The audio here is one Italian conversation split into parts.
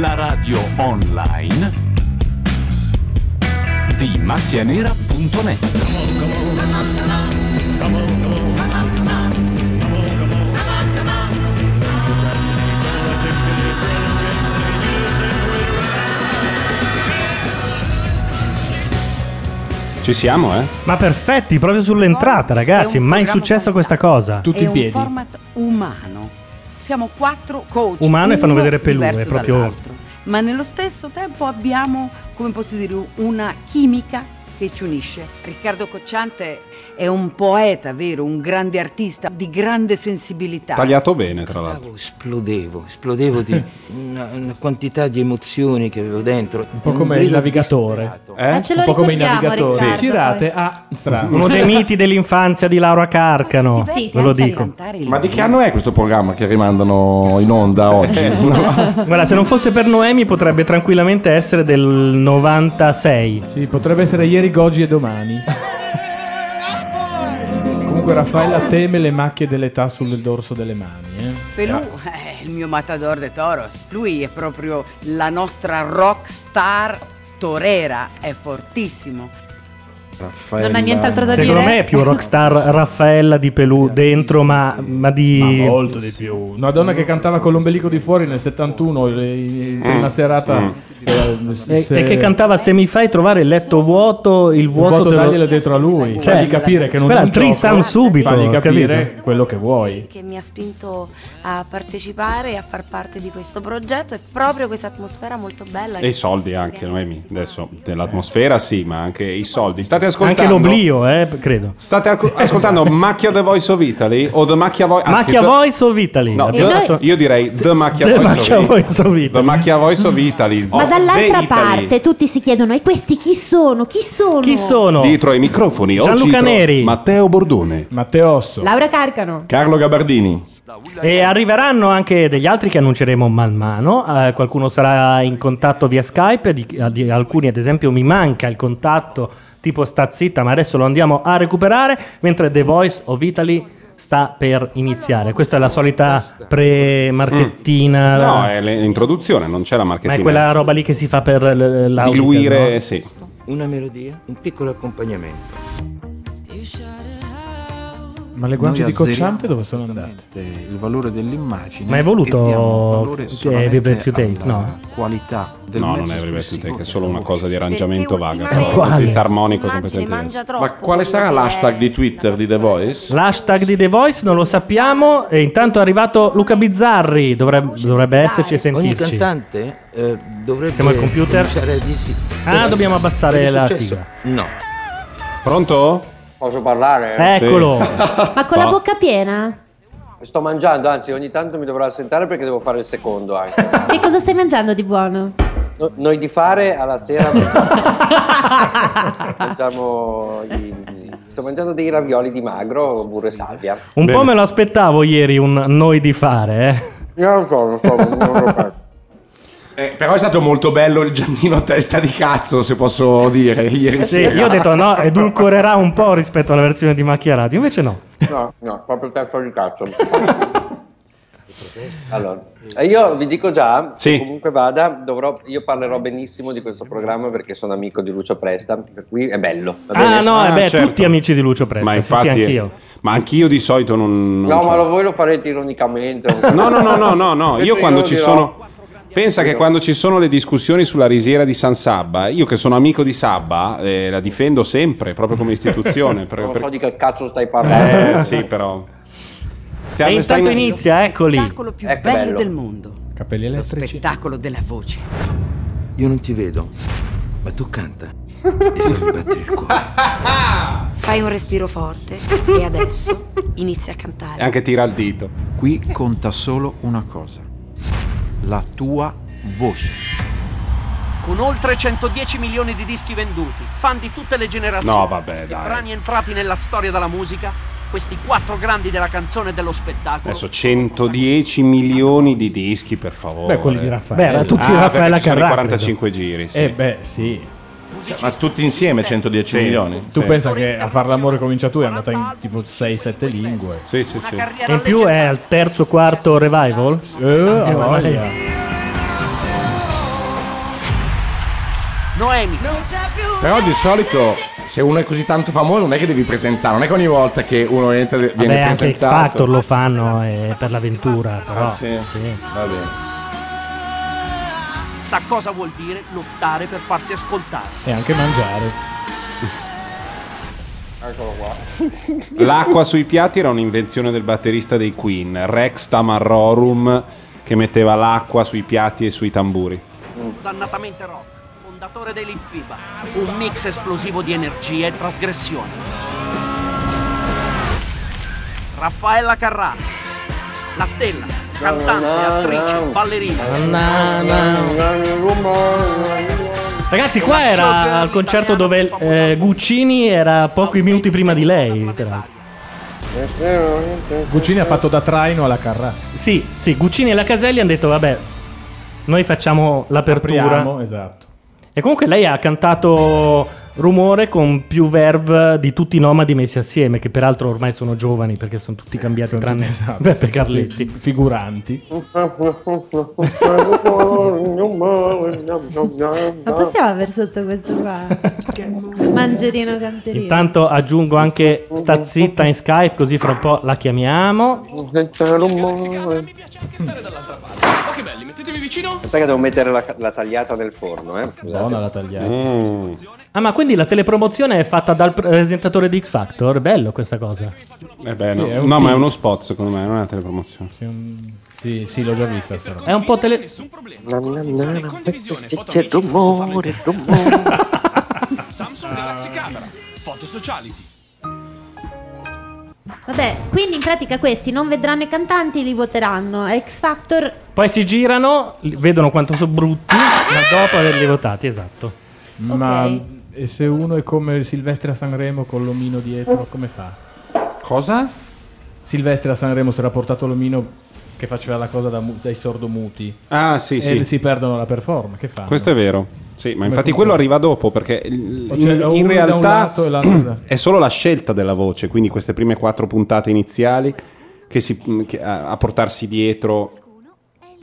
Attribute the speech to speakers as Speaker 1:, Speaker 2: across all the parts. Speaker 1: La radio online di macchianera.net
Speaker 2: Ci siamo, eh?
Speaker 3: Ma perfetti, proprio sull'entrata, ragazzi. Mai successo questa cosa.
Speaker 4: è un format umano. Siamo quattro coach.
Speaker 3: Umano e fanno
Speaker 4: uno
Speaker 3: vedere pelume,
Speaker 4: diverso
Speaker 3: proprio-
Speaker 4: dall'altro. Ma nello stesso tempo abbiamo, come posso dire, una chimica che ci unisce. Riccardo Cocciante è un poeta, vero? Un grande artista di grande sensibilità.
Speaker 2: Tagliato bene, tra l'altro.
Speaker 5: Esplodevo, esplodevo di una, una quantità di emozioni che avevo dentro.
Speaker 6: Un po' come il navigatore.
Speaker 2: Eh? Mm.
Speaker 7: ce lo
Speaker 6: Un po' come i
Speaker 7: ricordiamo,
Speaker 6: navigatori.
Speaker 7: Riccardo,
Speaker 6: Girate a strano.
Speaker 3: Uno dei miti dell'infanzia di Laura Carcano.
Speaker 7: Sì,
Speaker 3: Ve lo dico.
Speaker 2: Ma di che anno è questo programma che rimandano in onda oggi? No?
Speaker 3: Guarda, se non fosse per Noemi, potrebbe tranquillamente essere del 96.
Speaker 6: Sì, potrebbe essere ieri, Gogi e domani. Comunque Raffaella teme le macchie dell'età sul dorso delle mani. eh.
Speaker 4: Pelù è il mio matador de toros. Lui è proprio la nostra rock star torera. È fortissimo.
Speaker 2: Raffaella.
Speaker 7: Non ha nient'altro da
Speaker 3: Secondo
Speaker 7: dire.
Speaker 3: me è più rockstar Raffaella di Pelù dentro, ma, ma di.
Speaker 6: Ma molto di più. Una donna che cantava con l'ombelico di fuori nel 71, in una serata... eh,
Speaker 3: E,
Speaker 6: se-
Speaker 3: e che cantava se mi fai trovare il letto vuoto, il
Speaker 6: Il
Speaker 3: vuoto,
Speaker 6: vuoto
Speaker 3: te lo-
Speaker 6: taglielo dietro a lui.
Speaker 3: Cioè,
Speaker 6: Cioè, di capire che non è
Speaker 3: quella
Speaker 6: un gioco,
Speaker 3: Tristan subito,
Speaker 6: Fagli capire
Speaker 3: capito?
Speaker 6: quello che vuoi.
Speaker 8: che mi ha spinto a partecipare e a far parte di questo progetto è proprio questa atmosfera molto bella.
Speaker 2: E i soldi anche, Noemi. Adesso l'atmosfera sì, ma anche i soldi. State ascoltando.
Speaker 3: Anche l'oblio, eh, credo. esatto.
Speaker 2: State ac- ascoltando Macchia The Voice of Italy o The Macchia Voice anzi,
Speaker 3: Macchia
Speaker 2: The-
Speaker 3: Voice of Italy.
Speaker 2: No,
Speaker 3: Abbiamo
Speaker 2: The-
Speaker 3: detto-
Speaker 2: io direi The Macchia,
Speaker 3: The
Speaker 2: Voice,
Speaker 3: Macchia
Speaker 2: of
Speaker 3: Voice of Italy.
Speaker 2: The Macchia Voice of Italy.
Speaker 7: Ma
Speaker 2: Of
Speaker 7: dall'altra
Speaker 2: the Italy.
Speaker 7: parte tutti si chiedono: e questi chi sono? Chi sono?
Speaker 3: Chi sono?
Speaker 2: Dietro ai microfoni oggi
Speaker 3: Gianluca
Speaker 2: tro-
Speaker 3: Neri.
Speaker 2: Matteo Bordone,
Speaker 6: Matteo Osso.
Speaker 7: Laura Carcano.
Speaker 2: Carlo Gabardini.
Speaker 3: E arriveranno anche degli altri che annunceremo man mano. eh, qualcuno sarà in contatto via Skype. Di, eh, di alcuni, ad esempio, mi manca il contatto tipo sta zitta, ma adesso lo andiamo a recuperare. Mentre The Voice of Italy sta per iniziare. Questa è la solita
Speaker 2: Mm.
Speaker 3: pre-marchettina.
Speaker 2: No, è l'introduzione, non c'è la
Speaker 3: ma
Speaker 2: marchettina.
Speaker 3: è quella roba lì che si fa per l- l'auditor,
Speaker 2: diluire,
Speaker 3: no?
Speaker 2: sì.
Speaker 5: Una melodia, un piccolo accompagnamento.
Speaker 6: Ma le guance di Cocciante dove sono andate?
Speaker 9: Il valore dell'immagine.
Speaker 3: Ma è voluto
Speaker 9: e diamo valore
Speaker 3: che
Speaker 9: solamente
Speaker 3: Every Breath You Take,
Speaker 9: alla
Speaker 3: no?
Speaker 9: Qualità del
Speaker 2: No, non
Speaker 9: mezzo
Speaker 2: è Everybody
Speaker 9: espressivo
Speaker 2: Take, è
Speaker 9: che
Speaker 2: solo una
Speaker 9: abbiamo.
Speaker 2: cosa di arrangiamento
Speaker 8: Perché
Speaker 2: vaga.
Speaker 8: ultimamente
Speaker 2: Punto di vista
Speaker 3: Quale?
Speaker 2: armonico
Speaker 8: L'immagine
Speaker 2: completamente
Speaker 8: mangia
Speaker 2: diverso.
Speaker 8: troppo,
Speaker 10: Ma quale sarà
Speaker 8: quindi
Speaker 10: l'hashtag
Speaker 8: è-
Speaker 10: di Twitter di The Voice?
Speaker 3: L'hashtag di The Voice non lo sappiamo. E intanto è arrivato Luca Bizzarri. Dovrebbe, dovrebbe esserci e
Speaker 5: Ogni
Speaker 3: sentirci.
Speaker 5: cantante eh, dovrebbe
Speaker 3: Siamo al computer?
Speaker 5: cominciare a dirsi-
Speaker 3: Ah, dobbiamo abbassare
Speaker 5: Cosa è
Speaker 3: la
Speaker 5: successo?
Speaker 3: sigla.
Speaker 5: No.
Speaker 2: Pronto?
Speaker 10: Posso parlare?
Speaker 3: Eccolo.
Speaker 10: Ah.
Speaker 7: Ma
Speaker 2: Ah.
Speaker 7: con la bocca piena?
Speaker 10: Sto mangiando, anzi ogni tanto mi dovrò assentare perché devo fare il secondo anche.
Speaker 7: Che cosa stai mangiando di buono?
Speaker 10: No- noi di fare alla sera mangiamo i- sto mangiando dei ravioli di magro, burro e salvia.
Speaker 3: Un
Speaker 2: Bene.
Speaker 3: po' me lo aspettavo ieri un noi di fare, eh.
Speaker 10: Io non so, non so, non lo so.
Speaker 2: Eh, però è stato molto bello il Giannino a testa di cazzo, se posso dire, ieri
Speaker 3: Sì,
Speaker 2: sera.
Speaker 3: io ho detto no, edulcorerà un po' rispetto alla versione di Macchia Radio, invece no.
Speaker 10: No, no, proprio testo di cazzo. Allora, e io vi dico già,
Speaker 2: Sì.
Speaker 10: comunque vada, dovrò, io parlerò benissimo di questo programma perché sono amico di Lucio Presta, per cui è bello. va bene?
Speaker 3: Ah no,
Speaker 2: Ah,
Speaker 3: eh beh,
Speaker 2: certo.
Speaker 3: tutti amici di Lucio Presta,
Speaker 2: ma
Speaker 3: sì,
Speaker 2: infatti,
Speaker 3: sì, anch'io.
Speaker 2: ma anch'io di solito non. non
Speaker 10: No,
Speaker 2: so.
Speaker 10: ma lo- voi lo farete ironicamente.
Speaker 2: No, no, no, no, no, no.
Speaker 10: Questo
Speaker 2: Io quando
Speaker 10: lo
Speaker 2: ci
Speaker 10: dirò.
Speaker 2: sono. Pensa che quando ci sono le discussioni sulla risiera di San Sabba, io che sono amico di Sabba, eh, la difendo sempre, proprio come istituzione. per-
Speaker 10: Non
Speaker 2: per-
Speaker 10: so di che cazzo stai parlando.
Speaker 2: Eh, sì, però. Stiamo-
Speaker 3: E intanto
Speaker 2: stiamo-
Speaker 3: inizia,
Speaker 4: Il
Speaker 3: eccoli.
Speaker 4: spettacolo più
Speaker 10: Ecco,
Speaker 4: bello,
Speaker 10: bello.
Speaker 4: del mondo.
Speaker 6: Capelli
Speaker 4: Lo
Speaker 6: elettrici.
Speaker 4: spettacolo della voce.
Speaker 5: Io non ti vedo, ma tu canta e fammi battere il cuore.
Speaker 8: Fai un respiro forte e adesso inizi a
Speaker 2: E
Speaker 8: cantare.
Speaker 2: anche tira il dito.
Speaker 9: Qui conta solo una cosa. La tua voce.
Speaker 11: Con oltre 110 milioni di dischi venduti, fan di tutte le generazioni
Speaker 2: No, vabbè,
Speaker 11: e
Speaker 2: dai.
Speaker 11: brani entrati nella storia della musica, questi quattro grandi della canzone e dello spettacolo.
Speaker 3: Eh
Speaker 2: Adesso 110 milioni di dischi, per favore.
Speaker 6: Beh, quelli di
Speaker 3: Beh,
Speaker 6: Raffaella.
Speaker 3: era tutti
Speaker 2: Ah,
Speaker 3: Raffaella
Speaker 2: perché ci sono i
Speaker 3: Carrà.
Speaker 2: 45 giri, sì. Cioè,
Speaker 6: Eh beh, sì.
Speaker 11: Musicisti
Speaker 10: Ma
Speaker 9: Tutti insieme 110
Speaker 2: Sì.
Speaker 9: milioni.
Speaker 6: Tu
Speaker 2: Sì.
Speaker 6: pensa che a far l'amore comincia tu è andata in tipo 6-7 lingue.
Speaker 2: Sì, sì,
Speaker 11: una
Speaker 2: sì.
Speaker 3: credo.
Speaker 11: carriera
Speaker 3: E in più è
Speaker 11: leggendaria.
Speaker 3: al terzo quarto revival.
Speaker 6: Eh, ha
Speaker 3: Eh,
Speaker 6: voglia.
Speaker 3: vabbè.
Speaker 11: Noemi.
Speaker 12: Però di solito se uno è così tanto famoso non è che devi presentare, non è che ogni volta che uno entra viene
Speaker 3: Vabbè, anche X
Speaker 12: presentato.
Speaker 3: Factor lo fanno eh, per l'avventura, però.
Speaker 12: Ah, sì. Va bene.
Speaker 11: Sa cosa vuol dire lottare per farsi ascoltare.
Speaker 6: E anche mangiare.
Speaker 10: Eccolo qua.
Speaker 2: L'acqua sui piatti era un'invenzione del batterista dei Queen, Rex Tamarrorum, che metteva l'acqua sui piatti e sui tamburi.
Speaker 11: Dannatamente rock, fondatore dei Litfiba. Un mix esplosivo di energia e trasgressione. Raffaella Carrà. La stella, cantante, attrice, ballerina.
Speaker 3: Ragazzi, qua era al concerto dove eh, Guccini era pochi minuti prima di lei. peraltro.
Speaker 6: Guccini ha fatto da traino alla Carrà.
Speaker 3: Sì, sì, Guccini e la Caselli hanno detto, vabbè, noi facciamo l'apertura.
Speaker 6: Apriamo, esatto.
Speaker 3: E comunque lei ha cantato Rumore con più verve di tutti i nomadi messi assieme, che peraltro ormai sono giovani perché sono tutti cambiati tranne
Speaker 6: Esatto,
Speaker 3: Beppe
Speaker 6: Eh, tutti
Speaker 3: Carletti.
Speaker 6: Figuranti.
Speaker 7: Ma possiamo aver sotto questo qua? Mangerino Camperino.
Speaker 3: Intanto aggiungo anche sta zitta in Skype così fra un po' la chiamiamo.
Speaker 13: Oh, che belli, mettetevi vicino.
Speaker 10: Aspetta che devo mettere la, la tagliata nel forno, eh.
Speaker 6: Buona la tagliata.
Speaker 3: Ah, ma quindi la telepromozione è fatta dal presentatore di X Factor? Bello questa cosa.
Speaker 2: Eh beh,
Speaker 3: Sì, è
Speaker 2: no,
Speaker 3: un
Speaker 2: No, ma è
Speaker 3: team.
Speaker 2: uno spot secondo me, non è una telepromozione.
Speaker 6: Sì, sì, l'ho già vista. sta roba.
Speaker 3: È un po' tele.
Speaker 10: C'è rumore,
Speaker 13: Samsung Galaxy Camera. Foto sociality.
Speaker 7: Vabbè, quindi in pratica questi non vedranno i cantanti, li voteranno. E X Factor
Speaker 3: Poi si girano, li- vedono quanto sono brutti, ma dopo averli votati, esatto.
Speaker 6: Ma e se uno è come Silvestre a Sanremo con l'omino dietro, come fa?
Speaker 2: Cosa?
Speaker 6: Silvestre a Sanremo si era portato l'omino che faceva la cosa da mu- dai sordomuti.
Speaker 2: Ah, sì,
Speaker 6: e
Speaker 2: sì.
Speaker 6: si perdono la performance. Che fa?
Speaker 2: Questo è vero. Sì, ma
Speaker 6: Come
Speaker 2: infatti
Speaker 6: funziona?
Speaker 2: quello arriva dopo perché il-
Speaker 6: O cioè,
Speaker 2: in,
Speaker 6: o
Speaker 2: in
Speaker 6: uno da un lato e l'altro
Speaker 2: realtà
Speaker 6: da-
Speaker 2: è solo la scelta della voce, quindi queste prime quattro puntate iniziali che si- che- a, a portarsi dietro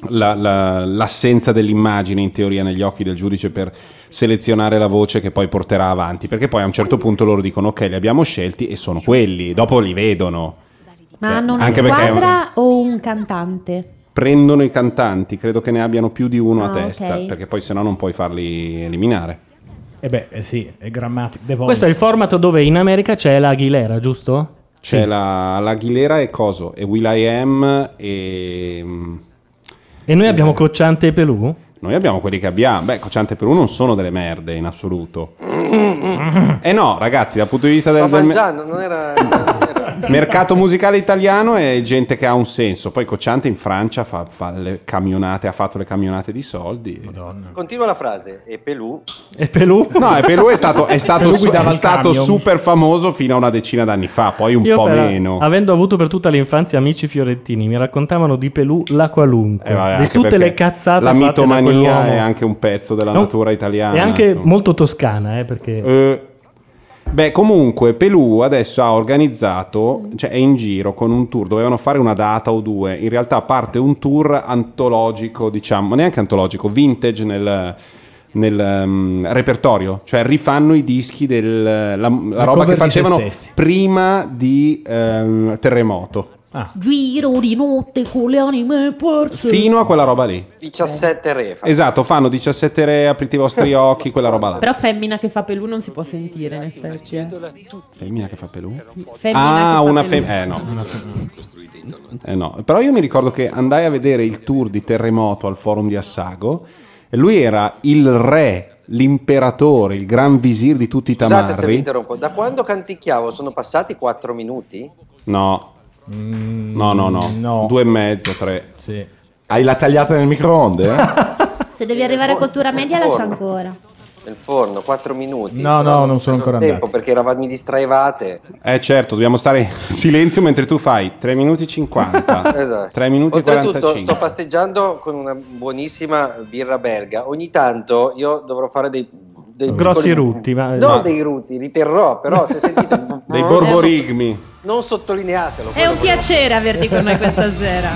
Speaker 2: la- la- l'assenza dell'immagine in teoria negli occhi del giudice per selezionare la voce che poi porterà avanti, perché poi a un certo punto loro dicono ok li abbiamo scelti e sono quelli, dopo li vedono,
Speaker 7: Ma
Speaker 2: Beh,
Speaker 7: hanno una
Speaker 2: Cioè, anche perché è un-
Speaker 7: squadra o un cantante?
Speaker 2: prendono i cantanti, credo che ne abbiano più di uno a
Speaker 7: Ah,
Speaker 2: testa,
Speaker 7: ok.
Speaker 2: perché poi sennò non puoi farli eliminare.
Speaker 6: E beh, eh sì, è grammatico. The Voice.
Speaker 3: Questo è il format dove in America c'è la Aguilera, giusto?
Speaker 2: C'è la, l'Aguilera e Coso, e Will I Am e... mm,
Speaker 3: E noi abbiamo Cocciante e Pelù?
Speaker 2: Noi abbiamo quelli che abbiamo. Beh, Cocciante e Perù non sono delle merde in assoluto. Eh no, ragazzi, dal punto di vista del,
Speaker 10: Mm, Sto
Speaker 2: del me-
Speaker 10: mangiando, non era... non era-
Speaker 2: mercato musicale italiano è gente che ha un senso. Poi Cocciante in Francia fa, fa le camionate, ha fatto le camionate di soldi. Madonna.
Speaker 10: Continua la frase. E Pelù...
Speaker 3: E Pelù?
Speaker 2: No, e Pelù è stato, è stato
Speaker 10: Pelù
Speaker 2: su-
Speaker 10: guidava
Speaker 2: è
Speaker 10: il
Speaker 2: stato
Speaker 10: camion.
Speaker 2: super famoso fino a una decina d'anni fa, poi un
Speaker 3: Io
Speaker 2: po'
Speaker 3: però,
Speaker 2: meno.
Speaker 3: Avendo avuto per tutta l'infanzia amici fiorentini, mi raccontavano di Pelù la qualunque,
Speaker 2: Eh, vabbè,
Speaker 3: di
Speaker 2: anche
Speaker 3: tutte
Speaker 2: perché
Speaker 3: le cazzate
Speaker 2: La
Speaker 3: fatte da
Speaker 2: mitomania
Speaker 3: quell'uomo.
Speaker 2: è anche un pezzo della
Speaker 3: No,
Speaker 2: natura italiana.
Speaker 3: È anche
Speaker 2: insomma.
Speaker 3: molto toscana, eh, perché
Speaker 2: Eh, beh, comunque, Pelù adesso ha organizzato, cioè è in giro con un tour. Dovevano fare una data o due. In realtà parte un tour antologico, diciamo, neanche antologico, vintage nel. nel, ehm, repertorio, cioè rifanno i dischi della roba che
Speaker 6: cover di se
Speaker 2: facevano
Speaker 6: stessi.
Speaker 2: prima di ehm, terremoto,
Speaker 6: Ah.
Speaker 7: Giro di notte con le anime perse.
Speaker 2: fino a quella roba lì.
Speaker 10: 17 re.
Speaker 2: Esatto, fanno 17 re, aprite i vostri occhi, quella roba là.
Speaker 14: Però femmina che fa pelù non si può sentire in effetti. eh.
Speaker 2: Femmina che fa pelù? ah,
Speaker 14: Femmina che fa
Speaker 2: una
Speaker 14: pelù.
Speaker 2: femmina. Eh no. Eh no. Però io mi ricordo che andai a vedere il tour di Terremoto al forum di Assago e lui era il re, l'imperatore, il gran visir di tutti i
Speaker 10: Scusate se vi
Speaker 2: tamarri.
Speaker 10: interrompo. Da quando canticchiavo sono passati 4 minuti?
Speaker 2: No.
Speaker 3: Mm,
Speaker 2: No, no, no, Due e mezzo, tre.
Speaker 12: Eh, Hai la tagliata nel microonde? Eh?
Speaker 7: Se devi arrivare a cottura media, lascia
Speaker 10: Forno.
Speaker 7: ancora.
Speaker 10: Nel forno, 4 minuti.
Speaker 2: No, no, non sono
Speaker 10: ho
Speaker 2: ancora
Speaker 10: tempo perché eravate, mi distraevate.
Speaker 2: Eh certo, dobbiamo stare in silenzio mentre tu fai 3 minuti 50,
Speaker 10: Esatto.
Speaker 2: 3 minuti
Speaker 10: Oltretutto
Speaker 2: 45.
Speaker 10: sto pasteggiando con una buonissima birra belga. Ogni tanto io dovrò fare dei, dei
Speaker 3: grossi
Speaker 10: piccoli-
Speaker 3: rutti, ma
Speaker 10: Non
Speaker 3: ma-
Speaker 10: dei ruti, li terrò, però se sentite
Speaker 2: Eh, Dei
Speaker 10: Eh,
Speaker 2: borborigmi.
Speaker 10: non sottolineatelo.
Speaker 14: È un piacere averti con noi questa sera.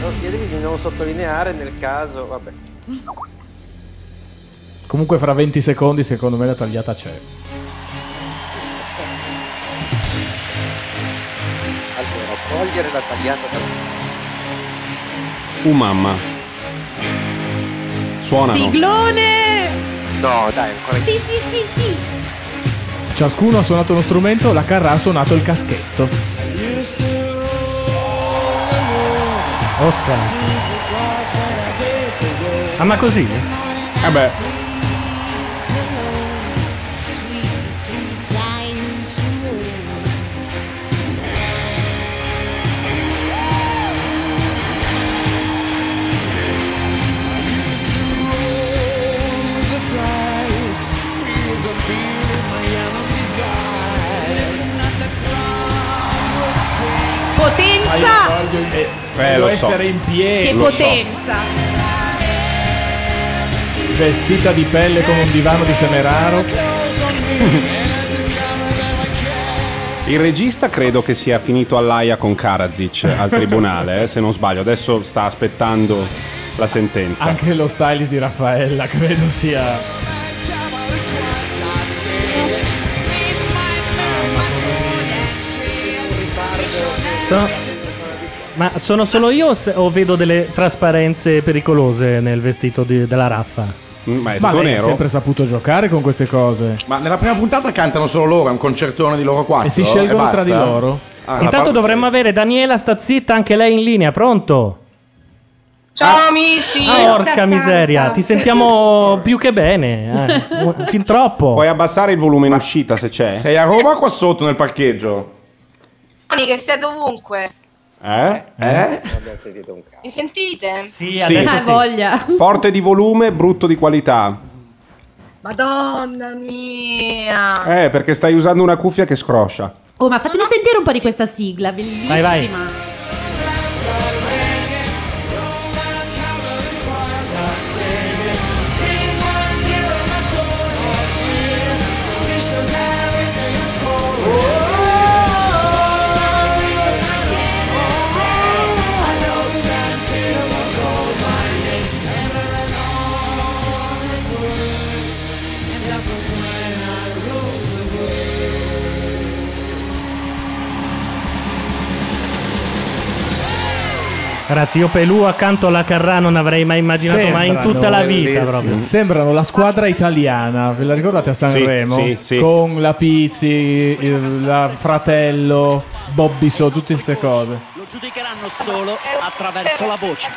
Speaker 10: Non chiedetemi di non sottolineare nel caso, vabbè.
Speaker 6: Comunque fra 20 secondi secondo me la tagliata c'è.
Speaker 10: Allora, cogliere la tagliata da...
Speaker 2: Uh mamma. Suonano.
Speaker 5: Siglone!
Speaker 10: No, dai, ancora
Speaker 7: Sì, sì, sì, sì.
Speaker 6: Ciascuno ha suonato uno strumento, la Carrà ha suonato il caschetto.
Speaker 3: Ossa. Ah, ma così?
Speaker 6: À,
Speaker 2: Vabbè.
Speaker 5: Potenza!
Speaker 2: Eh,
Speaker 6: Devo
Speaker 2: lo so.
Speaker 6: essere in piedi.
Speaker 5: Che
Speaker 6: Lo so.
Speaker 5: potenza!
Speaker 6: Vestita di pelle come un divano di semeraro.
Speaker 2: Il regista credo che sia finito all'AIA con Karadzic al tribunale, eh, se non sbaglio. Adesso sta aspettando la sentenza.
Speaker 6: Anche lo stylist di Raffaella credo sia.
Speaker 3: Sono- ma sono solo io o se- o vedo delle trasparenze pericolose nel vestito di- della Raffa?
Speaker 12: Mm,
Speaker 2: Ma
Speaker 6: Ma lei ha sempre saputo giocare con queste cose.
Speaker 12: Ma nella prima puntata cantano solo loro, è un concertone di loro quattro. eh,
Speaker 6: E si scelgono
Speaker 12: basta?
Speaker 6: tra di loro.
Speaker 12: Ah, la
Speaker 3: Intanto
Speaker 12: par-
Speaker 3: dovremmo avere Daniela, sta zitta, anche lei in linea, pronto?
Speaker 2: Ah.
Speaker 8: Ciao amici!
Speaker 3: Porca Ah, miseria, ti sentiamo più che bene, eh. Un- fin troppo.
Speaker 2: Puoi abbassare il volume in uscita se c'è?
Speaker 12: Sei a Roma o qua sotto nel parcheggio?
Speaker 8: Giovani, che siete ovunque.
Speaker 2: Eh?
Speaker 12: Eh?
Speaker 10: Non abbiamo sentito un
Speaker 8: Mi sentite?
Speaker 3: Sì,
Speaker 2: adesso Sì. sì.
Speaker 8: Ah, voglia.
Speaker 2: Forte di volume, brutto di qualità.
Speaker 8: Madonna mia.
Speaker 2: Eh, perché stai usando una cuffia che scroscia.
Speaker 7: Oh, ma fatemi sentire un po' di questa sigla, bellissima.
Speaker 2: Vai, vai.
Speaker 3: Ragazzi, io Pelù accanto alla Carrà non avrei mai immaginato mai in tutta la vita proprio.
Speaker 6: Sembrano la squadra italiana, ve la ricordate a Sanremo?
Speaker 2: sì, sì.
Speaker 6: Con la Pizzi, il la fratello, Bobby So, tutte queste cose.
Speaker 14: Lo giudicheranno solo attraverso la voce.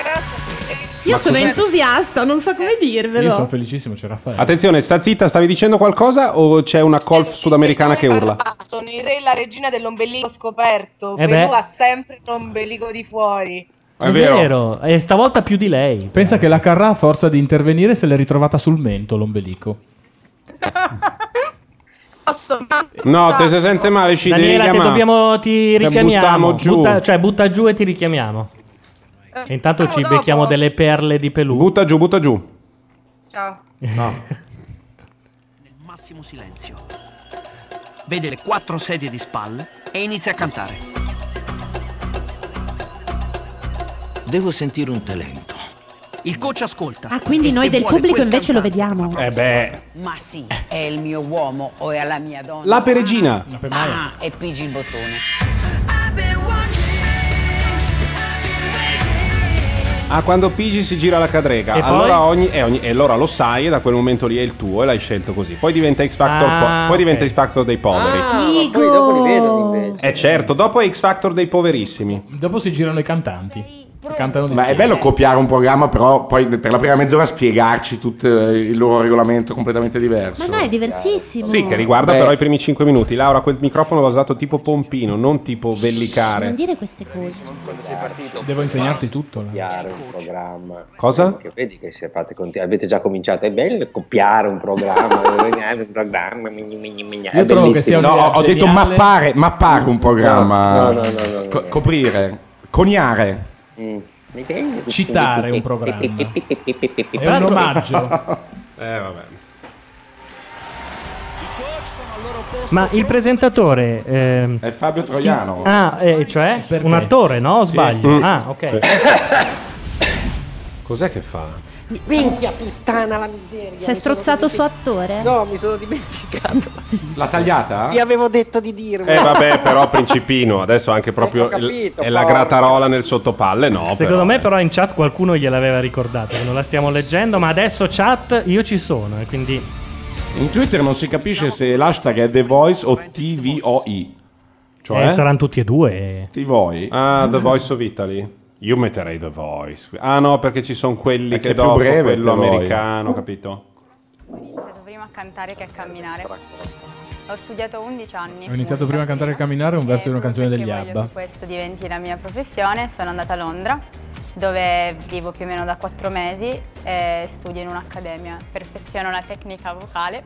Speaker 5: Io
Speaker 2: Ma
Speaker 5: sono
Speaker 2: cos'è?
Speaker 5: entusiasta, non so come dirvelo.
Speaker 6: Io sono felicissimo, c'è Raffaele.
Speaker 2: Attenzione, sta zitta, stavi dicendo qualcosa o c'è una colf sudamericana che urla?
Speaker 8: Sono il re e la regina dell'ombelico scoperto.
Speaker 2: Eh
Speaker 8: Perù
Speaker 2: beh.
Speaker 8: ha sempre un ombelico di fuori.
Speaker 2: È vero.
Speaker 3: e stavolta più di lei.
Speaker 6: Pensa che la Carrà, a forza di intervenire, se l'è ritrovata sul mento l'ombelico.
Speaker 8: Posso?
Speaker 2: No, te se sente male, ci devi
Speaker 3: Daniela, ti
Speaker 2: chiamare.
Speaker 3: dobbiamo, ti
Speaker 2: Te
Speaker 3: richiamiamo.
Speaker 2: buttiamo giù.
Speaker 3: Butta- cioè, butta giù e ti richiamiamo. E intanto ci becchiamo delle perle di Pelù.
Speaker 2: Butta giù, butta giù.
Speaker 8: Ciao.
Speaker 14: Nel massimo silenzio. Vede le quattro sedie di spalle e inizia a cantare.
Speaker 15: Devo sentire un talento.
Speaker 14: Il coach ascolta.
Speaker 7: Ah, quindi
Speaker 14: E
Speaker 7: noi
Speaker 14: se
Speaker 7: del
Speaker 14: vuole
Speaker 7: pubblico
Speaker 14: quel
Speaker 7: invece lo vediamo.
Speaker 2: Eh beh.
Speaker 4: Ma sì, è il mio uomo o è la mia donna.
Speaker 2: La peregina.
Speaker 4: Ah, e pigi il bottone.
Speaker 2: Ah, quando pigi si gira la cadrega.
Speaker 3: E poi?
Speaker 2: allora, ogni, eh, ogni- e allora lo sai e da quel momento lì è il tuo e l'hai scelto così. Poi diventa X Factor,
Speaker 3: Ah,
Speaker 2: po- poi
Speaker 3: ok.
Speaker 2: diventa X Factor dei poveri.
Speaker 5: Ah.
Speaker 10: Ah, ma poi dopo li vedono invece.
Speaker 2: Eh certo, dopo è X Factor dei poverissimi.
Speaker 6: Dopo si girano i cantanti. Cantano di
Speaker 12: Ma è
Speaker 6: schifo.
Speaker 12: bello copiare un programma, però poi per la prima mezz'ora spiegarci tutto eh, il loro regolamento completamente diverso.
Speaker 7: Ma no, è diversissimo.
Speaker 2: Sì, che riguarda
Speaker 12: Beh.
Speaker 2: però i primi 5 minuti. Laura, quel microfono va usato tipo pompino, non tipo bellicare.
Speaker 7: Non dire queste cose.
Speaker 10: Quando sei partito?
Speaker 6: Devo insegnarti tutto. là.
Speaker 10: Copiare un programma.
Speaker 2: Cosa?
Speaker 10: Che vedi che se fate conti- avete già cominciato. È bello copiare un programma. copiare un programma. migni, migni, migni. È
Speaker 12: trovo
Speaker 10: bellissimo.
Speaker 12: che sia No, ho detto mappare, mappare un programma. Co- coprire, coniare.
Speaker 6: Citare un programma. È un omaggio.
Speaker 2: eh, vabbè.
Speaker 3: Ma il presentatore... ehm,
Speaker 12: È Fabio Troiano.
Speaker 2: Mm.
Speaker 3: Ah, eh, cioè? Un attore, no? O
Speaker 12: Sì.
Speaker 3: Sbaglio.
Speaker 12: Mm.
Speaker 3: Ah, ok.
Speaker 2: Cos'è che fa?
Speaker 15: Minchia puttana la miseria.
Speaker 7: Sei
Speaker 15: mi sono
Speaker 7: strozzato su
Speaker 15: dimenticato-
Speaker 7: attore?
Speaker 15: No, mi sono dimenticato.
Speaker 2: L'ha tagliata?
Speaker 15: Vi avevo detto di dirmi.
Speaker 2: Eh vabbè, però Principino, adesso anche proprio
Speaker 15: ho capito,
Speaker 2: è la
Speaker 15: porca.
Speaker 2: gratarola nel sottopalle, no?
Speaker 3: Secondo me, però, in chat qualcuno gliel'aveva ricordato. che Non la stiamo leggendo, ma adesso, chat, io ci sono. E quindi.
Speaker 12: In Twitter non si capisce se l'hashtag è The Voice o TVOI.
Speaker 2: Cioè?
Speaker 3: eh, saranno tutti e due.
Speaker 12: The Voice.
Speaker 2: Ah, The Voice of Italy. Io metterei The Voice. Ah no, perché ci sono quelli che
Speaker 12: È che è più
Speaker 2: dopo
Speaker 12: breve,
Speaker 2: quello
Speaker 12: The Voice.
Speaker 2: americano, capito?
Speaker 16: prima a cantare che a camminare. Ho studiato 11 anni.
Speaker 6: Ho iniziato prima a cantare e camminare un verso di una canzone degli
Speaker 16: Voglio
Speaker 6: Abba.
Speaker 16: che questo diventi la mia professione. Sono andata a Londra, dove vivo più o meno da 4 mesi e studio in un'accademia. Perfeziono la tecnica vocale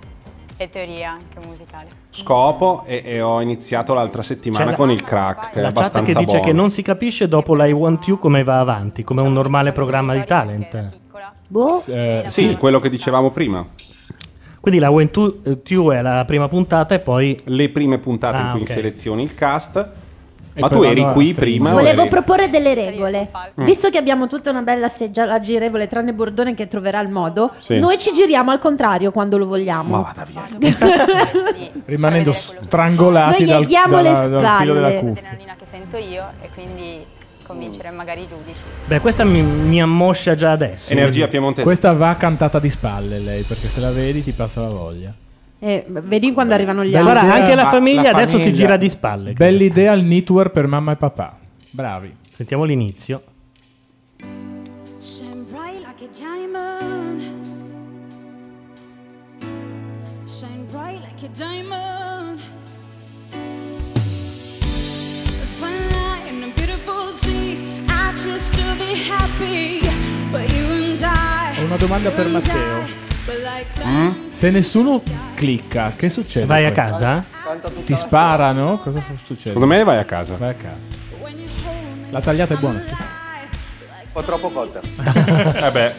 Speaker 16: e teoria anche musicale.
Speaker 2: Scopo e, e ho iniziato l'altra settimana
Speaker 3: C'è la-
Speaker 2: con il crack, che è
Speaker 3: La chat che
Speaker 2: abbastanza
Speaker 3: dice
Speaker 2: buono.
Speaker 3: che non si capisce dopo la I Want You come va avanti, come un normale programma di talent.
Speaker 7: Boh.
Speaker 2: Eh, sì, quello che dicevamo prima.
Speaker 3: Quindi la Want You- eh, You è la prima puntata e poi.
Speaker 2: Le prime puntate in
Speaker 3: Ah,
Speaker 2: cui
Speaker 3: ok.
Speaker 2: selezioni il cast.
Speaker 3: E
Speaker 2: Ma
Speaker 3: poi
Speaker 2: tu
Speaker 3: vanno
Speaker 2: eri
Speaker 3: a
Speaker 2: qui
Speaker 3: streaming.
Speaker 2: prima? o
Speaker 7: Volevo
Speaker 2: eri-
Speaker 7: proporre delle regole.
Speaker 2: Mm.
Speaker 7: Visto che abbiamo tutta una bella seggiala girevole, tranne Bordone che troverà il modo,
Speaker 2: Sì.
Speaker 7: noi ci giriamo al contrario quando lo vogliamo.
Speaker 6: Ma vada Rimanendo strangolati
Speaker 7: Noi
Speaker 6: dal,
Speaker 7: leghiamo
Speaker 6: dalla-
Speaker 7: le
Speaker 6: dal filo della
Speaker 7: spalle.
Speaker 6: cuffia.
Speaker 16: Che sento io e quindi convincere magari i giudici.
Speaker 3: Beh, questa mi, mi ammoscia già adesso.
Speaker 2: Energia piemontese.
Speaker 6: Questa va cantata di spalle lei, perché se la vedi ti passa la voglia.
Speaker 7: Eh, vedi quando arrivano gli altri.
Speaker 3: Allora, anche la famiglia adesso si gira di spalle.
Speaker 6: Bella idea il knitwear per mamma e papà. Bravi.
Speaker 3: Sentiamo l'inizio.
Speaker 17: Shine bright like a diamond. Shine bright like a diamond. A fine light and a beautiful sea. I choose to be happy. But you and I.
Speaker 6: Ho una domanda per
Speaker 17: you and
Speaker 6: Matteo.
Speaker 17: I were like
Speaker 3: Mm?
Speaker 6: Se nessuno clicca, che succede?
Speaker 3: Vai a
Speaker 6: poi?
Speaker 3: casa?
Speaker 6: Ti sparano? Cosa succede?
Speaker 2: Secondo me vai a casa.
Speaker 6: Vai a casa. La tagliata è buona. sì.
Speaker 10: Un po' troppo cotta.
Speaker 2: Vabbè.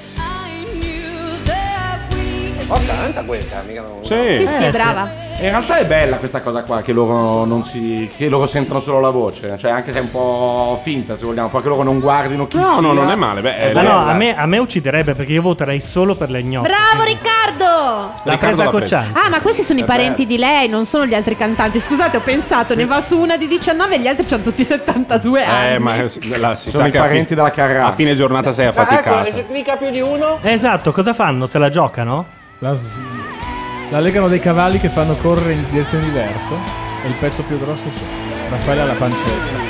Speaker 10: Oh, canta questa, mica non... Eh,
Speaker 7: Sì, sì, è brava.
Speaker 12: In realtà è bella questa cosa qua che loro, non si, che loro sentono solo la voce, cioè anche se è un po' finta se vogliamo, poi che loro non guardino chi
Speaker 2: No,
Speaker 12: sia. Eh,
Speaker 2: no, non è male, beh, è
Speaker 3: Ma Ah, no,
Speaker 2: bella.
Speaker 3: a me, a me ucciderebbe perché io voterei solo per le gnocche.
Speaker 7: Bravo Riccardo!
Speaker 3: La presa cocciante.
Speaker 7: Ah, ma questi sono i
Speaker 3: Eh,
Speaker 7: parenti di lei, non sono gli altri cantanti. Scusate, ho pensato, ne va su una di 19 e gli altri hanno tutti 72 anni.
Speaker 2: Eh, ma la, si
Speaker 12: Sono
Speaker 2: sa
Speaker 12: i
Speaker 2: che a
Speaker 12: parenti
Speaker 2: fi-
Speaker 12: della Carrà.
Speaker 2: A fine giornata sei affaticato.
Speaker 15: mica più di uno.
Speaker 3: Esatto, cosa fanno? Se la giocano?
Speaker 6: La, s- la legano dei cavalli che fanno correre in direzione diversa. E il pezzo più grosso c'è. Raffaella la pancetta.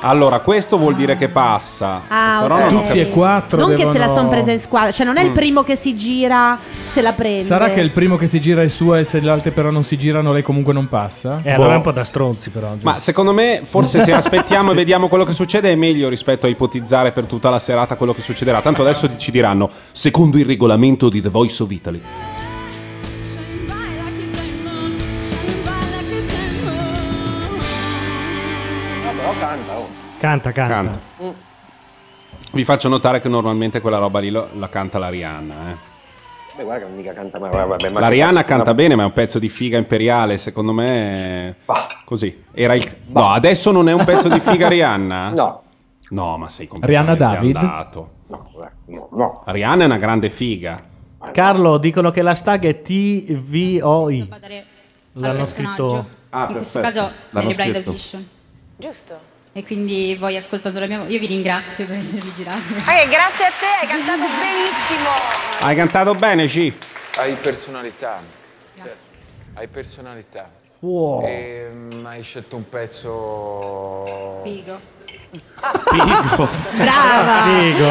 Speaker 2: Allora, questo vuol dire che passa.
Speaker 7: Ah,
Speaker 2: Però
Speaker 7: ok.
Speaker 2: non ho
Speaker 6: Tutti e
Speaker 2: capito.
Speaker 6: quattro
Speaker 7: Non che
Speaker 6: devono-
Speaker 7: se la son presa in squadra, cioè non è il
Speaker 6: Mm.
Speaker 7: primo che si gira, se la prende.
Speaker 6: Sarà che il primo che si gira è suo e se gli altri però non si girano lei comunque non passa?
Speaker 3: Eh, allora è un po' da stronzi però.
Speaker 2: Ma secondo me, forse se aspettiamo e vediamo quello che succede, è meglio rispetto a ipotizzare per tutta la serata quello che succederà. Tanto adesso ci diranno, secondo il regolamento di The Voice of Italy.
Speaker 10: No, però canta, oh.
Speaker 3: Canta, canta.
Speaker 2: Mm. Vi faccio notare che normalmente quella roba lì lo- la canta la Rihanna. Eh.
Speaker 10: Beh, guarda che non mica canta, ma vabbè, ma
Speaker 2: La
Speaker 10: che
Speaker 2: Rihanna
Speaker 10: cazzo-
Speaker 2: canta bene, ma è un pezzo di figa imperiale. Secondo me. Così. Era il... No, adesso non è un pezzo di figa Rihanna?
Speaker 10: No.
Speaker 2: No, ma sei
Speaker 6: Rihanna
Speaker 2: completamente
Speaker 6: David?
Speaker 2: andato.
Speaker 10: No, no, no.
Speaker 2: Rihanna è una grande figa.
Speaker 3: Carlo, dicono che la hashtag è TVOI. L'hanno scritto.
Speaker 2: Ah,
Speaker 18: in questo
Speaker 2: perfetto.
Speaker 18: caso
Speaker 2: L'hanno
Speaker 18: nelle Blind
Speaker 2: scritto.
Speaker 18: Audition. Giusto. E quindi voi ascoltando la mia voce, io vi ringrazio per esservi girati.
Speaker 16: Ok, grazie a te, hai cantato benissimo.
Speaker 2: Hai cantato bene, Ci.
Speaker 9: Hai personalità. Hai personalità.
Speaker 3: Wow.
Speaker 9: Ehm, hai scelto un pezzo.
Speaker 18: Figo.
Speaker 9: Figo.
Speaker 18: Brava.
Speaker 3: Figo.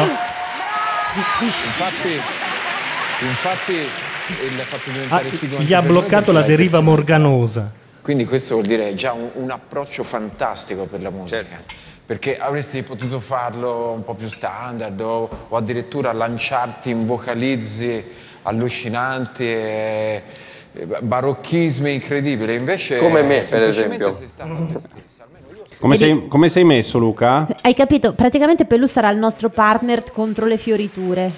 Speaker 9: Infatti, infatti, eh, l'ha fatto
Speaker 3: Ah,
Speaker 9: diventare figo.
Speaker 3: gli ha bloccato la deriva morganosa.
Speaker 9: Quindi questo vuol dire già un, un approccio fantastico per la musica. Perché avresti potuto farlo un po' più standard o, o addirittura lanciarti in vocalizzi allucinanti e e barocchismi incredibili. Invece
Speaker 10: Come me, per
Speaker 9: Eh, semplicemente
Speaker 10: esempio.
Speaker 9: sei stato te stesso.
Speaker 2: Come
Speaker 7: Devi-
Speaker 2: sei, come sei messo, Luca?
Speaker 7: Hai capito? Praticamente Pelù sarà il nostro partner contro le fioriture.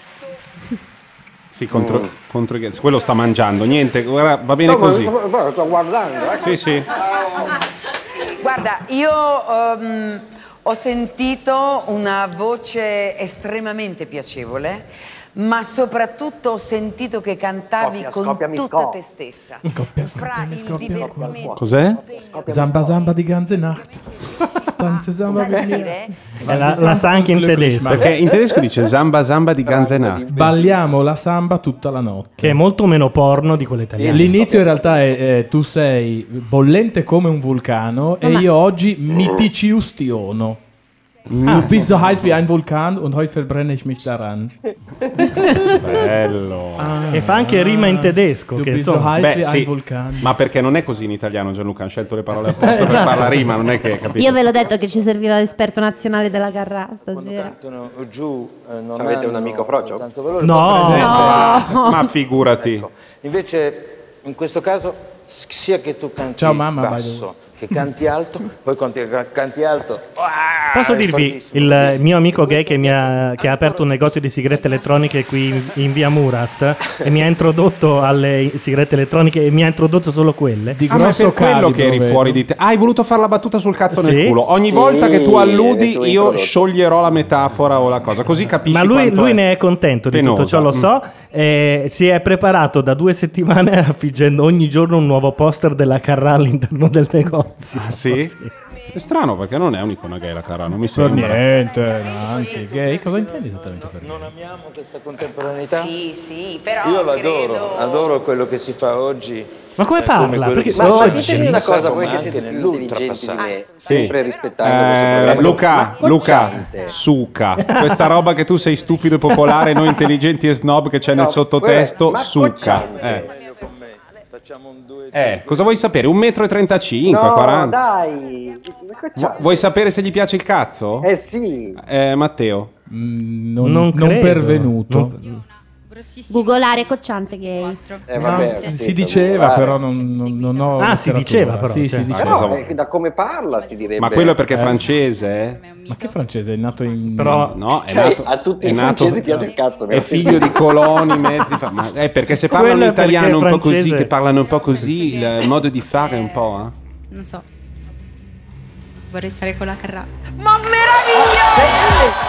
Speaker 2: Sì, contro, contro i Quello sta mangiando, niente, guarda, va bene
Speaker 10: Mm. No, ma-
Speaker 2: così.
Speaker 10: ma- ma- sto guardando, eh.
Speaker 2: Sì, sì.
Speaker 10: Ah, oh.
Speaker 4: Guarda, io ehm, ho sentito una voce estremamente piacevole, ma soprattutto ho sentito che cantavi
Speaker 10: Scoppia,
Speaker 4: con
Speaker 10: scoppia, mi
Speaker 4: tutta
Speaker 10: scoppia.
Speaker 4: te stessa.
Speaker 6: Coppia,
Speaker 4: Fra il divertimento
Speaker 2: Cos'è?
Speaker 6: Zamba zamba di ganze nacht. Tanze zamba di
Speaker 4: Salire.
Speaker 3: Eh, la, la sa anche in tedesco.
Speaker 2: Perché in tedesco dice zamba zamba di Ganzenat.
Speaker 6: Balliamo la samba tutta la notte.
Speaker 3: Che è molto meno porno di quella italiana.
Speaker 6: L'inizio in realtà è, eh, tu sei bollente come un vulcano e
Speaker 3: Ma-
Speaker 6: io oggi mi ti ci ustiono.
Speaker 3: Ah.
Speaker 6: Du bist so heiß wie ein Vulkan und heute verbrenne ich mich daran.
Speaker 2: Bello.
Speaker 3: Ah. E fa anche rima in tedesco.
Speaker 6: Du
Speaker 3: Che
Speaker 6: bist so
Speaker 3: insomma-
Speaker 6: heiß wie ein
Speaker 2: vulcano. Ma perché non è così in italiano, Gianluca? Hanno scelto le parole apposta per
Speaker 6: esatto.
Speaker 2: farla rima, non è che capito.
Speaker 19: Io ve l'ho detto che ci serviva l'esperto nazionale della Garra stasera.
Speaker 5: Sono giù, eh, non
Speaker 10: Avete un
Speaker 5: hanno
Speaker 10: amico frocio?
Speaker 5: tanto valore.
Speaker 2: No.
Speaker 5: Poi, per esempio,
Speaker 2: No. Ma figurati.
Speaker 5: Ecco, Invece, in questo caso, s- sia che tu canti
Speaker 6: Ciao, mamma,
Speaker 5: basso, che canti alto, poi quando ti canti alto... ah,
Speaker 3: Posso
Speaker 5: è
Speaker 3: dirvi,
Speaker 5: fortissimo.
Speaker 3: il mio amico gay che, mi ha, che ha aperto un negozio di sigarette elettroniche qui in, in via Murat e mi ha introdotto alle sigarette elettroniche e mi ha introdotto solo quelle. Di
Speaker 2: Ah, ma è per quello che eri fuori di te. Ah, hai voluto fare la battuta sul cazzo nel
Speaker 3: Sì.
Speaker 2: culo. Ogni
Speaker 3: Sì,
Speaker 2: volta che tu alludi,
Speaker 3: adesso
Speaker 2: io
Speaker 3: l'ho introdotto.
Speaker 2: scioglierò la metafora o la cosa, così capisci.
Speaker 3: Ma lui,
Speaker 2: quanto
Speaker 3: lui
Speaker 2: è
Speaker 3: ne è contento di
Speaker 2: penosa.
Speaker 3: tutto ciò, lo
Speaker 2: Mm.
Speaker 3: so. Eh, si è preparato da due settimane affiggendo ogni giorno un nuovo poster della Carrà all'interno del negozio.
Speaker 2: Ah, sì? È strano perché non è un'icona gay la Carrà, non mi
Speaker 6: Per
Speaker 2: sembra.
Speaker 6: niente, no, anzi, gay, cosa intendi esattamente per
Speaker 5: Non amiamo questa contemporaneità?
Speaker 20: Sì, sì, però
Speaker 5: Io l'adoro,
Speaker 20: credo-
Speaker 5: adoro quello che si fa oggi.
Speaker 3: Ma come
Speaker 5: eh, come
Speaker 3: parla?
Speaker 5: quello
Speaker 3: Perché
Speaker 5: che si
Speaker 3: ma
Speaker 5: fa
Speaker 3: oggi-
Speaker 5: oggi,
Speaker 3: Ditemi una cosa,
Speaker 5: Sanremo,
Speaker 3: voi che
Speaker 5: ma
Speaker 3: siete
Speaker 5: anche
Speaker 3: più
Speaker 5: nell'ultrapassato.
Speaker 2: Sì. Eh,
Speaker 5: questo
Speaker 2: Luca,
Speaker 5: programma. Ma
Speaker 2: Luca,
Speaker 5: cocciante.
Speaker 2: suca. Questa roba che tu sei stupido e popolare, noi intelligenti e snob che c'è nel
Speaker 5: No,
Speaker 2: sottotesto,
Speaker 5: guarda, ma
Speaker 2: suca.
Speaker 5: cocciante.
Speaker 2: Eh.
Speaker 5: Facciamo un due.
Speaker 2: Eh, cosa vuoi sapere? 1,35 m?
Speaker 5: No,
Speaker 2: 40?
Speaker 15: Dai,
Speaker 2: Vu-
Speaker 10: cioè-
Speaker 2: Vuoi sapere se gli piace il cazzo?
Speaker 15: eh sì.
Speaker 2: Eh, Matteo.
Speaker 6: Mm, non- non non credo. pervenuto.
Speaker 19: Googolare cocciante gay.
Speaker 6: No, si diceva, però non, non- non ho.
Speaker 2: Ah, si
Speaker 6: letteratura.
Speaker 2: diceva, però,
Speaker 6: Sì,
Speaker 2: cioè.
Speaker 6: si
Speaker 2: Ma
Speaker 6: diceva.
Speaker 2: cosa vuoi?
Speaker 10: Eh, da come parla si direbbe.
Speaker 2: Ma quello è perché è
Speaker 6: Eh.
Speaker 2: francese?
Speaker 6: Ma che francese? È nato in.
Speaker 2: Però- No, è
Speaker 10: Cioè,
Speaker 2: nato-
Speaker 10: a tutti
Speaker 2: è
Speaker 10: i
Speaker 2: nato-
Speaker 10: francesi piace il cazzo.
Speaker 2: È figlio di coloni, mezzi. Fa... Ma è perché se parlano
Speaker 3: Quello è perché
Speaker 2: italiano un po'
Speaker 3: è francese.
Speaker 2: così, che parlano un po' così, il modo di fare è un po'. eh.
Speaker 18: Non so. Vorrei stare con la Carrà.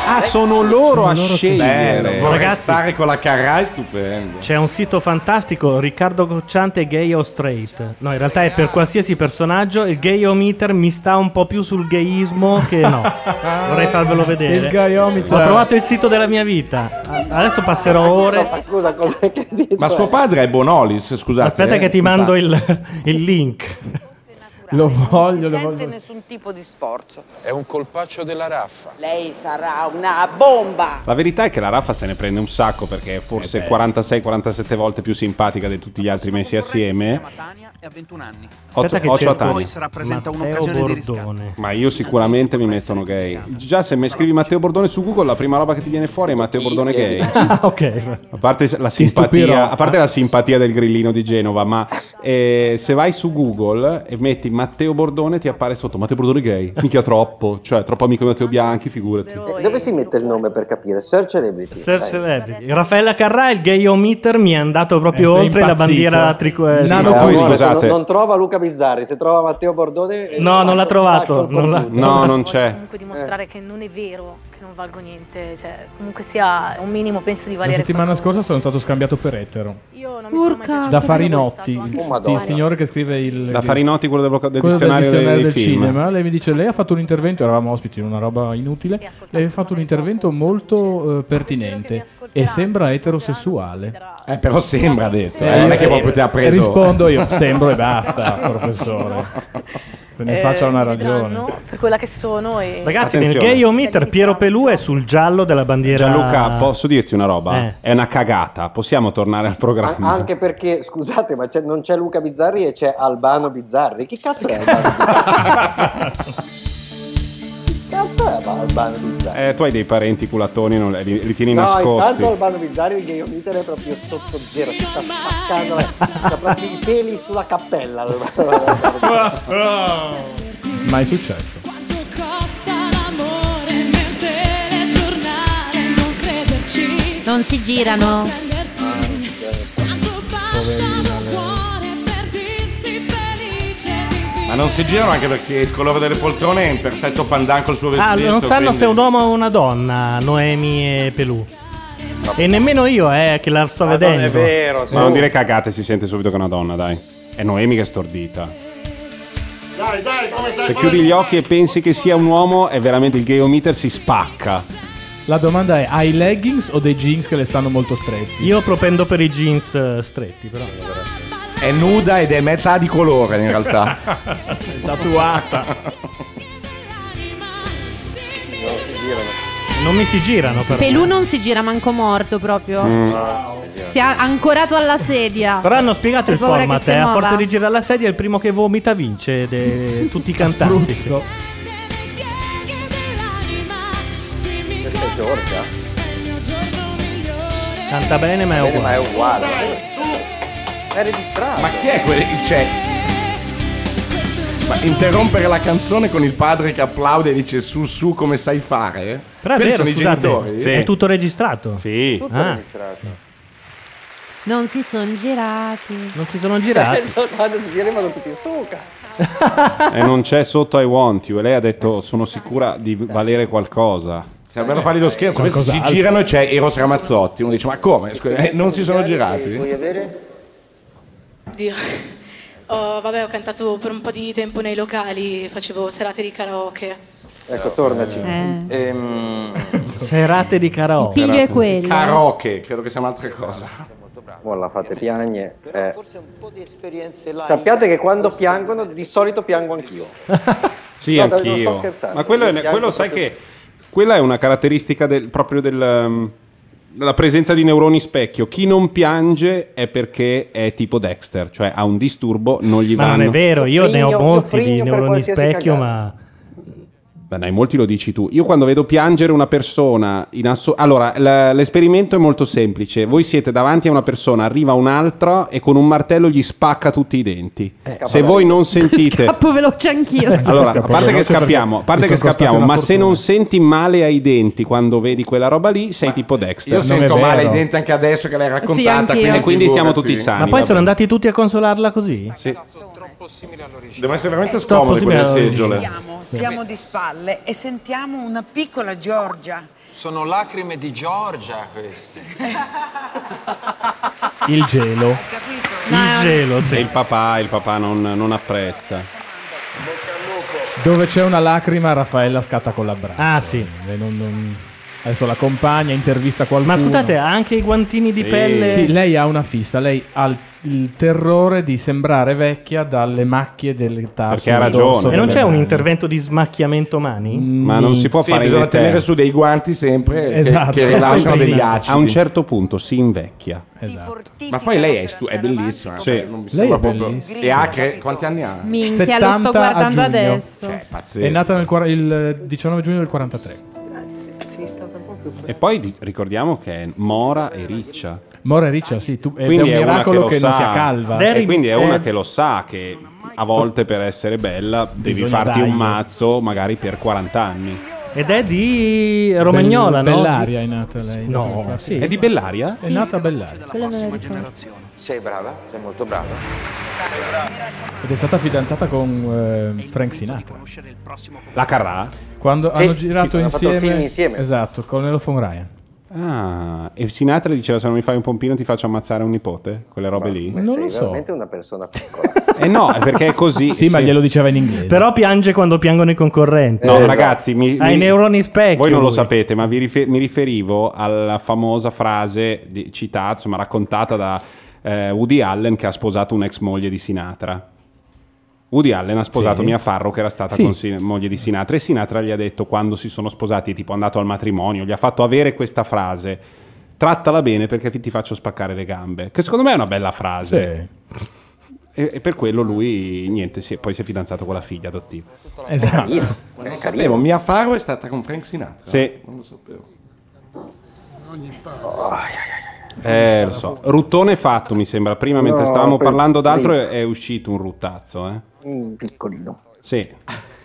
Speaker 2: Ah, sono loro a
Speaker 12: Bello,
Speaker 2: scegliere.
Speaker 12: vorrei
Speaker 3: Ragazzi-
Speaker 12: stare con la Carrà Ah, è stupendo.
Speaker 3: C'è un sito fantastico, Riccardo Cocciante gay o straight. No, in realtà è per qualsiasi personaggio. Il gayometer mi sta un po' più sul gayismo che no. Vorrei farvelo vedere.
Speaker 6: Il gayometer.
Speaker 3: Ho trovato il sito della mia vita. A- Adesso passerò ore.
Speaker 10: Scusa, cosa che
Speaker 12: Ma suo padre è Bonolis, scusate.
Speaker 3: Aspetta
Speaker 12: eh.
Speaker 3: che ti mando il, il link.
Speaker 6: Lo voglio,
Speaker 4: non sente nessun tipo di sforzo.
Speaker 9: È un colpaccio della raffa.
Speaker 4: Lei sarà una bomba.
Speaker 2: La verità è che la Raffa se ne prende un sacco perché è forse 46-47 volte più simpatica di tutti gli altri messi assieme.
Speaker 11: Tania e ha 21 anni.
Speaker 2: Ho-
Speaker 11: Aspetta che
Speaker 2: ho
Speaker 11: c'è-
Speaker 2: Ciotani.
Speaker 11: Poi sarà presente
Speaker 3: Matteo
Speaker 11: un'occasione di riscatto.
Speaker 3: Bordone.
Speaker 2: Ma io sicuramente mi mettono gay. Già, se mi scrivi Matteo Bordone su Google, la prima roba che ti viene fuori è Matteo Bordone gay.
Speaker 3: Ah, ok.
Speaker 2: A parte la
Speaker 3: stupirò.
Speaker 2: simpatia, a parte la simpatia del grillino di Genova, ma eh, se vai su Google e metti Matteo Bordone, ti appare sotto Matteo Bordone gay. Mica troppo, cioè troppo amico di Matteo Bianchi, figurati.
Speaker 10: Eh, Dove si mette il nome per capire? Search Celebrity.
Speaker 3: Ser-
Speaker 10: dai.
Speaker 3: celebrity. Raffaella Carrà, il gayometer mi è andato proprio
Speaker 10: Eh, È
Speaker 3: oltre la
Speaker 10: impazzito.
Speaker 3: bandiera eh, tricolore.
Speaker 10: Sì, ma poi, scusate. Non, non trova Luca Bizzarri, se trova Matteo Bordone... eh,
Speaker 3: No, non l'ha trovato.
Speaker 10: Fashion
Speaker 3: non l'ha-
Speaker 10: computer. No, non c'è.
Speaker 21: comunque dimostrare che non è vero che non valgo niente, cioè comunque sia un minimo penso di
Speaker 6: La
Speaker 21: valere
Speaker 6: settimana scorsa sono stato scambiato per etero.
Speaker 21: Io non mi sono mai piaciuta.
Speaker 6: Da Farinotti, il,
Speaker 2: Oh, Madonna.
Speaker 6: il signore che scrive il.
Speaker 2: Da Farinotti, quello del, blocca- del
Speaker 6: quello del
Speaker 2: dizionario,
Speaker 6: dizionario
Speaker 2: dei,
Speaker 6: del
Speaker 2: dei film.
Speaker 6: cinema, lei mi dice: Lei ha fatto un intervento. Eravamo ospiti in una roba inutile. Lei ha fatto un intervento molto eh, pertinente e sembra eterosessuale.
Speaker 12: Eh, però sembra ha detto. eh,
Speaker 6: Eh,
Speaker 12: non è che
Speaker 6: eh,
Speaker 12: proprio ti ha preso.
Speaker 6: Rispondo io: Sembro e basta, professore. Se ne
Speaker 21: Eh,
Speaker 6: faccia una
Speaker 21: mi
Speaker 6: ragione.
Speaker 21: vedranno per quella che sono e
Speaker 3: Ragazzi,
Speaker 2: Attenzione.
Speaker 3: nel gayometer Piero Pelù è sul giallo della bandiera.
Speaker 2: Gianluca, posso dirti una roba?
Speaker 3: Eh.
Speaker 2: È una cagata. Possiamo tornare al
Speaker 10: A-
Speaker 2: programma?
Speaker 10: anche perché, scusate, ma c'è- non c'è Luca Bizzarri e c'è Albano Bizzarri. Chi cazzo è Albano Bizzarri? Chi cazzo è Albano Bizzarri?
Speaker 2: Eh, tu hai dei parenti culatoni, non li, li tieni
Speaker 10: no,
Speaker 2: nascosti.
Speaker 10: intanto Albano Bizzarri il gayometer è proprio sotto zero, si sta spaccando, la- sta proprio i peli sulla cappella.
Speaker 21: Eh.
Speaker 6: Ma è successo.
Speaker 19: Non si girano.
Speaker 6: Poverina, lei.
Speaker 12: Ma non si girano anche perché il colore delle poltrone è in perfetto pandan col suo
Speaker 3: Ah,
Speaker 12: vestito.
Speaker 3: non sanno
Speaker 12: quindi-
Speaker 3: se è un uomo o una donna, Noemi e Pelù. E nemmeno io, eh, che la sto vedendo.
Speaker 2: Ma non dire cagate, si sente subito che è una donna, dai. È Noemi che è stordita.
Speaker 1: Dai, dai, come sai
Speaker 2: Se
Speaker 1: fare?
Speaker 2: chiudi gli occhi e pensi che sia un uomo, è veramente il gayometer si spacca.
Speaker 6: La domanda è: hai leggings o dei jeans che le stanno molto stretti?
Speaker 3: Io propendo per i jeans eh, stretti, però.
Speaker 12: È nuda ed è metà di colore in realtà.
Speaker 3: Statuata. Non mi si girano, però.
Speaker 7: Pelù non si gira manco morto proprio.
Speaker 3: Mm.
Speaker 7: Si è ancorato alla sedia.
Speaker 3: Però hanno spiegato
Speaker 7: Ho
Speaker 3: il
Speaker 7: paura che
Speaker 3: format,
Speaker 7: si
Speaker 3: eh, a
Speaker 7: muova.
Speaker 3: forza di girare la sedia il primo che vomita vince de- tutti i cantanti.
Speaker 10: Questa è Giorgia.
Speaker 3: Canta bene ma è
Speaker 10: Bene, ma è
Speaker 3: uguale.
Speaker 10: uguale.
Speaker 15: È registrato.
Speaker 12: Ma chi è quel. Cioè. Ma interrompere la canzone con il padre che applaude e dice su su come sai fare?
Speaker 3: Però è
Speaker 12: Quelli
Speaker 3: vero,
Speaker 12: sono i
Speaker 3: scusate,
Speaker 12: genitori.
Speaker 3: è tutto registrato?
Speaker 2: Sì.
Speaker 19: Tutto
Speaker 3: Ah.
Speaker 19: Non si sono girati.
Speaker 3: Non si sono
Speaker 15: Eh, Sono- Quando si girevano tutti su, cazzo.
Speaker 2: e non c'è sotto I want you. E lei ha detto: Sono sicura di valere qualcosa.
Speaker 12: È bello fargli lo scherzo, questi si girano e c'è Eros Ramazzotti. Uno dice: Ma come? Scusa, eh, non si sono girati?
Speaker 20: Oddio. Ho- vabbè, ho cantato per un po' di tempo nei locali, facevo serate di karaoke.
Speaker 10: Ecco, tornaci. Ehm,
Speaker 20: Eh.
Speaker 3: Serate di karaoke.
Speaker 10: Il piglio è quello.
Speaker 12: Karaoke, credo che sia un'altra cosa.
Speaker 10: Mo la fate piagne.
Speaker 2: Cioè,
Speaker 10: eh.
Speaker 15: Esperienze live.
Speaker 10: Sappiate che quando piangono, di solito piango anch'io.
Speaker 2: Sì,
Speaker 10: No, dai, non sto
Speaker 2: anch'io.
Speaker 10: scherzando.
Speaker 2: Ma quello, è-
Speaker 10: Mi piango
Speaker 2: quello sai
Speaker 10: proprio-
Speaker 2: che quella è una caratteristica del- proprio del, um, della presenza di neuroni specchio. Chi non piange è perché è tipo Dexter, cioè ha un disturbo, non gli
Speaker 3: Ma
Speaker 2: vanno.
Speaker 3: non è vero, io ne ho molti di
Speaker 10: frigno per
Speaker 3: neuroni
Speaker 10: qualsiasi
Speaker 3: specchio,
Speaker 10: cagata.
Speaker 3: ma
Speaker 2: Beh, dai, molti lo dici tu. Io quando vedo piangere una persona in asso- Allora, l- l'esperimento è molto semplice. Voi siete davanti a una persona, arriva un'altra e con un martello gli spacca tutti i denti.
Speaker 10: Eh,
Speaker 2: Se voi non sentite...
Speaker 7: Scappo veloce anch'io. scusa.
Speaker 2: Allora, a parte che scappiamo, a parte che scappiamo, ma se non senti male ai denti quando vedi quella roba lì, sei tipo Dexter.
Speaker 12: Io sento male i denti anche adesso che l'hai raccontata.
Speaker 2: anch'io.
Speaker 12: quindi,
Speaker 2: E quindi siamo
Speaker 12: figurati.
Speaker 2: tutti sani.
Speaker 3: ma poi sono andati tutti a consolarla così?
Speaker 2: Sì.
Speaker 12: Deve essere veramente
Speaker 3: Troppo
Speaker 12: scomodo quelle
Speaker 3: simile alla
Speaker 12: seggiole.
Speaker 4: Siamo, siamo di spalle e sentiamo una piccola Giorgia.
Speaker 9: Sono lacrime di Giorgia queste.
Speaker 3: Il gelo. Il gelo, sì.
Speaker 2: E il papà, il papà non, non apprezza.
Speaker 6: Dove c'è una lacrima, Raffaella scatta con l'abbraccio.
Speaker 3: Ah, sì.
Speaker 6: Eh, non- non- Adesso la compagna intervista qualcuno.
Speaker 3: Ma scusate, ha anche i guantini di
Speaker 6: Sì.
Speaker 3: pelle.
Speaker 6: Sì, lei ha una fissa. Lei ha il, il terrore di sembrare vecchia dalle macchie del tasso.
Speaker 2: Perché ha ragione. Eh,
Speaker 3: E non c'è un intervento di smacchiamento mani?
Speaker 2: Ma non si può
Speaker 12: Sì,
Speaker 2: fare
Speaker 12: bisogna
Speaker 2: in
Speaker 12: tenere
Speaker 2: eterno.
Speaker 12: su dei guanti sempre che-
Speaker 6: Ah,
Speaker 2: Esatto.
Speaker 12: che, rilasciano degli
Speaker 2: A un
Speaker 12: acidi.
Speaker 2: certo punto si invecchia.
Speaker 6: Esatto.
Speaker 12: Ma poi lei è, stu- è bellissima. cioè,
Speaker 2: Sì.
Speaker 12: Non mi
Speaker 2: Lei
Speaker 12: sembra
Speaker 2: è
Speaker 12: proprio.
Speaker 2: bellissima.
Speaker 12: E ha che- quanti anni ha?
Speaker 7: Minchia, lo sto
Speaker 6: 70 a
Speaker 7: guardando
Speaker 6: giugno.
Speaker 7: adesso.
Speaker 12: Cioè, pazzesco.
Speaker 6: È nata nel quar- il 19 giugno del 43.
Speaker 15: Sì, stata proprio
Speaker 2: E poi di- ricordiamo che è mora e riccia.
Speaker 6: Mora e riccia, sì. Tu, ed
Speaker 2: Quindi
Speaker 6: è
Speaker 2: una
Speaker 6: un miracolo
Speaker 2: lo
Speaker 6: che, non
Speaker 2: sa.
Speaker 6: sia calva.
Speaker 2: E quindi è una che lo sa che a volte per essere bella devi
Speaker 6: Bisogna
Speaker 2: farti
Speaker 6: dargli.
Speaker 2: un mazzo magari per 40 anni.
Speaker 3: Ed è di Romagnola,
Speaker 6: Bell-
Speaker 3: no?
Speaker 6: Bellaria è nata lei.
Speaker 3: No, sì.
Speaker 2: È di Bellaria?
Speaker 6: È nata a Bellaria.
Speaker 10: Sei brava, sei molto brava.
Speaker 6: Ed è stata fidanzata con eh, Frank Sinatra.
Speaker 2: La Carrà?
Speaker 6: Quando
Speaker 2: Sì,
Speaker 6: hanno girato
Speaker 2: hanno fatto il
Speaker 6: insieme,
Speaker 2: film insieme.
Speaker 6: Esatto, con Nelofon Ryan.
Speaker 2: Ah, e Sinatra diceva se non mi fai un pompino ti faccio ammazzare un nipote? Quelle robe lì?
Speaker 10: Ma sei veramente una persona piccola.
Speaker 2: Eh no, è perché è così.
Speaker 6: Sì, ma glielo diceva in inglese.
Speaker 3: Però piange quando piangono i concorrenti.
Speaker 6: Esatto.
Speaker 2: No, ragazzi, mi,
Speaker 3: Ha i
Speaker 2: mi-
Speaker 3: neuroni specchi.
Speaker 2: Voi non lo
Speaker 3: lui.
Speaker 2: sapete, ma vi rife- mi riferivo alla famosa frase di- citata, insomma, raccontata da eh, Woody Allen che ha sposato un'ex moglie di Sinatra. Woody Allen ha sposato
Speaker 6: Sì.
Speaker 2: Mia Farrow che era stata
Speaker 6: Sì.
Speaker 2: con Sin- moglie di Sinatra e Sinatra gli ha detto quando si sono sposati, tipo andato al matrimonio, gli ha fatto avere questa frase. Trattala bene perché ti faccio spaccare le gambe. Che secondo me è una bella frase. E, e per quello lui, niente, si è- poi si è fidanzato con la figlia adottiva.
Speaker 6: Esatto.
Speaker 12: Ma non lo sapevo, Mia Farrow è stata con Frank Sinatra.
Speaker 2: Sì.
Speaker 12: Non lo sapevo. Oh,
Speaker 2: Eh, lo so. Ruttone fatto, mi sembra. Prima,
Speaker 10: No,
Speaker 2: mentre stavamo
Speaker 10: poi-
Speaker 2: parlando d'altro, eh,
Speaker 10: prima.
Speaker 2: è, è uscito un ruttazzo. Eh?
Speaker 10: Un piccolino.
Speaker 2: Sì.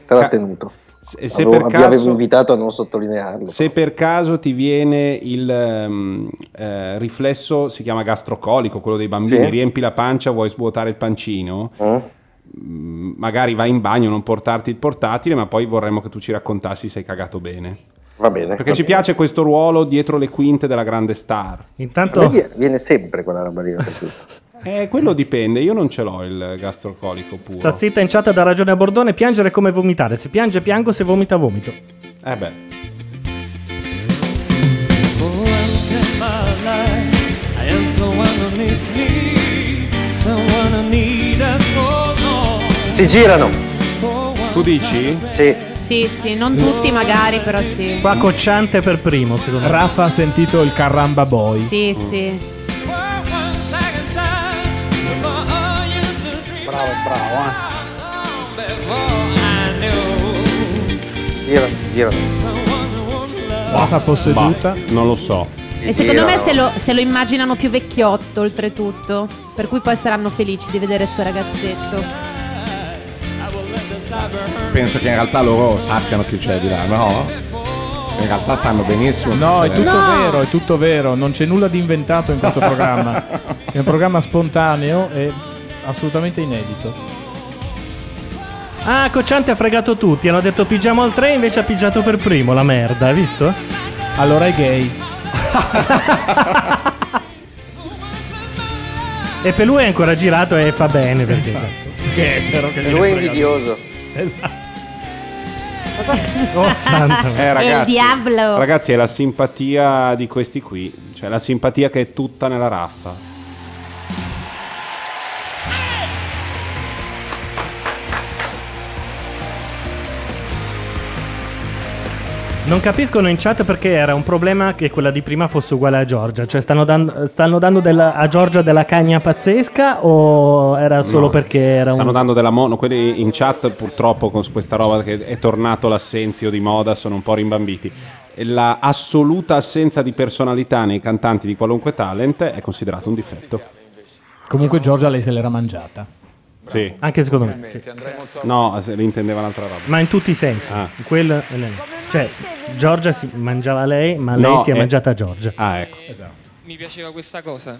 Speaker 10: Trattenuto.
Speaker 2: Se, se
Speaker 10: Avevo-
Speaker 2: per
Speaker 10: Vi avevo
Speaker 2: caso,
Speaker 10: invitato a non sottolinearlo.
Speaker 2: se per caso ti viene il ehm, eh, riflesso, si chiama gastrocolico, quello dei bambini,
Speaker 10: Sì. Eh.
Speaker 2: riempi la pancia, vuoi svuotare il pancino. mh, magari vai in bagno, non portarti il portatile, ma poi vorremmo che tu ci raccontassi se hai cagato bene.
Speaker 10: Va bene.
Speaker 2: Perché ci piace questo ruolo dietro le quinte della grande star.
Speaker 10: A me vie- Viene sempre quella roba lì. non per tutto.
Speaker 2: Eh, quello dipende, io non ce l'ho il gastrocolico puro.
Speaker 3: Sta zitta in chat da ragione a Bordone, piangere è come vomitare. Se piange piango, se vomita vomito.
Speaker 2: Eh beh.
Speaker 17: once in my life, I am someone who needs me, someone who needs us so long.
Speaker 10: Si girano.
Speaker 2: Tu dici?
Speaker 10: Sì.
Speaker 7: Sì, sì, non tutti magari, però sì.
Speaker 3: Qua cocciante per primo, secondo me.
Speaker 6: Raffa ha sentito il Caramba Boy.
Speaker 7: Sì, sì.
Speaker 15: Bravo, bravo, eh.
Speaker 10: Girano, girano.
Speaker 6: Raffa posseduta.
Speaker 2: non lo so.
Speaker 7: E secondo me se lo, se lo immaginano più vecchiotto, oltretutto. Per cui poi saranno felici di vedere sto ragazzetto.
Speaker 12: Penso che in realtà loro sappiano chi c'è di là, no? In realtà sanno benissimo. chi
Speaker 6: No,
Speaker 12: c'è
Speaker 6: è tutto
Speaker 12: là.
Speaker 6: vero, è tutto vero, non c'è nulla di inventato in questo programma. È un programma spontaneo e assolutamente inedito.
Speaker 3: Ah, cocciante ha fregato tutti. Hanno detto pigiamo al 3, invece ha pigiato per primo. La merda, hai visto?
Speaker 6: Allora è gay.
Speaker 3: e per lui è ancora girato e fa bene perché.
Speaker 6: Esatto. Che etero che
Speaker 10: Lui è invidioso.
Speaker 3: Oh, santo.
Speaker 2: Eh, ragazzi,
Speaker 19: il diavolo.
Speaker 2: Ragazzi, è la simpatia di questi qui. Cioè, la simpatia che è tutta nella raffa.
Speaker 3: Non capiscono in chat perché era un problema che quella di prima fosse uguale a Giorgia. Cioè, stanno dando, stanno dando della- a Giorgia della cagna pazzesca o era solo
Speaker 2: No.
Speaker 3: perché era
Speaker 2: Stanno
Speaker 3: un.
Speaker 2: dando della mono. Quelli in chat, purtroppo, con questa roba che è tornato l'assenzio di moda, sono un po' rimbambiti. E La assoluta assenza di personalità nei cantanti di qualunque talent è considerato un difetto.
Speaker 6: Comunque Giorgia lei se l'era mangiata.
Speaker 2: Sì.
Speaker 3: Anche secondo me. sì.
Speaker 2: No, se- intendeva un'altra roba.
Speaker 3: Ma in tutti i sensi.
Speaker 2: Ah.
Speaker 3: In quel- Cioè, Giorgia si mangiava lei, ma lei
Speaker 2: No,
Speaker 3: si è
Speaker 2: eh.
Speaker 3: mangiata Giorgia.
Speaker 2: Ah, ecco.
Speaker 8: Mi piaceva questa cosa,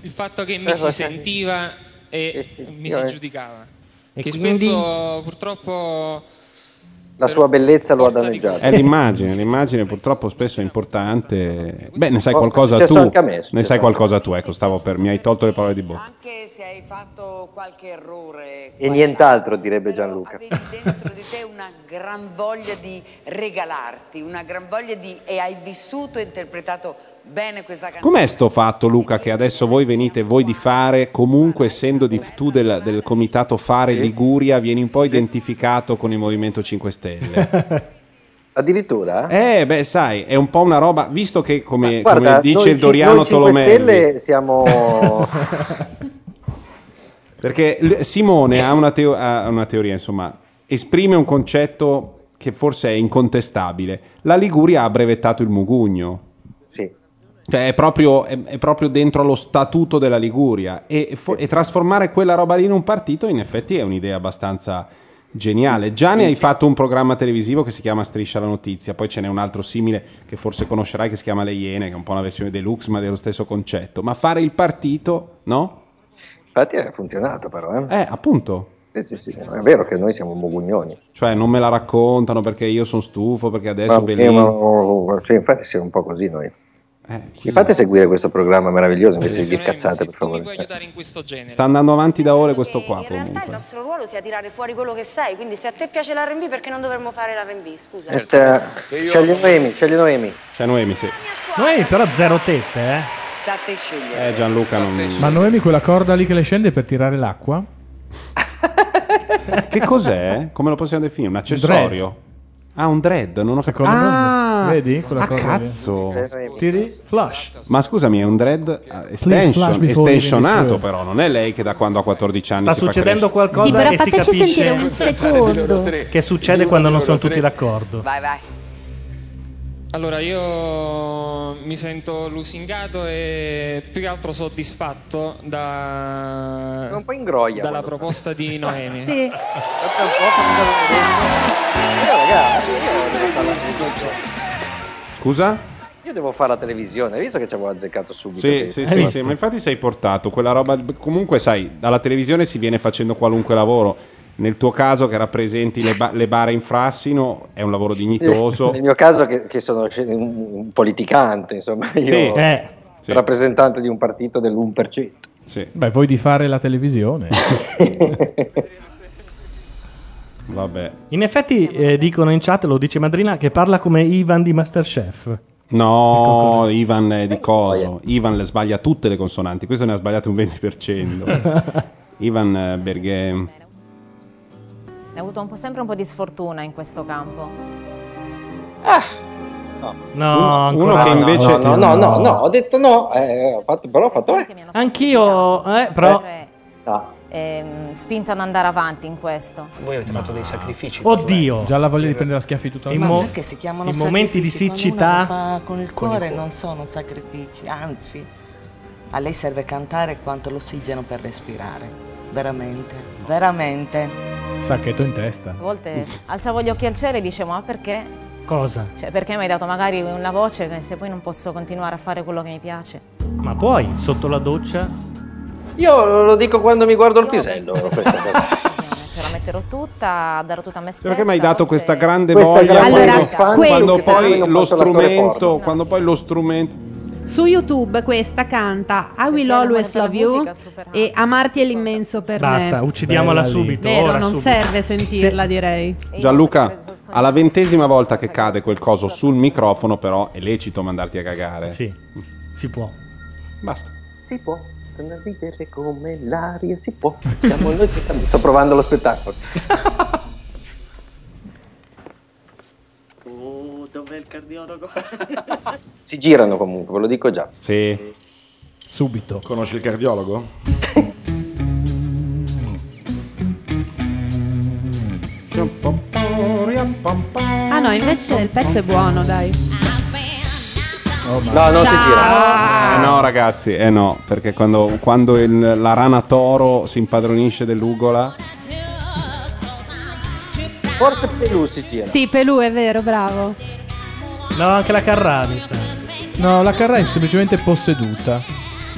Speaker 8: il fatto che
Speaker 22: Eh,
Speaker 8: mi si sentiva e mi si giudicava.
Speaker 10: Eh. E
Speaker 8: che
Speaker 10: quindi?
Speaker 8: spesso purtroppo
Speaker 10: La sua bellezza lo ha danneggiato.
Speaker 2: È
Speaker 10: Eh,
Speaker 2: l'immagine, l'immagine purtroppo spesso è importante. Beh, ne sai
Speaker 10: Oh, è
Speaker 2: qualcosa
Speaker 10: successo
Speaker 2: tu.
Speaker 10: anche a me, è successo
Speaker 2: Ne
Speaker 10: anche a
Speaker 2: sai
Speaker 10: me.
Speaker 2: qualcosa tu, ecco, stavo per mi hai tolto le parole di bocca.
Speaker 4: Anche se hai fatto qualche
Speaker 8: Eh,
Speaker 4: errore,
Speaker 10: E nient'altro, direbbe Gianluca.
Speaker 4: dentro di te una gran voglia di regalarti, una gran voglia di... e hai vissuto e interpretato bene questa canzone.
Speaker 2: Com'è sto fatto, Luca, che adesso voi venite voi di fare, comunque essendo di, tu del, del comitato Fare Liguria, vieni un po' identificato con il Movimento 5 Stelle?
Speaker 10: Addirittura?
Speaker 2: Eh, beh, sai, è un po' una roba, visto che Eh, come, come
Speaker 10: Guarda,
Speaker 2: dice
Speaker 10: noi
Speaker 2: il
Speaker 10: ci-
Speaker 2: Doriano
Speaker 10: noi 5
Speaker 2: Tolomelli,
Speaker 10: Stelle siamo...
Speaker 2: perché l- Simone ha una, teo- ha una teoria, insomma, esprime un concetto che forse è incontestabile. La Liguria ha brevettato il mugugno.
Speaker 10: Sì.
Speaker 2: Cioè è proprio, è- è proprio dentro allo statuto della Liguria e, fo- e trasformare quella roba lì in un partito in effetti è un'idea abbastanza geniale. Già ne hai fatto un programma televisivo che si chiama Striscia la notizia, poi ce n'è un altro simile che forse conoscerai che si chiama Le Iene, che è un po' una versione deluxe ma dello stesso concetto. Ma fare il partito, no?
Speaker 10: Infatti ha funzionato però. Eh,
Speaker 2: Eh, appunto.
Speaker 10: Sì, sì, sì. È vero che noi siamo mugugnoni.
Speaker 2: Cioè non me la raccontano perché io sono stufo, perché adesso
Speaker 10: Ma-
Speaker 2: Bellini...
Speaker 10: eh, ma- sì, infatti siamo un po' così noi.
Speaker 2: Eh,
Speaker 10: Mi fate seguire questo programma meraviglioso invece di dire cazzate, per favore.
Speaker 2: Sta andando avanti da ore questo qua
Speaker 13: Il
Speaker 2: comunque.
Speaker 13: nostro ruolo sia tirare fuori quello che sei, quindi se a te piace l'R&B perché non dovremmo fare l'R&B, scusa.
Speaker 10: Eh, Scegli Noemi, scegli Noemi.
Speaker 2: C'è Noemi, sì.
Speaker 3: Noi però zero tette, eh.
Speaker 4: State scegliendo.
Speaker 2: Eh Gianluca non...
Speaker 6: Ma Noemi quella corda lì che le scende per tirare l'acqua?
Speaker 2: Che cos'è? Come lo possiamo definire? Un accessorio? Ah, un dread, non ho capito.
Speaker 6: Secondo
Speaker 2: Ah,
Speaker 6: me. Vedi quella
Speaker 2: ah,
Speaker 6: cosa lì?
Speaker 2: cazzo.
Speaker 6: Tiri flash.
Speaker 2: Ma scusami, è un dread eh,
Speaker 6: flash
Speaker 2: extension,
Speaker 6: before you
Speaker 2: estensionato
Speaker 6: leave
Speaker 2: però, non è lei che da quando ha 14 anni
Speaker 3: Sta
Speaker 2: si fa
Speaker 3: succedendo
Speaker 2: crescere.
Speaker 3: qualcosa
Speaker 19: Sì, però
Speaker 3: e si
Speaker 19: fateci
Speaker 3: capisce
Speaker 19: sentire un secondo.
Speaker 3: che succede quando non sono tutti d'accordo.
Speaker 4: Vai, vai.
Speaker 8: Allora, io mi sento lusingato e più che altro soddisfatto da,
Speaker 10: È un po' ingroia
Speaker 8: dalla
Speaker 10: quando-
Speaker 8: proposta di Noemi.
Speaker 10: Sì.
Speaker 2: Scusa?
Speaker 10: Io devo fare la televisione, hai visto che ci avevo azzeccato subito?
Speaker 2: Sì,
Speaker 10: che-
Speaker 2: sì, sì,
Speaker 10: Eh,
Speaker 2: sì, ma infatti sei portato quella roba. Comunque, sai, dalla televisione si viene facendo qualunque lavoro. Nel tuo caso, che rappresenti le, ba- le bare in Frassino, è un lavoro dignitoso.
Speaker 10: Nel mio caso, che, che sono sc- un un politicante, insomma, io
Speaker 2: Sì, eh. Sì.
Speaker 10: rappresentante di un partito dell'1%.
Speaker 6: Beh, voi di fare la televisione.
Speaker 2: Vabbè.
Speaker 3: In effetti eh, dicono in chat, lo dice Madrina, che parla come Ivan di Masterchef.
Speaker 10: Ecco
Speaker 2: No, Ivan è
Speaker 10: Eh,
Speaker 2: di coso. Ivan le sbaglia tutte le consonanti. Questo ne ha sbagliato un 20%. Ivan eh, Berghem.
Speaker 8: Ne ho avuto un po', sempre un po' di sfortuna in questo campo.
Speaker 3: No,
Speaker 2: uno
Speaker 3: ancora
Speaker 2: che
Speaker 3: no.
Speaker 2: invece-
Speaker 10: No, no, no, no, no, ho detto no, eh, ho fatto, però ho fatto... eh.
Speaker 8: Anch'io,
Speaker 2: Oh, eh,
Speaker 10: però- No.
Speaker 8: spinto ehm, ad andare avanti in questo.
Speaker 23: Voi avete fatto dei sacrifici.
Speaker 3: Oddio.
Speaker 6: Già la voglia di prendere a schiaffi tutta la
Speaker 8: I
Speaker 6: vita.
Speaker 8: mo-
Speaker 5: Perché si chiamano
Speaker 3: I momenti di
Speaker 5: sacrifici,
Speaker 3: siccità
Speaker 5: quando uno lo fa con il
Speaker 3: con il
Speaker 5: cuore
Speaker 3: cuore.
Speaker 5: non sono sacrifici, anzi, a lei serve cantare quanto l'ossigeno per respirare. Veramente, veramente.
Speaker 6: Sacchetto in testa.
Speaker 8: A volte alzavo gli occhi al cielo e dicevo, ma perché?
Speaker 3: Cosa?
Speaker 8: Cioè, perché mi hai dato magari una voce che se poi non posso continuare a fare quello che mi piace?
Speaker 3: Ma poi, sotto la doccia...
Speaker 10: Io lo dico quando mi guardo il pisello, questa cosa.
Speaker 8: Se la metterò tutta, darò tutta a me stessa.
Speaker 2: Perché mi hai dato questa grande
Speaker 10: Questa
Speaker 2: voglia
Speaker 10: grande
Speaker 2: quando-
Speaker 10: infanzia
Speaker 2: quando,
Speaker 10: che secondo me
Speaker 2: poi
Speaker 10: non
Speaker 2: lo
Speaker 10: posso l'attore
Speaker 2: strumento,
Speaker 10: porno.
Speaker 2: quando poi lo strumento
Speaker 7: Su YouTube questa canta I Will Always Love You e Amarti è l'immenso per me.
Speaker 2: Basta, uccidiamola Bella lì. subito,
Speaker 7: Vero,
Speaker 2: ora,
Speaker 7: non
Speaker 2: subito.
Speaker 7: serve sentirla, direi.
Speaker 2: Gianluca, alla ventesima volta che cade quel coso sul microfono, però è lecito mandarti a cagare.
Speaker 3: Sì, si può.
Speaker 2: Basta.
Speaker 10: Si può tornare a vivere come l'aria, si può. Siamo noi che cambiamo. Sto provando lo spettacolo.
Speaker 5: Oh, dov'è il cardiologo?
Speaker 10: Si girano comunque, ve lo dico già.
Speaker 2: Sì.
Speaker 6: Subito.
Speaker 12: Conosci il cardiologo?
Speaker 7: Ah no, invece il pezzo è buono, dai.
Speaker 2: No,
Speaker 7: non si Ciao. gira.
Speaker 10: Ah,
Speaker 2: Eh no, ragazzi, eh no, perché quando, quando il- la rana toro si impadronisce dell'ugola,
Speaker 10: Forse Pelù si gira.
Speaker 7: Sì, Pelù è vero, bravo.
Speaker 3: No, anche la Carrani.
Speaker 6: No, la Carrà è semplicemente posseduta.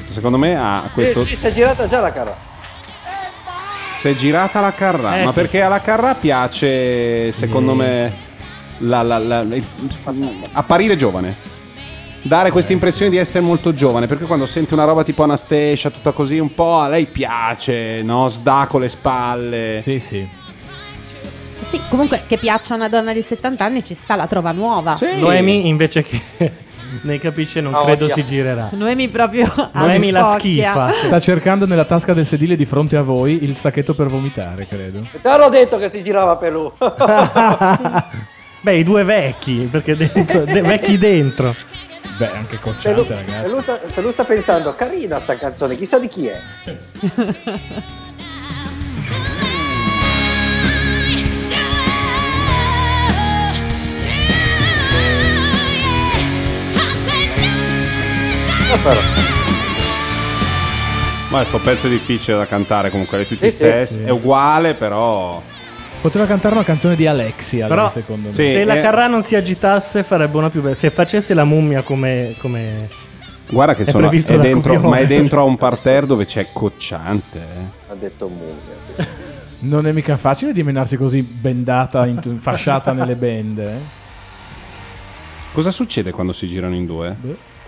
Speaker 2: secondo me ha questo.
Speaker 10: Eh, sì, si è girata già la cara.
Speaker 2: Si è girata la carrà,
Speaker 10: Eh,
Speaker 2: ma
Speaker 10: sì.
Speaker 2: perché alla carrà piace, secondo me, la- la- la- il- apparire giovane. Dare questa impressione di essere molto giovane, perché quando sente una roba tipo Anastasia, tutta così, un po' a lei piace, no? Sda con le spalle.
Speaker 6: Sì, sì.
Speaker 7: Sì, comunque che piaccia a una donna di 70 anni ci sta la trova nuova.
Speaker 3: Noemi invece che ne capisce non
Speaker 7: Ah,
Speaker 3: credo
Speaker 7: oddio.
Speaker 3: si girerà.
Speaker 7: Noemi proprio a
Speaker 3: Ah, Noemi la
Speaker 7: spocchia.
Speaker 6: Sta cercando nella tasca del sedile di fronte a voi il sacchetto per vomitare, credo.
Speaker 10: Te l'ho detto che si girava Pelù.
Speaker 3: Beh, i due vecchi, perché dentro, de- vecchi dentro.
Speaker 6: Beh, anche
Speaker 10: Pelù, Pelù sta, Pelù sta pensando, carina sta canzone, chissà di chi è.
Speaker 2: Ma sto pezzo è difficile da cantare comunque, le tutti
Speaker 6: Sì, sì.
Speaker 2: stessi.
Speaker 6: Sì.
Speaker 2: È uguale, però.
Speaker 6: Poteva cantare una canzone di Alexia, allora,
Speaker 3: Però,
Speaker 6: secondo me.
Speaker 3: se
Speaker 2: eh.
Speaker 3: la Carrà non si agitasse, farebbe una più bella. Se facesse la mummia come. come...
Speaker 2: Guarda che
Speaker 3: È
Speaker 2: sono, è
Speaker 3: previsto da
Speaker 2: dentro,
Speaker 3: copione.
Speaker 2: ma è dentro a un parterre dove c'è cocciante. eh.
Speaker 10: Ha detto Munger.
Speaker 6: Non è mica facile dimenarsi così bendata, intu- fasciata nelle bende. eh?
Speaker 2: Cosa succede quando si girano in due?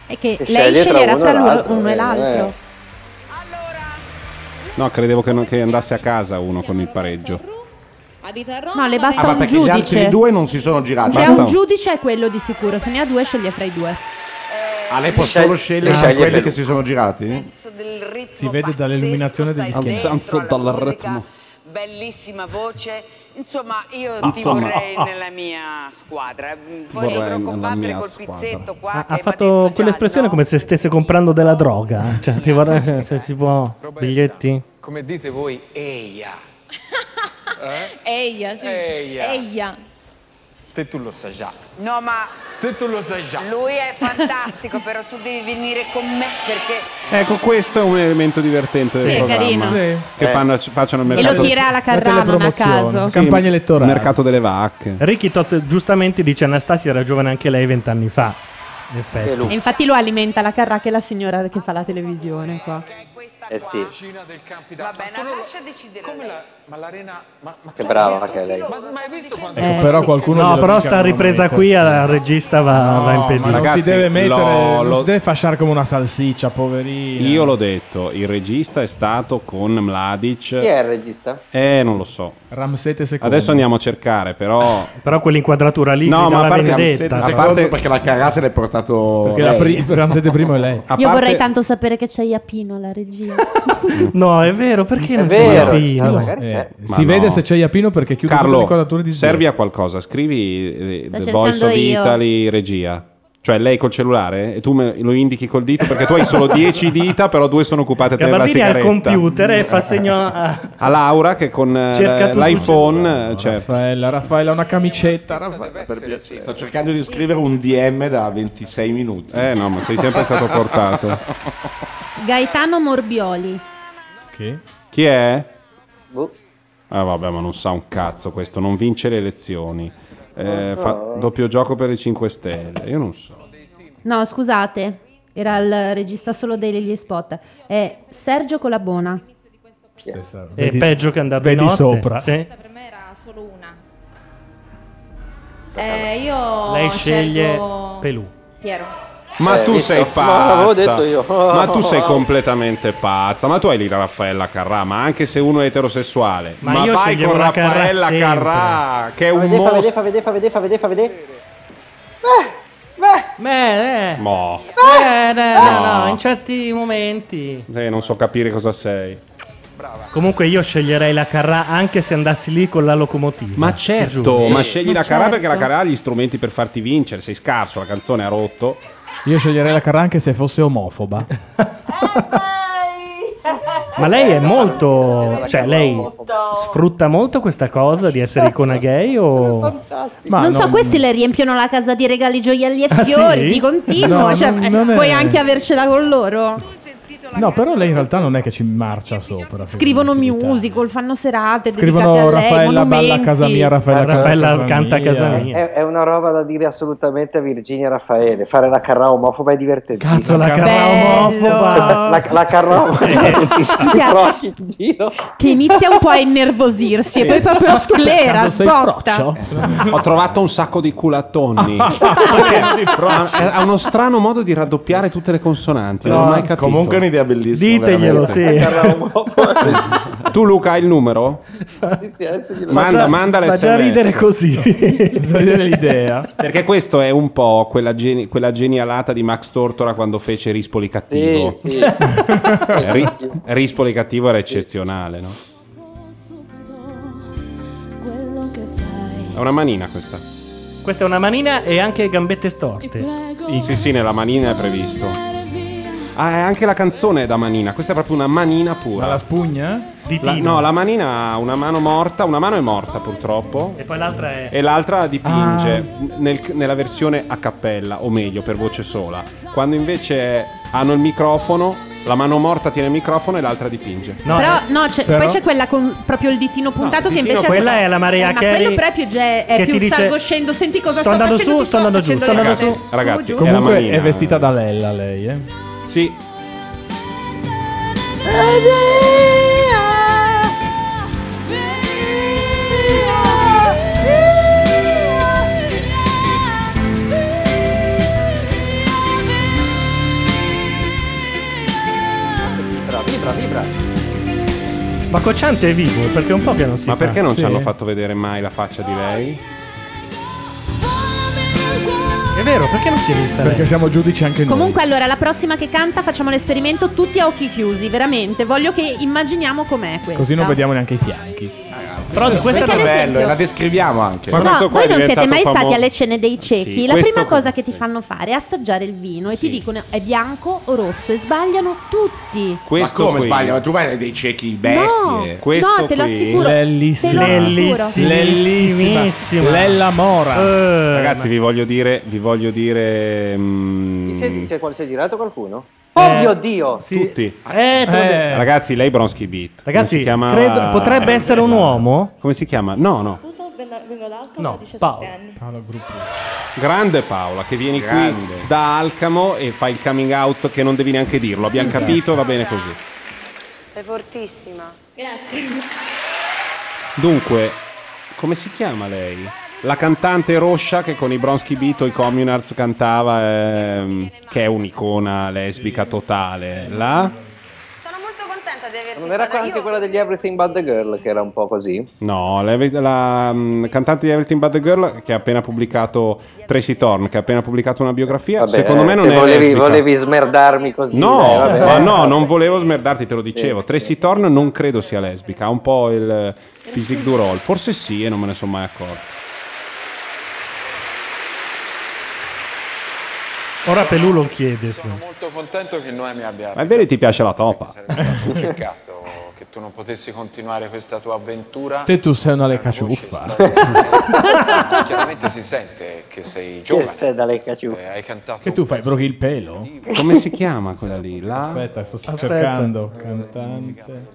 Speaker 7: È che
Speaker 6: E
Speaker 7: lei
Speaker 6: sceglie tra
Speaker 7: sceglierà
Speaker 6: uno
Speaker 7: fra
Speaker 6: e
Speaker 7: l'uno,
Speaker 6: l'altro,
Speaker 7: uno e
Speaker 6: eh,
Speaker 7: l'altro.
Speaker 2: No, credevo che, non- che andasse a casa uno con il pareggio.
Speaker 24: Abita a
Speaker 7: No, le
Speaker 12: Ah,
Speaker 7: basta
Speaker 12: ma
Speaker 7: un
Speaker 12: perché gli altri
Speaker 7: giudice.
Speaker 12: due non si sono girati.
Speaker 7: Se ha un giudice è quello di sicuro, se ne ha due sceglie fra i due.
Speaker 12: Ah, lei può solo scegliere
Speaker 6: Ah,
Speaker 12: tra
Speaker 6: sceglie
Speaker 12: quelli
Speaker 6: per-
Speaker 12: che si sono girati?
Speaker 6: Si vede dall'illuminazione degli
Speaker 5: stai
Speaker 6: schermi.
Speaker 5: dentro alla
Speaker 12: dal
Speaker 5: musica, Bellissima voce. Insomma, io
Speaker 6: Ah,
Speaker 5: ti
Speaker 6: insomma.
Speaker 5: vorrei nella mia squadra.
Speaker 4: Mm,
Speaker 5: Poi
Speaker 2: vorrei
Speaker 5: dovrò
Speaker 2: nella
Speaker 5: combattere
Speaker 2: mia
Speaker 5: col
Speaker 2: squadra.
Speaker 5: pizzetto qua
Speaker 3: Ha,
Speaker 5: che
Speaker 3: ha fatto quell'espressione come se stesse comprando della droga. Cioè, ti vorrei- se si può. Biglietti.
Speaker 9: Come dite voi, eia.
Speaker 24: Eia, sì.
Speaker 9: Eh? Eia.
Speaker 24: Eia.
Speaker 9: Te tu lo sai già.
Speaker 5: No, ma
Speaker 9: Te tu lo sai già.
Speaker 5: lui è fantastico, però tu devi venire con me perché
Speaker 2: Ecco, questo è un elemento divertente del
Speaker 5: Sì, è
Speaker 2: programma.
Speaker 5: carino. Sì.
Speaker 2: Che
Speaker 5: Eh.
Speaker 2: fanno- ci- facciano il
Speaker 5: E lo
Speaker 2: mercato.
Speaker 5: dirà la
Speaker 2: Carrà,
Speaker 5: Carrà, non a caso.
Speaker 3: Campagna
Speaker 2: elettorale. Mercato delle vacche.
Speaker 3: Ricky Toz giustamente dice Anastasia era giovane anche lei vent'anni fa. In
Speaker 6: Eh,
Speaker 3: effetti.
Speaker 7: E infatti lo alimenta la Carrà che è la signora che fa la televisione qua.
Speaker 10: Eh sì,
Speaker 9: Cina del Campidoglio. Va bene, lascia decidere. Come la, ma l'arena. Ma, ma
Speaker 10: che brava che è lei.
Speaker 9: Ma, ma hai visto quanto.
Speaker 3: Eh,
Speaker 6: Ecco, però
Speaker 3: sì.
Speaker 6: qualcuno
Speaker 3: No,
Speaker 6: glielo
Speaker 3: però
Speaker 6: dica
Speaker 3: sta
Speaker 6: che non
Speaker 3: ripresa qui al regista va, va impedito.
Speaker 6: non si deve mettere,
Speaker 2: lo-
Speaker 6: non
Speaker 2: lo-
Speaker 6: si deve fasciare come una salsiccia, poverino.
Speaker 2: Io l'ho detto, il regista è stato con Mladic.
Speaker 10: Chi è il regista?
Speaker 2: Eh, non lo so.
Speaker 6: Ramsete II.
Speaker 2: Adesso andiamo a cercare, però.
Speaker 3: Però quell'inquadratura lì
Speaker 2: No,
Speaker 3: mi dà
Speaker 2: ma a
Speaker 3: la
Speaker 2: parte
Speaker 3: vendetta.
Speaker 2: a parte- Eh.
Speaker 12: perché la cagà se l'è portato.
Speaker 6: Perché la
Speaker 12: lei.
Speaker 6: pri- Ramsete I è lei.
Speaker 7: Io vorrei tanto sapere che c'è Iapino alla regia.
Speaker 3: No, è vero, perché non c'è Iapino?
Speaker 6: Eh,
Speaker 2: Ma
Speaker 6: si
Speaker 2: no.
Speaker 6: vede se c'è Iapino perché chiude tutte le
Speaker 2: Carlo,
Speaker 6: quadrature di
Speaker 2: servi a qualcosa, scrivi eh,
Speaker 7: Sto
Speaker 2: The
Speaker 7: cercando
Speaker 2: Voice of
Speaker 7: io.
Speaker 2: Italy regia. Cioè lei col cellulare e tu me lo indichi col dito perché tu hai solo 10 dita, però due sono occupate a tenere la
Speaker 3: Gabardini al
Speaker 2: sigaretta. Eh.
Speaker 3: computer e fa segno a...
Speaker 2: A Laura che con eh,
Speaker 6: Cerca tu
Speaker 2: l'iPhone, eh, certo.
Speaker 6: Raffaella, Raffaella, una camicetta. Raffaella.
Speaker 12: Sto cercando di scrivere un DM da 26 minuti.
Speaker 2: Eh no, ma sei sempre stato portato.
Speaker 7: Gaetano Morbioli.
Speaker 2: Chi è? Ah vabbè, ma non sa un cazzo questo, non vince le elezioni. Eh,
Speaker 7: so.
Speaker 2: fa doppio gioco per i 5 Stelle. Io non so.
Speaker 7: No, scusate, era il regista solo degli spot. È Sergio Colabona.
Speaker 3: È peggio che andare
Speaker 6: Cioè, vedi
Speaker 3: di notte.
Speaker 6: sopra.
Speaker 3: Sì.
Speaker 16: Per me era Ah, solo una. Eh, io
Speaker 3: Lei sceglie
Speaker 16: scelgo
Speaker 3: Pelù.
Speaker 16: Piero.
Speaker 2: Ma
Speaker 10: Eh,
Speaker 2: tu
Speaker 10: visto?
Speaker 2: sei
Speaker 10: Ma
Speaker 2: pazza.
Speaker 10: l'avevo detto io.
Speaker 2: Ma tu sei completamente pazza. Ma tu hai lì la Raffaella Carrà, ma anche se uno è eterosessuale.
Speaker 3: Ma
Speaker 2: Ma,
Speaker 3: io
Speaker 2: vai
Speaker 3: sceglievo
Speaker 2: con
Speaker 3: la Carrà
Speaker 2: Raffaella
Speaker 3: sempre.
Speaker 2: Carrà, che è un
Speaker 10: Fa vedere,
Speaker 2: mostro.
Speaker 10: fa vedere, fa vedere, fa vedere, fa vedere.
Speaker 3: Beh, eh.
Speaker 2: Mo.
Speaker 3: Eh, no, no,
Speaker 2: No.
Speaker 3: no, in certi momenti.
Speaker 2: Eh, non so capire cosa sei.
Speaker 3: Comunque io sceglierei la Carrà anche se andassi lì con la locomotiva.
Speaker 2: Ma
Speaker 3: Eh,
Speaker 2: certo, ma scegli la Carrà perché la
Speaker 3: Carrà
Speaker 2: Carrà ha gli strumenti per farti vincere. Sei scarso, la canzone ha rotto.
Speaker 6: Io sceglierei la Carrà anche se fosse omofoba.
Speaker 3: Ma lei è molto. cioè, lei sfrutta molto questa cosa di essere icona gay o.
Speaker 6: Ah,
Speaker 3: Ma
Speaker 7: non so, questi le riempiono la casa di regali, gioielli e
Speaker 3: Ah,
Speaker 7: fiori
Speaker 3: sì?
Speaker 7: di continuo.
Speaker 6: No,
Speaker 7: cioè,
Speaker 6: non-
Speaker 7: eh,
Speaker 6: non è-
Speaker 7: puoi anche avercela con loro.
Speaker 6: No, però lei in realtà non è che ci marcia sopra.
Speaker 7: Scrivono musical, fanno serate. dedicate
Speaker 6: Scrivono
Speaker 7: a lei,
Speaker 6: Raffaella balla a casa mia, Raffaella,
Speaker 3: Raffaella
Speaker 6: canta a casa
Speaker 3: canta a
Speaker 6: mia.
Speaker 3: casa
Speaker 10: È,
Speaker 3: mia.
Speaker 10: è una roba da dire assolutamente a Virginia Raffaele. Fare la carra omofoba è divertente. Cioè,
Speaker 3: Cazzo, la Carrà omofoba.
Speaker 10: La, la carra omofoba ti scrosci in giro.
Speaker 7: Che inizia un po' a innervosirsi e poi proprio sclera, sbotta.
Speaker 2: Ho trovato un sacco di culatonni. Ha ha uno strano modo di raddoppiare tutte le consonanti. Non ho
Speaker 12: No,
Speaker 2: mai capito.
Speaker 12: comunque è un'idea bellissima,
Speaker 2: Diteglielo,
Speaker 12: veramente.
Speaker 2: sì. tu, Luca, hai il numero?
Speaker 10: Sì, sì, adesso glielo-
Speaker 2: Manda,
Speaker 3: già-
Speaker 2: manda
Speaker 3: fa
Speaker 2: l'SMS.
Speaker 3: già ridere così.
Speaker 6: Bisogna vedere
Speaker 12: Eh?
Speaker 6: l'idea.
Speaker 2: Perché questo è un po' quella, geni- quella genialata di Max Tortora quando fece Rispoli Cattivo.
Speaker 10: Sì, sì.
Speaker 2: Eh, Ri- Rispoli Cattivo era eccezionale, no? È una manina questa.
Speaker 3: Questa è una manina e anche gambette storte.
Speaker 2: Sì, sì, nella manina è previsto. Ah, e anche la canzone è da manina. Questa è proprio una manina pura.
Speaker 6: Ma la spugna?
Speaker 3: Di
Speaker 2: La-
Speaker 3: Tino.
Speaker 2: no, la manina ha una mano morta, una mano è morta purtroppo.
Speaker 3: E poi l'altra è.
Speaker 2: E l'altra dipinge nel- nella versione a cappella, o meglio, per voce sola. Quando invece hanno il microfono, la mano morta tiene il microfono e l'altra dipinge.
Speaker 7: però, no, c'è-
Speaker 2: eh. però-
Speaker 7: poi c'è quella con proprio il ditino puntato che
Speaker 2: ditino,
Speaker 7: invece
Speaker 2: quella
Speaker 7: quella Eh,
Speaker 2: è la Mariah
Speaker 7: Ma
Speaker 2: Carey
Speaker 7: quello però è più, ge- è
Speaker 2: che ti
Speaker 7: più
Speaker 2: dice,
Speaker 7: salgo scendo, senti
Speaker 3: sto
Speaker 7: cosa sto,
Speaker 3: andando
Speaker 7: facendo,
Speaker 3: su,
Speaker 7: ti
Speaker 3: sto andando giù,
Speaker 7: facendo
Speaker 3: sto
Speaker 7: le
Speaker 2: andando
Speaker 7: cose.
Speaker 2: su. Ragazzi, è la
Speaker 6: Eh, Comunque
Speaker 2: manina.
Speaker 6: è vestita da Lella lei, eh.
Speaker 2: Sì.
Speaker 10: Vibra, vibra, vibra.
Speaker 3: Ma Cocciante è vivo perché è un po' che non si
Speaker 2: Ma
Speaker 3: fa.
Speaker 2: perché non
Speaker 3: Sì.
Speaker 2: ci hanno fatto vedere mai la faccia di lei?
Speaker 3: È vero, perché non si è vista?
Speaker 6: Perché siamo giudici anche noi.
Speaker 7: Comunque allora la prossima che canta facciamo l'esperimento tutti a occhi chiusi, veramente. Voglio che immaginiamo com'è questa.
Speaker 6: Così non vediamo neanche i fianchi.
Speaker 3: Però di
Speaker 7: questa-
Speaker 12: è
Speaker 7: Perché, ad
Speaker 12: bello
Speaker 7: esempio-
Speaker 12: e la descriviamo anche.
Speaker 7: No, voi non siete mai stati alle cene dei ciechi.
Speaker 12: Sì,
Speaker 7: la
Speaker 12: questo
Speaker 7: prima
Speaker 12: qua,
Speaker 7: cosa che ti fanno fare è assaggiare il vino e ti dicono è bianco o rosso e sbagliano tutti.
Speaker 2: Questo
Speaker 12: Ma come
Speaker 2: qui.
Speaker 12: sbaglio? Ma tu vai dei ciechi bestie.
Speaker 7: No, Questo no, te lo qui- assicuro,
Speaker 6: Lellissima.
Speaker 7: te lo assicuro.
Speaker 6: Lellissimissima. Lella Mora.
Speaker 2: Ragazzi, vi voglio dire. Vi voglio dire. mm,
Speaker 10: Ti sei, c'è qual- si è girato qualcuno? Oh mio Dio!
Speaker 2: Tutti.
Speaker 3: Eh, te lo devo-
Speaker 2: Ragazzi, lei Bronski Beat. Come
Speaker 3: Ragazzi,
Speaker 2: si Eh, chiamava-
Speaker 3: credo- potrebbe essere un uomo?
Speaker 2: Come si chiama? No, no.
Speaker 16: vengo vengo da Alcamo
Speaker 2: No,
Speaker 16: a 17
Speaker 2: Paolo.
Speaker 16: anni.
Speaker 2: Grande Paola che vieni qui da Alcamo e fai il coming out che non devi neanche dirlo. Abbiamo
Speaker 16: Esatto.
Speaker 2: capito, va bene così.
Speaker 16: Sei fortissima. Grazie.
Speaker 2: Dunque, come si chiama lei? La cantante Roscia che con i Bronski Beat o i Communards cantava, ehm, che è un'icona lesbica totale. La?
Speaker 10: Non era qua anche quella degli Everything But the Girl che era un po' così?
Speaker 2: No, la, la, mm, cantante di Everything But the Girl che ha appena pubblicato Tracy Thorn, che ha appena pubblicato una biografia.
Speaker 10: Vabbè,
Speaker 2: Secondo me
Speaker 10: eh,
Speaker 2: non
Speaker 10: se
Speaker 2: è
Speaker 10: volevi,
Speaker 2: lesbica.
Speaker 10: volevi smerdarmi così.
Speaker 2: No,
Speaker 10: eh, vabbè.
Speaker 2: ma no, non volevo smerdarti, te lo dicevo. Tracy Thorn non credo sia lesbica, ha un po' il eh, physique du role. Forse sì e non me ne sono mai accorto.
Speaker 3: Ora Pelulo chiede. sì.
Speaker 9: Molto contento che Noemi abbia.
Speaker 2: Ma è vero che ti piace la topa?
Speaker 9: Sarebbe un peccato che tu non potessi continuare questa tua avventura.
Speaker 6: Te tu sei una lecca ciuffa.
Speaker 9: Chiaramente si sente che sei
Speaker 6: Che
Speaker 9: giovane.
Speaker 6: sei
Speaker 9: da lecca ciuffa. Hai cantato.
Speaker 6: Che tu fai proprio il pelo?
Speaker 2: Come si chiama quella lì? La...
Speaker 6: Aspetta, sto sto
Speaker 2: Aspetta.
Speaker 6: cercando. Cantante.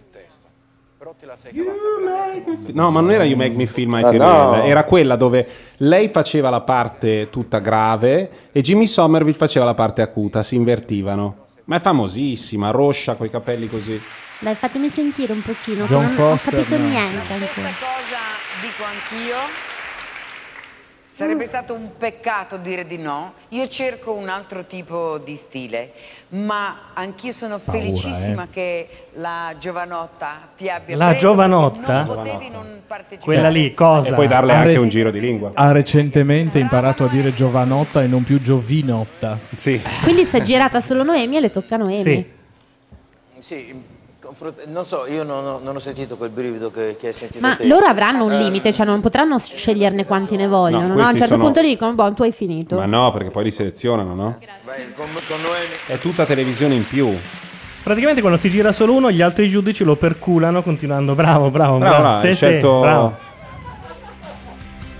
Speaker 2: No, ma non era You Make Me Feel My
Speaker 6: Ah,
Speaker 2: Tyrell,
Speaker 6: no.
Speaker 2: era quella dove lei faceva la parte tutta grave e Jimmy Somerville faceva la parte acuta, si invertivano. Ma è famosissima, roscia coi capelli così.
Speaker 18: Dai, fatemi sentire un pochino.
Speaker 2: John
Speaker 18: che non
Speaker 2: Foster,
Speaker 18: ho capito
Speaker 2: no.
Speaker 18: niente ancora.
Speaker 4: dico anch'io.
Speaker 10: Mm.
Speaker 4: Sarebbe stato un peccato dire di no. Io cerco un altro tipo di stile, ma anch'io sono
Speaker 3: Paura,
Speaker 4: felicissima
Speaker 3: eh.
Speaker 4: che la giovanotta ti abbia
Speaker 3: La
Speaker 4: preso,
Speaker 3: giovanotta? Quella lì, cosa?
Speaker 2: Eh,
Speaker 3: Ah,
Speaker 2: E puoi darle
Speaker 6: Ha
Speaker 2: anche
Speaker 6: res-
Speaker 2: un giro di lingua.
Speaker 6: Ha recentemente imparato a dire giovanotta e non più giovinotta.
Speaker 2: Sì.
Speaker 7: Quindi si è girata solo Noemi e le tocca a Noemi.
Speaker 22: Sì, confront- non so, io non ho, non ho sentito quel brivido che, che hai sentito
Speaker 7: Ma
Speaker 22: te.
Speaker 7: loro avranno un
Speaker 22: Eh,
Speaker 7: limite, cioè non potranno sceglierne quanti ne vogliono. no? A
Speaker 2: questi
Speaker 7: un certo
Speaker 2: sono-
Speaker 7: punto gli dicono: Boh, tu hai finito.
Speaker 2: Ma no, perché poi li selezionano, no?
Speaker 22: vai, con, con Noemi.
Speaker 2: È tutta televisione in più.
Speaker 3: Praticamente quando si gira solo uno, gli altri giudici lo perculano continuando. Bravo, bravo,
Speaker 2: Bravo, bravo,
Speaker 3: Sì,
Speaker 2: hai
Speaker 3: sì,
Speaker 2: scelto-
Speaker 3: bravo.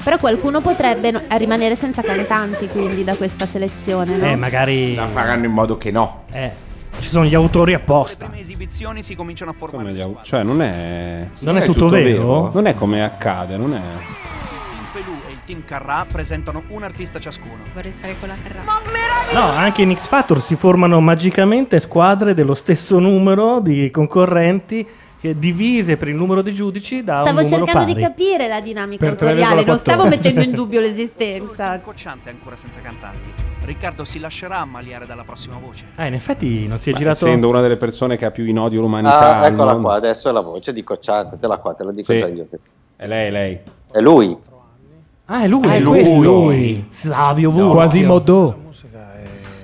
Speaker 7: Però qualcuno potrebbe no- rimanere senza cantanti quindi da questa selezione. No?
Speaker 3: Eh, magari.
Speaker 12: La faranno in modo che no.
Speaker 3: Eh, ci sono gli autori apposta.
Speaker 11: esibizioni si cominciano a formare.
Speaker 2: Come gli au- Cioè, non è.
Speaker 3: Non è tutto tutto vero? vero?
Speaker 2: Non è come accade, non è.
Speaker 11: Team Pelù e il Team Carrà presentano un artista ciascuno.
Speaker 25: Vorrei stare con la carrà.
Speaker 3: No, anche in X Factor si formano magicamente squadre dello stesso numero di concorrenti che divise per il numero di giudici da
Speaker 7: Stavo
Speaker 3: un numero
Speaker 7: cercando
Speaker 3: pari.
Speaker 7: di capire la dinamica
Speaker 3: Per
Speaker 7: autoriale, non
Speaker 3: 3,14.
Speaker 7: stavo mettendo in dubbio l'esistenza.
Speaker 11: Cocciante è ancora senza cantanti. Riccardo si lascerà ammaliare dalla prossima voce.
Speaker 3: Ah, in effetti non si è
Speaker 2: Ma
Speaker 3: girato.
Speaker 2: Essendo una delle persone che ha più in odio l'umanità.
Speaker 10: Ah,
Speaker 2: al
Speaker 10: eccola
Speaker 2: mondo.
Speaker 10: qua, adesso è la voce di Cocciante, te la qua, te la dico
Speaker 2: Sì.
Speaker 10: già io.
Speaker 2: È lei, lei.
Speaker 10: È lui.
Speaker 3: Ah, è lui,
Speaker 10: Ah, è
Speaker 3: questo.
Speaker 10: lui.
Speaker 3: Savio
Speaker 10: No,
Speaker 3: Vulpio.
Speaker 6: Quasimodo.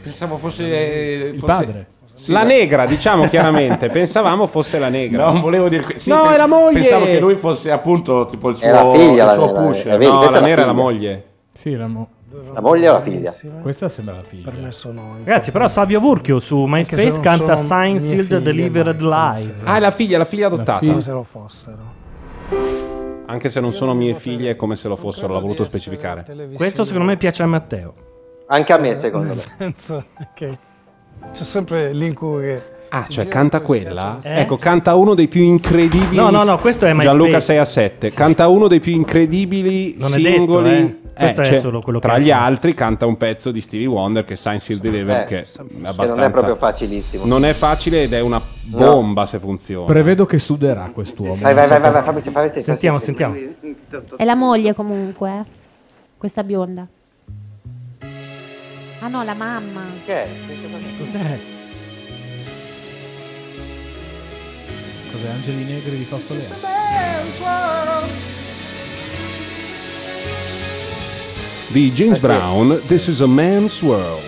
Speaker 12: Pensavo fosse eh,
Speaker 6: Il
Speaker 12: fosse-
Speaker 6: padre.
Speaker 12: Sì,
Speaker 2: La
Speaker 12: beh.
Speaker 2: negra, diciamo chiaramente, pensavamo fosse la negra.
Speaker 12: No, volevo dire que- sì,
Speaker 2: No,
Speaker 12: pe-
Speaker 2: è la moglie!
Speaker 12: Pensavo che lui fosse appunto tipo il suo,
Speaker 2: È la figlia,
Speaker 12: il
Speaker 2: la
Speaker 12: suo
Speaker 2: nera,
Speaker 12: pusher.
Speaker 2: eh, vedi,
Speaker 12: no,
Speaker 2: questa
Speaker 12: la
Speaker 2: è la
Speaker 12: nera è la
Speaker 2: figlia.
Speaker 12: moglie.
Speaker 6: Sì, la, mo-
Speaker 10: La moglie o la figlia?
Speaker 6: Questa sembra la figlia.
Speaker 3: Ragazzi, però Savio Vurchio su
Speaker 6: se
Speaker 3: MySpace
Speaker 6: non
Speaker 3: canta
Speaker 6: sono
Speaker 3: Sign
Speaker 6: mie
Speaker 3: Sealed
Speaker 6: figlie,
Speaker 3: Delivered Live.
Speaker 2: Ah, è la figlia, la figlia adottata.
Speaker 6: figlia.
Speaker 26: se lo fossero.
Speaker 2: Anche se non sono mie figlie, è come se lo fossero, l'ho voluto specificare.
Speaker 3: Questo secondo me piace a Matteo.
Speaker 10: Anche a me, secondo
Speaker 26: Nel senso che c'è sempre l'incurie.
Speaker 2: Ah, cioè canta quella?
Speaker 26: Eh?
Speaker 2: Ecco, canta uno dei più incredibili.
Speaker 3: No, no, no, questo è MySpace.
Speaker 2: Gianluca 6 a 7. Canta uno dei più incredibili
Speaker 3: Non è
Speaker 2: singoli.
Speaker 3: detto, eh. Questo è
Speaker 2: cioè,
Speaker 3: solo quello che
Speaker 2: tra
Speaker 3: è.
Speaker 2: gli altri canta un pezzo di Stevie Wonder che è Sign Seal Delivered
Speaker 10: Eh,
Speaker 2: che
Speaker 10: che
Speaker 2: è
Speaker 10: non è
Speaker 2: abbastanza
Speaker 10: proprio facilissimo.
Speaker 2: Non è facile ed è una bomba se funziona.
Speaker 6: Prevedo che suderà quest'uomo.
Speaker 10: Vai, vai, vai, vai, vai, fammi fammi sentire.
Speaker 3: Sentiamo, sentiamo.
Speaker 7: È la moglie comunque, eh. questa bionda. Ah no, la mamma.
Speaker 10: Che è?
Speaker 3: Cos'è?
Speaker 6: Cos'è? Angeli Negri di Fausto Leone?
Speaker 2: Di
Speaker 12: Eh
Speaker 2: James Brown, This is a Man's World.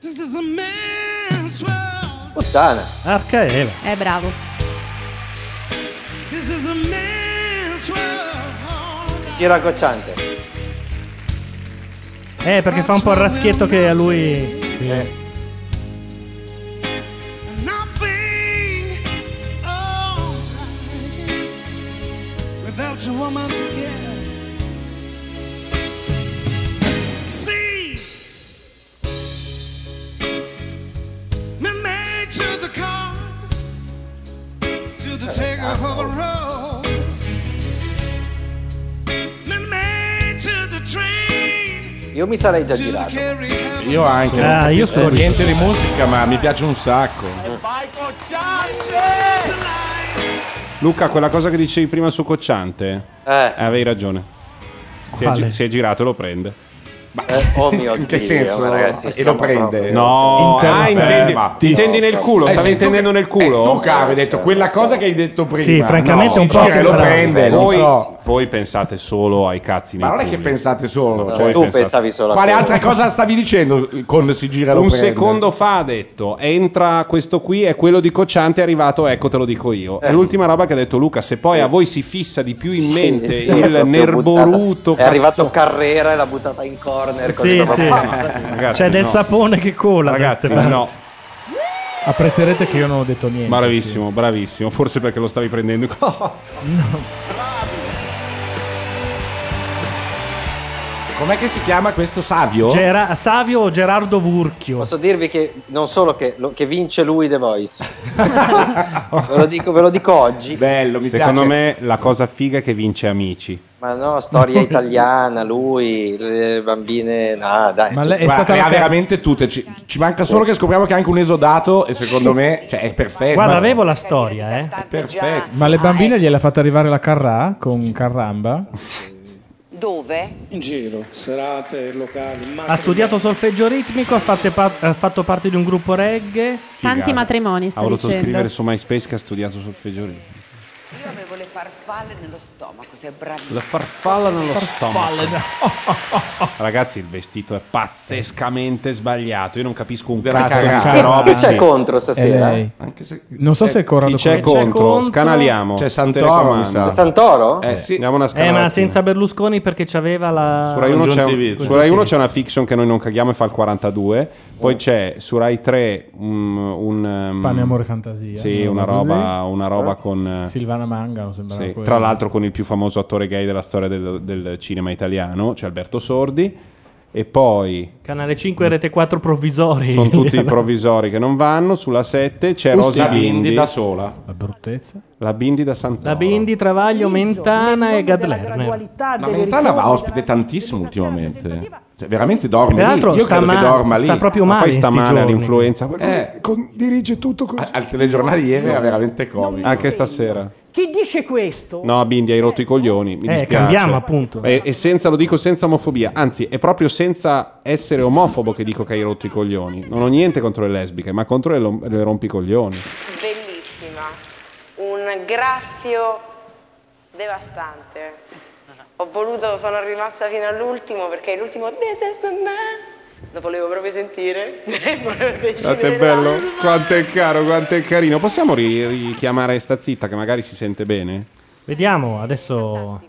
Speaker 17: This is a man's world.
Speaker 10: Puttana.
Speaker 3: Arca Eva.
Speaker 7: È Eh, bravo.
Speaker 17: This is a man's world.
Speaker 10: Gira Cocciante.
Speaker 3: Eh, perché fa un po' il raschietto che a lui. Eh.
Speaker 17: Nothing alright without your woman together. See, me made to the cars, to the
Speaker 10: Eh,
Speaker 17: taker
Speaker 10: cazzo,
Speaker 17: of a
Speaker 10: oh, Io mi sarei già girato.
Speaker 12: Io anche.
Speaker 10: Ah,
Speaker 12: non
Speaker 10: io
Speaker 12: capisco
Speaker 10: scusi.
Speaker 12: niente di musica, ma mi piace un sacco.
Speaker 2: Luca, quella cosa che dicevi prima su Cocciante,
Speaker 12: Eh.
Speaker 2: avevi ragione. Si è,
Speaker 12: Quale?
Speaker 2: gi- si è girato e lo prende.
Speaker 12: Eh,
Speaker 10: oh mio
Speaker 12: In che Dio, senso? ma ragazsi, E lo siamo prende? proprio-
Speaker 2: No,
Speaker 12: Interessa.
Speaker 2: ah, intendi,
Speaker 12: Ma-
Speaker 2: ti intendi nel culo,
Speaker 12: Eh,
Speaker 2: stavi
Speaker 12: sì,
Speaker 2: intendendo
Speaker 12: tu-
Speaker 2: nel culo.
Speaker 12: eh, tu, Carlo, hai detto quella cosa che hai detto prima.
Speaker 2: Sì, francamente
Speaker 12: No,
Speaker 2: un po'
Speaker 12: gira e lo
Speaker 2: sembrava.
Speaker 12: prende, non
Speaker 2: voi,
Speaker 12: so.
Speaker 2: voi pensate solo ai cazzi nei
Speaker 12: Ma non è che
Speaker 2: culi.
Speaker 12: pensate solo.
Speaker 2: No,
Speaker 12: cioè-
Speaker 2: tu Voi pensate- pensavi solo a
Speaker 12: Quale
Speaker 2: quello.
Speaker 12: altra cosa stavi dicendo eh, con si gira e lo
Speaker 2: Un
Speaker 12: prende?
Speaker 2: secondo fa ha detto entra questo qui è quello di Cocciante è arrivato, ecco te lo dico io. È l'ultima roba che ha detto Luca, se poi a voi si fissa di più in mente
Speaker 10: Eh. Sì, sì, è
Speaker 2: il
Speaker 10: proprio
Speaker 2: nerboruto
Speaker 10: buttata- È
Speaker 2: cazzo-
Speaker 10: arrivato Carrera e l'ha buttata in corner. così
Speaker 3: Sì,
Speaker 10: proprio-
Speaker 3: sì.
Speaker 2: Ragazzi,
Speaker 3: C'è del
Speaker 2: no.
Speaker 3: sapone che cola. da
Speaker 2: Ragazzi,
Speaker 3: queste parti.
Speaker 2: no.
Speaker 6: Apprezzerete che io non ho detto niente. Eh?
Speaker 2: Bravissimo, bravissimo, forse perché lo stavi prendendo.
Speaker 12: Com'è che si chiama questo savio?
Speaker 3: Gera- Savio o Gerardo Vurchio?
Speaker 10: Posso dirvi che non solo che, lo- che vince lui The Voice. ve, lo dico, ve lo dico oggi.
Speaker 12: Bello,
Speaker 2: Secondo me la cosa figa è che vince Amici.
Speaker 10: Ma no, storia italiana, lui, le bambine... No, dai.
Speaker 12: Ma lei è stata veramente tutte. Ci, ci manca solo che scopriamo che è anche un esodato. E secondo me cioè, è perfetto.
Speaker 3: Guarda, avevo la storia, eh.
Speaker 12: Perfetto.
Speaker 6: Ma le bambine gliel'ha fatta arrivare la Carrà con Carramba?
Speaker 1: Dove? In giro, serate, locali, in
Speaker 3: Ha studiato solfeggio ritmico, ha fatto, pa- ha fatto parte di un gruppo reggae.
Speaker 2: Figata. Tanti
Speaker 7: matrimoni,
Speaker 2: Ha voluto scrivere su MySpace che ha studiato sul feggiorino.
Speaker 4: Io avevo le farfalle nello stomaco, sei bravissimo.
Speaker 2: La farfalla nello
Speaker 4: Farfalle,
Speaker 2: stomaco. Ragazzi, il vestito è pazzescamente sbagliato. Io non capisco un
Speaker 12: Della
Speaker 2: cazzo di
Speaker 12: cagata.
Speaker 2: sta roba.
Speaker 12: Chi c'è
Speaker 2: Sì.
Speaker 12: contro stasera?
Speaker 6: È lei. Non so se è Corrado
Speaker 2: Eh, Chi c'è
Speaker 6: Corrado.
Speaker 2: contro? Scanaliamo.
Speaker 12: C'è Santoro,
Speaker 2: Telecomando.
Speaker 12: mi sa. C'è
Speaker 10: Santoro?
Speaker 2: Eh sì. Andiamo una
Speaker 3: Eh, ma
Speaker 2: scanalatina.
Speaker 3: senza Berlusconi perché c'aveva la.
Speaker 2: Su Rai, 1 c'è, un- su Rai 1 c'è una fiction che noi non caghiamo e fa il 42, poi c'è su Rai 3 un... un, um,
Speaker 6: Pane, amore, fantasia.
Speaker 2: Sì, una
Speaker 6: Una roba
Speaker 2: roba,
Speaker 6: così.
Speaker 2: una roba con... eh,
Speaker 6: Silvana Mangano sembrava
Speaker 2: sì,
Speaker 6: quello.
Speaker 2: tra l'altro con il più famoso attore gay della storia del, del cinema italiano, cioè Alberto Sordi, e poi
Speaker 3: Canale 5 e Rete 4 provvisori.
Speaker 2: sono tutti i provvisori che non vanno, sulla 7 c'è
Speaker 12: Usti
Speaker 2: Rosa
Speaker 12: la Bindi
Speaker 2: Bindi
Speaker 12: da sola.
Speaker 6: La bruttezza.
Speaker 2: La Bindi da Santoro.
Speaker 3: La Bindi, Travaglio, Mentana e Gadlerner.
Speaker 12: Ma Mentana va ospite tantissimo ultimamente. Cioè, veramente dorme
Speaker 3: Peraltro
Speaker 12: lì. Io
Speaker 3: sta
Speaker 12: credo che
Speaker 3: ma-
Speaker 12: dorma lì.
Speaker 3: sta proprio Ma poi male sta in sti male giorni.
Speaker 2: all'influenza.
Speaker 12: Eh,
Speaker 15: dirige tutto
Speaker 3: Ah,
Speaker 15: così.
Speaker 12: al telegiornale ieri era veramente comico.
Speaker 2: Anche stasera.
Speaker 15: Chi dice questo?
Speaker 2: No, Bindi, hai rotto i coglioni. Mi
Speaker 3: Eh,
Speaker 2: dispiace.
Speaker 3: cambiamo, appunto.
Speaker 2: E, e senza, lo dico senza omofobia, anzi, è proprio senza essere omofobo che dico che hai rotto i coglioni. Non ho niente contro le lesbiche, ma contro le, lom- le rompicoglioni.
Speaker 13: Bellissima. Un graffio devastante. Ho voluto, sono rimasta fino all'ultimo perché l'ultimo This is the man. Lo volevo proprio sentire.
Speaker 2: Guardate, è bello, quanto è caro, quanto è carino. Possiamo ri- richiamare sta zitta che magari si sente bene?
Speaker 3: Vediamo adesso.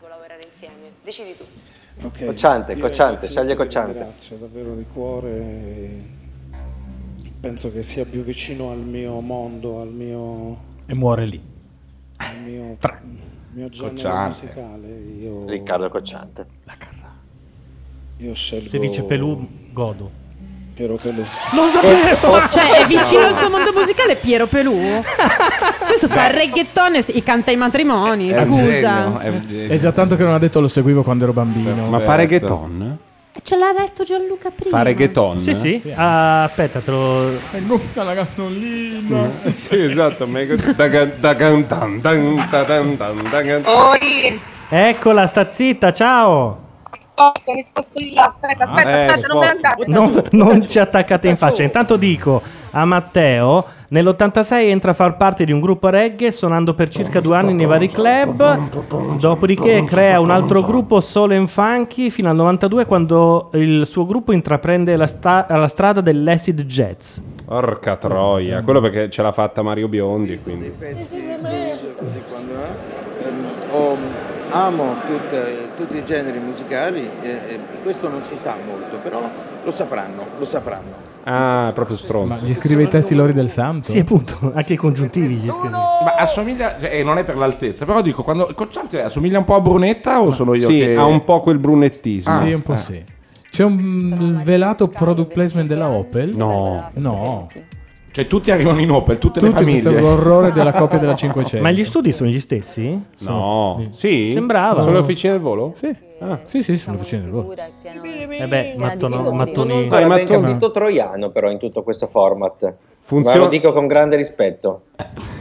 Speaker 13: Decidi tu.
Speaker 10: Cocciante,
Speaker 15: Io,
Speaker 10: cocciante,
Speaker 15: ragazzi,
Speaker 10: sceglie
Speaker 15: vi
Speaker 10: cocciante.
Speaker 15: Ringrazio davvero di cuore. e Penso che sia più vicino al mio mondo, al mio,
Speaker 6: E muore lì.
Speaker 15: al mio, al mio genere
Speaker 10: Cocciante.
Speaker 15: musicale. Io,
Speaker 10: Riccardo Cocciante.
Speaker 15: io scelgo.
Speaker 3: Se dice Pelù, godo.
Speaker 15: Piero
Speaker 3: Lo
Speaker 15: Pelù.
Speaker 2: Eh, oh.
Speaker 15: sapevo!
Speaker 7: Cioè, è vicino al suo mondo musicale Piero Pelù. Questo fa il reggaeton e s- e canta i matrimoni,
Speaker 6: È un
Speaker 7: scusa.
Speaker 6: genio. È già tanto che non ha detto lo seguivo quando ero bambino.
Speaker 2: Ma fa reggaeton?
Speaker 7: Ce l'ha detto Gianluca prima.
Speaker 3: Sì, sì. Ah, aspetta, te lo.
Speaker 6: la
Speaker 2: Mm. sì, esatto. mega- dagan- dagan- dan- dan- dadan- dan- dagan-
Speaker 20: Oi,
Speaker 3: Eccola, sta zitta, ciao.
Speaker 20: posso, mi sposto di là, aspetta, aspetta,
Speaker 3: Eh,
Speaker 20: aspetta, non me ne andate.
Speaker 3: Non, non ci attaccate in faccia. Intanto dico a Matteo, nell'86 entra a far parte di un gruppo reggae suonando per circa due anni nei vari club, dopodiché crea un altro gruppo solo in funky fino al 92 quando il suo gruppo intraprende la, sta- la strada dell'acid jazz.
Speaker 2: Porca troia, quello perché ce l'ha fatta Mario Biondi. Quindi.
Speaker 15: Pezzi
Speaker 21: di
Speaker 15: blues, così quando è. Ehm, ho- amo tutte- tutti i generi musicali, eh, eh, questo non si sa molto, però lo sapranno, lo sapranno.
Speaker 2: Ah, è proprio stronzo.
Speaker 6: Ma gli scrive i testi Lori del Santo?
Speaker 3: Sì, appunto, anche i congiuntivi. gli scrive.
Speaker 12: Ma assomiglia, cioè, eh, non è per l'altezza, però dico, quando il Cocciante assomiglia un po' a Brunetta o sono io
Speaker 2: sì,
Speaker 12: che... Ah.
Speaker 2: ha un po' quel brunettismo.
Speaker 6: Sì, un po' sì. C'è un velato product placement della Opel? No. No.
Speaker 12: Cioè tutti arrivano in Opel, tutte le
Speaker 6: Tutti
Speaker 12: famiglie.
Speaker 6: questo orrore della coppia della 500.
Speaker 3: Ma gli studi sono gli stessi?
Speaker 2: No, sì.
Speaker 3: Sembrava.
Speaker 2: Sono le officine del volo? Ah. Sì.
Speaker 6: Sì, sì, sono vicine loro.
Speaker 2: Eh beh,
Speaker 6: mattono-
Speaker 2: mattoni-
Speaker 10: Dai,
Speaker 2: Dai, mattoni.
Speaker 10: dito troiano però in tutto questo format.
Speaker 2: Funziona-
Speaker 10: Ma lo dico con grande rispetto.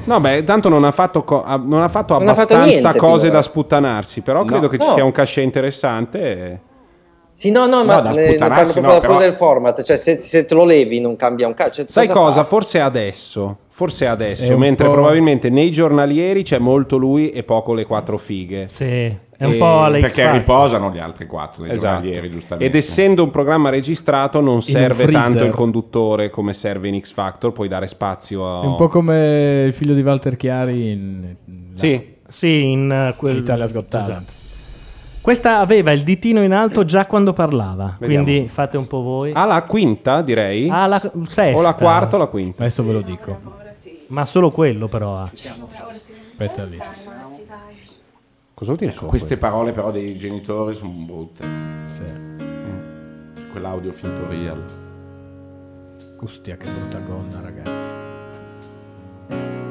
Speaker 2: No, beh, tanto non ha fatto, co- ha- non ha fatto
Speaker 10: Non ha fatto
Speaker 2: abbastanza
Speaker 10: niente,
Speaker 2: cose
Speaker 10: finora.
Speaker 2: da sputtanarsi, però
Speaker 10: No.
Speaker 2: credo che ci
Speaker 10: No.
Speaker 2: sia un cachet interessante.
Speaker 10: Sì, no, no,
Speaker 2: No,
Speaker 10: ma
Speaker 2: da
Speaker 10: eh, non parlo
Speaker 2: sputtanarsi
Speaker 10: proprio
Speaker 2: no,
Speaker 10: da-
Speaker 2: però-
Speaker 10: del format, cioè se, se te lo levi non cambia un cazzo. Cioè,
Speaker 2: Sai cosa?
Speaker 10: fa?
Speaker 2: Forse adesso, forse
Speaker 10: È
Speaker 2: adesso,
Speaker 10: un
Speaker 2: mentre
Speaker 10: po'-
Speaker 2: probabilmente nei giornalieri c'è molto lui e poco le quattro fighe.
Speaker 3: Sì, è un po' alle
Speaker 2: Eh, perché
Speaker 3: X Factor.
Speaker 2: riposano gli altri quattro
Speaker 12: dei giornalieri, giustamente.
Speaker 2: Esatto. Ed essendo un programma registrato non serve
Speaker 6: freezer.
Speaker 2: tanto il conduttore come serve in X Factor, puoi dare spazio a
Speaker 6: È un po' come il figlio di Walter Chiari in...
Speaker 2: Sì.
Speaker 3: Sì, in eh, quel...
Speaker 6: Italia's Got Talent.
Speaker 3: Esatto. Questa aveva il ditino in alto già quando parlava,
Speaker 2: Vediamo.
Speaker 3: quindi fate un po' voi.
Speaker 2: alla quinta, direi.
Speaker 3: Alla sesta.
Speaker 2: O la quarta o la quinta.
Speaker 6: Adesso ve lo dico.
Speaker 3: Ma solo quello però ah. ha.
Speaker 6: Aspetta lì.
Speaker 2: Cosa vuol dire
Speaker 12: Ecco, queste parole però dei genitori sono brutte. Mm. Quell'audio finto real.
Speaker 6: Ostia, che brutta gonna, ragazzi.
Speaker 3: Esatto.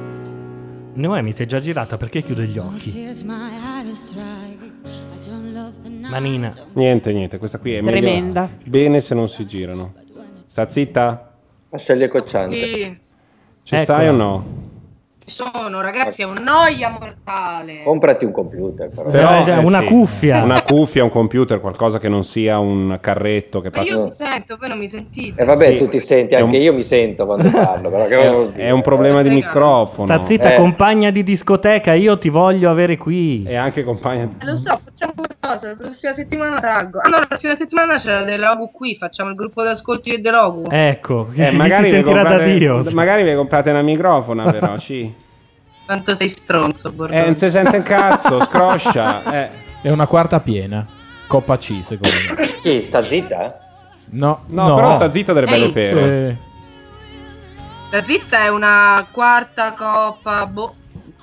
Speaker 3: Noemi si è già girata perché chiude gli occhi. Manina.
Speaker 2: Niente, niente, questa qui è meglio-
Speaker 7: Tremenda.
Speaker 2: Bene se non si girano. Sta zitta?
Speaker 10: Ma sceglie cocciante.
Speaker 8: Sì,
Speaker 2: Ci
Speaker 10: Eccola.
Speaker 2: stai o no?
Speaker 8: ci sono ragazzi, è un noia mortale.
Speaker 10: Comprati un computer però.
Speaker 2: Però, eh,
Speaker 3: una
Speaker 2: sì,
Speaker 3: cuffia.
Speaker 2: Una cuffia, un computer, qualcosa che non sia un carretto che
Speaker 8: Ma
Speaker 2: passa.
Speaker 8: io mi sento, voi non mi sentite.
Speaker 10: E vabbè,
Speaker 2: Sì.
Speaker 10: tu ti senti,
Speaker 2: È
Speaker 10: anche
Speaker 2: un-
Speaker 10: io mi sento quando parlo, però che vuol dire? Eh.
Speaker 2: È un problema di microfono.
Speaker 3: Sta zitta, compagna di discoteca, io ti voglio avere qui.
Speaker 2: Eh. E anche compagna di...
Speaker 8: Eh, Lo so, facciamo una cosa, la prossima settimana salgo. Ah no, la prossima settimana c'è De Logu qui, facciamo il gruppo d'ascolti di De Logu.
Speaker 3: Ecco, che
Speaker 2: Eh,
Speaker 3: si, chi
Speaker 2: magari
Speaker 3: si
Speaker 2: vi
Speaker 3: sentirà da
Speaker 2: comprate-
Speaker 3: Dio.
Speaker 2: Magari vi comprate una microfona però, sì.
Speaker 8: Quanto sei stronzo, Bordone.
Speaker 2: Eh, non si sente un cazzo, scroscia. Eh.
Speaker 6: È una quarta piena. Coppa C, secondo me.
Speaker 10: Chi? Sta zitta?
Speaker 6: No,
Speaker 2: No, però sta zitta delle belle
Speaker 8: Ehi.
Speaker 2: pere.
Speaker 8: La zitta è una quarta coppa, boh,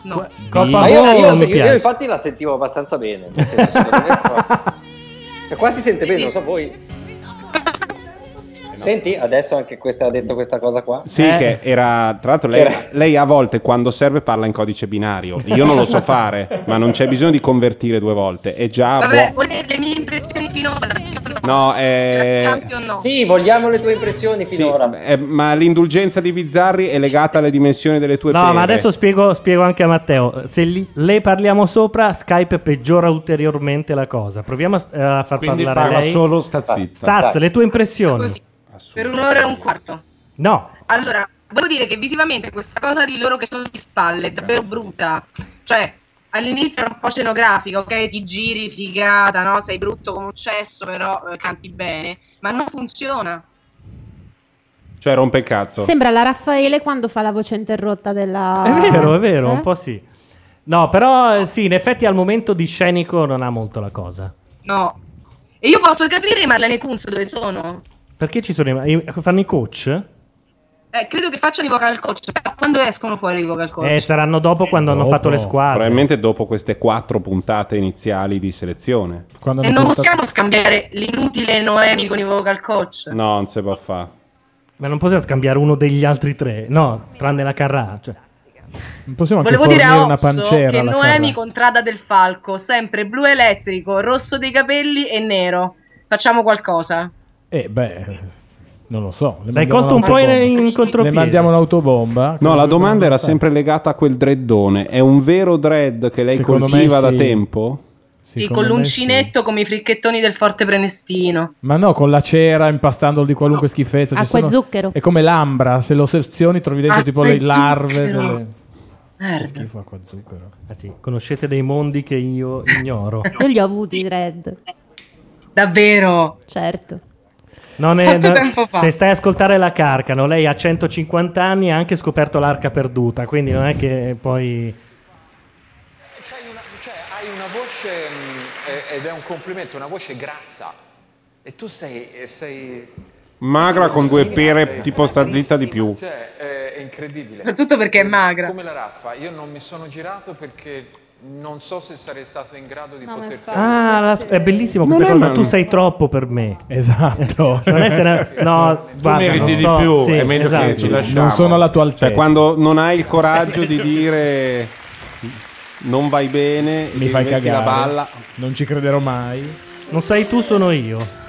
Speaker 8: no.
Speaker 10: Ma io, io-
Speaker 8: non mi
Speaker 10: io
Speaker 8: piace.
Speaker 10: infatti la sentivo abbastanza bene. nel senso, secondo me qua- Cioè, qua si sente bene, non so voi.
Speaker 3: Eh,
Speaker 10: Senti, adesso anche questa ha detto questa cosa qua.
Speaker 2: Sì,
Speaker 3: Eh.
Speaker 2: che era. Tra l'altro, lei, lei a volte quando serve parla in codice binario. Io non lo so fare, ma non c'è bisogno di convertire due volte. È già.
Speaker 8: Vabbè,
Speaker 2: buo-
Speaker 8: volete le mie impressioni finora?
Speaker 2: no, è.
Speaker 8: Campi o no?
Speaker 10: Sì, vogliamo le tue impressioni
Speaker 2: sì,
Speaker 10: finora.
Speaker 2: è- ma l'indulgenza di Bizzarri è legata alle dimensioni delle tue
Speaker 3: No,
Speaker 2: pere.
Speaker 3: ma adesso spiego, spiego anche a Matteo. Se li- le parliamo sopra, Skype peggiora ulteriormente la cosa. Proviamo a, s- eh, a far
Speaker 12: Quindi
Speaker 3: parlare
Speaker 12: parla
Speaker 3: lei.
Speaker 12: solo sta zitta.
Speaker 3: Staz,
Speaker 12: Dai.
Speaker 3: le tue impressioni?
Speaker 8: Per un'ora e un quarto.
Speaker 3: No,
Speaker 8: Allora, volevo dire che visivamente questa cosa di loro che sono di spalle è davvero brutta. Cioè, all'inizio era un po' scenografica, ok? Ti giri, figata, no? Sei brutto come un cesso, però eh, canti bene. Ma non funziona.
Speaker 2: Cioè, rompe il cazzo.
Speaker 7: Sembra la Raffaele quando fa la voce interrotta della...
Speaker 3: è vero, è vero,
Speaker 7: Eh?
Speaker 3: un po' sì. No, però eh, sì, in effetti al momento di scenico non ha molto la cosa.
Speaker 8: No. E io posso capire Marlene Kunz dove sono.
Speaker 3: Perché ci sono i, i- fanno i coach?
Speaker 8: Eh, credo che facciano i vocal coach, però quando escono fuori i vocal coach?
Speaker 3: Eh, saranno dopo quando hanno fatto le squadre.
Speaker 2: Probabilmente dopo queste quattro puntate iniziali di selezione.
Speaker 8: e non possiamo scambiare l'inutile Noemi con i vocal coach.
Speaker 2: No, non si può
Speaker 6: Ah.
Speaker 2: fare.
Speaker 3: Ma non possiamo scambiare uno degli altri tre, no, tranne la Carrà. Cioè.
Speaker 6: Non possiamo anche
Speaker 8: Volevo dire
Speaker 6: fornire
Speaker 8: a
Speaker 6: una
Speaker 8: Osso
Speaker 6: pancera.
Speaker 8: che
Speaker 6: alla
Speaker 8: Noemi
Speaker 6: Carra.
Speaker 8: contrada del falco, sempre blu elettrico, rosso dei capelli e nero. Facciamo qualcosa.
Speaker 6: Eh, beh, non lo so. Le
Speaker 3: Dai,
Speaker 6: mandiamo
Speaker 3: colto un po' in,
Speaker 6: un'autobomba.
Speaker 3: in
Speaker 6: Le
Speaker 3: contropiede.
Speaker 6: mandiamo un'autobomba.
Speaker 2: No, la domanda era sempre legata a quel dreddone. È un vero dread che lei
Speaker 6: Secondo me
Speaker 2: coltiva da
Speaker 6: sì.
Speaker 2: tempo?
Speaker 8: Sì, con l'uncinetto come i fricchettoni del Forte Prenestino.
Speaker 6: Ma no, con la cera, impastandolo di qualunque schifezza. ci
Speaker 8: Acqua e
Speaker 6: sono-
Speaker 8: zucchero.
Speaker 6: È come l'ambra, se lo sezioni trovi dentro
Speaker 8: Acqua
Speaker 6: tipo
Speaker 8: e
Speaker 6: le larve.
Speaker 8: zucchero.
Speaker 6: Delle...
Speaker 8: Merda.
Speaker 6: Che schifo acqua e zucchero.
Speaker 3: Ah, sì, conoscete dei mondi che io ignoro.
Speaker 7: Io li ho avuti i dread.
Speaker 8: Davvero?
Speaker 7: Certo.
Speaker 3: Non è-
Speaker 7: Quanto
Speaker 3: no-
Speaker 7: tempo fa?
Speaker 3: se stai a ascoltare la Carcano, lei ha 150 anni e ha anche scoperto l'arca perduta, quindi non è che poi...
Speaker 9: Cioè, Hai una voce, mh, eh, ed è un complimento, una voce grassa. E tu sei... eh, sei...
Speaker 2: Magra con due pere, tipo sta zitta di più.
Speaker 9: Cioè, è, è incredibile.
Speaker 8: Soprattutto perché è magra.
Speaker 9: Come la Raffa, io non mi sono girato perché non so se sarei stato in grado di poter fare...
Speaker 3: Ah, la- è bellissimo
Speaker 2: Non
Speaker 3: questa
Speaker 2: è
Speaker 3: cosa,
Speaker 2: male.
Speaker 3: tu sei troppo per me.
Speaker 6: Esatto.
Speaker 3: non è se ne- No,
Speaker 2: Tu
Speaker 3: guarda,
Speaker 2: meriti
Speaker 3: non
Speaker 2: di
Speaker 3: so,
Speaker 2: più,
Speaker 3: sì,
Speaker 2: è meglio
Speaker 3: esatto.
Speaker 2: che ci lasciamo.
Speaker 6: Non sono alla tua altezza.
Speaker 2: Cioè, quando non hai il coraggio di dire non vai bene,
Speaker 6: Mi
Speaker 2: ti
Speaker 6: fai
Speaker 2: metti
Speaker 6: cagare.
Speaker 2: la balla.
Speaker 6: Non ci crederò mai.
Speaker 3: Non sei tu, sono io.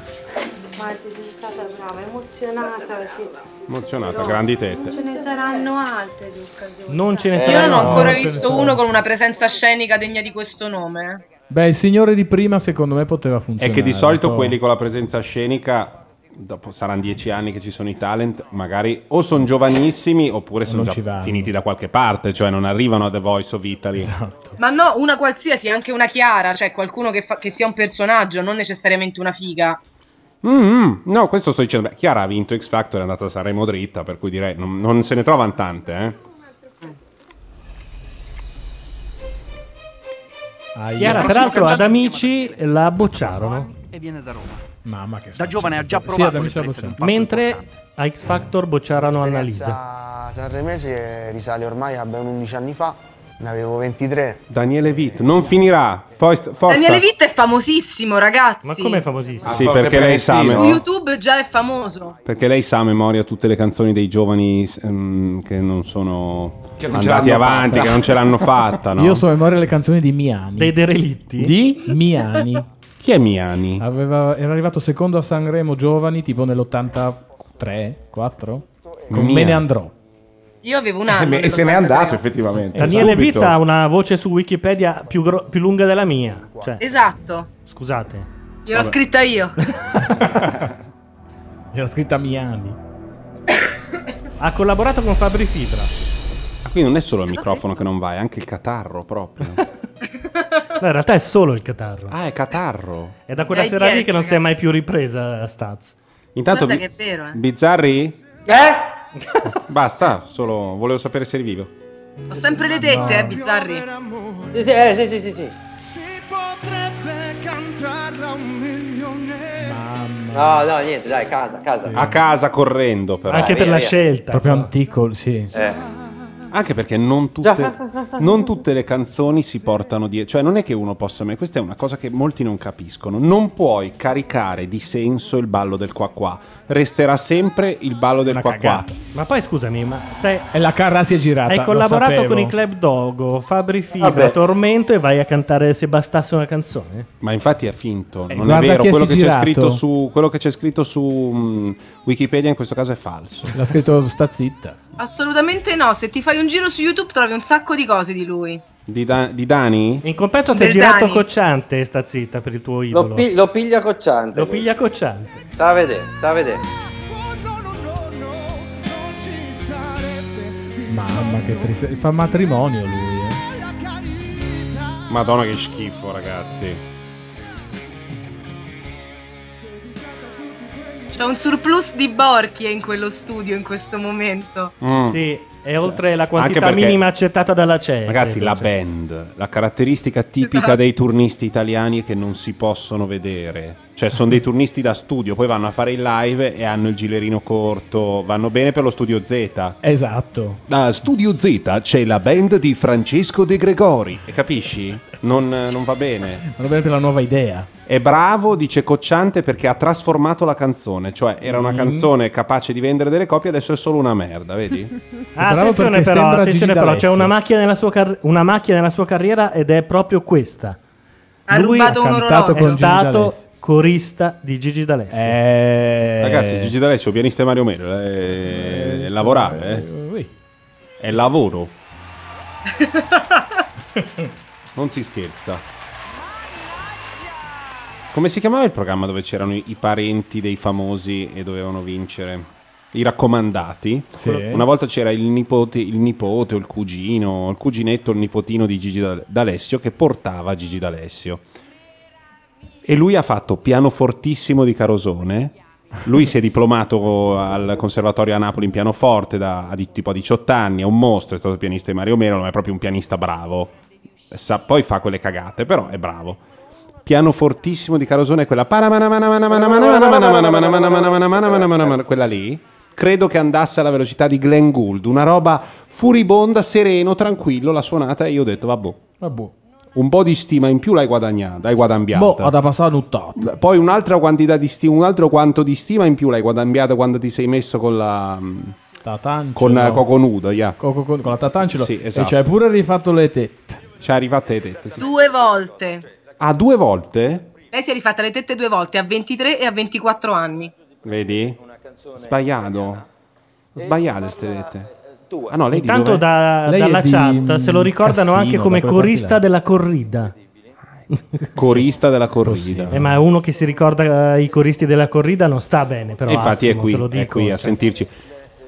Speaker 16: Guardi, sono stata brava, emozionata, sì.
Speaker 2: Emozionata, grandi
Speaker 16: Ce
Speaker 2: tette.
Speaker 16: ne saranno altre di occasioni.
Speaker 3: Non ce ne
Speaker 8: Eh, Io non ho
Speaker 6: no,
Speaker 8: ancora
Speaker 6: non ce ne
Speaker 8: visto
Speaker 6: sono.
Speaker 8: uno con una presenza scenica degna di questo nome.
Speaker 6: Beh, il signore di prima secondo me poteva
Speaker 2: È
Speaker 6: funzionare.
Speaker 2: che di solito
Speaker 6: però-
Speaker 2: quelli con la presenza scenica, dopo saranno dieci anni che ci sono i talent, magari o sono giovanissimi oppure sono
Speaker 6: non
Speaker 2: già
Speaker 6: ci vanno.
Speaker 2: finiti da qualche parte, cioè non arrivano a The Voice of Italy.
Speaker 6: Esatto.
Speaker 8: Esatto. Ma no, una qualsiasi, anche una Chiara, cioè qualcuno che, fa- che sia un personaggio, non necessariamente una figa.
Speaker 2: Mm, mm. no, questo sto dicendo. Beh, Chiara ha vinto X Factor, è andata a Sanremo dritta, per cui direi non, non se ne trovano tante. Eh?
Speaker 6: Aia.
Speaker 3: Chiara, peraltro, ad amici la bocciarono.
Speaker 11: E viene da Roma.
Speaker 6: Mamma che
Speaker 11: Da giovane ha già
Speaker 3: Sì, ad
Speaker 11: provato
Speaker 3: amici la
Speaker 11: l'ebbrezza di un
Speaker 3: bocciarono.
Speaker 11: parco
Speaker 3: Mentre a X Factor bocciarono Annalisa.
Speaker 5: L'esperienza sanremese risale ormai a ben 11 anni fa, ne avevo 23.
Speaker 2: Daniele Witt non finirà. Foist- forza.
Speaker 8: Daniele Vitta è famosissimo, ragazzi.
Speaker 3: famosissimo?
Speaker 2: Sì, perché lei sa.
Speaker 8: Su
Speaker 2: me-
Speaker 8: YouTube già è famoso.
Speaker 2: Perché lei sa a memoria tutte le canzoni dei giovani ehm, che non sono
Speaker 6: Che non ce
Speaker 2: andati
Speaker 6: l'hanno
Speaker 2: avanti,
Speaker 6: fatta.
Speaker 2: che non ce l'hanno fatta. No?
Speaker 6: Io so a memoria le canzoni di Miani.
Speaker 3: Dei derelitti?
Speaker 6: Di Miani.
Speaker 2: Chi è Miani?
Speaker 6: Aveva- era arrivato secondo a Sanremo Giovani tipo nell'83, 4? Con
Speaker 2: Miani.
Speaker 6: Me ne andrò.
Speaker 8: Io avevo un anno.
Speaker 12: E se n'è andato effettivamente.
Speaker 3: Daniele
Speaker 12: Subito.
Speaker 3: Vita ha una voce su Wikipedia più, gro- più lunga della mia. Cioè,
Speaker 8: Esatto,
Speaker 3: scusate.
Speaker 8: gliel'ho
Speaker 3: Vabbè.
Speaker 8: scritta io.
Speaker 6: Era scritta Miani.
Speaker 3: Ha collaborato con Fabri Fibra.
Speaker 2: Ah, Qui non è solo il microfono che non va, è anche il catarro proprio.
Speaker 3: No, in realtà è solo il catarro.
Speaker 2: Ah, è catarro.
Speaker 3: È da quella
Speaker 2: Dai,
Speaker 3: sera lì
Speaker 2: chiesto,
Speaker 3: che non si è mai più ripresa Staz.
Speaker 2: Intanto
Speaker 3: Guarda
Speaker 2: Bi-
Speaker 3: che è vero, eh.
Speaker 2: Bizzarri?
Speaker 5: Eh?
Speaker 2: Basta, solo volevo sapere se eri vivo.
Speaker 8: Ho sempre le tette,
Speaker 2: No.
Speaker 8: eh, bizzarri.
Speaker 5: Sì, sì, eh, sì, sì, sì, sì. No, no, niente, dai, casa, casa.
Speaker 10: Ah,
Speaker 2: A casa correndo però.
Speaker 5: Anche per Via, la via. scelta. Eh.
Speaker 6: Proprio antico, sì.
Speaker 2: Anche perché non tutte, non tutte le canzoni si portano dietro. Cioè, non è che uno possa. ma Questa è una cosa che molti non capiscono. Non puoi caricare di senso il ballo del qua qua. Resterà sempre il ballo del qua qua.
Speaker 3: cagata. Ma poi scusami, ma se
Speaker 6: E la carra si è girata.
Speaker 3: hai
Speaker 6: lo
Speaker 3: collaborato
Speaker 6: sapevo.
Speaker 3: con i Club Dogo, Fabri Fibra,
Speaker 6: Vabbè.
Speaker 3: Tormento e vai a cantare se bastasse una canzone?
Speaker 2: Ma infatti è finto,
Speaker 3: Eh,
Speaker 2: non è
Speaker 3: guarda
Speaker 2: vero.
Speaker 3: chi è
Speaker 2: Quello che, c'è
Speaker 3: sigilliato.
Speaker 2: scritto su, quello che c'è scritto su mh, Wikipedia in questo caso è falso.
Speaker 6: L'ha scritto sta zitta.
Speaker 8: Assolutamente no, se ti fai un giro su YouTube trovi un sacco di cose di lui.
Speaker 2: Di, Da- di Dani?
Speaker 3: In compenso si è
Speaker 8: Del
Speaker 3: girato
Speaker 8: Dani.
Speaker 3: cocciante sta zitta per il tuo
Speaker 5: Lo,
Speaker 3: idolo.
Speaker 5: pi- lo piglia cocciante.
Speaker 3: Lo piglia cocciante.
Speaker 5: Sta a vedere, sta a vedere.
Speaker 6: Mamma che tristezza. Fa matrimonio lui. eh.
Speaker 2: Madonna, che schifo, ragazzi.
Speaker 8: C'è un surplus di Borchie in quello studio in questo momento.
Speaker 2: Mm.
Speaker 3: Sì, è oltre la
Speaker 2: Anche
Speaker 3: quantità
Speaker 2: perché-
Speaker 3: minima accettata dalla cioè. CE.
Speaker 2: Ragazzi, la band, la caratteristica tipica dei turnisti italiani è che non si possono vedere. Cioè, sono dei turnisti da studio, poi vanno a fare il live e hanno il gilerino corto, vanno bene per lo studio Z.
Speaker 6: Esatto.
Speaker 2: Da Studio Z c'è la band di Francesco De Gregori. E capisci? Non, non va bene.
Speaker 6: Vanno bene per la nuova idea.
Speaker 2: È bravo, dice Cocciante, perché ha trasformato la canzone. Cioè, era una
Speaker 6: Mm.
Speaker 2: canzone capace di vendere delle copie, adesso è solo una merda, vedi?
Speaker 3: Ah,
Speaker 6: Bravo
Speaker 3: attenzione
Speaker 6: perché
Speaker 3: però,
Speaker 6: sembra
Speaker 3: attenzione
Speaker 6: Gigi
Speaker 3: però, c'è
Speaker 6: D'Alessio.
Speaker 3: una macchia, nella sua car- una macchia nella sua carriera ed è proprio questa.
Speaker 8: Ha
Speaker 3: Lui
Speaker 8: rubato un
Speaker 3: cantato
Speaker 8: orologio.
Speaker 3: è
Speaker 8: Con Gigi
Speaker 3: stato
Speaker 8: D'Alessio.
Speaker 3: corista di Gigi D'Alessio.
Speaker 2: Ragazzi, Gigi D'Alessio, pianista Mario Melo, eh, è, è lavorare, eh. è lavoro. non si scherza. Come si chiamava il programma dove c'erano i, i parenti dei famosi e dovevano vincere? I raccomandati.
Speaker 6: Sì.
Speaker 2: Una volta c'era il nipote, il nipote o il cugino, il cuginetto, il nipotino di Gigi D'Al- D'Alessio che portava Gigi D'Alessio. E lui ha fatto pianofortissimo di Carosone. Lui si è diplomato al Conservatorio a Napoli in pianoforte da, a di- tipo a 18 anni, è un mostro, è stato pianista di Mario Melo, ma è proprio un pianista bravo. Sa- poi fa quelle cagate, però è bravo. Pianofortissimo di Carosone è quella quella lì. Credo che andasse alla velocità di Glenn Gould, una roba furibonda, sereno, tranquillo, l'ha suonata e io ho detto vabbè.
Speaker 6: Vabbè.
Speaker 2: Un po' di stima in più l'hai guadagnata, hai guadagnata.
Speaker 6: Boh, ha da passare nuttato.
Speaker 2: Poi un'altra quantità di stima, un altro quanto di stima in più l'hai guadagnata quando ti sei messo con la mm,
Speaker 6: Tatancelo.
Speaker 2: con la Coco Nudo, yeah.
Speaker 6: Co- co- con, la Tatancelo.
Speaker 2: Sì,
Speaker 6: E
Speaker 2: esatto.
Speaker 6: ci hai pure rifatto le tette.
Speaker 2: Ci ha rifatte le tette, sì.
Speaker 8: Due volte.
Speaker 2: Ah, due volte?
Speaker 8: Lei si è rifatta le tette due volte, a 23 e a 24 anni.
Speaker 2: Vedi? Sbagliato. Sbagliate ste dette. Ah no, lei di
Speaker 3: Intanto
Speaker 2: dov'è?
Speaker 3: da- dalla chat se lo ricordano anche come corista della corrida.
Speaker 2: Corista della corrida.
Speaker 3: Eh, ma uno che si ricorda eh, i coristi della corrida non sta bene, però.
Speaker 2: E infatti è
Speaker 3: Assimo,
Speaker 2: qui,
Speaker 3: te lo
Speaker 2: è
Speaker 3: dico,
Speaker 2: qui a
Speaker 3: cioè.
Speaker 2: sentirci.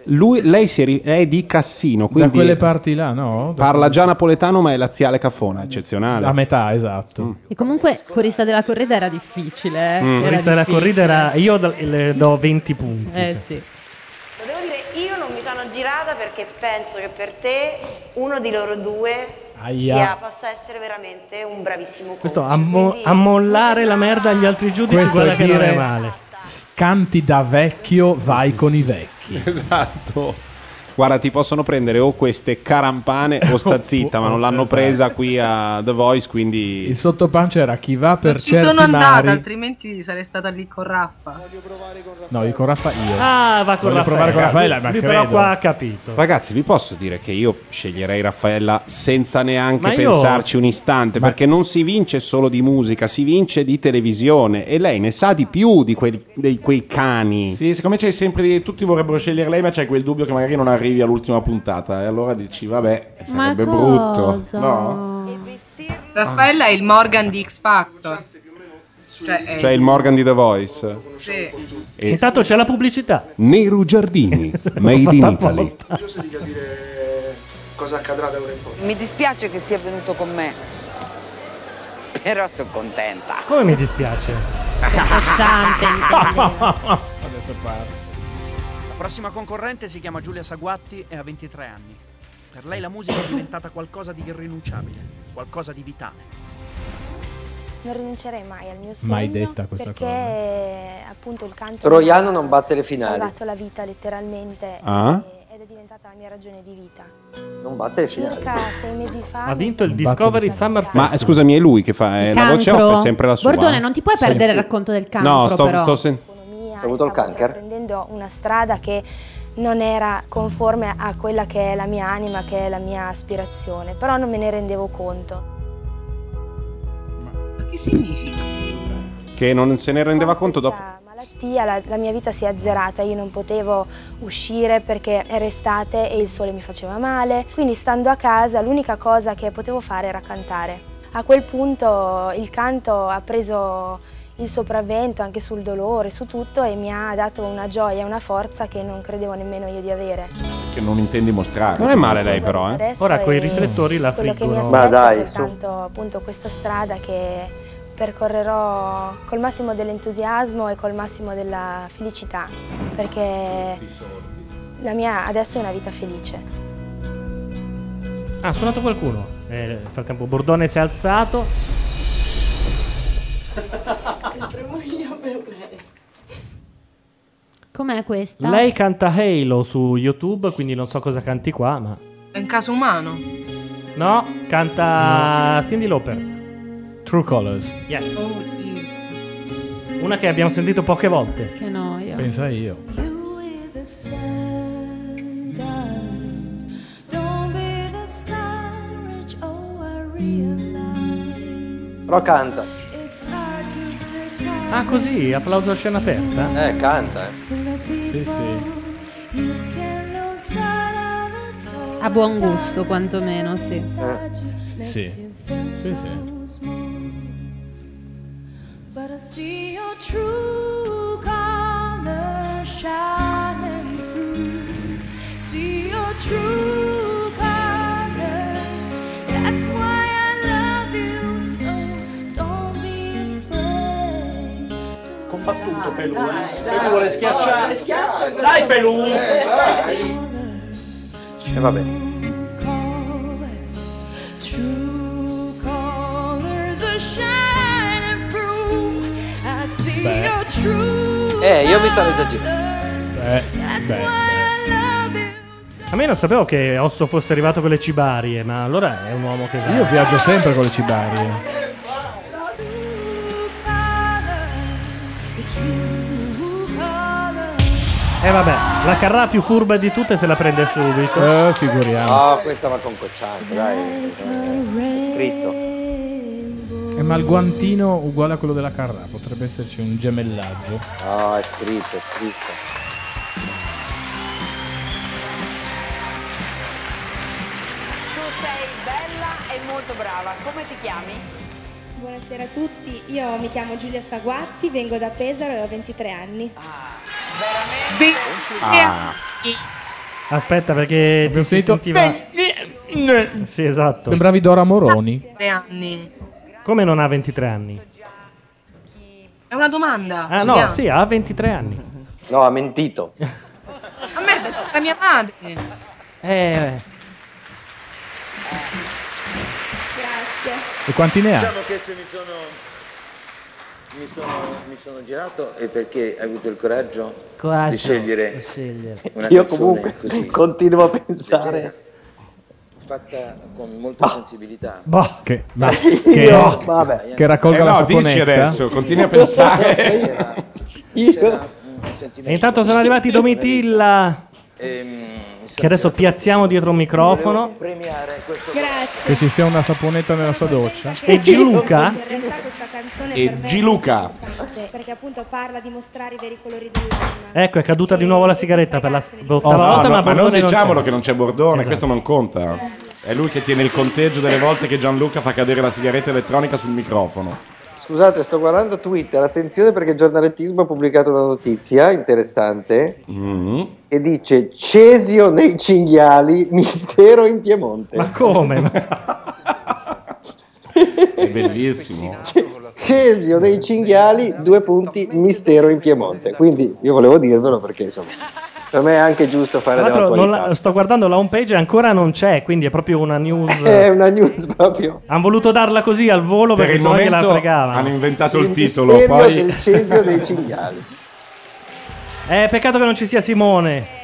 Speaker 2: Lui- lei si è, ri- è di Cassino, quindi
Speaker 6: da quelle parti là, no? Da-
Speaker 2: parla già napoletano ma è laziale cafona, eccezionale. Mm.
Speaker 6: A metà, esatto.
Speaker 7: E comunque, corista della corrida era difficile. Eh?
Speaker 3: Il
Speaker 7: Era
Speaker 3: corista della
Speaker 7: difficile.
Speaker 3: corrida era. Io do- le do 20 punti. cioè,
Speaker 7: Eh sì.
Speaker 13: Lo devo dire, io non mi sono girata perché penso che per te uno di loro due
Speaker 3: Aia.
Speaker 13: sia- possa essere veramente un bravissimo coach.
Speaker 3: Questo ammo- ammollare la merda agli altri giudici
Speaker 6: Questo
Speaker 3: guarda
Speaker 6: è
Speaker 3: che non
Speaker 6: dire-
Speaker 3: è male.
Speaker 6: Scanti da vecchio, vai con i vecchi.
Speaker 2: Esatto. Guarda, ti possono prendere o queste carampane o sta zitta, ma non l'hanno
Speaker 3: esatto.
Speaker 2: presa qui a The Voice, quindi...
Speaker 6: Il sottopancia era chi va per
Speaker 8: Non ci
Speaker 6: certi
Speaker 8: sono andata,
Speaker 6: mari.
Speaker 8: altrimenti sarei stata lì con Raffa.
Speaker 6: No, io con Raffa io.
Speaker 3: Ah, va con
Speaker 6: Voglio
Speaker 3: Raffaella.
Speaker 6: provare con Raffaella, ma
Speaker 3: Lui
Speaker 6: credo.
Speaker 3: però qua ha capito.
Speaker 2: Ragazzi, vi posso dire che io sceglierei Raffaella senza neanche
Speaker 3: Ma io-
Speaker 2: pensarci un istante, perché non si vince solo di musica, si vince di televisione e lei ne sa di più di quei, dei- quei cani.
Speaker 12: Sì, siccome c'è sempre. Tutti vorrebbero scegliere lei, ma c'è quel dubbio che magari non arrivi all'ultima puntata. E allora dici, vabbè,
Speaker 2: Eh,
Speaker 12: sarebbe brutto. No?
Speaker 8: Raffaella è il Morgan di X Factor. Cioè, è-
Speaker 2: Cioè il Morgan di The Voice.
Speaker 8: Sì.
Speaker 2: E
Speaker 3: Intanto c'è la pubblicità.
Speaker 2: Nero Giardini, made in Italy.
Speaker 14: Curioso di capire cosa accadrà da ora in poi.
Speaker 4: Mi dispiace che sia venuto con me, però sono contenta.
Speaker 3: Come mi dispiace?
Speaker 4: Sante,
Speaker 6: Adesso parlo.
Speaker 11: La prossima concorrente si chiama Giulia Saguatti e ha 23 anni. Per lei la musica è diventata qualcosa di irrinunciabile, qualcosa di vitale.
Speaker 27: Non rinuncerei mai al mio sogno.
Speaker 6: Mai detta questa
Speaker 27: perché, appunto il canto
Speaker 10: Troiano
Speaker 27: mi ha
Speaker 10: non batte le finali.
Speaker 27: salvato la vita letteralmente
Speaker 10: Ah?
Speaker 27: e- ed è diventata la mia ragione di vita.
Speaker 10: Non batte le finali.
Speaker 27: Circa sei mesi fa
Speaker 3: Ha vinto il Discovery Summer Fest.
Speaker 2: Ma eh, scusami, è lui che fa eh, la voce off, è sempre la sua.
Speaker 7: Bordone, non ti puoi
Speaker 2: Sì.
Speaker 7: perdere il racconto del cancro,
Speaker 2: No, sto,
Speaker 7: però.
Speaker 2: sto sen-
Speaker 27: mia
Speaker 2: Ha avuto il
Speaker 27: stavo
Speaker 2: cancro?
Speaker 27: prendendo una strada che non era conforme a quella che è la mia anima, che è la mia aspirazione, però non me ne rendevo conto.
Speaker 8: Ma che significa?
Speaker 2: che non se ne rendeva conto dopo.
Speaker 27: malattia, la, la mia vita si è azzerata, io non potevo uscire perché era estate e il sole mi faceva male, quindi stando a casa l'unica cosa che potevo fare era cantare. A quel punto il canto ha preso il sopravvento anche sul dolore, su tutto e mi ha dato una gioia, una forza che non credevo nemmeno io di avere.
Speaker 12: Che non intendi mostrare.
Speaker 2: Non è male lei, però, eh.
Speaker 27: Adesso
Speaker 3: Ora coi
Speaker 27: è-
Speaker 3: riflettori la
Speaker 27: quello che mi
Speaker 3: friggono.
Speaker 27: aspetta
Speaker 2: Ma dai,
Speaker 27: è
Speaker 2: su.
Speaker 27: soltanto appunto questa strada che percorrerò col massimo dell'entusiasmo e col massimo della felicità, perché la mia adesso è una vita felice.
Speaker 3: Ah, ha suonato qualcuno. Eh, nel frattempo Bordone si è alzato.
Speaker 7: Com'è questa?
Speaker 3: Lei canta Halo su YouTube, quindi non so cosa canti qua, ma...
Speaker 8: È un caso umano.
Speaker 3: No, canta Cindy Lauper.
Speaker 6: True Colors.
Speaker 3: Yes.
Speaker 8: Oddio.
Speaker 3: Una che abbiamo sentito poche volte.
Speaker 7: Che noia.
Speaker 6: Pensa io.
Speaker 17: the sad eyes. Don't be the scourge, oh, I realize
Speaker 10: Però canta.
Speaker 17: it's hard to take on
Speaker 3: Ah, così, applauso a scena aperta.
Speaker 10: Eh, canta. eh.
Speaker 17: the
Speaker 3: Sì, sì.
Speaker 17: people side of the toy.
Speaker 7: A buon gusto, quantomeno, sì.
Speaker 17: Sì.
Speaker 7: Sì,
Speaker 17: But I see your true color shining through. See your true colors. That's why I love you so. Don't be afraid.
Speaker 11: Combattuto Pelus.
Speaker 17: Pelù vuole schiacciare.
Speaker 11: Le schiaccia.
Speaker 17: Dai, Pelù!
Speaker 11: Eh, dai.
Speaker 10: Eh, vabbè.
Speaker 17: True colors are shining through. I see
Speaker 10: Beh.
Speaker 17: your true.
Speaker 10: Eh, io mi sarei già girato.
Speaker 3: Eh, beh. A me non sapevo che Osso fosse arrivato con le cibarie, ma allora è un uomo che...
Speaker 6: Io viaggio sempre con le cibarie.
Speaker 3: Eh vabbè, la carrà più furba di tutte se la prende subito.
Speaker 6: Eh,
Speaker 10: Ah.
Speaker 6: figuriamo.
Speaker 10: No, questa va con Cocciante, dai. È scritto.
Speaker 6: Eh, ma il guantino uguale a quello della Carrà, potrebbe esserci un gemellaggio.
Speaker 10: No, è scritto, è scritto.
Speaker 18: Tu sei bella e molto brava. Come ti chiami?
Speaker 19: Buonasera a tutti, io mi chiamo Giulia Saguatti, vengo da Pesaro e ho 23 anni.
Speaker 6: Ah.
Speaker 3: Aspetta, perché ti si sentiva. Sì, esatto.
Speaker 6: Eh. Sembravi Dora Moroni.
Speaker 8: eh, Tre anni.
Speaker 3: Come non ha 23 anni?
Speaker 8: È una domanda.
Speaker 3: Ah, no,
Speaker 8: Giuliano.
Speaker 3: sì, ha 23 anni.
Speaker 10: No, ha mentito.
Speaker 8: Ma merda, c'è la mia madre.
Speaker 3: Eh.
Speaker 19: Grazie.
Speaker 6: E quanti ne ha?
Speaker 15: Diciamo che se mi sono, mi sono, mi sono girato è perché hai avuto il coraggio,
Speaker 10: Coraggio
Speaker 15: di scegliere
Speaker 10: di scegliere.
Speaker 15: una
Speaker 10: Io
Speaker 15: canzone
Speaker 10: comunque
Speaker 15: così
Speaker 10: continuo a pensare-
Speaker 15: leggera, fatta con molta sensibilità.
Speaker 6: Boh, che, ma-
Speaker 10: Io,
Speaker 6: che,
Speaker 10: vabbè.
Speaker 6: che raccolga
Speaker 10: Eh
Speaker 6: la
Speaker 10: no, dici
Speaker 6: saponetta.
Speaker 10: adesso, continui a pensare.
Speaker 15: C'era,
Speaker 10: Io-
Speaker 15: c'era un, un sentimento.
Speaker 3: E intanto sono arrivati Domitilla. Che adesso piazziamo dietro un microfono.
Speaker 15: Premiare questo
Speaker 6: Che ci sia una saponetta nella sua doccia.
Speaker 3: E Giluca?
Speaker 19: In realtà questa canzone
Speaker 6: E
Speaker 19: per me è
Speaker 6: Giluca.
Speaker 19: importante, perché appunto parla di mostrare i veri colori dell'anima.
Speaker 3: Ecco, è caduta di nuovo la sigaretta per la s-
Speaker 12: Oh,
Speaker 3: ottava
Speaker 12: no,
Speaker 3: volta,
Speaker 12: no,
Speaker 3: ma
Speaker 12: ma non
Speaker 3: Bordone non
Speaker 12: leggiamolo
Speaker 3: c'era.
Speaker 12: che non c'è Bordone,
Speaker 3: Esatto.
Speaker 12: questo non conta. È lui che tiene il conteggio delle volte che Gianluca fa cadere la sigaretta elettronica sul microfono.
Speaker 10: Scusate, sto guardando Twitter, attenzione perché il giornalettismo ha pubblicato una notizia interessante che dice Cesio nei cinghiali, mistero in Piemonte. Ma
Speaker 3: come?
Speaker 12: È bellissimo.
Speaker 10: Cesio nei cinghiali, due punti, mistero in Piemonte. Quindi io volevo dirvelo perché insomma, per me è anche giusto fare
Speaker 3: Tra
Speaker 10: della
Speaker 3: l'altro, non
Speaker 10: attualità.
Speaker 3: la- sto guardando la home page e ancora non c'è, quindi è proprio una news.
Speaker 10: È una news proprio.
Speaker 3: Hanno voluto darla così al volo
Speaker 12: Per
Speaker 3: perché
Speaker 12: il
Speaker 3: sennò gliela
Speaker 12: momento
Speaker 3: fregavano.
Speaker 12: hanno inventato il titolo,
Speaker 10: Misterio
Speaker 12: poi...
Speaker 10: del Cesio dei cinghiali.
Speaker 3: Eh, peccato che non ci sia Simone.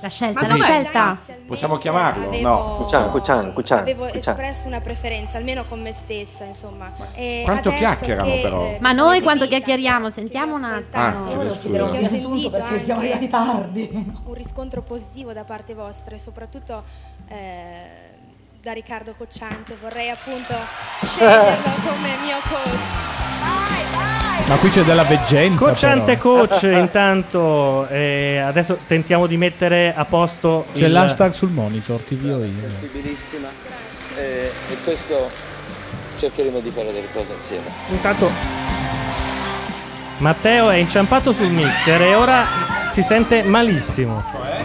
Speaker 7: La scelta,
Speaker 12: Ma
Speaker 7: la
Speaker 12: dov'è?
Speaker 7: scelta.
Speaker 12: Possiamo chiamarlo?
Speaker 19: Avevo-
Speaker 12: No.
Speaker 10: Cuccian, Cuccian, Cuccian,
Speaker 3: Certo,
Speaker 19: Avevo
Speaker 10: Cuccian.
Speaker 19: espresso una preferenza, almeno con me stessa, insomma. E
Speaker 10: quanto
Speaker 19: adesso
Speaker 10: chiacchierano,
Speaker 19: che,
Speaker 10: però?
Speaker 19: eh,
Speaker 7: Ma
Speaker 19: mi
Speaker 7: noi
Speaker 19: sono
Speaker 7: quando
Speaker 19: esibita,
Speaker 7: chiacchieriamo, sentiamo un attimo.
Speaker 12: Ah, chiedo
Speaker 19: volevo
Speaker 12: scusa.
Speaker 19: chiedere un che ho
Speaker 7: riassunto,
Speaker 19: sentito
Speaker 7: perché siamo
Speaker 19: anche
Speaker 7: arrivati tardi.
Speaker 19: Un riscontro positivo da parte vostra e soprattutto eh, da Riccardo Cocciante. Vorrei appunto sceglierlo come mio coach.
Speaker 6: Ma qui c'è della veggenza.
Speaker 3: Cocciante
Speaker 6: però. eh.
Speaker 3: coach, intanto eh, adesso tentiamo di mettere a posto
Speaker 6: C'è
Speaker 3: il-
Speaker 6: l'hashtag sul monitor, ti vio io.
Speaker 15: sensibilissima eh, e questo cercheremo di fare delle cose insieme.
Speaker 3: Intanto Matteo è inciampato sul mixer e ora si sente malissimo.
Speaker 15: Cioè?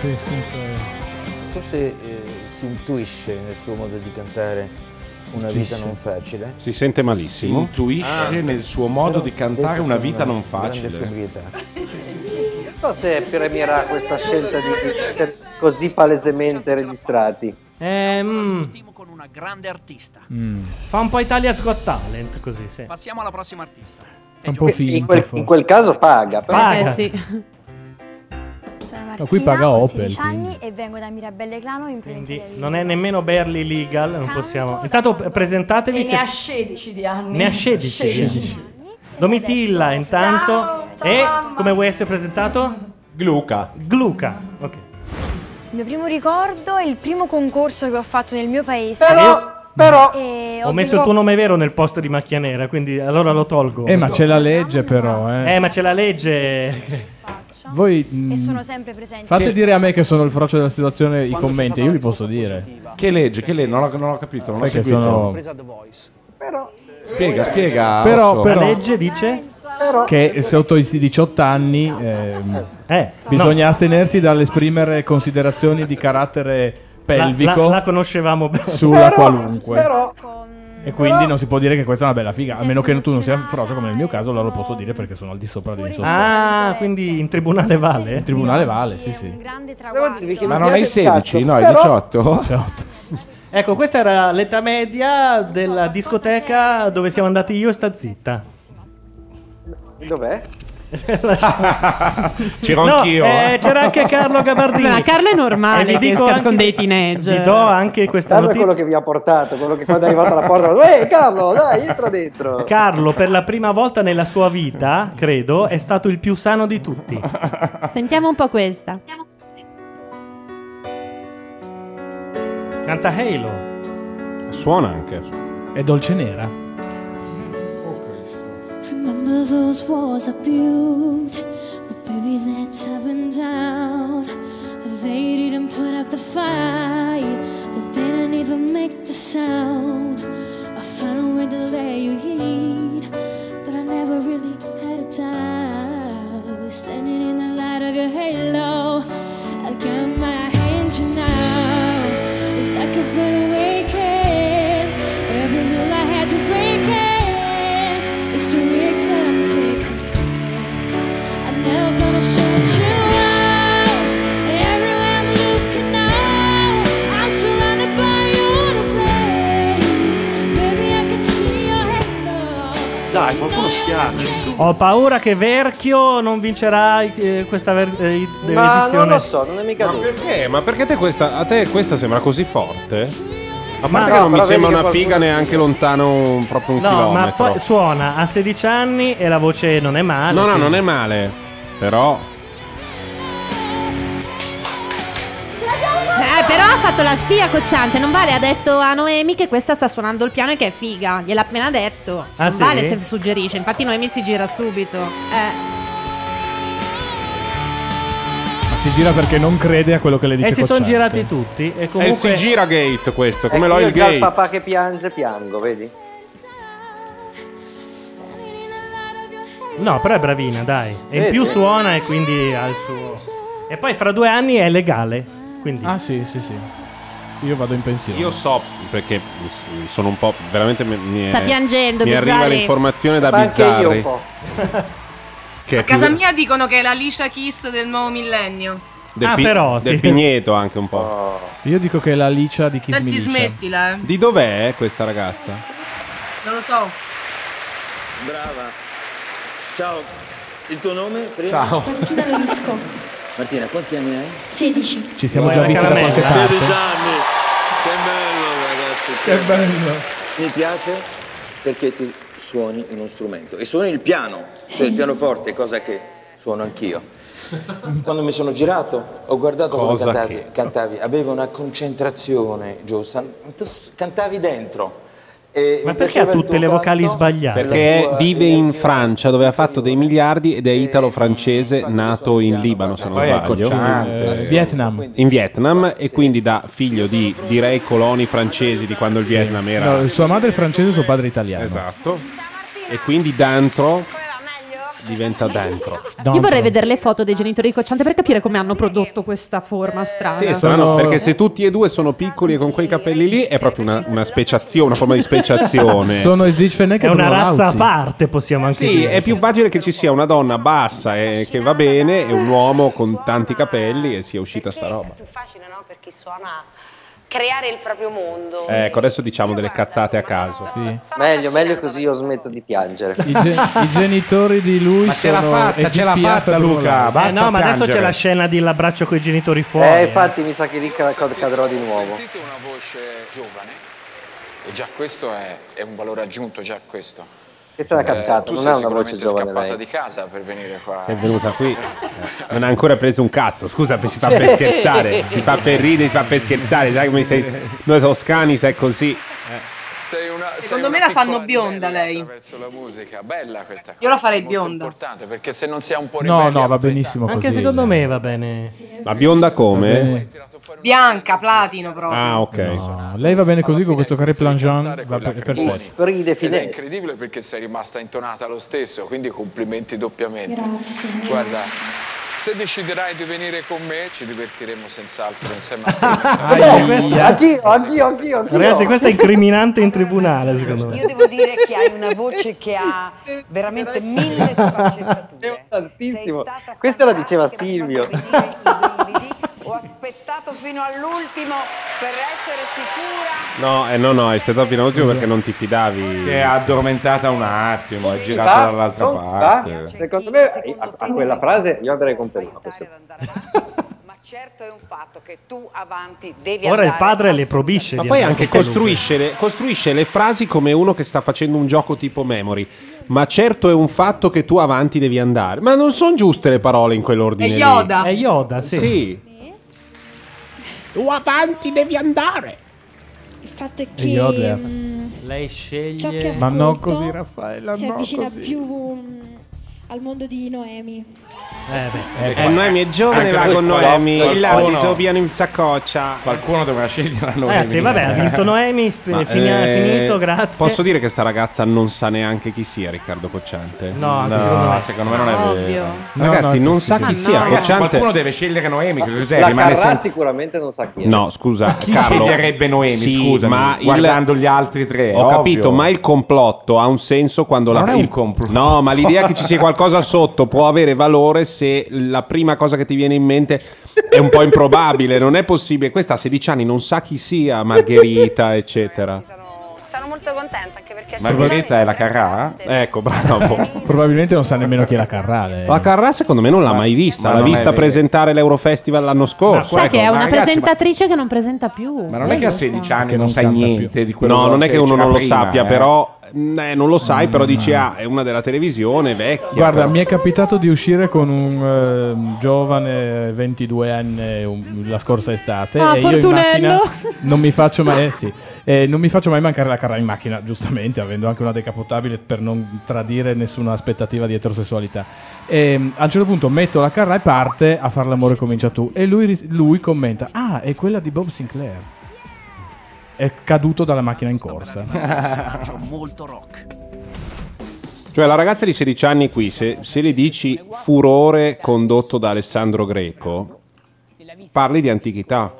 Speaker 6: Sì, sì,
Speaker 15: Non so se eh, si intuisce nel suo modo di cantare una vita non facile.
Speaker 2: Si sente malissimo.
Speaker 12: Si intuisce
Speaker 3: Ah.
Speaker 12: nel suo modo
Speaker 15: però
Speaker 12: di cantare
Speaker 15: detto
Speaker 12: una
Speaker 15: con
Speaker 12: vita non facile.
Speaker 15: Grande sobrietà.
Speaker 10: Non so se premierà questa scelta di di essere così palesemente registrati.
Speaker 3: Ehm,
Speaker 11: con una grande artista.
Speaker 3: Fa un po' Italia's Got Talent così, sì.
Speaker 11: Passiamo alla prossima artista.
Speaker 6: È un po'
Speaker 10: in,
Speaker 6: finto.
Speaker 10: quel, in quel caso paga. Però.
Speaker 3: Paga. Eh,
Speaker 7: sì.
Speaker 27: Sono
Speaker 6: Ma qui
Speaker 27: Martina,
Speaker 6: paga
Speaker 27: ho
Speaker 6: Opel,
Speaker 27: 16 anni e vengo da Mirabelle Clano in provincia di Avellino.
Speaker 3: Non è nemmeno Berly Legal, non possiamo. Intanto eh, presentatevi
Speaker 21: E
Speaker 3: se-
Speaker 21: ne ha 16 di anni.
Speaker 3: ne ha 16. Domitilla intanto
Speaker 27: Ciao, ciao,
Speaker 3: e
Speaker 27: mamma.
Speaker 3: come vuoi essere presentato?
Speaker 2: Gluca.
Speaker 3: Gluca. Ok.
Speaker 27: Il mio primo ricordo è il primo concorso che ho fatto nel mio paese.
Speaker 3: Però-
Speaker 27: però
Speaker 3: Ho messo il tuo nome vero nel posto di macchia nera, quindi allora lo tolgo.
Speaker 6: Eh, ma c'è la legge però, eh.
Speaker 3: Eh, ma c'è la legge.
Speaker 6: Voi mm,
Speaker 27: e sono sempre presente.
Speaker 6: fate
Speaker 27: Che-
Speaker 6: dire a me che sono il frocio della situazione i commenti, io li posso dire.
Speaker 12: Che legge? Che legge? Non l'ho, non l'ho capito, non l'ho
Speaker 6: Sai che
Speaker 12: seguito.
Speaker 6: sono-
Speaker 12: Spiega, spiega.
Speaker 6: Però-
Speaker 12: Osso.
Speaker 6: però-
Speaker 3: La legge dice?
Speaker 6: Che sotto i 18 anni ehm,
Speaker 3: Eh,
Speaker 6: bisogna astenersi dall'esprimere considerazioni di carattere pelvico
Speaker 3: La, la- la conoscevamo bene.
Speaker 6: sulla qualunque. e quindi non si può dire che questa è una bella figa, a meno che tu non sia frocio come nel mio caso, allora lo posso dire perché sono al di sopra di
Speaker 3: Ah, quindi in tribunale vale? In
Speaker 6: tribunale vale, sì, sì.
Speaker 12: Ma non hai 16, no, hai
Speaker 3: Però-
Speaker 12: 18.
Speaker 3: Ecco, questa era l'età media della discoteca dove siamo andati io e sta zitta.
Speaker 10: Dov'è?
Speaker 2: C'ero
Speaker 3: No,
Speaker 2: anch'io.
Speaker 3: eh, c'era anche Carlo Gabardini.
Speaker 7: Ma Carlo è normale
Speaker 3: E vi
Speaker 7: che
Speaker 3: dico
Speaker 7: esca
Speaker 3: anche-
Speaker 7: con dei teenager.
Speaker 3: Vi do anche questa
Speaker 10: Carlo è
Speaker 3: notizia.
Speaker 10: quello che vi ha portato, quello che quando è arrivato alla porta ha detto, ehi Carlo, dai, entra dentro.
Speaker 3: Carlo, per la prima volta nella sua vita, credo, è stato il più sano di tutti.
Speaker 7: Sentiamo un po' questa.
Speaker 3: Canta Halo.
Speaker 2: Suona anche.
Speaker 6: È dolce nera.
Speaker 5: Remember those walls I built? But baby, that's up and down. They didn't put up the fight, but they didn't even make the sound. I found a way to let you in, but I never really had a doubt. Standing in the light of your halo, I got my hand to now. It's like I've been awakened. Every rule I had to break it. It's the risks that I'm taking. I'm never gonna shut you out. Everywhere I'm looking now, I'm surrounded by your embrace. Maybe I can see your halo.
Speaker 28: Dai, qualcuno schiaccia su.
Speaker 3: Ho paura che Verchio non vincerà eh, questa ver- eh, edizione.
Speaker 10: Ma non lo so, non è mica detto.
Speaker 2: Eh, ma perché te questa, a te questa sembra così forte? A
Speaker 3: Ma-
Speaker 2: parte
Speaker 3: No,
Speaker 2: che non mi
Speaker 3: però
Speaker 2: sembra
Speaker 3: vedi
Speaker 2: una
Speaker 3: che
Speaker 2: figa
Speaker 3: qualcuno-
Speaker 2: neanche lontano un- proprio un
Speaker 3: No, ma
Speaker 2: chilometro.
Speaker 3: poi suona a 16 anni e la voce non è male.
Speaker 2: No, no,
Speaker 3: quindi-
Speaker 2: non è male. Però
Speaker 7: Eh, però ha fatto la spia cocciante, non vale, ha detto a Noemi che questa sta suonando il piano e che è figa, gliel'ha appena detto.
Speaker 3: Ah,
Speaker 7: non
Speaker 3: sì?
Speaker 7: vale se suggerisce, infatti Noemi si gira subito. Eh,
Speaker 6: Ma si gira perché non crede a quello che le dice
Speaker 3: E si sono
Speaker 6: Cocciante.
Speaker 3: girati tutti. E
Speaker 2: è il
Speaker 3: comunque.
Speaker 2: si gira gate questo, come
Speaker 3: Eh,
Speaker 10: Ecco,
Speaker 2: l'ho
Speaker 10: io
Speaker 2: il
Speaker 10: già
Speaker 2: gate.
Speaker 10: papà che piange, piango, vedi?
Speaker 3: No, però è bravina, dai. E in
Speaker 6: Vedi?
Speaker 3: più suona e quindi ha il suo. E poi fra due anni è legale. Quindi.
Speaker 6: Ah, sì, sì, sì. Io vado in pensione.
Speaker 2: Io so perché s- sono un po' veramente mi- mi
Speaker 7: Sta piangendo,
Speaker 2: Mi arriva
Speaker 7: Bizzarri.
Speaker 2: l'informazione da
Speaker 7: Ma anche
Speaker 2: Bizzarri.
Speaker 7: io un
Speaker 10: po'.
Speaker 2: Che
Speaker 8: A
Speaker 2: è più
Speaker 8: casa
Speaker 2: de-
Speaker 8: mia dicono che è la liscia kiss del nuovo millennio.
Speaker 2: del,
Speaker 6: Ah,
Speaker 2: pi-
Speaker 6: però,
Speaker 2: del
Speaker 6: sì.
Speaker 2: Pigneto anche un po'.
Speaker 6: Oh. Io dico che è la licia di chi
Speaker 8: Senti,
Speaker 6: smilisce.
Speaker 8: smettila, eh.
Speaker 2: Di dov'è questa ragazza?
Speaker 8: Non lo so.
Speaker 15: Brava. Ciao, il tuo nome? Prima?
Speaker 2: Ciao.
Speaker 15: Martina Lorisco. Martina, quanti anni hai?
Speaker 5: 16.
Speaker 6: Ci siamo già visti da qualche parte.
Speaker 15: 16 anni. Che bello, ragazzi.
Speaker 6: Che bello.
Speaker 15: Mi piace perché tu suoni uno strumento e suoni il piano, cioè il pianoforte, cosa che suono anch'io. Quando mi sono girato ho guardato
Speaker 2: Cosa
Speaker 15: come cantavi, cantavi, avevi una concentrazione giusta, tu s- cantavi dentro. E
Speaker 3: Ma
Speaker 15: mi
Speaker 3: perché ha
Speaker 15: piaceva il
Speaker 3: tutte
Speaker 15: tuo
Speaker 3: le vocali
Speaker 15: canto.
Speaker 3: sbagliate?
Speaker 2: Perché
Speaker 15: tua
Speaker 2: vive in Francia dove ha fatto dei miliardi ed è
Speaker 7: Eh,
Speaker 2: italo-francese nato in Libano se non
Speaker 6: Poi è
Speaker 2: sbaglio.
Speaker 6: cocciante, Eh, sì. Vietnam.
Speaker 2: In Vietnam e quindi da figlio di direi coloni francesi di quando il Vietnam era
Speaker 6: No, sua madre è francese, suo padre è italiano.
Speaker 2: Esatto. E quindi dentro diventa dentro.
Speaker 7: Io vorrei vedere le foto dei genitori di cocciante per capire come hanno prodotto questa
Speaker 12: Eh,
Speaker 7: forma strana.
Speaker 2: Sì, è strano perché se tutti e due sono piccoli e con quei capelli lì è proprio una, una speciazione, una forma di speciazione.
Speaker 6: Sono il Dischfenecke
Speaker 3: È una
Speaker 6: Bruno
Speaker 3: razza a
Speaker 6: Lauzi.
Speaker 3: parte, possiamo anche
Speaker 2: Sì,
Speaker 3: dire.
Speaker 2: è più facile che ci sia una donna bassa e che va bene e un uomo con tanti capelli e sia uscita sta roba.
Speaker 4: più facile, no? Per chi suona creare il proprio mondo.
Speaker 9: Eh,
Speaker 2: Ecco, adesso diciamo delle cazzate a caso.
Speaker 10: Meglio, meglio così io smetto di piangere. Eh,
Speaker 6: I, ge- i genitori di lui
Speaker 10: Ma ce l'ha
Speaker 6: sono
Speaker 10: fatta,
Speaker 6: Edith
Speaker 10: ce l'ha
Speaker 6: Piaf e
Speaker 10: fatta,
Speaker 6: Bruno
Speaker 10: Luca,
Speaker 6: Lauzi.
Speaker 3: Eh, no, ma adesso c'è la scena dell'abbraccio con i genitori fuori.
Speaker 10: Eh,
Speaker 3: eh.
Speaker 10: infatti mi sa che lì ca- ca- cadrò di nuovo.
Speaker 9: Sentite una voce giovane e già questo è, è un valore aggiunto, già questo. Eh,
Speaker 10: Questa è una cazzata,
Speaker 9: tu
Speaker 10: non
Speaker 9: sei
Speaker 10: è una voce
Speaker 9: sicuramente
Speaker 10: giovane
Speaker 9: scappata
Speaker 10: lei.
Speaker 9: di casa per venire qua.
Speaker 2: Sei venuta qui, eh, non ha ancora preso un cazzo. Scusa, si fa per scherzare, si fa per ridere, si fa per scherzare. Sai come sei, noi toscani, sei così.
Speaker 9: Sei una, sei
Speaker 8: Secondo
Speaker 9: una
Speaker 8: me la
Speaker 9: piccola
Speaker 8: fanno bionda
Speaker 9: ribelle
Speaker 8: lei.
Speaker 9: Attraverso la musica, bella questa cosa.
Speaker 8: Io la farei
Speaker 9: molto
Speaker 8: bionda.
Speaker 9: Importante perché se non sei un po'
Speaker 6: No,
Speaker 9: ribelle,
Speaker 6: no, va benissimo
Speaker 3: Anche
Speaker 6: così.
Speaker 3: secondo me va bene.
Speaker 2: La bionda come?
Speaker 8: Bianca, platino proprio.
Speaker 2: Ah, ok.
Speaker 6: No, lei va bene così con questo carré plongeon, va per- è perfetto.
Speaker 10: Spride
Speaker 9: Ed è incredibile perché sei rimasta intonata lo stesso, quindi complimenti doppiamente.
Speaker 5: Grazie,
Speaker 9: Guarda,
Speaker 5: grazie.
Speaker 9: se deciderai di venire con me, ci divertiremo senz'altro insieme a
Speaker 3: Vabbè, questa-
Speaker 10: Anch'io, anch'io, anch'io, anch'io.
Speaker 3: Ragazzi, questo è incriminante in tribunale, secondo me.
Speaker 4: Io devo dire che hai una voce che ha veramente mille sfaccettature.
Speaker 10: Tantissimo. Questa la diceva Silvio.
Speaker 4: Ho aspettato fino all'ultimo per essere sicura.
Speaker 2: No, eh, no, no, hai aspettato fino all'ultimo perché non ti fidavi.
Speaker 12: Si è addormentata un attimo, è
Speaker 10: Va,
Speaker 12: girata
Speaker 3: Oh,
Speaker 12: dall'altra
Speaker 10: non va.
Speaker 12: parte.
Speaker 10: Cioè, Secondo me a, a quella frase io andrei con Pelino.
Speaker 4: Ma certo è un fatto che tu avanti devi
Speaker 3: Ora
Speaker 4: andare.
Speaker 3: il padre le proibisce.
Speaker 2: Ma
Speaker 3: di
Speaker 2: poi
Speaker 3: andare
Speaker 2: anche
Speaker 3: con lui.
Speaker 2: costruisce le, costruisce le frasi come uno che sta facendo un gioco tipo memory. Ma certo è un fatto che tu avanti devi andare. Ma non sono giuste le parole in quell'ordine. lì.
Speaker 3: È Yoda, sì.
Speaker 2: Sì.
Speaker 5: Tu avanti devi andare. Il fatto è che
Speaker 3: eh.
Speaker 2: Yoda.
Speaker 5: mm,
Speaker 3: Lei sceglie.
Speaker 19: Ciò che ascolto
Speaker 6: Ma non così, Raffaella.
Speaker 19: si
Speaker 6: no,
Speaker 19: avvicina
Speaker 6: così.
Speaker 19: più mm, al mondo di Noemi.
Speaker 3: Eh,
Speaker 2: Eh, Noemi è giovane, va con Noemi. Il lago di piano in saccoccia.
Speaker 12: Qualcuno dovrà scegliere la Noemi.
Speaker 3: Ragazzi, vabbè, ha vinto Noemi. sp-
Speaker 2: Ma,
Speaker 3: fini- ha
Speaker 2: eh,
Speaker 3: finito, grazie.
Speaker 2: Posso dire che sta ragazza non sa neanche chi sia Riccardo Cocciante?
Speaker 3: No, anche
Speaker 12: secondo me.
Speaker 2: secondo me non è
Speaker 12: Ovvio.
Speaker 2: vero.
Speaker 12: No,
Speaker 2: Ragazzi,
Speaker 12: no,
Speaker 2: non
Speaker 12: sì,
Speaker 2: sa
Speaker 12: sì,
Speaker 2: chi
Speaker 12: sì.
Speaker 2: sia
Speaker 12: No.
Speaker 2: Cocciante.
Speaker 12: Qualcuno deve scegliere Noemi, che cos'è?
Speaker 10: La
Speaker 12: Rimane
Speaker 10: Carrà
Speaker 12: senza-
Speaker 10: sicuramente non sa chi è.
Speaker 2: No, scusa,
Speaker 12: Chi
Speaker 2: Carlo.
Speaker 12: sceglierebbe Noemi,
Speaker 2: Sì,
Speaker 12: scusami,
Speaker 2: ma il-
Speaker 12: guardando gli altri tre?
Speaker 2: Ho
Speaker 12: ovvio.
Speaker 2: capito, ma il complotto ha un senso quando la
Speaker 12: Non è un
Speaker 2: il- No, ma l'idea che ci sia qualcosa sotto può avere valore se la prima cosa che ti viene in mente è un po' improbabile, non è possibile. Questa a 16 anni non sa chi sia Margherita, eccetera.
Speaker 13: Sono molto contenta anche perché
Speaker 2: Margherita è la Carrà? Ecco, bravo.
Speaker 6: Probabilmente non sa nemmeno chi è la Carrale.
Speaker 2: La Carrà secondo me non l'ha mai vista,
Speaker 6: ma
Speaker 2: l'ha
Speaker 6: non è
Speaker 2: vista
Speaker 6: vero.
Speaker 2: presentare l'Eurofestival l'anno scorso.
Speaker 7: Sai
Speaker 2: ecco.
Speaker 7: che è una presentatrice che non presenta più.
Speaker 12: Ma non è che a 16 anni non, sai niente di quello
Speaker 2: No, non è che uno
Speaker 12: c'era
Speaker 2: non lo
Speaker 12: prima,
Speaker 2: sappia,
Speaker 12: eh.
Speaker 2: però eh, non lo sai, però dici ah, è una della televisione, è vecchia.
Speaker 6: Guarda,
Speaker 2: però.
Speaker 6: mi è capitato di uscire con un ehm, giovane 22enne um, la scorsa estate
Speaker 7: Ah,
Speaker 6: e io in
Speaker 7: Fortunello.
Speaker 6: macchina non mi faccio mai eh sì, eh, non mi faccio mai mancare la carra in macchina, giustamente, avendo anche una decapotabile per non tradire nessuna aspettativa di eterosessualità. Ehm, a un certo punto metto la carra e parte a far l'amore comincia tu e lui, ri- lui commenta "Ah, è quella di Bob Sinclair". È caduto dalla macchina in corsa.
Speaker 11: Faccio molto rock.
Speaker 2: Cioè, la ragazza di 16 anni qui, se, se le dici furore condotto da Alessandro Greco, parli di antichità.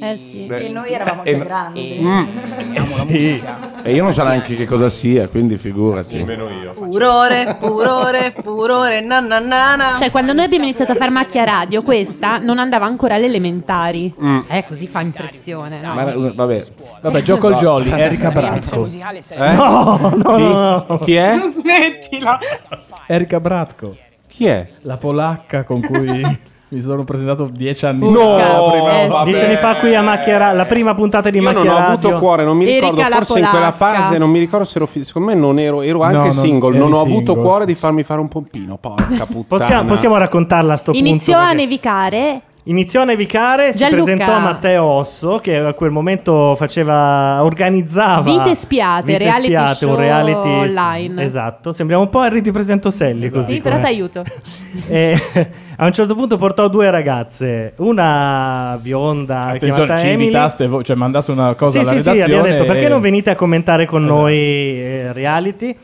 Speaker 7: Eh sì.
Speaker 2: Beh,
Speaker 16: E noi eravamo
Speaker 2: eh,
Speaker 16: già
Speaker 2: ma-
Speaker 16: grandi.
Speaker 2: Mm.
Speaker 12: Sì. E io non so neanche che cosa sia, quindi figurati.
Speaker 2: Nemmeno io.
Speaker 7: Furore,
Speaker 16: furore,
Speaker 7: furore, nanna Cioè, quando noi abbiamo iniziato a fare macchia radio, questa non andava ancora alle elementari.
Speaker 12: Mm.
Speaker 7: Eh, così fa impressione. no?
Speaker 12: Ma, eh, vabbè.
Speaker 6: Vabbè, gioco al jolly, Erika Bracco.
Speaker 12: Eh?
Speaker 6: Ecco. No, no,
Speaker 12: Chi?
Speaker 6: no, no.
Speaker 12: Chi è?
Speaker 8: Smettila.
Speaker 6: Erika Bratko.
Speaker 2: Chi è?
Speaker 6: La polacca con cui mi sono presentato dieci anni
Speaker 3: No,
Speaker 6: fa.
Speaker 3: eh, dieci anni fa qui a Macchia Ra- la prima puntata di
Speaker 2: Io
Speaker 3: Macchia
Speaker 2: non ho
Speaker 3: Radio.
Speaker 2: avuto cuore, non mi ricordo, forse in quella fase, non mi ricordo se ero, fi- secondo me non ero, ero anche
Speaker 6: No, non-
Speaker 2: single,
Speaker 6: eri
Speaker 2: non ho avuto
Speaker 6: single,
Speaker 2: cuore di farmi fare un pompino, porca puttana.
Speaker 3: Possiamo, possiamo raccontarla a sto
Speaker 12: certo
Speaker 7: Iniziò
Speaker 3: punto.
Speaker 7: a
Speaker 3: perché-
Speaker 7: nevicare.
Speaker 3: Iniziò a nevicare,
Speaker 7: Gianluca.
Speaker 3: si presentò Matteo Osso che a quel momento faceva organizzava
Speaker 7: Vite spiate,
Speaker 3: Vite
Speaker 7: reality
Speaker 3: spiate, un
Speaker 7: show
Speaker 3: reality
Speaker 7: online.
Speaker 3: Esatto, sembriamo un po' Henry ti presento Selli così.
Speaker 7: Sì, però Eh,
Speaker 3: com'è.
Speaker 7: ti aiuto.
Speaker 3: E a un certo punto portò due ragazze, una bionda
Speaker 6: Attenzione,
Speaker 3: chiamata
Speaker 6: ci
Speaker 3: Emily.
Speaker 6: invitaste, voi, cioè mandato una cosa
Speaker 3: sì,
Speaker 6: alla
Speaker 3: sì, sì,
Speaker 6: redazione.
Speaker 3: abbiamo detto perché
Speaker 6: e-
Speaker 3: non venite a commentare con
Speaker 6: Esatto.
Speaker 3: noi eh, reality? Eh,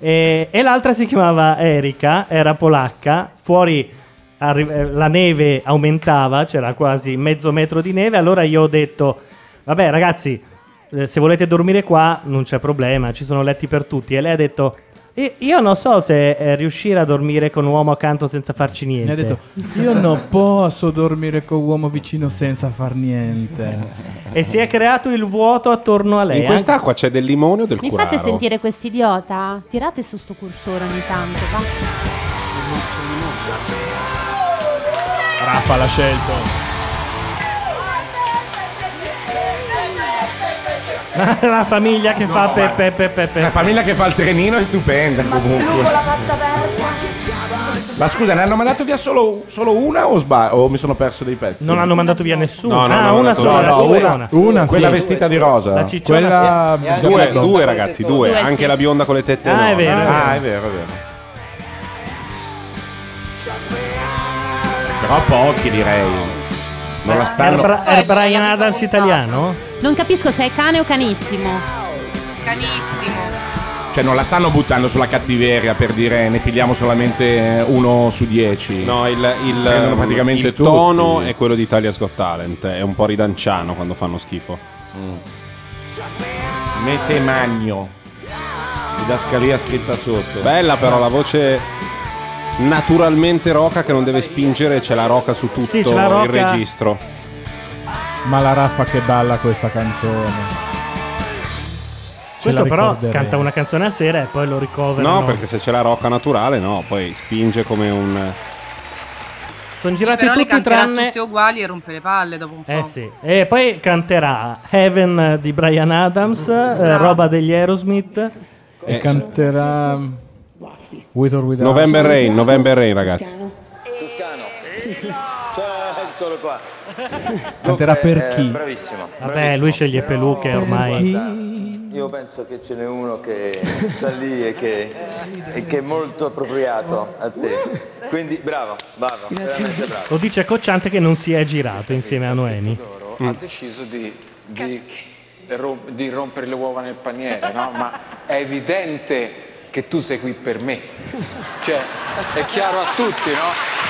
Speaker 3: E, e l'altra si chiamava Erika, era polacca, fuori arri- eh, la neve aumentava, c'era quasi mezzo metro di neve, allora io ho detto, vabbè ragazzi, eh, se volete dormire qua non c'è problema, ci sono letti per tutti. E lei ha detto... "I- Io non so se eh, riuscire a dormire con un uomo accanto senza farci niente.
Speaker 6: Mi ha detto, io non posso dormire con uomo vicino senza far niente.
Speaker 3: E si è creato il vuoto attorno a lei.
Speaker 2: In quest'acqua c'è del limone o del
Speaker 7: Mi
Speaker 2: curaro?
Speaker 7: fate sentire quest'idiota? Tirate su sto cursore ogni tanto, va.
Speaker 6: Raffa l'ha scelto.
Speaker 3: la famiglia che fa Peppe Peppe
Speaker 12: La famiglia che fa il trenino è stupenda comunque. Ma scusa, ne hanno mandato via solo, solo una o, sba- o mi sono perso dei pezzi?
Speaker 3: Non hanno mandato via
Speaker 12: No,
Speaker 3: nessuno.
Speaker 12: no,
Speaker 3: ah,
Speaker 12: no,
Speaker 3: una
Speaker 12: no,
Speaker 3: sola.
Speaker 12: no,
Speaker 3: due,
Speaker 12: una.
Speaker 3: una.
Speaker 12: Una, sì. Quella vestita di rosa.
Speaker 3: La cicciona.
Speaker 2: Quella- due, due ragazzi, due,
Speaker 3: Due, sì.
Speaker 2: anche la bionda con le tette
Speaker 3: Ah, è
Speaker 2: enormi.
Speaker 3: vero, è
Speaker 2: Ah,
Speaker 3: vero.
Speaker 2: è vero, è vero.
Speaker 12: Però pochi direi. Non la
Speaker 3: Eh, Era,
Speaker 12: stanno.
Speaker 3: Bra- era Brian Adams italiano?
Speaker 7: Non capisco se è cane o canissimo.
Speaker 12: Cioè, non la stanno buttando sulla cattiveria per dire ne pigliamo solamente uno su dieci.
Speaker 2: No, il, il- mm,
Speaker 12: Prendono praticamente
Speaker 2: il
Speaker 12: tutti.
Speaker 2: tono è quello di Italia's Got Talent, è un po' ridanciano quando fanno schifo.
Speaker 12: Mete Mm. magno. Didascalia scritta sotto.
Speaker 2: Bella però la voce naturalmente roca che non deve spingere, c'è la roca su tutto
Speaker 6: Sì, c'è la
Speaker 2: il
Speaker 6: roca.
Speaker 2: registro.
Speaker 6: Ma la Raffa che balla questa canzone. Ce la
Speaker 3: Questo però
Speaker 6: ricorderemo.
Speaker 3: canta una canzone a sera e poi lo ricoverano.
Speaker 2: No, perché se c'è la roca naturale, no, poi spinge come un...
Speaker 3: sono girati
Speaker 8: Però le
Speaker 3: tutti
Speaker 8: canterà
Speaker 3: tranne.
Speaker 8: tutte uguali e rompe le palle dopo un po'.
Speaker 3: Eh sì. E poi canterà Heaven eh, di Brian Adams, eh, roba degli Aerosmith.
Speaker 6: E canterà With or Without
Speaker 2: November Rain, November Rain ragazzi.
Speaker 15: Toscano. Eccolo qua.
Speaker 6: Canterà
Speaker 15: Dunque,
Speaker 6: per chi?
Speaker 15: eh, bravissimo.
Speaker 3: Vabbè, lui sceglie peluche ormai.
Speaker 15: Guarda, Io penso che ce n'è uno che sta lì e che, e che è molto appropriato a te. Quindi bravo, bravo, veramente bravo.
Speaker 3: Lo dice Cocciante che non si è girato insieme a Noemi.
Speaker 9: ha deciso di, di, ro- di rompere le uova nel paniere, no? Ma è evidente che tu sei qui per me. Cioè, è chiaro a tutti, no?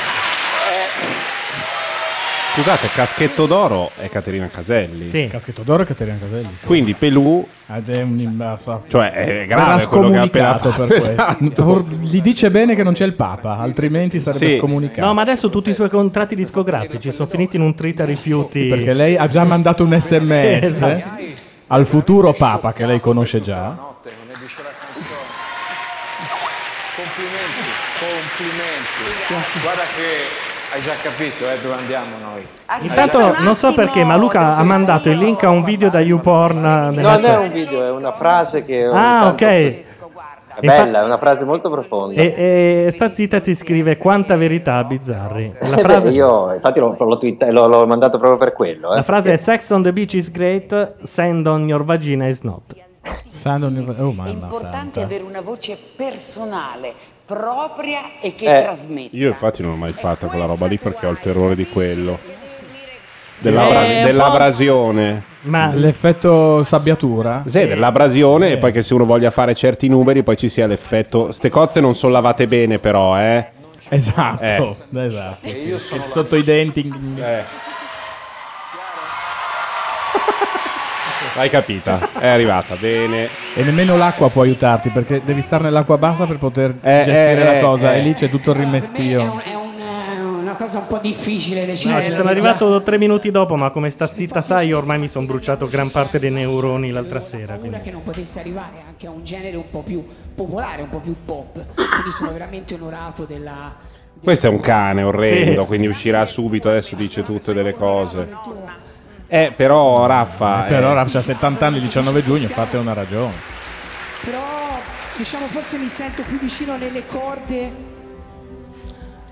Speaker 2: Scusate, Caschetto d'Oro è Caterina Caselli.
Speaker 6: Caschetto d'oro e Caterina Caselli.
Speaker 2: Quindi Pelù,
Speaker 6: Ed è un, fa-
Speaker 2: cioè è
Speaker 6: verrà
Speaker 2: grave quello che ha appena
Speaker 6: scomunicato
Speaker 2: fatto.
Speaker 6: per questo.
Speaker 2: Esatto.
Speaker 6: Or- Gli dice bene che non c'è il Papa, altrimenti sarebbe scomunicato.
Speaker 3: No, ma adesso tutti i suoi contratti discografici sono finiti in un trita rifiuti.
Speaker 6: Perché lei ha già mandato un sms
Speaker 3: Sì, esatto.
Speaker 6: al futuro Papa che lei conosce già.
Speaker 9: Complimenti, complimenti. Guarda che hai già capito eh, dove andiamo noi.
Speaker 3: Intanto non so perché, ma Luca ha mandato il link a un video da YouPorn
Speaker 10: No,
Speaker 3: nella
Speaker 10: non è un
Speaker 3: chat.
Speaker 10: video, è una frase che. ogni
Speaker 3: Ah,
Speaker 10: tanto-
Speaker 3: ok.
Speaker 10: È bella, è una frase molto profonda.
Speaker 3: E, e sta zitta ti scrive quanta verità bizzarri. La
Speaker 10: Eh, beh,
Speaker 3: frase,
Speaker 10: io, infatti, l'ho, l'ho twitta- l'ho- l'ho mandato proprio per quello. eh,
Speaker 3: la frase è
Speaker 10: perché-
Speaker 3: sex on the beach is great, sand on your vagina is not.
Speaker 6: oh
Speaker 3: mamma
Speaker 6: È
Speaker 18: importante avere una voce personale, propria e che
Speaker 2: Eh,
Speaker 18: trasmette.
Speaker 2: Io infatti non l'ho mai fatta quella roba lì perché ho il terrore di quello.
Speaker 6: Eh, un
Speaker 2: Dell'abra-
Speaker 6: po'.
Speaker 2: dell'abrasione.
Speaker 3: Ma
Speaker 6: l'effetto sabbiatura?
Speaker 2: Sì, dell'abrasione
Speaker 6: eh.
Speaker 2: e poi che se uno voglia fare certi numeri poi ci sia l'effetto. Ste cozze non sono lavate bene però, eh.
Speaker 6: Esatto,
Speaker 2: Eh.
Speaker 6: esatto.
Speaker 2: E
Speaker 6: sì.
Speaker 2: io sono
Speaker 6: Che
Speaker 2: la-
Speaker 6: Sotto i denti.
Speaker 2: Eh. L'hai capita, è arrivata, bene.
Speaker 6: E nemmeno l'acqua può aiutarti perché devi stare nell'acqua bassa per poter
Speaker 2: Eh,
Speaker 6: gestire
Speaker 2: eh,
Speaker 6: la
Speaker 2: eh,
Speaker 6: cosa.
Speaker 2: eh.
Speaker 6: E lì c'è tutto il rimeschio.
Speaker 16: È un- è una cosa un po' difficile
Speaker 3: No,
Speaker 16: decidere.
Speaker 3: ci sono arrivato tre minuti dopo, ma come sta zitta sai, io ormai mi sono bruciato gran parte dei neuroni l'altra sera.
Speaker 16: paura
Speaker 3: Quindi.
Speaker 16: che non potesse arrivare anche a un genere un po' più popolare, un po' più pop. Quindi sono veramente onorato della
Speaker 2: Questo è un cane orrendo,
Speaker 16: Sì.
Speaker 2: quindi uscirà subito, adesso dice tutte delle cose. Eh, però Raffa...
Speaker 6: Eh, però
Speaker 2: Raffa
Speaker 6: Raffa ha 70 anni, 19 giugno, fate una ragione.
Speaker 16: Però diciamo forse mi sento più vicino nelle corde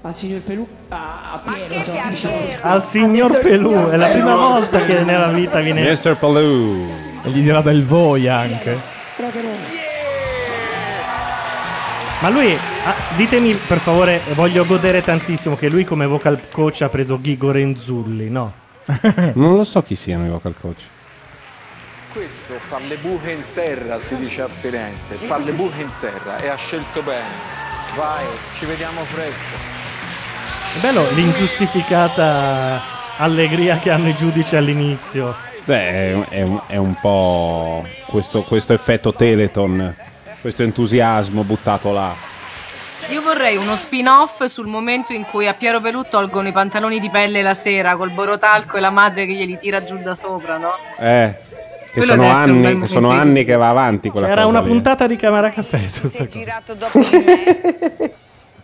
Speaker 16: al signor Pelù a, a Piero, insomma, diciamo.
Speaker 3: Al signor Pelù, è la prima volta che nella vita viene.
Speaker 2: Mr. Palou.
Speaker 6: E gli dirà del voi anche.
Speaker 16: Però che non-
Speaker 3: Ma lui, ah, ditemi per favore, voglio godere tantissimo che lui come vocal coach ha preso Ghigo Renzulli, no?
Speaker 2: non lo so chi siano i vocal coach.
Speaker 9: Questo fa le buche in terra, si dice a Firenze, fa le buche in terra e ha scelto bene. Vai, ci vediamo presto.
Speaker 3: È bello l'ingiustificata allegria che hanno i giudici all'inizio.
Speaker 2: Beh, è- è un, è un po' questo, questo effetto Teleton, questo entusiasmo buttato là.
Speaker 8: Io vorrei uno spin-off sul momento in cui a Piero Pelù tolgono i pantaloni di pelle la sera col borotalco e la madre che glieli tira giù da sopra, no?
Speaker 2: Eh, che
Speaker 8: Quello
Speaker 2: sono
Speaker 8: deve essere un bel
Speaker 2: anni, che, sono
Speaker 8: momento di-
Speaker 2: anni che va avanti quella
Speaker 3: Era
Speaker 2: cosa
Speaker 3: una
Speaker 2: lì. eh.
Speaker 3: puntata di Camera Caffè su sta cosa.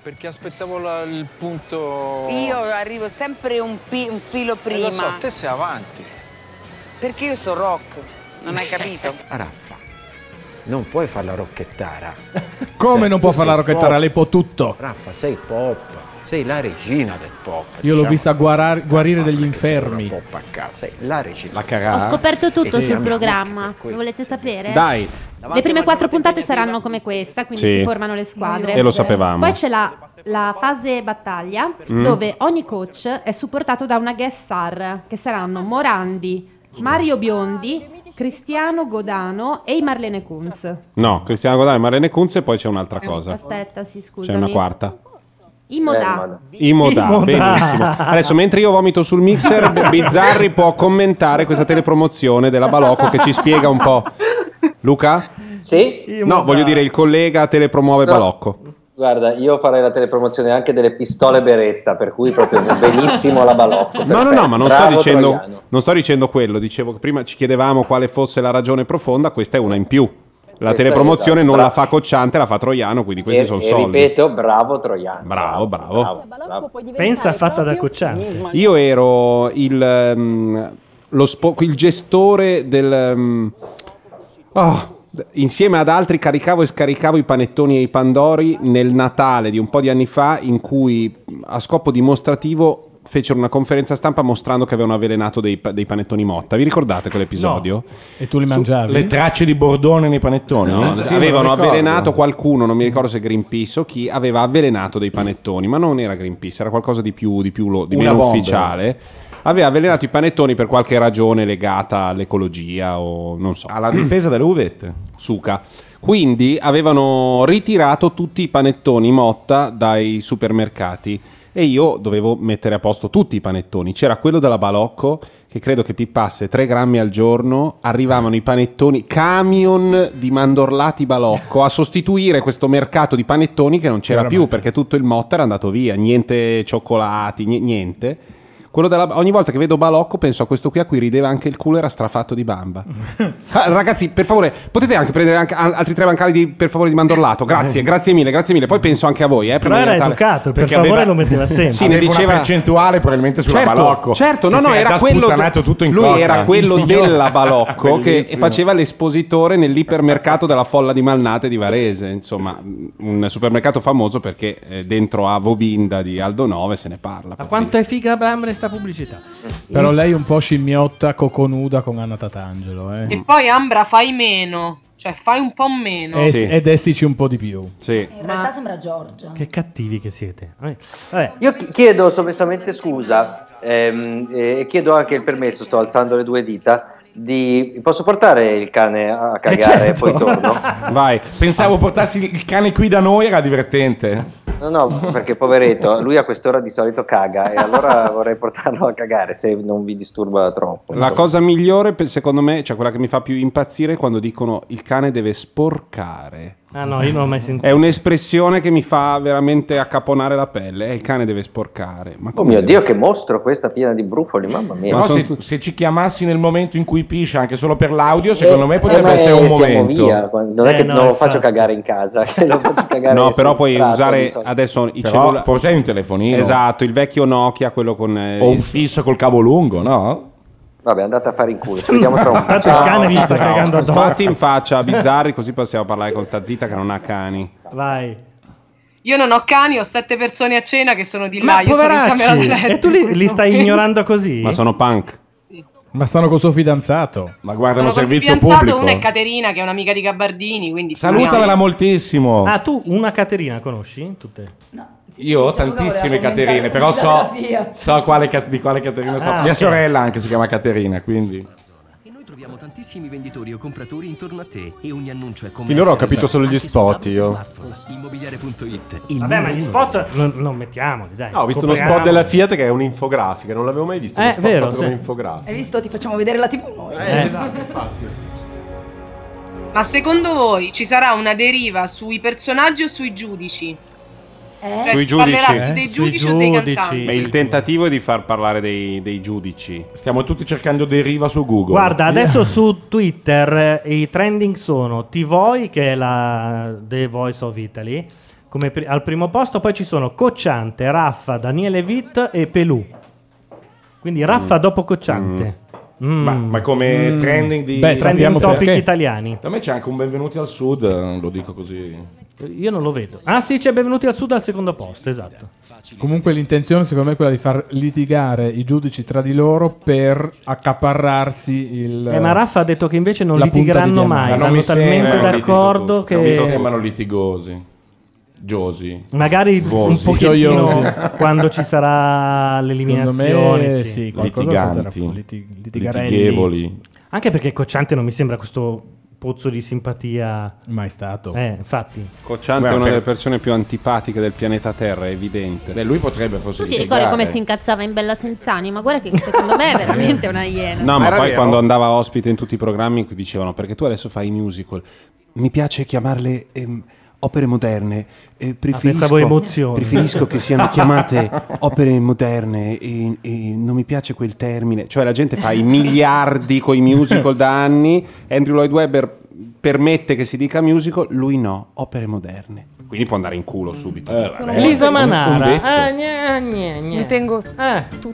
Speaker 9: Perché aspettavo la- il punto...
Speaker 18: Io arrivo sempre un, pi- un filo
Speaker 9: Eh,
Speaker 18: prima.
Speaker 9: Lo so, te sei avanti.
Speaker 18: Perché io sono rock, non hai capito?
Speaker 15: Raffa, non puoi fare la rocchettara. Cioè,
Speaker 6: Come non può
Speaker 15: tu
Speaker 6: fare la
Speaker 15: sei
Speaker 6: rocchettara?
Speaker 15: pop.
Speaker 6: Lei può tutto.
Speaker 15: Raffa, sei pop, sei la regina del pop.
Speaker 6: Io l'ho
Speaker 15: diciamo.
Speaker 6: vista guarar- guarire degli infermi.
Speaker 15: Sei la regina. La
Speaker 2: cagata.
Speaker 7: Ho scoperto tutto
Speaker 6: Sì.
Speaker 7: sul programma. Lo volete sapere?
Speaker 2: Dai.
Speaker 7: Le prime quattro puntate saranno come questa, quindi
Speaker 2: Sì.
Speaker 7: si formano le squadre.
Speaker 2: E lo sapevamo.
Speaker 7: Poi c'è la, la fase battaglia,
Speaker 2: Mm.
Speaker 7: dove ogni coach è supportato da una guest star, che saranno Morandi, Mario Biondi, Cristiano Godano e i Marlene Kunz.
Speaker 2: No, Cristiano Godai, Marlene Kunz e poi c'è un'altra cosa.
Speaker 7: Eh, Aspetta, sì,
Speaker 2: C'è
Speaker 7: scusami.
Speaker 2: una quarta.
Speaker 7: I Modà.
Speaker 2: I Modà,
Speaker 7: I Modà.
Speaker 2: benissimo. Adesso, mentre io vomito sul mixer, B- Bizzarri può commentare questa telepromozione della Balocco che ci spiega un po'. Luca?
Speaker 10: Sì?
Speaker 2: No, voglio dire, il collega telepromuove
Speaker 10: No.
Speaker 2: Balocco.
Speaker 10: Guarda, io farei la telepromozione anche delle pistole beretta, per cui proprio benissimo la balocco.
Speaker 2: No, no, no, ma non sto,
Speaker 10: Bravo
Speaker 2: dicendo,
Speaker 10: Troiano.
Speaker 2: non sto dicendo quello. Dicevo che prima ci chiedevamo quale fosse la ragione profonda, questa è una in più. La
Speaker 10: Questa
Speaker 2: telepromozione
Speaker 10: è esatto,
Speaker 2: non la fa
Speaker 10: bravo.
Speaker 2: Cocciante, la fa Troiano, quindi questi
Speaker 10: E-
Speaker 2: sono
Speaker 10: e
Speaker 2: soldi.
Speaker 10: ripeto, bravo Troiano.
Speaker 2: Bravo, bravo.
Speaker 3: Pensa fatta da Cocciante.
Speaker 2: Io ero il, ehm, lo spo- il gestore del... ehm, ah, d- insieme ad altri caricavo e scaricavo i panettoni e i pandori nel Natale di un po' di anni fa in cui a scopo dimostrativo fecero una conferenza stampa mostrando che avevano avvelenato dei, pa- dei panettoni Motta. Vi ricordate quell'episodio?
Speaker 6: E tu li
Speaker 2: Su-
Speaker 6: mangiavi?
Speaker 2: le
Speaker 12: Tracce di Bordone nei panettoni.
Speaker 2: No,
Speaker 12: eh? Sì, me lo
Speaker 2: avevano
Speaker 12: ricordo.
Speaker 2: avvelenato qualcuno, non mi ricordo se Greenpeace o chi, aveva avvelenato dei panettoni, ma non era Greenpeace, era qualcosa di più, di più lo- di
Speaker 12: Una
Speaker 2: meno
Speaker 12: bomba.
Speaker 2: ufficiale. Aveva avvelenato i panettoni per qualche ragione legata all'ecologia o non so. Alla
Speaker 12: difesa
Speaker 2: delle uvette. Suca. Quindi avevano ritirato tutti i panettoni Motta dai supermercati e io dovevo mettere a posto tutti i panettoni. C'era quello della Balocco che credo che pippasse 3 grammi al giorno, arrivavano i panettoni, camion di mandorlati Balocco a sostituire questo mercato di panettoni che non c'era
Speaker 6: Era
Speaker 2: più perché tutto il Motta era andato via, niente cioccolati, ni- niente. Quello della- ogni volta che vedo Balocco penso a questo qui a cui rideva anche il culo era strafatto di bamba. Ah, ragazzi, per favore, potete anche prendere anche al- altri tre bancali di, per favore di mandorlato. Grazie, grazie mille, grazie mille. Poi penso anche a voi. Eh, prima
Speaker 3: Però
Speaker 2: di
Speaker 3: era
Speaker 2: Natale.
Speaker 3: educato, per
Speaker 2: Perché
Speaker 3: favore lo metteva sempre.
Speaker 2: Sì, ne
Speaker 12: Aveva
Speaker 2: diceva...
Speaker 12: una percentuale probabilmente sulla
Speaker 2: certo,
Speaker 12: Balocco.
Speaker 2: Certo, no,
Speaker 12: che
Speaker 2: no,
Speaker 12: si è
Speaker 2: era
Speaker 12: già
Speaker 2: quello,
Speaker 12: sputtanato tutto in
Speaker 2: lui
Speaker 12: coca.
Speaker 2: era quello
Speaker 12: Il signor-
Speaker 2: della Balocco che
Speaker 12: Bellissimo.
Speaker 2: faceva l'espositore nell'ipermercato della Folla di Malnate di Varese, insomma, un supermercato famoso perché eh, dentro a Vobinda di Aldo 9 se ne parla.
Speaker 3: Ma quanto è figa Bramble sta pubblicità?
Speaker 6: Però lei è un po' scimmiotta, coconuda con Anna Tatangelo. eh.
Speaker 8: E poi Ambra fai meno, cioè fai un po' meno.
Speaker 6: E- Eh, Ed estici un po' di più.
Speaker 2: Sì.
Speaker 5: In realtà sembra Giorgia.
Speaker 3: Che cattivi che siete.
Speaker 6: eh.
Speaker 10: Io chi- chiedo sommessamente scusa ehm, e chiedo anche il permesso, sto alzando le due dita, di... posso portare il cane a cagare
Speaker 12: certo.
Speaker 10: e poi torno?
Speaker 2: Vai.
Speaker 12: Pensavo portassi il cane qui da noi, era divertente.
Speaker 10: No, no, perché poveretto, lui a quest'ora di solito caga e allora vorrei portarlo a cagare se non vi disturba troppo.
Speaker 2: La cosa migliore, per- secondo me, cioè quella che mi fa più impazzire è quando dicono il cane deve sporcare.
Speaker 3: Ah no, io non l'ho mai sentito.
Speaker 2: È un'espressione che mi fa veramente accaponare la pelle. Eh, il cane deve sporcare. Ma
Speaker 10: Oh
Speaker 2: come
Speaker 10: mio
Speaker 2: deve
Speaker 10: Dio, che mostro questa piena di brufoli, mamma mia.
Speaker 12: Però se, se ci chiamassi nel momento in cui piscia, anche solo per l'audio, secondo me potrebbe
Speaker 10: Eh,
Speaker 12: essere
Speaker 10: ma
Speaker 12: un
Speaker 10: siamo
Speaker 12: momento.
Speaker 10: via, quando-
Speaker 12: Eh,
Speaker 6: Eh,
Speaker 10: non è che non lo faccio cagare in casa, che lo faccio cagare
Speaker 2: No,
Speaker 10: sul
Speaker 2: però puoi
Speaker 10: prato, di
Speaker 2: usare
Speaker 10: solito.
Speaker 2: adesso i
Speaker 12: Però
Speaker 2: cellulari.
Speaker 12: forse hai un telefonino.
Speaker 2: Esatto, il vecchio Nokia, quello con. eh,
Speaker 12: O un
Speaker 2: il-
Speaker 12: fisso col cavo lungo, no?
Speaker 10: Vabbè, andate a fare in culo. Ci vediamo tra un po'.
Speaker 2: Tanto
Speaker 10: Ciao.
Speaker 2: Ciao.
Speaker 10: addosso.
Speaker 2: Sbatti in faccia a Bizzarri, così possiamo parlare con sta zitta che non ha cani.
Speaker 3: Vai.
Speaker 8: Io non ho cani, ho sette persone a cena che sono di là.
Speaker 3: Ma
Speaker 8: io sono in camera da
Speaker 3: poveracci!
Speaker 8: letto.
Speaker 3: E tu li, li stai ignorando così?
Speaker 2: Ma sono punk.
Speaker 6: Ma stanno col suo fidanzato.
Speaker 12: Ma guardano
Speaker 8: Sono col fidanzato, una è Caterina che è un'amica di Gabbardini, quindi
Speaker 12: Salutamela moltissimo.
Speaker 3: Ah, tu una Caterina conosci? Tutte?
Speaker 12: Io ho tantissime Caterine, però so, so quale ca- di quale Caterina sta.
Speaker 3: Ah,
Speaker 12: Mia
Speaker 3: ok.
Speaker 12: sorella anche si chiama Caterina, quindi.
Speaker 20: Noi troviamo tantissimi venditori o compratori intorno a te e ogni annuncio è commesso.
Speaker 22: Finora ho capito solo gli spot io.
Speaker 20: Immobiliare.it.
Speaker 3: Vabbè, ma gli spot non, non mettiamoli, dai.
Speaker 22: No, ho visto uno
Speaker 3: Copriamo.
Speaker 22: spot della Fiat che è un'infografica, non l'avevo mai visto. uno
Speaker 3: Eh,
Speaker 22: spot
Speaker 3: vero,
Speaker 22: fatto
Speaker 3: sì.
Speaker 22: come infografica.
Speaker 5: Hai visto? Ti facciamo vedere la TV noi.
Speaker 22: Eh, esatto, infatti.
Speaker 8: Ma secondo voi ci sarà una deriva sui personaggi o sui giudici?
Speaker 5: Eh?
Speaker 8: Cioè, si parlerà
Speaker 12: Eh?
Speaker 8: più dei giudici o dei cantanti?
Speaker 2: Beh, il tentativo è di far parlare dei, dei giudici.
Speaker 12: Stiamo tutti cercando deriva su Google.
Speaker 3: Guarda, adesso su Twitter eh, i trending sono Tivoi, che è la The Voice of Italy, come pri- al primo posto, poi ci sono Cocciante, Raffa, Daniele Witt e Pelù. Quindi
Speaker 22: Mm.
Speaker 3: Raffa dopo Cocciante.
Speaker 12: Ma, ma come
Speaker 3: Mm.
Speaker 12: trending di
Speaker 3: Beh, sappiamo Trending topic perché. italiani.
Speaker 12: Da me c'è anche un benvenuti al sud, eh, lo dico così.
Speaker 3: Io non lo vedo. Ah sì, c'è Benvenuti al Sud al secondo posto, esatto.
Speaker 6: Comunque l'intenzione secondo me è quella di far litigare i giudici tra di loro per accaparrarsi il...
Speaker 3: Eh, ma Raffa ha detto che invece non
Speaker 6: la punta di
Speaker 3: litigheranno
Speaker 6: diamante.
Speaker 12: Ah,
Speaker 3: mai,
Speaker 6: Ma non
Speaker 3: vanno
Speaker 6: mi
Speaker 3: talmente
Speaker 6: sembra,
Speaker 3: d'accordo
Speaker 12: Non
Speaker 3: che...
Speaker 12: mi sembrano litigosi. Giosi.
Speaker 3: Magari
Speaker 12: Vosi.
Speaker 3: un pochettino quando ci sarà l'eliminazione.
Speaker 6: Secondo me, sì, qualcosa
Speaker 12: litiganti,
Speaker 6: salterà fuori, liti- litigarelli.
Speaker 12: litighevoli.
Speaker 3: Anche perché Cocciante non mi sembra questo pozzo di simpatia.
Speaker 6: Mai stato.
Speaker 3: Eh, infatti.
Speaker 2: Cocciante è
Speaker 3: Guarda,
Speaker 2: una
Speaker 3: per-
Speaker 2: delle persone più antipatiche del pianeta Terra, è evidente.
Speaker 12: Beh, lui potrebbe forse
Speaker 7: Tu ti ricordi come si incazzava in Bella Senz'anima? Guarda che secondo me è veramente una
Speaker 12: eh".
Speaker 7: iena.
Speaker 2: No, ma,
Speaker 22: era
Speaker 2: poi
Speaker 22: vero?
Speaker 2: quando andava ospite in tutti i programmi dicevano perché tu adesso fai i musical. Mi piace chiamarle ehm, opere moderne. eh, preferisco,
Speaker 3: pensavo emozioni.
Speaker 2: preferisco che siano chiamate opere moderne e, e non mi piace quel termine. Cioè la gente fa i miliardi con i musical da anni. Andrew Lloyd Webber permette che si dica musical, lui no, opere moderne. Quindi può andare in culo subito.
Speaker 12: Eh,
Speaker 3: Elisa
Speaker 7: eh?
Speaker 3: Manara. Ah,
Speaker 25: Mi tengo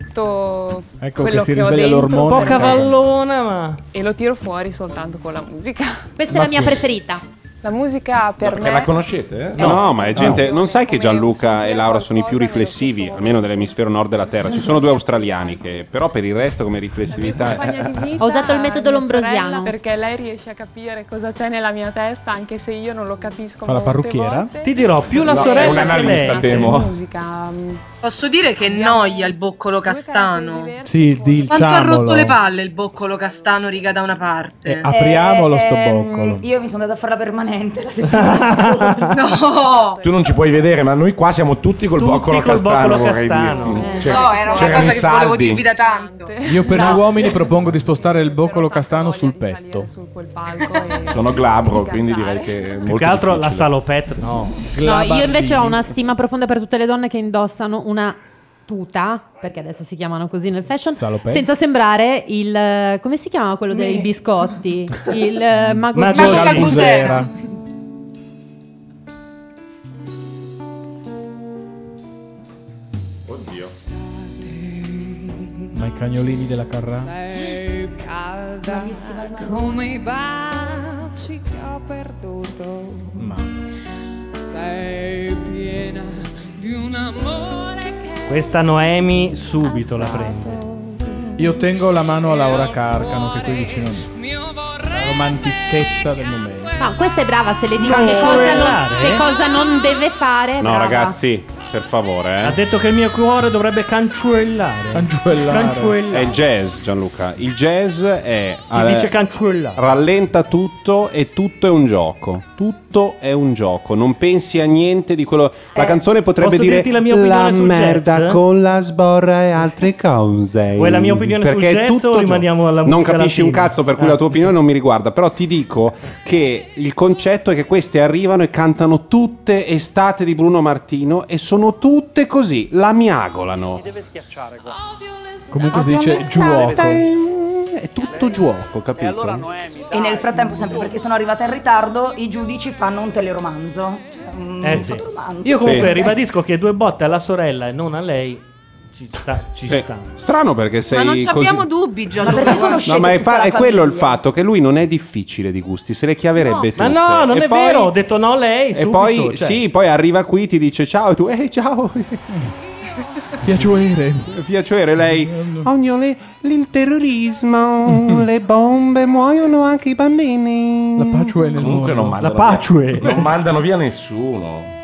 Speaker 25: tutto
Speaker 2: Ecco
Speaker 25: quello
Speaker 2: che si
Speaker 25: che, ho
Speaker 2: risveglia
Speaker 25: dentro.
Speaker 2: l'ormone. Un po'
Speaker 3: cavallona, ma...
Speaker 25: E lo tiro fuori soltanto con la musica.
Speaker 7: Questa è la mia preferita.
Speaker 25: La musica per me...
Speaker 2: Perché la conoscete?
Speaker 25: eh?
Speaker 2: No,
Speaker 25: No.
Speaker 2: ma è gente. Non sai che Gianluca e Laura sono i più riflessivi, almeno dell'emisfero nord della Terra. Ci sono due australiani che, però, per il resto, come
Speaker 25: compagna
Speaker 2: riflessività.
Speaker 25: di vita,
Speaker 4: Ho usato il metodo
Speaker 25: mia sorella,
Speaker 4: lombrosiano.
Speaker 25: perché lei riesce a capire cosa c'è nella mia testa anche se io non lo capisco
Speaker 6: Fa la
Speaker 25: molte
Speaker 6: parrucchiera?
Speaker 25: volte.
Speaker 3: Ti dirò, più la
Speaker 25: No, è
Speaker 3: sorella
Speaker 25: un
Speaker 3: che
Speaker 25: analista,
Speaker 3: lei.
Speaker 25: La
Speaker 6: temo.
Speaker 25: musica mm,
Speaker 8: Posso dire che noia il boccolo castano.
Speaker 6: Sì,
Speaker 8: Quanto ha rotto
Speaker 6: diciamolo.
Speaker 8: le palle Eh, il boccolo castano, riga, da una parte.
Speaker 6: apriamolo sto
Speaker 5: ehm,
Speaker 6: boccolo.
Speaker 5: Io mi sono andata a fare la permanente la settimana
Speaker 8: No!
Speaker 12: Tu non ci puoi vedere, ma noi qua siamo tutti col boccolo
Speaker 6: col
Speaker 12: castano,
Speaker 6: boccolo
Speaker 12: vorrei
Speaker 6: castano.
Speaker 12: dirti. Cioè,
Speaker 6: Eh.
Speaker 12: C'era-
Speaker 8: no, era
Speaker 12: c'erano
Speaker 8: una cosa
Speaker 12: i
Speaker 8: che volevo
Speaker 12: saldi.
Speaker 8: dirvi da tanto.
Speaker 6: Io per
Speaker 25: No.
Speaker 6: gli uomini propongo di spostare il boccolo castano sul petto.
Speaker 25: su quel palco e-
Speaker 12: Sono glabro, quindi direi che è
Speaker 6: che
Speaker 12: molto
Speaker 6: altro la
Speaker 3: salopet.
Speaker 6: No.
Speaker 7: No, io invece ho una stima profonda per tutte le donne che indossano una tuta, perché adesso si chiamano così nel fashion,
Speaker 6: Salopè.
Speaker 7: senza sembrare il... eh, come si chiama quello dei biscotti? Il eh, mago,
Speaker 6: Mago Mago Calzera. Calzera.
Speaker 12: Oddio.
Speaker 6: Ma i cagnolini della Carrà?
Speaker 18: Sei calda come i baci che ho perduto. Sei piena di un amore che
Speaker 3: Questa Noemi subito la prende.
Speaker 6: Io tengo la mano a Laura Carcano, che è qui vicino a me. La romantichezza del momento.
Speaker 7: No, questa è brava, se le dico
Speaker 6: No,
Speaker 7: che, cosa non,
Speaker 6: sorellare.
Speaker 7: che cosa non deve fare.
Speaker 2: No,
Speaker 7: brava.
Speaker 2: ragazzi, per favore. eh.
Speaker 3: Ha detto che il mio cuore dovrebbe cancellare.
Speaker 6: Cancellare.
Speaker 2: È il jazz, Gianluca. Il jazz è.
Speaker 3: Si dice cancellare.
Speaker 2: Rallenta tutto e tutto è un gioco. Tutto è un gioco. Non pensi a niente di quello. La canzone potrebbe
Speaker 3: posso
Speaker 2: dire
Speaker 3: dirti la mia opinione sul
Speaker 2: merda
Speaker 3: jazz?"
Speaker 2: con la sborra e altre cose.
Speaker 3: Vuoi la mia opinione sul
Speaker 2: Perché è
Speaker 3: jazz
Speaker 2: tutto
Speaker 3: o
Speaker 2: gioco.
Speaker 3: rimaniamo alla
Speaker 2: Non
Speaker 3: musica
Speaker 2: capisci un
Speaker 3: latina?
Speaker 2: cazzo, per cui
Speaker 3: Ah.
Speaker 2: la tua opinione non mi riguarda. Però ti dico che il concetto è che queste arrivano e cantano tutte estate di Bruno Martino e sono tutte così. La miagolano.
Speaker 11: deve schiacciare qua.
Speaker 6: Comunque si
Speaker 2: Odio
Speaker 6: dice
Speaker 2: l'estate.
Speaker 6: giuoco.
Speaker 2: È tutto gioco, capito?
Speaker 5: E nel frattempo, sempre perché sono arrivata in ritardo, i giudici fanno un teleromanzo. Cioè,
Speaker 9: Mm.
Speaker 5: Un
Speaker 3: Eh sì.
Speaker 5: fotoromanzo.
Speaker 3: Io comunque
Speaker 2: Sì.
Speaker 3: ribadisco che due botte alla sorella e non a lei ci sta. Ci
Speaker 2: Sì.
Speaker 3: sta.
Speaker 2: Strano perché sei
Speaker 8: Ma non
Speaker 2: così.
Speaker 8: ci abbiamo dubbi, Gianluca.
Speaker 2: No, ma è, fa- è quello il fatto che lui non è difficile di gusti, se le
Speaker 3: No.
Speaker 2: chiaverebbe
Speaker 3: Ma
Speaker 2: tutte.
Speaker 3: no, non
Speaker 2: E
Speaker 3: è
Speaker 2: poi-
Speaker 3: vero, ho detto no a lei. cioè.
Speaker 2: E poi, sì, poi arriva qui, ti dice ciao, e tu, ehi, ciao.
Speaker 6: Piacere.
Speaker 2: Piacere, lei. Ognuno le- il terrorismo, le bombe, muoiono anche i bambini.
Speaker 6: La pace è nel
Speaker 12: Comunque non mandano,
Speaker 6: La pace.
Speaker 12: Via, non mandano via nessuno.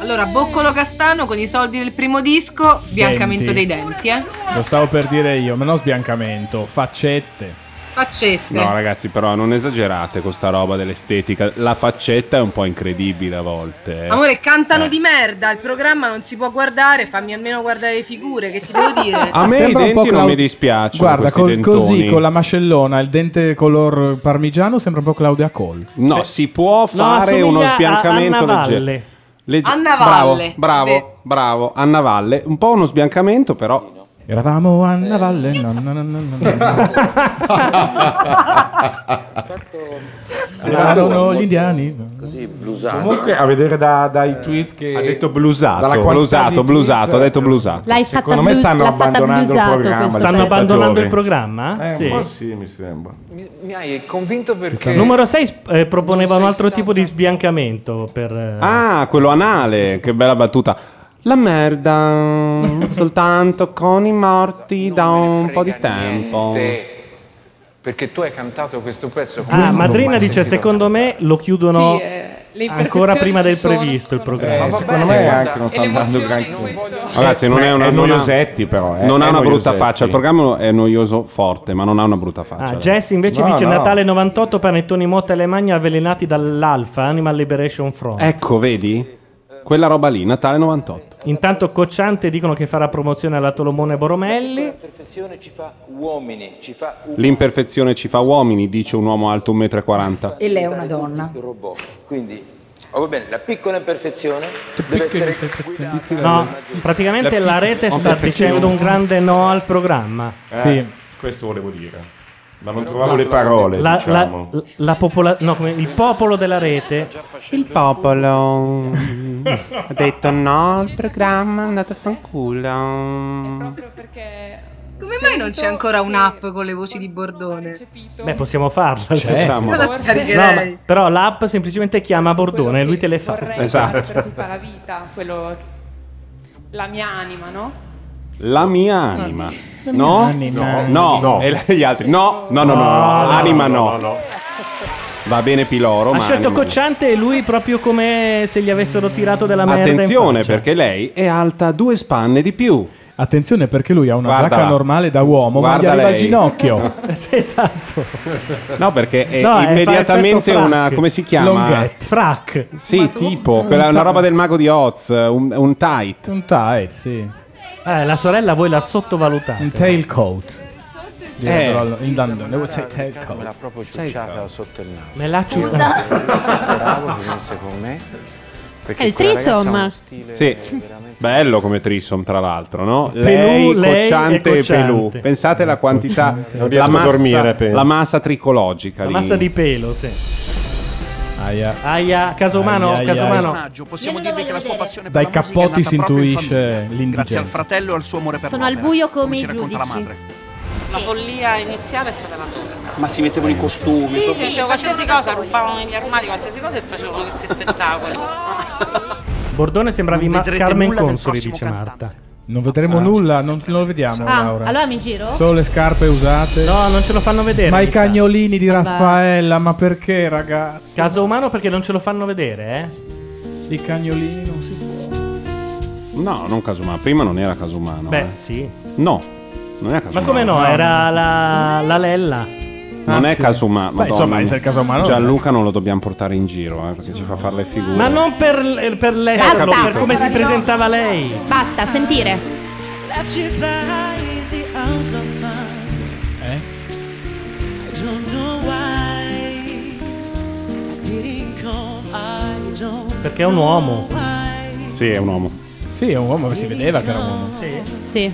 Speaker 8: Allora, boccolo castano con i soldi del primo disco, sbiancamento
Speaker 6: Denti.
Speaker 8: dei denti, eh.
Speaker 6: Lo stavo per dire io, ma non sbiancamento, faccette.
Speaker 8: Faccette.
Speaker 2: No, ragazzi, però non esagerate con sta roba dell'estetica. La faccetta è un po' incredibile a volte. eh.
Speaker 8: Amore, cantano di merda, il programma non si può guardare, fammi almeno guardare le figure, che ti devo dire?
Speaker 2: A me
Speaker 6: Sembra
Speaker 2: i
Speaker 6: un po'
Speaker 2: denti non
Speaker 6: Clau-
Speaker 2: mi dispiacciono.
Speaker 6: Guarda,
Speaker 2: questi
Speaker 6: col-
Speaker 2: dentoni.
Speaker 6: così con la mascellona, il dente color parmigiano sembra un po' Claudia Col.
Speaker 2: No, si può fare
Speaker 6: assomiglia
Speaker 2: uno
Speaker 6: a
Speaker 2: sbiancamento
Speaker 6: Anna
Speaker 2: leggero.
Speaker 6: Valle.
Speaker 2: Legge-
Speaker 8: Anna Valle.
Speaker 2: Bravo,
Speaker 8: Beh.
Speaker 2: bravo, bravo. Anna Valle, un po' uno sbiancamento, però.
Speaker 6: Eravamo a Navalle. No, no, no, no, no, no. Erano gli indiani.
Speaker 15: Così blusato.
Speaker 12: Comunque, a vedere da- dai tweet che.
Speaker 2: Ha detto blusato,
Speaker 12: dalla quantità
Speaker 2: blusato,
Speaker 12: di tweet-
Speaker 2: blusato, ha detto blusato.
Speaker 7: L'hai
Speaker 12: Secondo
Speaker 7: fatta
Speaker 12: me
Speaker 7: blu-
Speaker 12: stanno
Speaker 7: l'ha fatta
Speaker 12: abbandonando il
Speaker 7: blusato
Speaker 12: programma.
Speaker 7: questa
Speaker 12: gli
Speaker 3: Stanno
Speaker 12: spettatori.
Speaker 3: abbandonando il programma?
Speaker 12: Eh,
Speaker 3: Sì.
Speaker 12: un po' sì, mi sembra.
Speaker 9: Mi, mi hai convinto perché...
Speaker 3: Numero 6 proponeva
Speaker 9: Non
Speaker 3: un
Speaker 9: sei
Speaker 3: altro tipo di sbiancamento per... eh,
Speaker 2: Ah, quello anale, che bella battuta. La merda, soltanto con i morti da un po' di tempo.
Speaker 9: Te, perché tu hai cantato questo pezzo. come
Speaker 3: Ah,
Speaker 9: non l'ho
Speaker 3: Madrina
Speaker 9: mai
Speaker 3: dice:
Speaker 9: sentito
Speaker 3: Secondo me lo chiudono
Speaker 9: Sì, eh, le
Speaker 3: ancora
Speaker 9: imperfezioni
Speaker 3: prima
Speaker 9: ci
Speaker 3: del
Speaker 9: sono,
Speaker 3: previsto il
Speaker 9: sono
Speaker 3: programma.
Speaker 12: Eh, secondo me anche non sta andando granché.
Speaker 2: Ragazzi, non è una
Speaker 12: è
Speaker 3: Eh,
Speaker 2: non ha-
Speaker 12: noiosetti, però. eh,
Speaker 2: non ha
Speaker 12: è
Speaker 2: una brutta
Speaker 12: noiosetti.
Speaker 2: faccia. Il programma è noioso forte, ma non ha una brutta faccia.
Speaker 3: Ah, Jess invece
Speaker 2: No,
Speaker 3: dice:
Speaker 2: no.
Speaker 3: Natale 98, panettoni Motta e le Magna avvelenati dall'Alfa Animal Liberation Front.
Speaker 2: Ecco, vedi? Quella roba lì, Natale 98.
Speaker 3: Intanto Cocciante dicono che farà promozione alla Tolomone Boromelli.
Speaker 15: Perfezione ci fa uomini, ci fa umani.
Speaker 2: L'imperfezione ci fa uomini, dice un uomo alto 1,40 m.
Speaker 5: E lei è una donna.
Speaker 15: robot. Quindi, oh, va bene, la piccola imperfezione deve essere guidata.
Speaker 3: No, praticamente la rete sta dicendo un grande no al programma.
Speaker 12: Eh, Questo volevo dire. Ma non trovavo le parole,
Speaker 3: La,
Speaker 12: diciamo.
Speaker 3: la- la popola- no, come- il popolo della rete.
Speaker 2: Il popolo ha detto no, il programma è andato a fanculo.
Speaker 25: perché
Speaker 8: Come mai non c'è ancora un'app con le voci di Bordone?
Speaker 3: Beh, possiamo farla.
Speaker 12: Certo.
Speaker 8: C'è.
Speaker 3: facciamo.
Speaker 8: Io la scaricherei.
Speaker 3: No, ma- però l'app semplicemente chiama Bordone e lui te le fa.
Speaker 4: vorrei
Speaker 12: Esatto.
Speaker 4: fare per tutta la vita, quello la mia anima, no?
Speaker 2: La mia anima.
Speaker 4: La mia
Speaker 2: No?
Speaker 4: anima.
Speaker 2: No. no. E gli altri? No, no, no, no. no,
Speaker 3: No,
Speaker 2: Anima
Speaker 3: no,
Speaker 2: no. Va bene Piloro,
Speaker 3: Ha
Speaker 2: ma
Speaker 3: scelto
Speaker 2: anima no.
Speaker 3: Cocciante e lui proprio come se gli avessero tirato della merda. in
Speaker 2: Attenzione
Speaker 3: faccia.
Speaker 2: perché lei è alta due spanne di più.
Speaker 6: Attenzione perché lui ha una
Speaker 2: Guardala.
Speaker 6: giacca normale da uomo, ma gli
Speaker 2: Guarda
Speaker 6: arriva al
Speaker 2: lei.
Speaker 6: ginocchio.
Speaker 3: Sì, esatto.
Speaker 2: No, perché è
Speaker 3: No, è- fa
Speaker 2: immediatamente
Speaker 3: effetto
Speaker 2: una
Speaker 3: frac.
Speaker 2: come si chiama?
Speaker 6: Longhette.
Speaker 3: Frac.
Speaker 2: Sì, tipo,
Speaker 6: un
Speaker 2: quella, una
Speaker 6: top.
Speaker 2: roba del mago di Oz, un, un tight.
Speaker 6: Un tight, sì.
Speaker 3: Eh, la sorella voi la sottovalutate.
Speaker 6: Un tailcoat.
Speaker 2: Eh.
Speaker 6: In London, they would say
Speaker 9: Me l'ha
Speaker 6: tailcoat.
Speaker 9: proprio ciucciata sotto il naso.
Speaker 3: Me l'ha
Speaker 9: Scusa.
Speaker 3: ciucciata.
Speaker 9: Speravo che venisse con me. Perché
Speaker 7: È il
Speaker 9: quella ragazza ha
Speaker 7: threesome.
Speaker 9: uno stile
Speaker 2: Sì, bello come trisom tra l'altro, no?
Speaker 6: Pelù,
Speaker 2: lei,
Speaker 6: lei e
Speaker 2: cocciante e
Speaker 6: Cocciante.
Speaker 2: pelù. Pensate alla quantità,
Speaker 6: Non riesco
Speaker 2: la
Speaker 6: a
Speaker 2: massa,
Speaker 6: dormire, penso.
Speaker 2: la massa tricologica
Speaker 3: La
Speaker 2: lì.
Speaker 3: massa di pelo, sì.
Speaker 6: Aia.
Speaker 3: Aia, casomano,
Speaker 6: Aia, aia,
Speaker 3: casomano.
Speaker 6: aia.
Speaker 11: Maggio, possiamo dirvi che la sua passione
Speaker 6: Dai
Speaker 11: per la musica è
Speaker 6: cappotti
Speaker 11: nata
Speaker 6: si
Speaker 11: proprio in
Speaker 6: intuisce
Speaker 11: famiglia, Grazie al
Speaker 6: l'indigenza.
Speaker 11: fratello e al suo amore per
Speaker 14: Sono al
Speaker 11: l'opera,
Speaker 14: buio come i
Speaker 11: ci racconta la
Speaker 14: giudici.
Speaker 11: madre.
Speaker 14: La follia iniziale è stata la tosca.
Speaker 11: Ma si mettevano i costumi.
Speaker 14: Sì, sì, qualsiasi cosa, rubavano negli armadi qualsiasi cosa e facevano questi spettacoli.
Speaker 3: Bordone sembravi ma-
Speaker 6: vedrete
Speaker 3: Carmen
Speaker 6: nulla del
Speaker 3: Consoli,
Speaker 6: prossimo
Speaker 3: dice Marta.
Speaker 6: Non vedremo nulla, non non lo vediamo,
Speaker 7: Ah,
Speaker 6: Laura.
Speaker 7: allora mi giro?
Speaker 6: Solo le scarpe usate.
Speaker 3: No, non ce lo fanno vedere.
Speaker 6: Ma i
Speaker 3: mi sa.
Speaker 6: cagnolini di
Speaker 3: Vabbè.
Speaker 6: Raffaella, ma perché, ragazzi?
Speaker 3: Caso umano perché non ce lo fanno vedere,
Speaker 6: eh? I cagnolini non si può.
Speaker 2: No, non Casumano, prima non era Casumano.
Speaker 3: Beh,
Speaker 2: eh.
Speaker 3: sì.
Speaker 2: No, non era Casumano.
Speaker 3: Ma come no? Era la, la Lella.
Speaker 2: Non
Speaker 3: Ah,
Speaker 2: è
Speaker 3: sì.
Speaker 2: Casumano.
Speaker 3: Beh, insomma, se è Casumano-
Speaker 2: Gianluca non lo dobbiamo portare in giro, eh, perché ci fa fare le figure.
Speaker 3: Ma non per, per lei,
Speaker 7: Basta.
Speaker 3: per come si presentava lei.
Speaker 7: Basta, sentire.
Speaker 27: Left you there in the arms of mine.
Speaker 6: Eh?
Speaker 27: I don't know why I didn't come. I don't
Speaker 3: Perché è un uomo.
Speaker 2: Sì, è un uomo.
Speaker 6: Sì, è un uomo, si vedeva che era un uomo.
Speaker 7: Sì.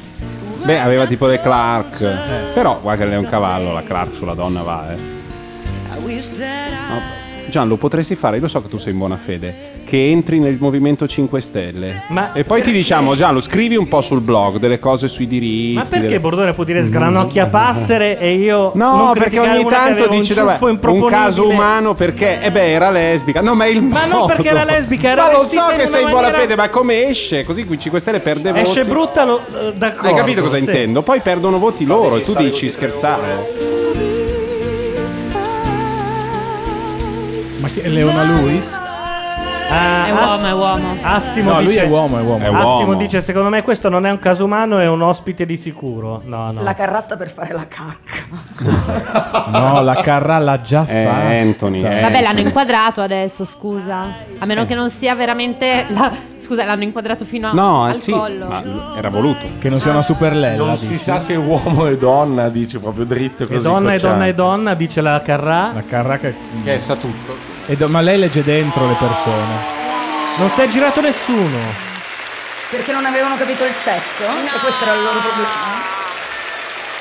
Speaker 2: Beh, aveva tipo le Clark.
Speaker 3: Eh.
Speaker 2: Però guarda che lei è un cavallo, la Clark sulla donna va, eh.
Speaker 27: I wish that
Speaker 2: No, Gianlu, potresti fare, io lo so che tu sei in buona fede, che entri nel Movimento 5 Stelle.
Speaker 3: Ma-
Speaker 2: e poi ti diciamo, Gianlu, scrivi un po' sul blog delle cose sui diritti.
Speaker 3: Ma perché
Speaker 2: delle- Mm.
Speaker 3: Bordone può dire sgranocchia passere e io
Speaker 2: No,
Speaker 3: non
Speaker 2: perché
Speaker 3: criticare
Speaker 2: ogni
Speaker 3: una che
Speaker 2: tanto
Speaker 3: aveva un
Speaker 2: dici
Speaker 3: ciuffo
Speaker 2: vabbè, un
Speaker 3: improponibile"?
Speaker 2: caso umano perché eh beh, era lesbica. No, ma è il
Speaker 3: Ma non
Speaker 2: modo.
Speaker 3: perché era lesbica, era
Speaker 2: Ma lo
Speaker 3: vestita
Speaker 2: so
Speaker 3: in
Speaker 2: che
Speaker 3: una
Speaker 2: sei in buona
Speaker 3: maniera-
Speaker 2: fede, ma come esce? Così qui 5 Stelle perde voti.
Speaker 3: Esce brutta, lo, eh, d'accordo.
Speaker 2: Hai capito cosa
Speaker 3: sì.
Speaker 2: intendo? Poi perdono voti loro e tu dici scherzare.
Speaker 6: Ma che è Leona Lewis?
Speaker 3: Ah,
Speaker 7: È
Speaker 3: Ass-
Speaker 7: uomo, è uomo.
Speaker 3: Assimo
Speaker 6: No, lui
Speaker 3: dice-
Speaker 6: è uomo, è uomo. È
Speaker 3: Assimo
Speaker 6: uomo.
Speaker 3: dice: Secondo me questo non è un caso umano, è un ospite di sicuro. No, no.
Speaker 5: La carrasta per fare la cacca.
Speaker 6: No, la Carrà l'ha già
Speaker 2: Eh,
Speaker 6: fatta.
Speaker 2: Anthony, eh.
Speaker 7: Vabbè, l'hanno inquadrato adesso, scusa. A meno
Speaker 6: Eh.
Speaker 7: che non sia veramente. la- Scusa, l'hanno inquadrato fino a-
Speaker 2: No,
Speaker 6: eh,
Speaker 7: al
Speaker 2: sì,
Speaker 7: collo.
Speaker 2: ma era voluto.
Speaker 6: Che non sia una super lella.
Speaker 12: Non si
Speaker 6: dici?
Speaker 12: sa se è uomo e donna, dice proprio dritto così.
Speaker 3: E donna e donna
Speaker 12: cocciante.
Speaker 3: e donna, dice la Carrà.
Speaker 6: La Carrà che.
Speaker 12: Che sa tutto.
Speaker 6: E do- ma lei legge dentro le persone.
Speaker 3: Non si è girato nessuno.
Speaker 5: Perché non avevano capito il sesso? Cioè, questo era il loro problema.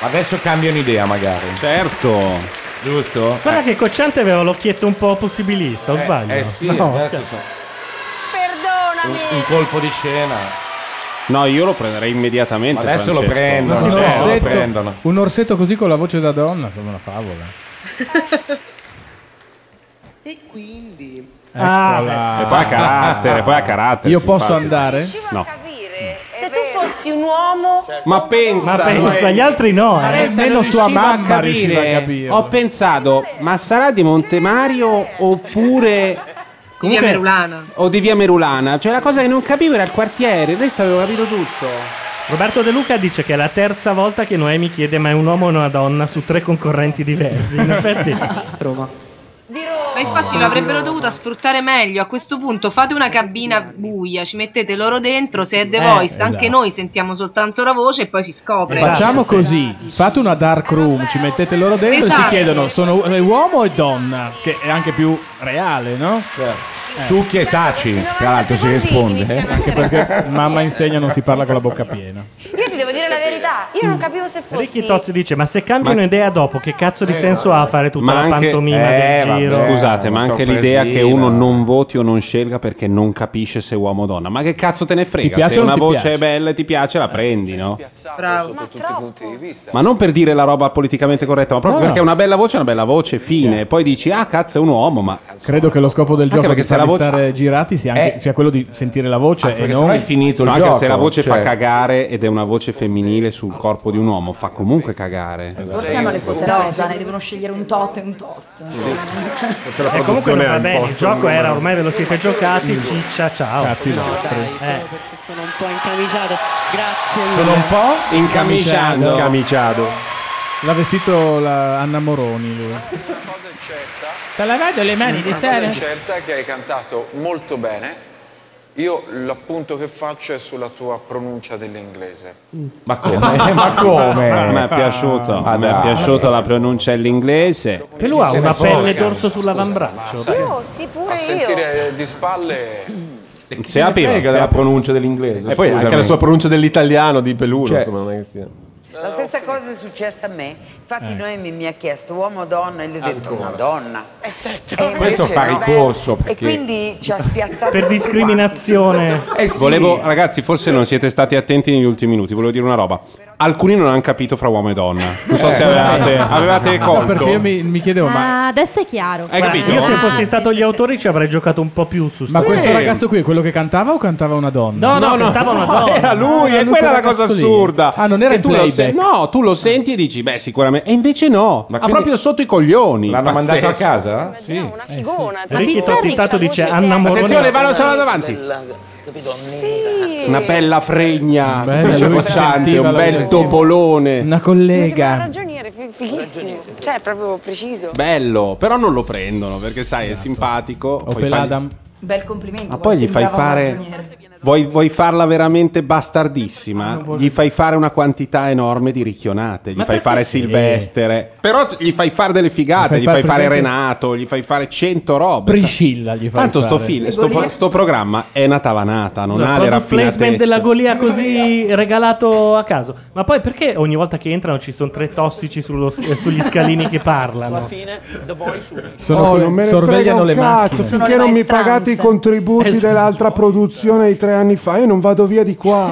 Speaker 12: Adesso cambiano idea, magari.
Speaker 2: Certo.
Speaker 12: Giusto?
Speaker 6: Eh.
Speaker 3: Guarda che Cocciante aveva l'occhietto un po' possibilista, o
Speaker 12: Eh,
Speaker 3: sbaglio?
Speaker 12: eh sì,
Speaker 3: No,
Speaker 12: adesso
Speaker 3: cioè-
Speaker 12: so. Perdonami. Un, un colpo di scena.
Speaker 2: No, io lo prenderei immediatamente.
Speaker 12: Adesso lo
Speaker 2: Francesco.
Speaker 12: prendono,
Speaker 2: Ma
Speaker 6: Un
Speaker 2: sì, no, cioè, lo prendono.
Speaker 6: orsetto, un orsetto così con la voce da donna, insomma, una favola.
Speaker 27: E quindi
Speaker 6: Ecco,
Speaker 3: Ah,
Speaker 6: Eccola.
Speaker 2: E poi
Speaker 3: ecco.
Speaker 2: a carattere, poi a carattere.
Speaker 6: Io posso
Speaker 2: simpatico.
Speaker 6: andare?
Speaker 2: No.
Speaker 27: se tu fossi un uomo
Speaker 9: Certo.
Speaker 2: Ma pensa,
Speaker 3: Ma pensa,
Speaker 2: noi-
Speaker 3: gli altri no. eh.
Speaker 2: Sarezza
Speaker 6: Nemmeno
Speaker 2: non
Speaker 6: sua
Speaker 2: riusciva
Speaker 6: mamma riusciva a capirlo.
Speaker 2: Ho pensato, ma sarà di Montemario oppure
Speaker 8: Via Merulana.
Speaker 2: o di Via Merulana? Cioè la cosa che non capivo era il quartiere, il resto avevo capito tutto.
Speaker 3: Roberto De Luca dice che è la terza volta che Noemi chiede ma è un uomo o una donna su tre concorrenti diversi. In effetti,
Speaker 17: Roma.
Speaker 8: Ma infatti lo avrebbero dovuto sfruttare meglio. A questo punto fate una cabina buia, ci mettete loro dentro. Se è The
Speaker 6: Eh,
Speaker 8: Voice,
Speaker 6: esatto.
Speaker 8: anche noi sentiamo soltanto la voce e poi si scopre.
Speaker 6: Facciamo così: fate una dark room, ci mettete loro dentro e si
Speaker 8: Esatto.
Speaker 6: chiedono: sono è uomo e donna? Che è anche più reale, no?
Speaker 12: Certo. Succhi e taci, tra l'altro si risponde. eh.
Speaker 6: Anche perché mamma insegna non si parla con la bocca piena.
Speaker 27: io ti devo dire la verità io
Speaker 13: io non capivo se fossi
Speaker 3: Ricky Mm. Tozzi dice: Ma se cambiano idea dopo, che cazzo di
Speaker 13: Eh,
Speaker 3: senso ha fare tutta
Speaker 2: Ma
Speaker 3: la
Speaker 2: anche-
Speaker 3: pantomima
Speaker 2: eh,
Speaker 3: del
Speaker 2: vabbè,
Speaker 3: giro?
Speaker 2: Scusate, ma
Speaker 3: Una
Speaker 2: anche
Speaker 3: sorpresina.
Speaker 2: l'idea che uno non voti o non scelga perché non capisce se è uomo o donna. Ma che cazzo te ne frega?
Speaker 6: piace
Speaker 2: se
Speaker 6: o non
Speaker 2: una
Speaker 6: ti
Speaker 2: voce
Speaker 6: piace?
Speaker 2: è bella e ti piace, la prendi, no?
Speaker 8: Bravo.
Speaker 9: sotto tutti i punti di vista.
Speaker 2: Ma non per dire la roba politicamente corretta, ma proprio
Speaker 6: No, Eh. no.
Speaker 2: perché una bella voce è una bella voce, fine. E poi dici, ah, cazzo, è un uomo, ma.
Speaker 6: Credo che lo scopo del
Speaker 2: Anche
Speaker 6: gioco
Speaker 2: perché
Speaker 6: di
Speaker 2: se la
Speaker 6: farli
Speaker 2: voce-
Speaker 6: stare girati sia, anche,
Speaker 2: Eh. Ah,
Speaker 6: sia quello di sentire la voce e
Speaker 2: perché
Speaker 6: non
Speaker 2: sennò è finito Cioè,
Speaker 6: Ma
Speaker 2: Ma anche se la voce fa
Speaker 6: cagare.
Speaker 2: cagare ed è una voce femminile sul corpo di un uomo, fa comunque cagare.
Speaker 12: Esatto.
Speaker 5: Forse hanno le quote rosa, ne devono scegliere un tot e un tot.
Speaker 3: E Eh, comunque non va bene. Il gioco era
Speaker 2: numero.
Speaker 3: ormai ve lo siete giocati. Ciccia, ciao.
Speaker 6: Cazzi nostri.
Speaker 3: Eh.
Speaker 1: Sono un po' incamiciato. Grazie mille.
Speaker 6: Sono un po'
Speaker 2: Incamiciando.
Speaker 6: Incamiciato. L'ha vestito la Anna Moroni lui. Te la vedo le mani di
Speaker 9: Una cosa è
Speaker 6: sera.
Speaker 9: certa che hai cantato molto bene. Io l'appunto che faccio è sulla tua pronuncia dell'inglese.
Speaker 6: Mm.
Speaker 2: Ma come?
Speaker 9: Ma come?
Speaker 6: Ah,
Speaker 9: Ah,
Speaker 2: A me è piaciuto, a me è piaciuta la pronuncia all'inglese.
Speaker 3: Che lui ha
Speaker 2: Se
Speaker 3: una
Speaker 2: ne frega.
Speaker 3: pelle d'orso
Speaker 6: ah,
Speaker 3: sull'avambraccio.
Speaker 9: Sai,
Speaker 18: sì,
Speaker 9: a sentire di spalle
Speaker 2: Se apriva,
Speaker 12: frega
Speaker 2: se
Speaker 12: della
Speaker 2: apriva.
Speaker 12: pronuncia dell'inglese.
Speaker 2: E poi anche
Speaker 12: scusami.
Speaker 2: la sua
Speaker 22: pronuncia dell'italiano di Peluno,
Speaker 12: Cioè-
Speaker 22: insomma, non è che sia.
Speaker 18: La stessa cosa è successa a me. Infatti
Speaker 22: Ecco.
Speaker 18: Noemi mi ha chiesto uomo o donna e gli ho detto
Speaker 22: Ancora.
Speaker 18: una donna. E
Speaker 2: Questo
Speaker 18: invece
Speaker 2: fa
Speaker 18: no.
Speaker 2: ricorso,
Speaker 18: E
Speaker 2: perché-
Speaker 18: quindi ci ha spiazzato
Speaker 3: Per
Speaker 18: tutti
Speaker 3: discriminazione.
Speaker 12: eh
Speaker 2: Volevo, ragazzi, forse non siete stati attenti negli ultimi minuti. Volevo dire una roba. Alcuni non hanno capito fra uomo e donna. Non so se
Speaker 6: Eh.
Speaker 2: avevate, avevate
Speaker 6: No,
Speaker 2: colto.
Speaker 6: Perché io mi, mi chiedevo, ma,
Speaker 7: Ah, adesso è chiaro.
Speaker 2: Hai capito?
Speaker 3: Io se
Speaker 7: Ah,
Speaker 3: fossi stato gli autori ci avrei giocato un po' più su
Speaker 6: ma
Speaker 3: sto-
Speaker 6: questo
Speaker 3: Eh.
Speaker 6: ragazzo qui è quello che cantava o cantava una donna?
Speaker 3: No, no, No, no. cantava una No, donna.
Speaker 2: era lui,
Speaker 6: Ah,
Speaker 2: è quella la cosa
Speaker 6: ragazzo lì.
Speaker 2: assurda.
Speaker 6: Ah, non era
Speaker 2: Che
Speaker 6: in
Speaker 2: tu lo sen-
Speaker 6: playback.
Speaker 2: no, tu lo senti e dici, beh, sicuramente. E invece no, ma
Speaker 12: quindi-
Speaker 2: proprio sotto i coglioni.
Speaker 12: L'hanno
Speaker 2: Pazzesco.
Speaker 12: mandato a casa? Sì.
Speaker 3: Eh
Speaker 18: figona.
Speaker 3: Ricky Tozzitato dice Anna Moroni.
Speaker 2: Attenzione, vanno stare davanti. Una bella fregna,
Speaker 6: Bella,
Speaker 2: dice
Speaker 6: lui si
Speaker 2: Guzzanti,
Speaker 6: sentiva
Speaker 2: un
Speaker 6: la
Speaker 2: bel
Speaker 6: voce.
Speaker 18: Mi
Speaker 2: topolone.
Speaker 6: Una
Speaker 18: sembra un
Speaker 6: collega.
Speaker 18: ragioniere fi- fighissimo. Cioè, proprio preciso.
Speaker 2: Bello, però non lo prendono perché sai, è simpatico. poi
Speaker 6: Esatto. Opel
Speaker 2: fagli-
Speaker 6: Adam.
Speaker 5: Bel complimento.
Speaker 2: Ma poi gli fai
Speaker 5: sembrava un
Speaker 2: fare-
Speaker 5: ragioniere.
Speaker 2: Vuoi, vuoi farla veramente bastardissima? Gli fai fare una quantità enorme di ricchionate, gli fai
Speaker 12: perché
Speaker 2: fare
Speaker 12: sì?
Speaker 2: Silvestre, però gli fai fare delle figate,
Speaker 6: Gli
Speaker 2: gli
Speaker 6: fai
Speaker 2: fai
Speaker 6: fare
Speaker 2: fare
Speaker 6: praticamente-
Speaker 2: Renato, gli fai fare cento robe.
Speaker 6: Priscilla gli fa
Speaker 2: Tanto sto,
Speaker 6: fare.
Speaker 2: film- sto, pro- sto programma è una tavanata, non
Speaker 3: Il
Speaker 2: ha le
Speaker 3: product placement della
Speaker 2: raffinatezze.
Speaker 3: Golia così regalato a caso. Ma poi perché ogni volta che entrano ci sono tre tossici sullo- eh, sugli scalini che parlano?
Speaker 6: Sono Oh, quelli- non me ne sorvegliano frega un le cazzo, macchine.
Speaker 3: Sono
Speaker 17: Finché
Speaker 3: le
Speaker 17: non mi
Speaker 3: maestranze.
Speaker 17: pagate i contributi dell'altra produzione di tre anni fa, io non vado via di qua.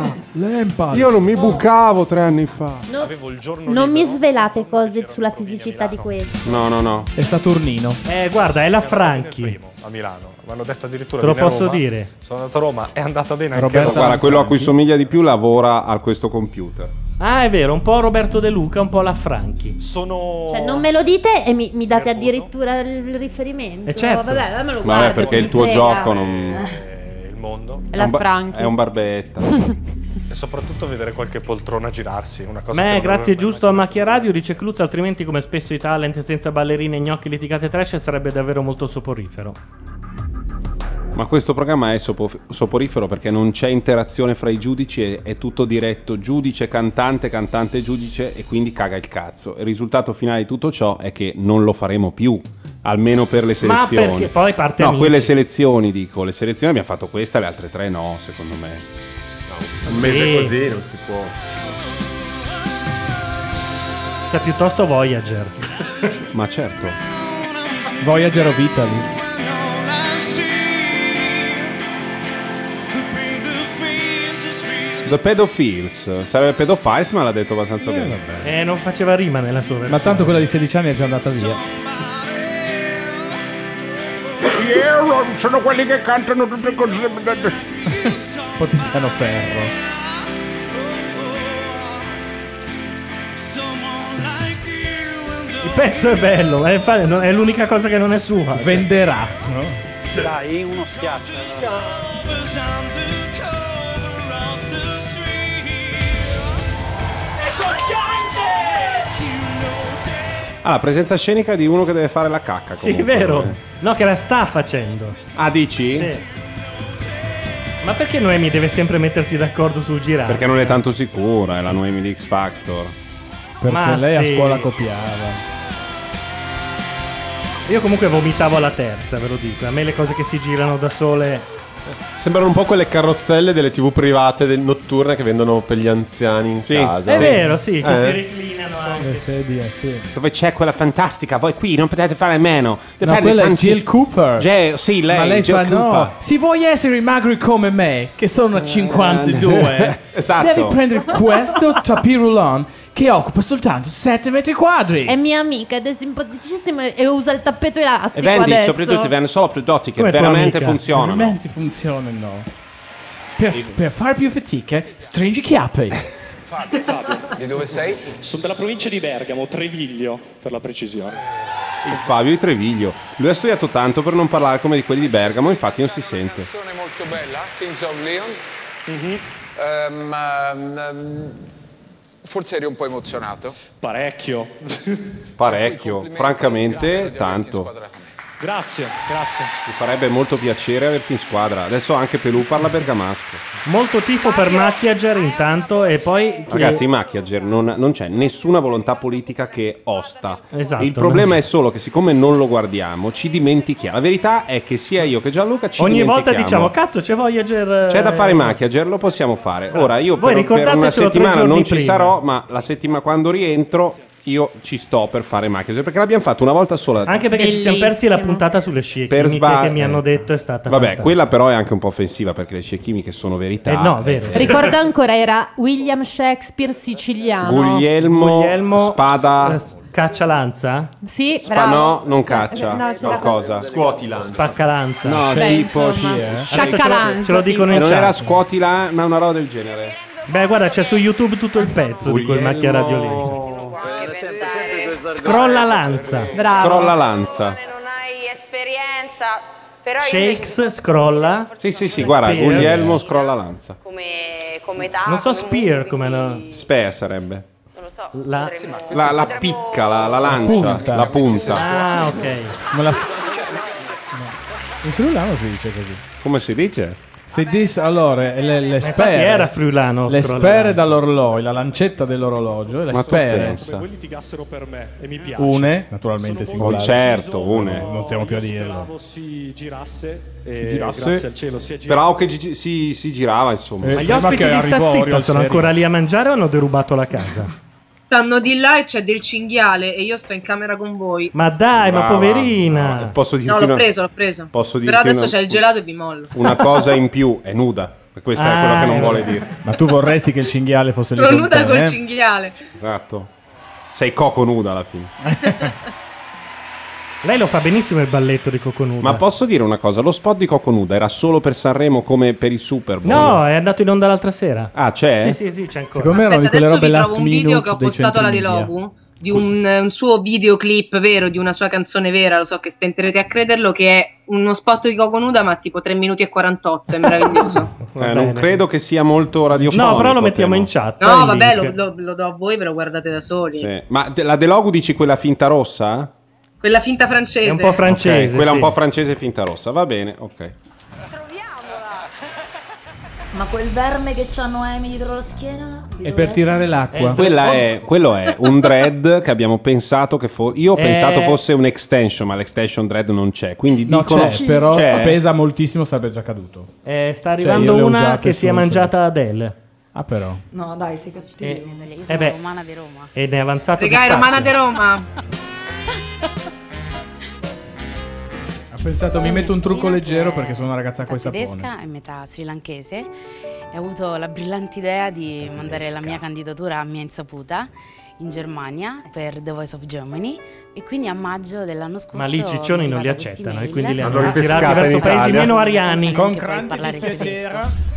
Speaker 17: Io non mi bucavo tre anni fa.
Speaker 7: Avevo il giorno non mi svelate cose sulla fisicità di questo.
Speaker 2: No, no, no. Ecco,
Speaker 6: È Saturnino.
Speaker 3: Eh, guarda, è la Franchi.
Speaker 19: a Milano. Mi hanno detto addirittura
Speaker 3: Te lo
Speaker 19: vieni a
Speaker 3: posso
Speaker 19: Roma.
Speaker 3: dire?
Speaker 19: Sono andato a Roma, è andata bene anche a
Speaker 2: Roberto,
Speaker 19: Roma.
Speaker 2: guarda, quello a cui somiglia di più lavora a questo computer.
Speaker 3: Ah, è vero, un po' Roberto De Luca, un po' la Franchi.
Speaker 19: Sono.
Speaker 7: Cioè, non me lo dite e mi, mi date addirittura il riferimento.
Speaker 3: Eh, certo.
Speaker 7: Vabbè, me lo
Speaker 2: Vabbè,
Speaker 7: guardo,
Speaker 2: perché
Speaker 7: mi
Speaker 2: il tuo
Speaker 7: frega.
Speaker 2: gioco non.
Speaker 19: Eh, Il mondo.
Speaker 7: È la
Speaker 2: è un ba-
Speaker 7: Franchi.
Speaker 2: È un barbetta.
Speaker 19: E soprattutto vedere qualche poltrona girarsi, una cosa che
Speaker 3: Beh,
Speaker 19: non
Speaker 3: grazie
Speaker 19: avevo mai
Speaker 3: giusto a Macchia Radio, dice Cluz, altrimenti come spesso i talent senza ballerine, gnocchi, litigate e trash sarebbe davvero molto soporifero.
Speaker 2: Ma questo programma è sopo- soporifero perché non c'è interazione fra i giudici, è, è tutto diretto giudice, cantante, cantante, giudice e quindi caga il cazzo. Il risultato finale di tutto ciò è che non lo faremo più, almeno per le
Speaker 3: Ma
Speaker 2: selezioni.
Speaker 3: perché poi parte
Speaker 2: no,
Speaker 3: Amici.
Speaker 2: quelle selezioni dico, le selezioni abbiamo fatto questa, le altre tre no, secondo me.
Speaker 3: un mese Sì. così
Speaker 2: non si può.
Speaker 3: Cioè, piuttosto Voyager.
Speaker 2: Ma certo.
Speaker 6: Voyager of Italy.
Speaker 2: The Pedophiles, sarebbe Pedophiles ma l'ha detto abbastanza bene.
Speaker 3: Eh, non faceva rima nella sua versione.
Speaker 6: Ma tanto quella di 16 anni è già andata via.
Speaker 27: Io sono quelli che cantano tutte cose.
Speaker 6: Potenziano Ferro.
Speaker 3: Il pezzo è bello, ma infatti non- è l'unica cosa che non è sua. cioè.
Speaker 6: Venderà.
Speaker 21: Dai, uno schiaccia.
Speaker 2: Ah, la presenza scenica di uno che deve fare la cacca
Speaker 3: Sì,
Speaker 2: comunque. eh.
Speaker 3: vero. No, che la sta facendo.
Speaker 2: Ah, dici?
Speaker 3: Sì. Ma perché Noemi deve sempre mettersi d'accordo sul girare?
Speaker 2: Perché non è tanto sicura, è la Noemi di X Factor.
Speaker 6: Perché
Speaker 3: Ma
Speaker 6: lei
Speaker 3: sì.
Speaker 6: a scuola copiava.
Speaker 3: Io comunque vomitavo alla terza, ve lo dico. A me le cose che si girano da sole
Speaker 22: Sembrano un po' quelle carrozzelle delle tv private del- notturne che vendono per gli anziani in casa.
Speaker 3: È vero, sì, che si
Speaker 22: Eh.
Speaker 3: reclinano anche.
Speaker 2: Dove c'è quella fantastica, voi qui non potete fare a meno.
Speaker 6: No,
Speaker 2: Dipende
Speaker 6: quella è
Speaker 2: tanti-
Speaker 6: Jill Cooper.
Speaker 2: Ge- sì, lei,
Speaker 6: Ma lei
Speaker 2: Jill
Speaker 6: fa
Speaker 2: Cooper.
Speaker 6: no. Se vuoi essere magri come me, che sono 52,
Speaker 2: Eh, Esatto.
Speaker 6: devi prendere questo tapirulon che occupa soltanto 7 metri quadri.
Speaker 10: È mia amica ed è simpaticissima e usa il tappeto
Speaker 2: E
Speaker 10: elastico
Speaker 2: vendi
Speaker 10: adesso.
Speaker 2: Eh, soprattutto vendi solo prodotti che
Speaker 6: Come tua
Speaker 2: veramente
Speaker 6: amica.
Speaker 2: funzionano.
Speaker 6: Veramente funzionano. Per, per far più fatica, stringi i chiappi.
Speaker 9: Di dove sei?
Speaker 15: Sono della provincia di Bergamo, Treviglio per la precisione.
Speaker 2: Il Fabio di Treviglio. Lui ha studiato tanto per non parlare come di quelli di Bergamo, infatti non si sente.
Speaker 9: canzone molto bella, Kings of Leon. Ehm, ehm, forse eri un po' emozionato.
Speaker 15: Parecchio.
Speaker 2: Parecchio, francamente, tanto.
Speaker 15: Grazie,
Speaker 9: Eh,
Speaker 15: grazie.
Speaker 2: Mi farebbe molto piacere averti in squadra. Adesso anche Pelù parla bergamasco.
Speaker 3: Molto tifo per Macchiager intanto e poi...
Speaker 2: Ragazzi, in Macchiager non, non c'è nessuna volontà politica che osta.
Speaker 3: Esatto,
Speaker 2: Il problema
Speaker 3: non-
Speaker 2: è solo che siccome non lo guardiamo, ci dimentichiamo. La verità è che sia io che Gianluca ci
Speaker 3: Ogni
Speaker 2: dimentichiamo.
Speaker 3: volta diciamo, cazzo, c'è Voyager... eh,
Speaker 2: C'è da fare Macchiager, lo possiamo fare. Ora io
Speaker 3: Voi
Speaker 2: per, per una
Speaker 3: ricordatecelo tre
Speaker 2: settimana
Speaker 3: giorni
Speaker 2: non ci
Speaker 3: prima.
Speaker 2: sarò, ma la settimana quando rientro io ci sto per fare Macchiager perché l'abbiamo fatto una volta sola.
Speaker 3: Anche perché ci siamo persi la puntata sulle scie
Speaker 2: Per
Speaker 3: chimiche
Speaker 2: sba-
Speaker 3: che mi hanno detto è stata...
Speaker 2: Vabbè,
Speaker 3: fantastica.
Speaker 2: quella però è anche un po' offensiva perché le scie chimiche sono verità.
Speaker 3: Eh no, vero.
Speaker 7: Ricordo ancora era William Shakespeare siciliano.
Speaker 2: Guglielmo, Spada,
Speaker 3: Caccia lanza?
Speaker 7: Sì,
Speaker 2: Spa-
Speaker 7: bravo.
Speaker 2: Ah, no, non
Speaker 7: Sì,
Speaker 2: caccia,
Speaker 7: no, c'era-
Speaker 2: qualcosa.
Speaker 22: Scuotilan.
Speaker 3: Spaccalanza.
Speaker 2: No,
Speaker 3: Beh,
Speaker 2: Ah, tipo
Speaker 3: Cioè, insomma.
Speaker 2: sì, eh.
Speaker 3: Sciaccalanza, Ce lo dicono in
Speaker 2: Non
Speaker 3: chat.
Speaker 2: era scuotilan, ma una roba del genere.
Speaker 3: Beh, guarda, c'è su YouTube tutto il pezzo di quel macchia radio lì. Scrolla lanza.
Speaker 2: Bravo. Scrolla lanza.
Speaker 13: Esperienza, però io invece
Speaker 3: Shakes scrolla.
Speaker 2: Sì, sì, sì, guarda,
Speaker 3: Spear.
Speaker 2: Guglielmo scrolla lanza.
Speaker 13: come, come età,
Speaker 3: Non so
Speaker 13: come
Speaker 3: spear come la...
Speaker 2: Spea sarebbe.
Speaker 13: Non lo so.
Speaker 3: La...
Speaker 2: La, la picca, la, la lancia,
Speaker 6: punta.
Speaker 2: la punta.
Speaker 3: Ah, ok.
Speaker 6: Ma la... In friulano si dice così.
Speaker 2: Come si dice?
Speaker 6: Si dice allora le, le
Speaker 3: infatti
Speaker 6: spere.
Speaker 3: era friulano,
Speaker 6: Le
Speaker 3: scrolla.
Speaker 6: spere dall'orologio, la lancetta dell'orologio e le
Speaker 2: Ma tu
Speaker 6: spere.
Speaker 2: pensa.
Speaker 15: Voi litigassero per me e mi piace.
Speaker 6: Une, naturalmente singolare.
Speaker 2: Oh, certo, une.
Speaker 6: Non stiamo più a dirlo.
Speaker 15: Speravo si girasse. E
Speaker 2: Si girasse.
Speaker 15: Grazie al cielo si è girato.
Speaker 2: Però che gi- si, si girava, insomma.
Speaker 3: Ma gli ospiti di Stazzitto sono ancora lì a mangiare o hanno derubato la casa?
Speaker 8: Stanno di là e c'è del cinghiale e io sto in camera con voi.
Speaker 3: Ma dai, ma
Speaker 2: Brava.
Speaker 3: poverina.
Speaker 2: Posso dirti
Speaker 8: No, l'ho
Speaker 2: una-
Speaker 8: preso, l'ho preso.
Speaker 2: Posso dirti
Speaker 8: Però adesso
Speaker 2: una-
Speaker 8: c'è il gelato e vi mollo.
Speaker 2: Una cosa in più, è nuda. Questa è quella che
Speaker 3: Eh,
Speaker 2: non vuole dire.
Speaker 6: Ma tu vorresti che il cinghiale fosse lì
Speaker 8: Sono
Speaker 6: con
Speaker 8: nuda
Speaker 6: te,
Speaker 8: col
Speaker 6: eh?
Speaker 8: cinghiale.
Speaker 2: Esatto. Sei coco nuda alla fine.
Speaker 3: Lei lo fa benissimo il balletto di Coconuda.
Speaker 2: Ma posso dire una cosa? Lo spot di Coco Nuda era solo per Sanremo come per il Super Bowl?
Speaker 3: No, è andato in onda l'altra sera.
Speaker 2: Ah, c'è?
Speaker 3: Sì, sì, sì, c'è ancora.
Speaker 6: Secondo me erano di quelle
Speaker 8: Adesso
Speaker 6: robe
Speaker 8: vi
Speaker 6: last
Speaker 8: trovo un video
Speaker 6: minute
Speaker 8: che ho
Speaker 6: dei
Speaker 8: postato alla
Speaker 6: centri media.
Speaker 8: Delogu di un, un suo videoclip vero, di una sua canzone vera, lo so che stenterete a crederlo, che è uno spot di Coco Nuda ma tipo 3 minuti e 48, è meraviglioso.
Speaker 3: Va
Speaker 2: Eh, non
Speaker 3: bene.
Speaker 2: credo che sia molto radiofonico.
Speaker 3: No, però lo mettiamo
Speaker 2: temo.
Speaker 3: in chat.
Speaker 8: No, vabbè, lo, lo- lo do a voi, ve lo guardate da soli.
Speaker 2: Sì. Ma de- la Delogu dici quella finta rossa?
Speaker 8: Quella finta francese.
Speaker 2: Ok, quella un po' francese finta rossa, va bene, ok.
Speaker 16: Ma quel verme che c'ha Noemi dietro la schiena? vi
Speaker 6: E per
Speaker 16: dovreste-
Speaker 6: tirare l'acqua.
Speaker 2: Eh, Quella è, quello è un dread che abbiamo pensato che fosse. Io ho
Speaker 6: Eh.
Speaker 2: pensato fosse un extension, ma l'extension dread non c'è. Quindi
Speaker 6: No,
Speaker 2: dicono
Speaker 6: c'è, però
Speaker 2: c'è.
Speaker 6: pesa moltissimo, sarebbe già caduto.
Speaker 3: Eh, sta
Speaker 6: Cioè, io
Speaker 3: arrivando
Speaker 6: le ho
Speaker 3: una
Speaker 6: usate
Speaker 3: che si è
Speaker 6: su-
Speaker 3: mangiata Adele.
Speaker 6: Ah, però.
Speaker 5: No, dai, sei cattivi.
Speaker 16: Io
Speaker 3: Eh
Speaker 16: sono
Speaker 3: beh.
Speaker 16: romana di Roma.
Speaker 3: E ne è avanzato
Speaker 8: Regà, è
Speaker 3: di
Speaker 8: romana
Speaker 3: spazio.
Speaker 8: di Roma.
Speaker 6: Ha pensato, mi metto un trucco leggero perché sono una ragazza con i saponi.
Speaker 16: tedesca e metà srilanchese e ho avuto la brillante idea di mandare la mia candidatura a mia insaputa in Germania per The Voice of Germany e quindi a maggio dell'anno scorso
Speaker 3: Ma lì i ciccioni non li
Speaker 16: arrivati questi
Speaker 3: accettano e
Speaker 16: mail.
Speaker 3: quindi li
Speaker 16: Ah,
Speaker 3: hanno
Speaker 16: ah,
Speaker 3: ritirati
Speaker 16: ah,
Speaker 3: verso
Speaker 16: ah,
Speaker 3: paesi
Speaker 16: ah,
Speaker 3: meno
Speaker 16: ah,
Speaker 3: ariani.
Speaker 16: senza neanche poi parlare il tedesco.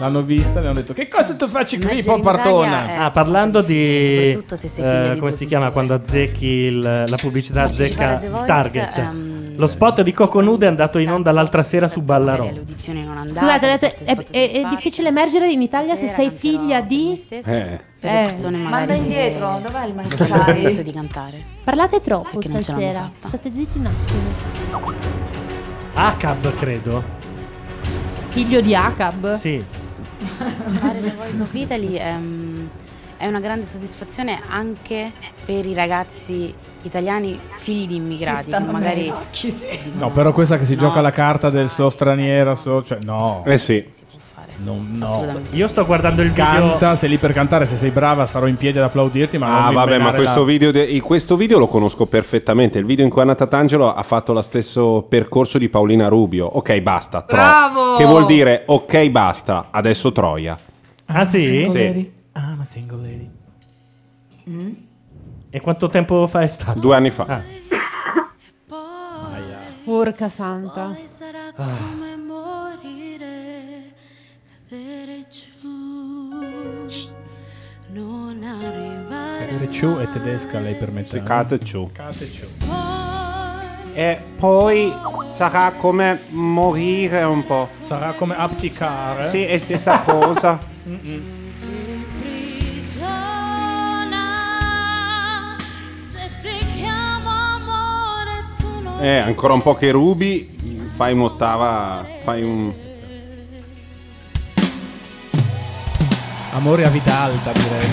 Speaker 6: L'hanno vista e hanno detto: Che cosa tu facci qui,
Speaker 16: Immagini d'Italia, eh,
Speaker 6: popartona?
Speaker 3: Ah, parlando di.
Speaker 16: soprattutto se sei figlia
Speaker 3: eh,
Speaker 16: di
Speaker 3: come si chiama quando azzecchi il- la pubblicità azzecca
Speaker 16: Partecipare a
Speaker 3: il
Speaker 16: The Voice,
Speaker 3: target?
Speaker 16: ehm,
Speaker 3: Lo spot di Coconude è andato in onda l'altra sera su Ballarò.
Speaker 16: Audizioni non andate.
Speaker 10: Scusate, ho detto, è, è- è difficile emergere in Italia se sei figlia di...
Speaker 2: Eh.
Speaker 16: Per le persone
Speaker 10: Eh,
Speaker 16: magari
Speaker 10: manda
Speaker 16: che-
Speaker 10: indietro, dov'è il
Speaker 16: che hanno
Speaker 10: Mancari?
Speaker 16: smesso di cantare.
Speaker 10: Parlate troppo
Speaker 16: Perché non ce l'hanno
Speaker 10: stasera. State zitti un attimo.
Speaker 3: ACAB, credo.
Speaker 16: Figlio di Acab?
Speaker 3: Sì.
Speaker 16: Fare The Voice of Italy ehm, è, è una grande soddisfazione anche per i ragazzi italiani figli di immigrati che
Speaker 5: stanno
Speaker 16: magari
Speaker 5: bene.
Speaker 6: No, però questa che si gioca la carta del so straniera, so, cioè no.
Speaker 2: Eh sì.
Speaker 6: No, no.
Speaker 16: Assolutamente.
Speaker 6: Io
Speaker 3: sto guardando il
Speaker 6: Canta,
Speaker 3: video-
Speaker 6: sei lì per cantare, se sei brava sarò in piedi ad applaudirti, ma
Speaker 2: Ah,
Speaker 6: non mi
Speaker 2: vabbè, ma
Speaker 6: menare
Speaker 2: questo
Speaker 6: la-
Speaker 2: video, de- i- questo video lo conosco perfettamente. Il video in cui Anna Tatangelo ha fatto lo stesso percorso di Paolina Rubio. Ok, basta. tro-
Speaker 3: Bravo!
Speaker 2: Che vuol dire ok, basta. Adesso Troia.
Speaker 3: Ah, sì?
Speaker 2: Sì.
Speaker 6: I'm a single lady.
Speaker 16: Mm?
Speaker 3: E quanto tempo fa è stato? Ah.
Speaker 2: Due anni fa.
Speaker 7: Porca santa.
Speaker 3: Ah.
Speaker 6: Ciu è tedesca, lei per me.
Speaker 2: Si cade ciù.
Speaker 6: E poi sarà come morire un po'. Sarà come abdicare.
Speaker 2: Sì, è stessa cosa. Eh, ancora un po' che rubi, fai un'ottava, fai un...
Speaker 6: Amore a vita alta, direi.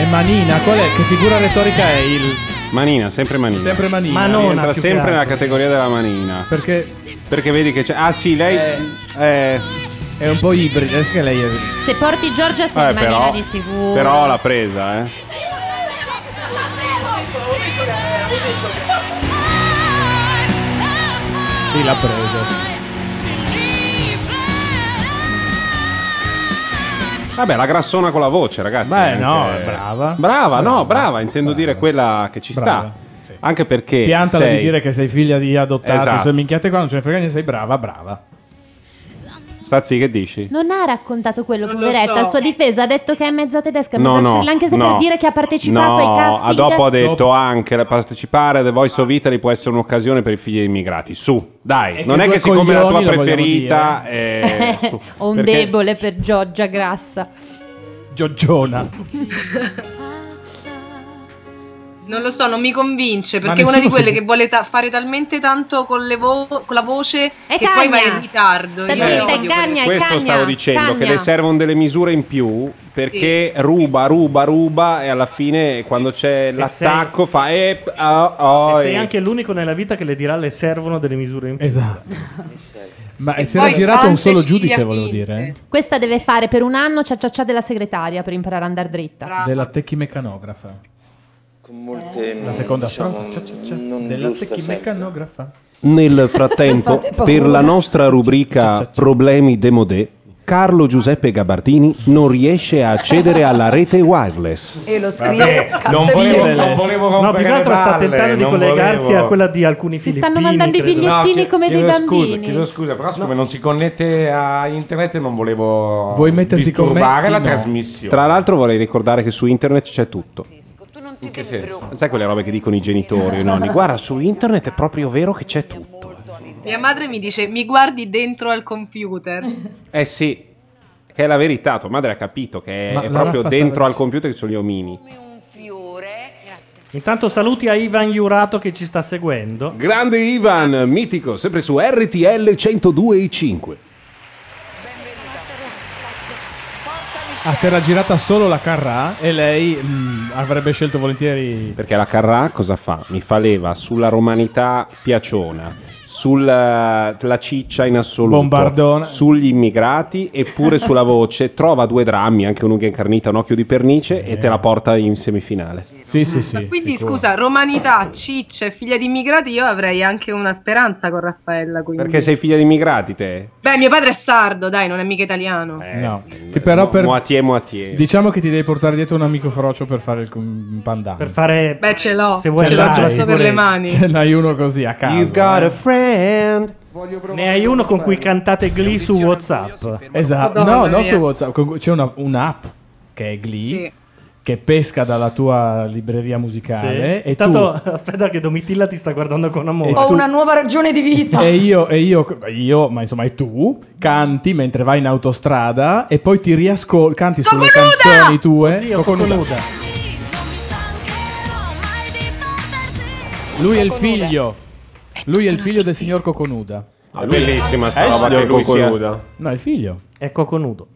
Speaker 6: E Manina, qual è? Che figura retorica è il...
Speaker 2: Manina, sempre manina.
Speaker 6: Sempre manina. Manona,
Speaker 2: Entra
Speaker 6: più che
Speaker 2: sempre nella
Speaker 6: altro.
Speaker 2: categoria della manina.
Speaker 6: Perché?
Speaker 2: Perché vedi che c'è... Ah sì, lei... eh,
Speaker 6: È un po' ibrida, adesso che lei è...
Speaker 10: Se porti Giorgia sei
Speaker 2: Eh,
Speaker 10: maniera
Speaker 2: però-
Speaker 10: di sicuro.
Speaker 2: Però l'ha presa, eh.
Speaker 6: Sì, l'ha presa. sì.
Speaker 2: Vabbè, la grassona con la voce, ragazzi.
Speaker 6: Beh,
Speaker 2: anche-
Speaker 6: no, è brava.
Speaker 2: Brava, no, brava, intendo dire quella che ci
Speaker 6: Brava,
Speaker 2: sta. Anche perché...
Speaker 6: Piantala
Speaker 2: Eh, sei-
Speaker 6: di dire che sei figlia di adottato,
Speaker 2: Esatto.
Speaker 6: se minchiate qua non ce ne frega niente, sei brava, brava.
Speaker 2: Stazzi, che dici?
Speaker 10: Non ha raccontato quello,
Speaker 16: lo
Speaker 10: poveretta.
Speaker 16: so.
Speaker 10: A sua difesa ha detto che è mezza tedesca,
Speaker 2: No,
Speaker 10: mezza
Speaker 2: no,
Speaker 10: srilankese
Speaker 2: no.
Speaker 10: per dire che ha partecipato
Speaker 2: no,
Speaker 10: ai casting.
Speaker 2: a dopo ha detto anche la partecipare a The Voice of Italy può essere un'occasione per i figli immigrati. Su, dai,
Speaker 10: E
Speaker 2: non
Speaker 10: che
Speaker 2: è
Speaker 10: due
Speaker 2: che siccome la tua
Speaker 6: coglioni lo vogliamo
Speaker 2: preferita
Speaker 10: Eh,
Speaker 2: è su,
Speaker 10: Ho un
Speaker 2: perché-
Speaker 10: debole per Giorgia Grassa.
Speaker 6: Giorgiona.
Speaker 8: Non lo so, non mi convince
Speaker 6: Ma
Speaker 8: perché è una di
Speaker 6: nessuno si
Speaker 8: quelle
Speaker 6: fu-
Speaker 8: che vuole ta- fare talmente tanto con, le vo- con la voce che
Speaker 10: cagna!
Speaker 8: poi va in ritardo.
Speaker 10: Sta
Speaker 8: Io
Speaker 10: zitta,
Speaker 8: odio quelle-
Speaker 10: cagna,
Speaker 2: Questo
Speaker 10: cagna,
Speaker 2: stavo dicendo
Speaker 10: cagna.
Speaker 2: che le servono delle misure in più perché ruba, ruba, ruba e alla fine quando c'è l'attacco fa eh, ah, ah,
Speaker 3: E sei
Speaker 2: eh.
Speaker 3: anche l'unico nella vita che le dirà le servono delle misure in più.
Speaker 6: Esatto. Ma
Speaker 3: E
Speaker 6: si era
Speaker 3: poi
Speaker 6: girato un
Speaker 3: quante
Speaker 6: solo
Speaker 3: sciglia
Speaker 6: giudice, volevo dire. eh?
Speaker 10: Questa deve fare per un anno cia cia cia della segretaria per imparare ad andare dritta.
Speaker 6: eh? Della tecchimecanografa.
Speaker 4: Con molte
Speaker 6: La seconda
Speaker 4: diciamo,
Speaker 6: strofa. Cia, cia, cia.
Speaker 4: non
Speaker 6: cioè, Della
Speaker 4: giusta
Speaker 6: tecchimecanografa.
Speaker 4: Nel
Speaker 2: frattempo,
Speaker 6: Fate paura.
Speaker 4: per la nostra
Speaker 2: rubrica Problemi Demodè, Carlo Giuseppe Gabardini non riesce a accedere alla rete wireless.
Speaker 5: E lo scrive.
Speaker 3: Vabbè, non volevo- non volevo
Speaker 5: comprare
Speaker 3: No, più che altro sta tentando di collegarsi a quella di alcuni
Speaker 10: Si
Speaker 3: filippini.
Speaker 10: stanno mandando i
Speaker 3: credo.
Speaker 10: bigliettini
Speaker 12: chie-
Speaker 10: come dei
Speaker 12: chiedo Scusa,
Speaker 10: bambini.
Speaker 12: chiedo scusa, però siccome non si connette a internet non volevo
Speaker 2: Vuoi metterti con me?
Speaker 12: disturbare
Speaker 2: Sì,
Speaker 12: la
Speaker 2: no.
Speaker 12: trasmissione.
Speaker 2: Tra l'altro vorrei ricordare che su internet c'è tutto.
Speaker 12: In che senso?
Speaker 2: Sai quelle robe che dicono i genitori o i nonni? Guarda, su internet è proprio vero che c'è tutto.
Speaker 8: Mia madre mi dice mi guardi dentro al computer.
Speaker 2: Eh sì, che è la verità, tua madre ha capito che è,
Speaker 3: Ma
Speaker 2: è
Speaker 3: la
Speaker 2: proprio
Speaker 3: Raffa
Speaker 2: dentro
Speaker 3: stava-
Speaker 2: al computer che sono gli omini.
Speaker 3: Intanto saluti a Ivan Iurato che ci sta seguendo.
Speaker 2: Grande Ivan, mitico, sempre su RTL 102.5.
Speaker 6: Ah, si era girata solo la Carrà e lei mm, avrebbe scelto volentieri...
Speaker 2: Perché la Carrà cosa fa? Mi fa leva sulla romanità piaciona, sulla la ciccia in assoluto,
Speaker 6: Bombardone.
Speaker 2: sugli immigrati e pure sulla voce. Trova due drammi, anche un'unghia incarnita, un occhio di pernice e te la porta in semifinale.
Speaker 6: Eh. Sì, sì, sì.
Speaker 8: Quindi scusa, romanità, ciccia e figlia di immigrati, io avrei anche una speranza con Raffaella. Quindi.
Speaker 2: Perché sei figlia di immigrati te?
Speaker 8: Beh, mio padre è sardo, dai, non è mica italiano.
Speaker 2: Eh.
Speaker 6: No. Ti- però per-
Speaker 2: Moatie, moatie.
Speaker 6: Diciamo che ti devi portare dietro un amico frocio per fare il com- pandan. Per
Speaker 3: fare...
Speaker 8: Beh, ce l'ho.
Speaker 6: Se vuoi
Speaker 8: ce l'ho
Speaker 6: andare,
Speaker 8: grosso per le
Speaker 6: volete.
Speaker 8: mani.
Speaker 6: Ce n'hai uno così a caso. eh. You've got a
Speaker 2: friend.
Speaker 3: eh. Ne hai uno con cui cantate Glee su WhatsApp.
Speaker 6: Esatto. No, no, su WhatsApp. con- C'è una- un'app che è Glee. Che pesca dalla tua libreria musicale.
Speaker 3: Sì.
Speaker 6: E
Speaker 3: Intanto
Speaker 6: tu,
Speaker 3: aspetta che Domitilla ti sta guardando con amore.
Speaker 5: Ho una nuova ragione di vita.
Speaker 6: E io, e io, io, ma insomma, e tu canti mentre vai in autostrada e poi ti riascolti, canti sulle canzoni tue.
Speaker 3: Oddio,
Speaker 6: Coconuda.
Speaker 3: Coconuda.
Speaker 6: Lui è il figlio. Lui è il figlio del signor Coconuda. Eh,
Speaker 2: Ah, lui- Bellissima sta È il roba signor che lui sia- Coconuda?
Speaker 6: No, è il figlio.
Speaker 3: È Coconudo.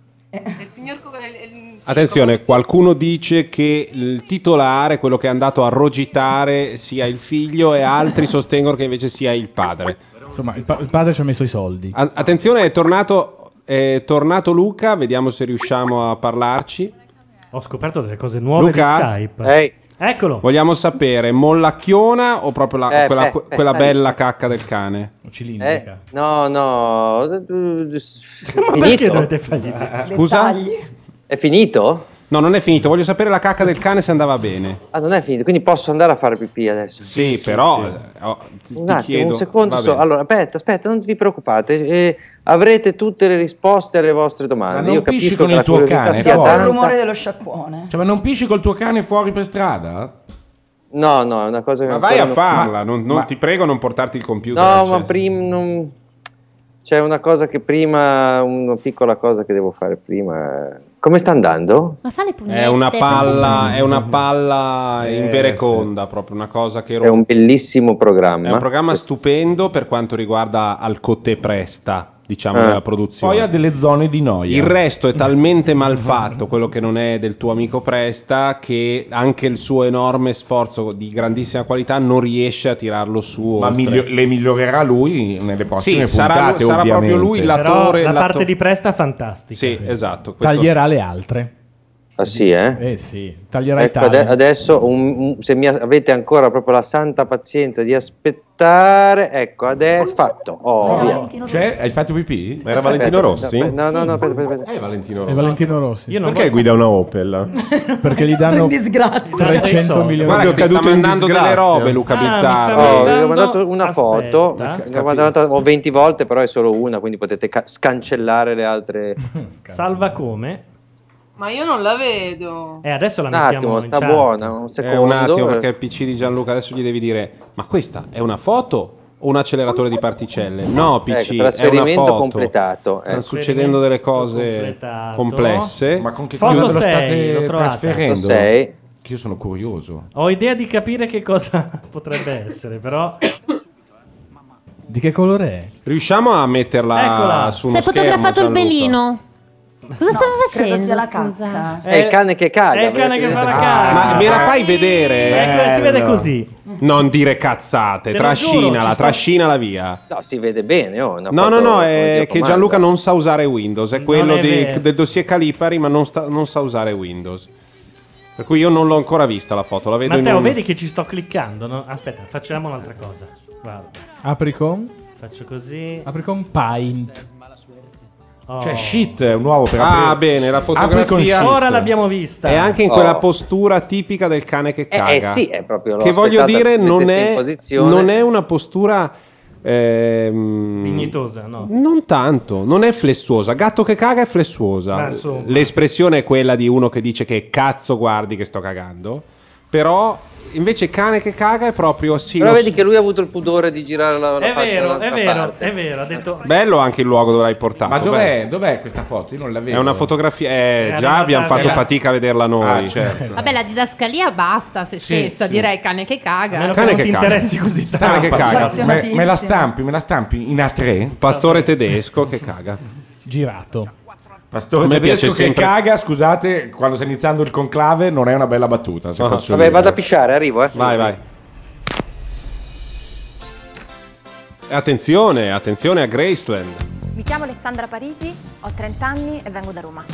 Speaker 2: Attenzione, qualcuno dice che il titolare, quello che è andato a rogitare, sia il figlio e altri sostengono che invece sia il padre.
Speaker 6: Insomma, il, pa- il padre ci ha messo i soldi.
Speaker 2: A- attenzione, è tornato, è tornato Luca, vediamo se riusciamo a parlarci.
Speaker 3: Ho scoperto delle cose nuove
Speaker 2: Luca?
Speaker 3: di Skype. Eccolo.
Speaker 2: Vogliamo sapere, mollacchiona o proprio la-
Speaker 10: Eh,
Speaker 2: quella,
Speaker 10: beh,
Speaker 2: que-
Speaker 10: beh,
Speaker 2: quella
Speaker 10: dai.
Speaker 2: bella cacca del cane?
Speaker 10: Eh, no, no. Ah, Ma
Speaker 2: perché dovete fargli dire? Scusa?
Speaker 10: È finito?
Speaker 2: No, non è finito. Voglio sapere la cacca del cane se andava bene.
Speaker 10: Ah, non è finito, quindi posso andare a fare pipì adesso.
Speaker 2: Sì, però eh, oh, ti,
Speaker 10: Un
Speaker 2: ti
Speaker 10: attimo,
Speaker 2: chiedo.
Speaker 10: un secondo.
Speaker 2: Va
Speaker 10: so-
Speaker 2: bene.
Speaker 10: Allora, aspetta, aspetta, non vi preoccupate. eh, avrete tutte le risposte alle vostre domande.
Speaker 12: Ma non
Speaker 10: Io
Speaker 12: pisci
Speaker 10: capisco
Speaker 12: con
Speaker 10: che
Speaker 12: il
Speaker 10: la
Speaker 12: tuo
Speaker 10: curiosità
Speaker 12: cane,
Speaker 10: sia
Speaker 12: per
Speaker 10: tanta.
Speaker 5: Il rumore dello sciacquone.
Speaker 12: Cioè, ma non pisci col tuo cane fuori per strada?
Speaker 10: No, no, è una cosa che
Speaker 2: Ma
Speaker 10: ancora
Speaker 2: vai a
Speaker 10: non-
Speaker 2: farla, non, non-
Speaker 10: ma-
Speaker 2: ti prego non portarti il computer. cioè,
Speaker 10: No,
Speaker 2: acceso.
Speaker 10: ma prima non- c'è una cosa che prima, una piccola cosa che devo fare prima. eh. Come sta andando?
Speaker 29: Ma fa le pugnette.
Speaker 2: È una
Speaker 29: fa le
Speaker 2: palla,
Speaker 10: pugnette.
Speaker 2: è una palla
Speaker 10: Eh,
Speaker 2: invereconda, proprio una cosa che
Speaker 10: È un bellissimo programma.
Speaker 2: È un programma stupendo per quanto riguarda Alcotè Presta, diciamo,
Speaker 10: Eh.
Speaker 2: della produzione.
Speaker 12: Poi ha delle zone di noia.
Speaker 2: Il resto è talmente mal fatto, quello che non è del tuo amico Presta, che anche il suo enorme sforzo di grandissima qualità non riesce a tirarlo su.
Speaker 12: Ma
Speaker 2: oltre.
Speaker 12: miglio- le migliorerà lui nelle prossime
Speaker 2: Sì, sarà-
Speaker 12: puntate,
Speaker 2: sarà proprio
Speaker 12: ovviamente.
Speaker 2: lui la-
Speaker 3: Però
Speaker 2: l'attore-
Speaker 3: Oh, la parte
Speaker 2: l'atto-
Speaker 3: di Presta è fantastica.
Speaker 2: Sì, esatto. questo-
Speaker 6: Taglierà le altre.
Speaker 10: Ah sì, eh?
Speaker 6: Eh sì, taglierà i
Speaker 10: Ecco,
Speaker 6: tagli.
Speaker 10: ade- adesso un- un- se mi avete ancora proprio la santa pazienza di aspettare, ecco, adesso fatto. Oh, via.
Speaker 12: Cioè, hai fatto pipì?
Speaker 10: Ma era Valentino
Speaker 30: Aspetta, Rossi?
Speaker 10: No, no, no, aspetta, aspetta, aspetta.
Speaker 30: È Valentino
Speaker 6: È Valentino Rossi.
Speaker 30: Perché guida una Opel?
Speaker 6: Perché gli danno
Speaker 10: disgrazia.
Speaker 6: 300 milioni
Speaker 10: Guarda che ti sta mandando delle robe,
Speaker 2: Luca
Speaker 10: Oh, vi ho mandato una foto,
Speaker 3: Aspetta.
Speaker 10: ne ho mandata ho 20 volte, però è solo una, quindi potete ca- scancellare le altre.
Speaker 3: Salva come?
Speaker 8: Ma io non la vedo.
Speaker 3: E adesso la
Speaker 10: Un
Speaker 3: mettiamo
Speaker 10: attimo,
Speaker 3: in
Speaker 10: sta
Speaker 3: chat.
Speaker 10: buona, un
Speaker 2: Eh,
Speaker 10: secondo.
Speaker 2: un attimo, perché il PC di Gianluca adesso gli devi dire: Ma questa è una foto o un acceleratore di particelle? No, PC,
Speaker 10: Ecco, trasferimento
Speaker 2: è una foto.
Speaker 10: completato, eh.
Speaker 2: Stanno
Speaker 12: ecco.
Speaker 2: succedendo delle cose complesse.
Speaker 12: Ma con che
Speaker 3: Foto
Speaker 12: cosa lo
Speaker 3: sei,
Speaker 12: state
Speaker 3: l'ho trovata.
Speaker 12: trasferendo?
Speaker 10: Foto sei.
Speaker 12: Che io sono curioso.
Speaker 3: Ho idea di capire che cosa potrebbe essere, però
Speaker 6: Di che colore è?
Speaker 2: Riusciamo a metterla
Speaker 3: Eccola.
Speaker 29: pugnette.
Speaker 2: su uno
Speaker 29: Si è fotografato
Speaker 2: schermo,
Speaker 29: il
Speaker 2: Gianluca?
Speaker 29: belino. Cosa stava facendo?
Speaker 5: sia la
Speaker 29: scusa?
Speaker 7: Eh,
Speaker 10: È il cane che caga.
Speaker 29: è il cane
Speaker 10: avete
Speaker 29: che fa
Speaker 10: detto-
Speaker 29: la
Speaker 2: Ah, ma me la fai vedere?
Speaker 10: Eh, Ecco, si
Speaker 6: Eh,
Speaker 10: vede
Speaker 2: così. Non dire cazzate,
Speaker 10: Te lo giuro,
Speaker 2: trascinala,
Speaker 10: ci sto-
Speaker 2: trascinala via.
Speaker 10: No, si vede bene. Oh, una
Speaker 2: No,
Speaker 10: foto
Speaker 2: no, no,
Speaker 10: come
Speaker 2: è
Speaker 10: Dio
Speaker 2: che
Speaker 10: comanda.
Speaker 2: Gianluca non sa usare Windows, è quello
Speaker 10: è
Speaker 2: di-
Speaker 10: vero.
Speaker 2: del dossier Calipari, ma non, sta- non sa usare Windows. Per cui io non l'ho ancora vista la foto, la vedo in
Speaker 3: Matteo,
Speaker 2: un-
Speaker 3: vedi che ci sto cliccando? no? Aspetta, facciamo un'altra cosa. Guarda,
Speaker 6: Apri con?
Speaker 3: faccio così.
Speaker 6: Apri con Paint.
Speaker 3: Oh.
Speaker 12: Cioè, shit, è un uovo per
Speaker 2: Ah,
Speaker 12: aprire-
Speaker 2: bene, la
Speaker 12: Apri con shit.
Speaker 2: fotografia
Speaker 3: Ora l'abbiamo vista.
Speaker 2: è anche in
Speaker 12: Oh.
Speaker 2: quella postura tipica del cane che
Speaker 10: Eh,
Speaker 2: caga.
Speaker 10: eh, sì, è proprio l'ho
Speaker 2: Che voglio
Speaker 10: aspettata
Speaker 2: dire,
Speaker 10: che si
Speaker 2: non
Speaker 10: mettesse in
Speaker 2: è,
Speaker 10: posizione.
Speaker 2: non è una postura ehm,
Speaker 3: Dignitosa, no?
Speaker 2: Non tanto, non è flessuosa. Gatto che caga è
Speaker 3: Ma
Speaker 2: flessuosa.
Speaker 3: insomma.
Speaker 2: L'espressione è quella di uno che dice che cazzo guardi che sto cagando. Però invece cane che caga è proprio sì.
Speaker 10: Però
Speaker 2: lo
Speaker 10: vedi
Speaker 2: s-
Speaker 10: che lui ha avuto il pudore di girare la, la
Speaker 3: È
Speaker 10: faccia
Speaker 3: vero, è
Speaker 10: dall'altra
Speaker 3: vero,
Speaker 10: parte.
Speaker 3: è vero. Ha detto
Speaker 2: Bello anche il luogo dove l'hai portato.
Speaker 12: Ma dov'è,
Speaker 2: bello.
Speaker 12: dov'è questa foto? Io non la vedo.
Speaker 2: È una fotografia. Eh,
Speaker 12: È
Speaker 2: già abbiamo
Speaker 12: arrivata-
Speaker 2: fatto
Speaker 12: era-
Speaker 2: fatica a vederla noi.
Speaker 12: Ah, certo.
Speaker 31: Vabbè, la didascalia basta se
Speaker 2: Sì,
Speaker 31: stessa,
Speaker 2: sì.
Speaker 31: direi cane che caga.
Speaker 2: Cane che caga. Cane che caga.
Speaker 12: Me, me la stampi, me la stampi in A3.
Speaker 2: Pastore tedesco che caga.
Speaker 6: Girato.
Speaker 12: Pastore
Speaker 2: A me
Speaker 12: tedesco
Speaker 2: piace
Speaker 12: che
Speaker 2: sempre-
Speaker 12: caga, scusate, quando sta iniziando il conclave non è una bella battuta. Se
Speaker 2: Ah,
Speaker 12: posso
Speaker 10: Vabbè,
Speaker 12: dire.
Speaker 10: vado a pisciare, arrivo, eh.
Speaker 2: Vai, vai. Attenzione, attenzione a Graceland.
Speaker 7: Mi chiamo Alessandra Parisi, ho 30 anni e vengo da Roma.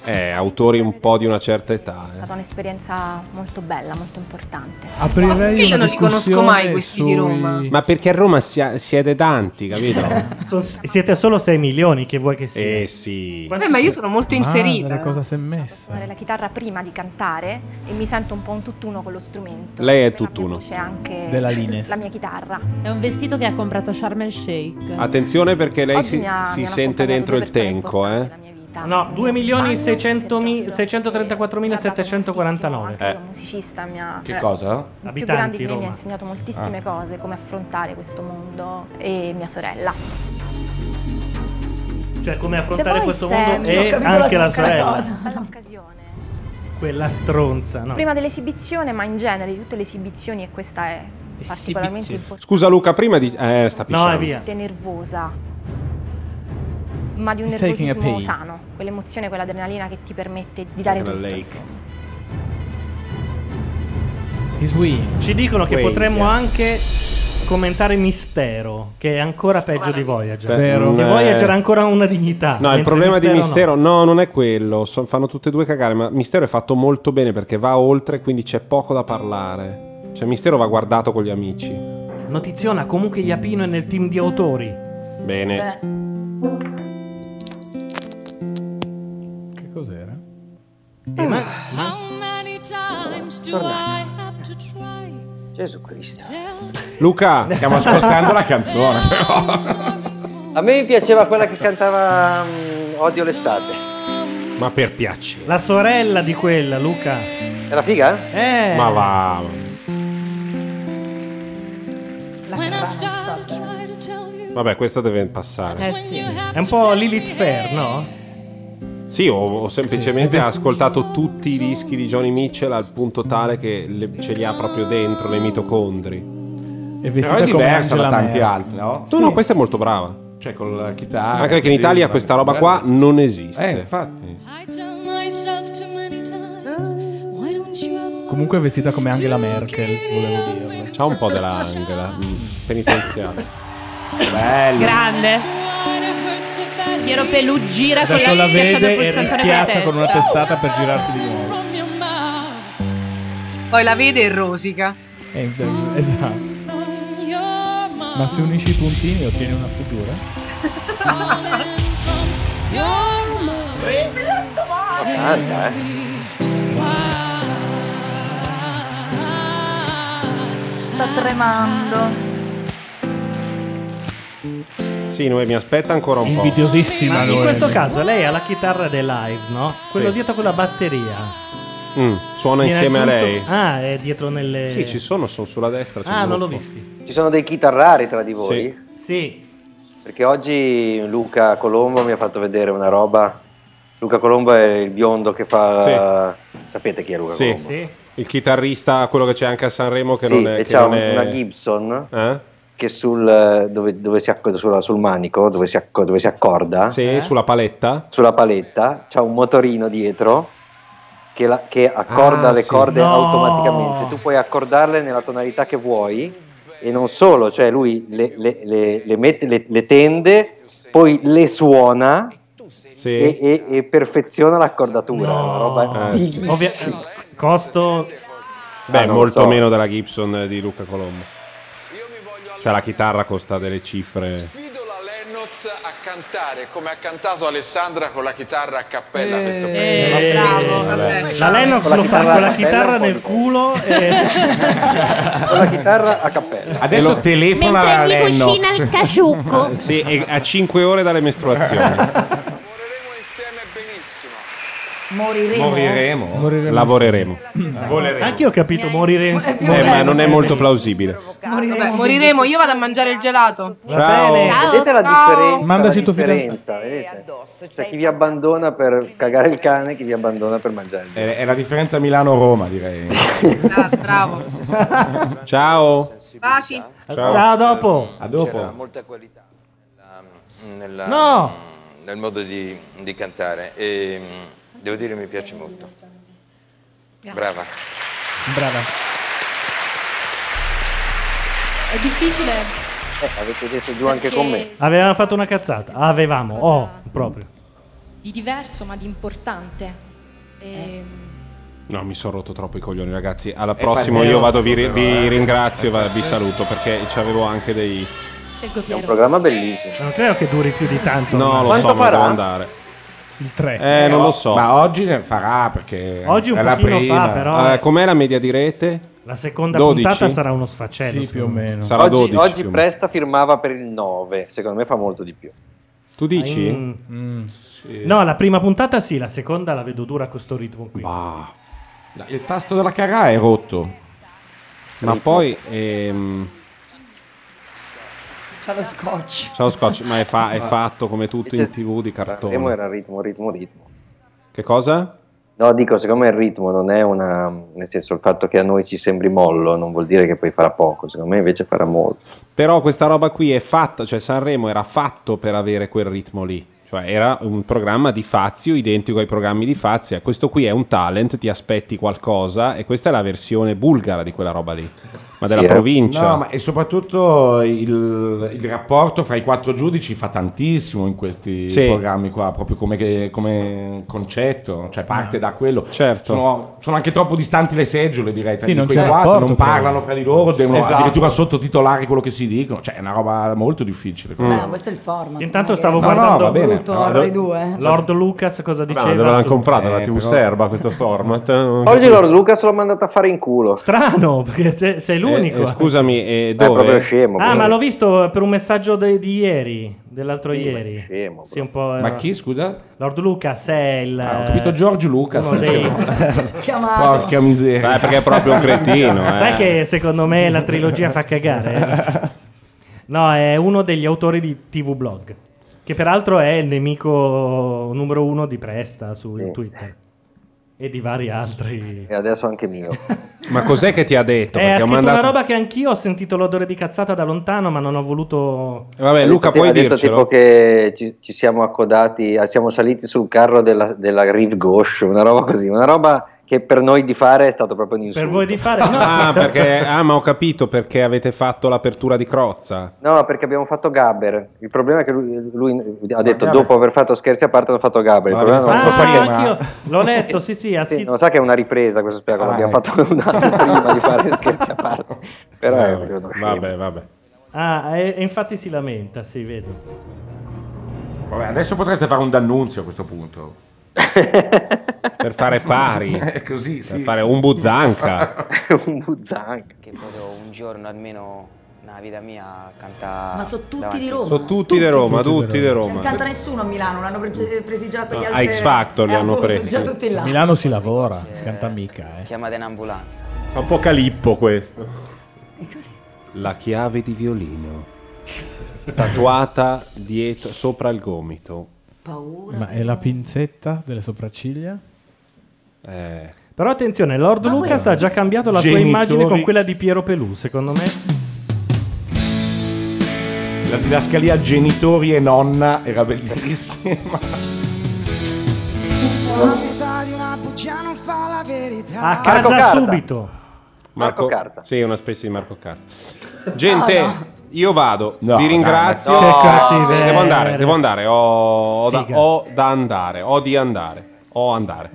Speaker 7: È
Speaker 2: Eh, autori un po' di una certa età. eh.
Speaker 7: stata un'esperienza molto bella, molto importante.
Speaker 6: Aprirei
Speaker 7: Io
Speaker 6: una
Speaker 7: non li conosco
Speaker 6: discussione
Speaker 7: mai questi di
Speaker 6: sui-
Speaker 7: Roma.
Speaker 2: Ma perché a Roma sia- siete tanti, capito?
Speaker 3: So- siete solo 6 milioni che vuoi che sia.
Speaker 2: Eh sì.
Speaker 7: Beh, ma io sono molto inserita. eh. Madre, cosa
Speaker 6: si è messa?
Speaker 7: Suonare la chitarra prima di cantare e mi sento un po' un tutt'uno con lo strumento.
Speaker 2: Lei è tutt'uno.
Speaker 7: C'è anche
Speaker 2: Della Lines.
Speaker 7: la mia chitarra.
Speaker 31: È un vestito che ha comprato Sharm el Sheikh.
Speaker 2: Attenzione perché lei
Speaker 7: Oggi
Speaker 2: si,
Speaker 7: mi ha-
Speaker 2: si
Speaker 7: mi hanno
Speaker 2: sente dentro il tenco, eh.
Speaker 3: No, 2 milioni 634.749.
Speaker 2: Eh.
Speaker 7: Un musicista mi ha...
Speaker 3: Che cosa?
Speaker 7: Il
Speaker 3: Abitanti
Speaker 7: più grande di me
Speaker 3: Roma.
Speaker 7: mi ha insegnato
Speaker 2: Ah.
Speaker 7: moltissime cose, come affrontare questo mondo e mia sorella.
Speaker 3: Cioè, come affrontare
Speaker 7: The
Speaker 3: questo
Speaker 7: Voice
Speaker 3: mondo
Speaker 7: è-
Speaker 3: e anche la sorella.
Speaker 7: Bella occasione.
Speaker 3: Quella stronza, no?
Speaker 7: Prima dell'esibizione, ma in genere di tutte le esibizioni, e questa è particolarmente importante.
Speaker 2: Scusa Luca, prima di... Eh, sta pisciando.
Speaker 7: nervosa, ma di un
Speaker 2: He's taking a
Speaker 7: nervosismo
Speaker 2: pee.
Speaker 7: sano. Quell'emozione, quell'adrenalina che ti permette di dare tutto. insomma.
Speaker 3: Ci dicono che
Speaker 6: Wait,
Speaker 3: potremmo
Speaker 5: eh.
Speaker 2: eh.
Speaker 6: yeah.
Speaker 3: anche commentare Mistero, che è ancora peggio di Voyager.
Speaker 2: Beh, Vero.
Speaker 3: Che
Speaker 2: eh.
Speaker 3: Voyager ha ancora una dignità.
Speaker 2: No, il
Speaker 3: mentre
Speaker 2: problema di
Speaker 3: no.
Speaker 2: Mistero no. non è quello, son- fanno tutte e due cagare, ma Mistero è fatto molto bene perché va oltre, quindi c'è poco da parlare. Cioè Mistero va guardato con gli amici.
Speaker 3: Notiziona, comunque Iapino è nel team di autori.
Speaker 2: Bene.
Speaker 6: Che cos'era?
Speaker 5: How many times do I have to try?
Speaker 10: Gesù Cristo.
Speaker 2: Luca,
Speaker 12: stiamo ascoltando la canzone.
Speaker 10: A me piaceva quella che cantava mm, Odio l'estate.
Speaker 2: Ma per piacere.
Speaker 3: La sorella di quella, Luca.
Speaker 10: Era figa?
Speaker 3: Eh.
Speaker 2: Ma va.
Speaker 5: When I start to try to tell you
Speaker 2: Vabbè, questa deve
Speaker 3: Eh
Speaker 2: passare.
Speaker 3: È un po' Lilith Fair, no?
Speaker 2: Sì, ho, ho semplicemente ascoltato tutti i dischi di Johnny Mitchell al punto tale che le- ce li ha proprio dentro le mitocondri.
Speaker 6: E
Speaker 2: Però
Speaker 12: Però
Speaker 2: è diversa
Speaker 12: è diversa da
Speaker 2: la
Speaker 12: tanti
Speaker 2: mera.
Speaker 12: altri, no?
Speaker 2: No, no, questa è molto brava.
Speaker 12: Cioè, con la
Speaker 3: Ah,
Speaker 12: chitarra.
Speaker 2: Anche perché in Italia questa roba qua non esiste.
Speaker 12: Eh, infatti.
Speaker 5: I tell myself too many times. Why don't you ever
Speaker 6: Comunque è vestita come Angela Merkel, volevo dirlo.
Speaker 2: C'ha un po' mm, della Angela penitenziale.
Speaker 6: Bello.
Speaker 32: Grande. Piero Pelù gira con
Speaker 6: Adesso
Speaker 32: la
Speaker 6: la vede
Speaker 32: schiacciata
Speaker 6: e
Speaker 32: pulsante
Speaker 6: rischiaccia
Speaker 32: nella
Speaker 6: con una
Speaker 32: testa.
Speaker 6: testata per girarsi di nuovo.
Speaker 8: Poi la vede e rosica.
Speaker 6: Eh, Esatto. Ma se unisci i puntini ottieni una futura.
Speaker 5: your love?
Speaker 6: Tanta, eh.
Speaker 33: Sta tremando.
Speaker 2: Sì, noi mi aspetta ancora un po'.
Speaker 3: Ma in questo caso lei ha la chitarra dei live, no? Quello
Speaker 2: Sì.
Speaker 3: dietro con la batteria.
Speaker 2: Mm, suona
Speaker 3: Viene
Speaker 2: insieme a
Speaker 3: aggiunto-
Speaker 2: lei.
Speaker 3: Ah, è dietro nelle.
Speaker 2: Sì, ci sono, sono sulla destra. c'è
Speaker 3: Ah,
Speaker 2: un
Speaker 3: non l'ho
Speaker 2: gruppo.
Speaker 3: visti.
Speaker 10: Ci sono dei chitarrari tra di voi?
Speaker 3: Sì.
Speaker 10: Perché oggi Luca Colombo mi ha fatto vedere una roba. Luca Colombo è il biondo che fa. Sapete chi è Luca
Speaker 2: Sì.
Speaker 10: Colombo?
Speaker 2: Sì. Il chitarrista, quello che c'è anche a Sanremo, che
Speaker 10: Sì,
Speaker 2: non è.
Speaker 10: e
Speaker 2: che
Speaker 10: c'ha
Speaker 2: non è-
Speaker 10: una Gibson
Speaker 2: Eh?
Speaker 10: che sul, eh, dove, dove si acco- sulla- sul manico, dove si, acco- dove si accorda,
Speaker 2: Sì,
Speaker 3: Eh?
Speaker 2: sulla paletta.
Speaker 10: sulla paletta, c'ha un motorino dietro che, la- che accorda
Speaker 2: Ah,
Speaker 10: le
Speaker 2: sì.
Speaker 10: corde
Speaker 2: No.
Speaker 10: automaticamente. Tu puoi accordarle nella tonalità che vuoi e non solo, cioè lui le, le- le- le mette- le- le tende, poi le suona. E, e- e perfeziona l'accordatura, una roba
Speaker 2: Eh, sì.
Speaker 10: fighissima.
Speaker 2: Ovvia-
Speaker 3: Costo.
Speaker 2: Beh,
Speaker 10: Ah, non lo
Speaker 2: molto
Speaker 10: so.
Speaker 2: meno della Gibson eh, di Luca Colombo. Cioè, la chitarra costa delle cifre.
Speaker 9: Lennox a cantare come ha cantato Alessandra con la chitarra a cappella questo pezzo.
Speaker 3: Eh,
Speaker 9: Vabbè.
Speaker 3: La Lennox
Speaker 9: Con la
Speaker 3: lo fa
Speaker 9: chitarra
Speaker 3: con la
Speaker 9: a cappella
Speaker 3: chitarra
Speaker 9: un po'
Speaker 3: nel culo e
Speaker 10: con la chitarra a cappella.
Speaker 2: Adesso telefona
Speaker 32: Mentre gli cucina il casciucco.
Speaker 2: sì, è a 5 ore dalle mestruazioni.
Speaker 33: Moriremo.
Speaker 2: Moriremo. Lavoreremo.
Speaker 3: Anche io ho capito morire in
Speaker 2: Eh, ma non è molto plausibile.
Speaker 8: Vabbè, moriremo, io vado a mangiare il gelato.
Speaker 2: Va Ciao. bene. Ciao.
Speaker 10: Vedete la
Speaker 8: Ciao.
Speaker 10: differenza?
Speaker 6: Mandaci
Speaker 10: la
Speaker 6: tuo
Speaker 10: differenza, vedete?
Speaker 11: Cioè,
Speaker 10: C'è chi vi abbandona per cagare il cane, chi vi abbandona per mangiare il
Speaker 12: È, è la differenza Milano-Roma, direi.
Speaker 8: Bravo.
Speaker 2: Ciao.
Speaker 8: Baci.
Speaker 2: Ciao.
Speaker 3: Ciao, dopo.
Speaker 12: A dopo.
Speaker 15: C'era molta qualità nella- nella-
Speaker 3: No.
Speaker 15: nel modo di, di cantare e mm, devo dire mi piace molto. Brava.
Speaker 6: Brava.
Speaker 34: È difficile.
Speaker 10: Eh, avete detto giù anche con me.
Speaker 3: avevamo fatto una cazzata. Avevamo, oh, proprio.
Speaker 34: Di diverso, ma di importante. Eh,
Speaker 33: Eh.
Speaker 34: E-
Speaker 2: No, mi sono rotto troppo i coglioni, ragazzi. Alla
Speaker 12: È
Speaker 2: prossima
Speaker 12: pazzesco,
Speaker 2: io vado, vi,
Speaker 12: però,
Speaker 2: vi
Speaker 12: eh.
Speaker 2: ringrazio, va- vi saluto perché avevo anche dei.
Speaker 34: Scelgo
Speaker 10: È un
Speaker 34: Piero.
Speaker 10: programma bellissimo.
Speaker 3: Non credo che duri più di tanto.
Speaker 2: No,
Speaker 3: ormai.
Speaker 2: lo so, ma devo andare.
Speaker 6: Il 3.
Speaker 2: Eh, non lo so.
Speaker 12: Ma oggi ne farà perché.
Speaker 2: Oggi un
Speaker 12: è la
Speaker 2: pochino
Speaker 12: prima.
Speaker 2: fa, però. Eh, com'è la media di rete?
Speaker 3: La seconda
Speaker 2: 12?
Speaker 3: puntata sarà uno sfaccello.
Speaker 6: Sì, più o meno.
Speaker 2: Sarà
Speaker 10: oggi
Speaker 2: 12
Speaker 10: oggi
Speaker 2: più o meno.
Speaker 10: Presta firmava per il 9, secondo me fa molto di più.
Speaker 2: Tu dici?
Speaker 3: Mm. No, la prima puntata sì, la seconda la vedo dura a questo ritmo qui.
Speaker 12: Il tasto della carà è rotto.
Speaker 2: Ma poi. ehm,
Speaker 33: C'ha lo scotch.
Speaker 2: ciao, Scotch, ma è, fa- è
Speaker 10: Ah.
Speaker 2: fatto come tutto in
Speaker 10: Invece
Speaker 2: tv di
Speaker 10: Sanremo
Speaker 2: cartone.
Speaker 10: era ritmo, ritmo, ritmo.
Speaker 2: Che cosa?
Speaker 11: No, dico, secondo me il ritmo non è una... nel senso il fatto che a noi ci sembri mollo non vuol dire che poi farà poco, secondo me invece farà molto.
Speaker 2: Però questa roba qui è fatta, cioè Sanremo era fatto per avere quel ritmo lì. Cioè era un programma di Fazio identico ai programmi di Fazio. Questo qui è un talent, ti aspetti qualcosa e questa è la versione bulgara di quella roba lì, ma della
Speaker 6: eh.
Speaker 2: provincia.
Speaker 12: No, ma e soprattutto il, il rapporto fra i quattro giudici fa tantissimo in questi
Speaker 2: Sì.
Speaker 12: programmi qua, proprio come, che- come concetto, cioè parte da quello.
Speaker 2: Certo.
Speaker 12: Sono, sono anche troppo distanti le seggiole, direi, tra
Speaker 6: Sì,
Speaker 12: di
Speaker 6: non
Speaker 12: quei
Speaker 6: c'è
Speaker 12: quattro,
Speaker 6: rapporto
Speaker 12: non
Speaker 6: cioè. tra-
Speaker 12: parlano fra di loro, devono
Speaker 6: Esatto.
Speaker 12: addirittura sottotitolare quello che si dicono, cioè è una roba molto difficile.
Speaker 2: Mm.
Speaker 5: Vabbè, ma questo è il format.
Speaker 3: Intanto
Speaker 5: non è
Speaker 3: stavo
Speaker 5: che-
Speaker 3: guardando
Speaker 12: va bene.
Speaker 5: brutto,
Speaker 12: No,
Speaker 5: Rai
Speaker 12: do-
Speaker 5: 2.
Speaker 3: Lord Lucas cosa diceva?
Speaker 22: No, dove l'hanno
Speaker 3: su- Eh,
Speaker 22: comprata? un attimo,
Speaker 12: però-
Speaker 22: serba questo format.
Speaker 11: Oggi Lord Lucas l'ho mandato a fare in culo.
Speaker 3: Strano, perché se- sei l'unico.
Speaker 2: Eh, eh, scusami, eh,
Speaker 11: È proprio
Speaker 2: dove?
Speaker 11: scemo.
Speaker 3: Ah,
Speaker 11: quello.
Speaker 3: ma l'ho visto per un messaggio de- di ieri, dell'altro
Speaker 11: Sì, ma è
Speaker 3: ieri.
Speaker 11: scemo,
Speaker 3: Sì, un po',
Speaker 12: Ma
Speaker 3: eh,
Speaker 12: chi, scusa?
Speaker 3: Lord Lucas è il...
Speaker 12: Ah, ho capito Giorgio Lucas.
Speaker 3: uno dei-
Speaker 5: Chiamato.
Speaker 12: Porca miseria.
Speaker 2: Sai perché è proprio un cretino, eh.
Speaker 3: Sai che secondo me la trilogia fa cagare. eh? No, è uno degli autori di TV Blog, che peraltro è il nemico numero uno di Presta su
Speaker 11: Sì.
Speaker 3: Twitter e di vari altri.
Speaker 11: E adesso anche mio.
Speaker 2: Ma cos'è che ti ha detto?
Speaker 3: Eh, ha
Speaker 2: Perché ho
Speaker 3: scritto
Speaker 2: mandato-
Speaker 3: una roba che anch'io ho sentito l'odore di cazzata da lontano, ma non ho voluto.
Speaker 2: Vabbè,
Speaker 11: Ha
Speaker 2: Luca,
Speaker 11: detto-
Speaker 2: puoi
Speaker 11: ha detto
Speaker 2: dircelo?
Speaker 11: tipo che ci, ci siamo accodati, ah, siamo saliti sul carro della, della Rive Gauche, una roba così, una roba che per noi di fare è stato proprio un insulto.
Speaker 3: Per voi di fare. No,
Speaker 2: Ah, perché... ah, ma ho capito perché avete fatto l'apertura di Crozza.
Speaker 11: No, perché abbiamo fatto Gabber. Il problema è che lui, lui ha detto
Speaker 2: Gabber-
Speaker 11: dopo aver fatto scherzi a parte hanno fatto Gabber. Il
Speaker 2: Ma
Speaker 11: problema non
Speaker 2: l'avete
Speaker 11: lo
Speaker 2: fatto
Speaker 11: sa che-
Speaker 2: prima?
Speaker 3: Ah, Anch'io l'ho letto, sì, sì, ha
Speaker 11: sì,
Speaker 3: scritto.
Speaker 11: non sa che è una ripresa questo spettacolo,
Speaker 2: Ah,
Speaker 11: l'abbiamo
Speaker 2: ecco.
Speaker 11: fatto un attimo prima di fare scherzi a parte. Però è
Speaker 2: vabbè,
Speaker 11: proprio uno scemo.
Speaker 2: Mm. vabbè, vabbè.
Speaker 3: Ah, e, e infatti si lamenta, sì, vedo.
Speaker 12: Vabbè, adesso potreste fare un dannunzio a questo punto.
Speaker 2: Per fare pari.
Speaker 12: È così, sì.
Speaker 2: Per fare un buzzanca.
Speaker 11: un buzzanca.
Speaker 17: Che proprio un giorno almeno nella vita mia canta.
Speaker 5: Ma so tutti
Speaker 17: davanti
Speaker 5: di
Speaker 17: a-
Speaker 5: Roma.
Speaker 2: Sono tutti di Roma, tutti di
Speaker 5: Non
Speaker 2: Roma.
Speaker 5: canta nessuno a Milano, l'hanno pre- presi già per gli
Speaker 6: Ah.
Speaker 2: No, a
Speaker 5: altri.
Speaker 2: X Factor li
Speaker 5: eh,
Speaker 2: hanno
Speaker 5: appunto,
Speaker 2: presi.
Speaker 5: già tutti là.
Speaker 6: Milano si lavora, si canta mica. Eh.
Speaker 17: Chiamate un'ambulanza.
Speaker 22: Fa un po' calippo questo.
Speaker 2: La chiave di violino. Tatuata dietro, sopra il gomito.
Speaker 5: Paura.
Speaker 6: Ma è la pinzetta delle sopracciglia?
Speaker 2: Eh.
Speaker 3: Però attenzione, Lord
Speaker 6: Ma
Speaker 3: Lucas
Speaker 6: Ah, questo-
Speaker 3: ha già cambiato la sua
Speaker 6: Genitori-
Speaker 3: immagine con quella di Piero Pelù, secondo me.
Speaker 12: La didascalia genitori e nonna era bellissima.
Speaker 27: La metà di una bugia non fa la
Speaker 5: Ecco,
Speaker 27: verità.
Speaker 3: A
Speaker 2: Marco
Speaker 3: casa
Speaker 2: Carta.
Speaker 3: subito.
Speaker 2: Marco, Carta. Sì, una specie di Marco Carta. Gente,
Speaker 3: No, no.
Speaker 2: io vado, vi
Speaker 12: dai,
Speaker 2: ringrazio.
Speaker 12: ma che
Speaker 3: cattiveria.
Speaker 2: devo andare, devo andare, ho, ho da,
Speaker 3: Figa.
Speaker 2: ho da andare, ho di andare, ho andare.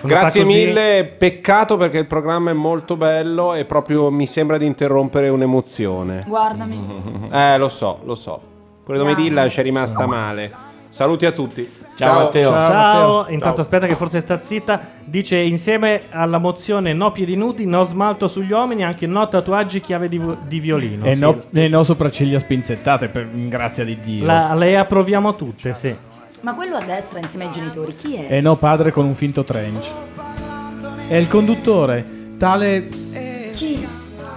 Speaker 3: fa
Speaker 2: Grazie
Speaker 3: così-
Speaker 2: mille, peccato perché il programma è molto bello e proprio mi sembra di interrompere un'emozione.
Speaker 5: Guardami.
Speaker 2: Eh, lo so, lo so. Pure Domedilla ci è rimasta male. Saluti a tutti. Ciao,
Speaker 3: Ciao, intanto aspetta che forse sta zitta. Dice insieme alla mozione no piedi nudi, no smalto sugli uomini, anche no tatuaggi chiave di, vo- di violino.
Speaker 6: e,
Speaker 3: sì.
Speaker 6: no, e no sopracciglia spinzettate, per, in grazia di Dio.
Speaker 3: La- le approviamo tutte, sì.
Speaker 5: Ma quello a destra insieme ai genitori, chi è?
Speaker 6: E no padre con un finto trench. È il conduttore, tale...
Speaker 5: Chi?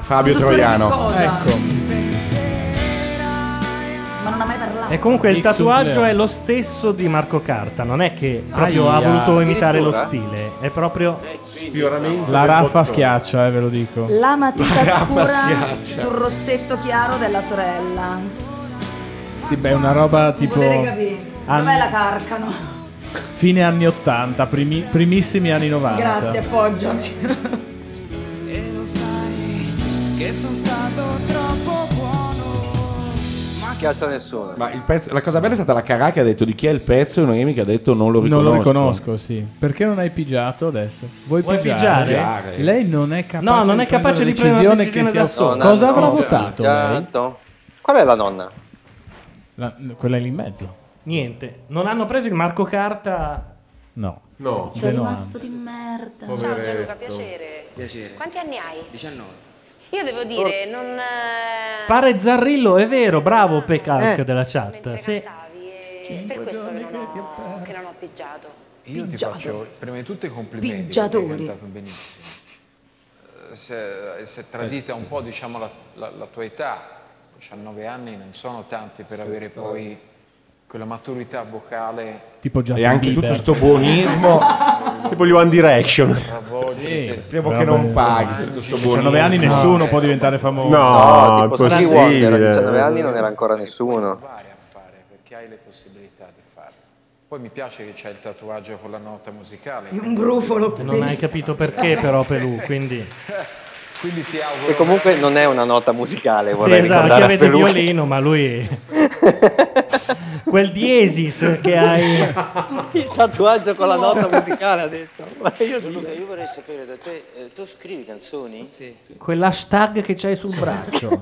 Speaker 12: Fabio
Speaker 5: Dottore di
Speaker 12: Troiano.
Speaker 5: cosa?
Speaker 6: Ecco.
Speaker 5: Ma non ha mai parlato.
Speaker 3: E comunque il
Speaker 6: Dixon
Speaker 3: tatuaggio
Speaker 6: Leone.
Speaker 3: è lo stesso di Marco Carta, non è che proprio ha
Speaker 6: Aia.
Speaker 3: voluto imitare lo
Speaker 6: Addirittura?
Speaker 3: stile, è proprio
Speaker 22: Sfioramento
Speaker 6: La
Speaker 22: del
Speaker 6: raffa
Speaker 22: bottone.
Speaker 6: schiaccia, eh, ve lo dico.
Speaker 5: La matita
Speaker 6: Rafa
Speaker 5: scura
Speaker 6: schiaccia.
Speaker 5: sul rossetto chiaro della sorella.
Speaker 6: Sì, beh, è una roba tipo...
Speaker 5: Potete capire. Dov'è
Speaker 6: anni-
Speaker 5: la carcano?
Speaker 6: Fine anni 80, primi- primissimi anni 90.
Speaker 5: Grazie, appoggiami.
Speaker 27: E lo sai che sono stato troppo buono.
Speaker 11: Non piaccia a nessuno.
Speaker 12: Ma il pezzo- la cosa bella è stata la Carà che ha detto di chi è il pezzo e Noemi che ha detto non lo riconosco.
Speaker 6: Non lo riconosco, sì. Perché non hai pigiato adesso? Vuoi,
Speaker 3: Vuoi
Speaker 6: pigiare?
Speaker 12: pigiare?
Speaker 6: Lei non è capace,
Speaker 3: No, non è capace
Speaker 6: prendere
Speaker 3: di prendere una
Speaker 6: decisione che
Speaker 3: decisione
Speaker 6: sia
Speaker 3: da
Speaker 6: sua.
Speaker 3: sola.
Speaker 6: Cosa
Speaker 3: No,
Speaker 6: avrà
Speaker 3: no,
Speaker 6: votato? lei?
Speaker 11: Certo. Qual è la nonna?
Speaker 6: La- quella lì in mezzo?
Speaker 3: niente. Non hanno preso il Marco Carta.
Speaker 6: No.
Speaker 22: No.
Speaker 5: C'è
Speaker 6: no.
Speaker 5: rimasto di merda.
Speaker 17: Ciao Gianluca, piacere.
Speaker 22: Piacere.
Speaker 17: Quanti anni hai?
Speaker 22: 19.
Speaker 17: Io devo
Speaker 5: Oh.
Speaker 17: dire, non. eh,
Speaker 3: Pare Zarrillo, è vero, bravo Pecarc della chat. Sì.
Speaker 17: Per questo che non ho, che non ho peggiato.
Speaker 9: Io ti
Speaker 17: Pigiato.
Speaker 9: faccio prima di tutto i complimenti. perché
Speaker 17: Pigiatori.
Speaker 9: hai cantato benissimo. Eh, Se, se tradita un po' diciamo, la, la- la tua età, 19 anni non sono tanti per avere poi quella maturità vocale.
Speaker 6: Tipo Justin
Speaker 12: E anche
Speaker 6: Bieber.
Speaker 12: tutto sto buonismo.
Speaker 2: tipo gli One Direction.
Speaker 12: Temo che non paghi tutto sto
Speaker 6: 19 anni
Speaker 12: buonismo.
Speaker 6: nessuno può diventare famoso.
Speaker 2: No,
Speaker 9: tipo Stevie
Speaker 2: impossibile.
Speaker 9: Wonder, a 19 anni non era ancora nessuno.
Speaker 10: Perché
Speaker 9: hai le possibilità di farlo. Poi mi piace che c'è il tatuaggio con la nota musicale.
Speaker 3: Non hai capito perché, però, Pelù. Quindi.
Speaker 9: Quindi ti auguro.
Speaker 10: Che comunque non è una nota musicale,
Speaker 3: Sì,
Speaker 10: vorrei
Speaker 3: esatto,
Speaker 10: ricordare
Speaker 3: chi
Speaker 10: a
Speaker 3: avete il
Speaker 10: Pelù.
Speaker 3: violino, ma lui. Quel diesis che hai.
Speaker 8: Il tatuaggio con la nota musicale ha detto. Ma io
Speaker 15: Luca, io vorrei sapere da te, eh, tu scrivi canzoni? Sì.
Speaker 3: Quell'hashtag che c'hai sul braccio.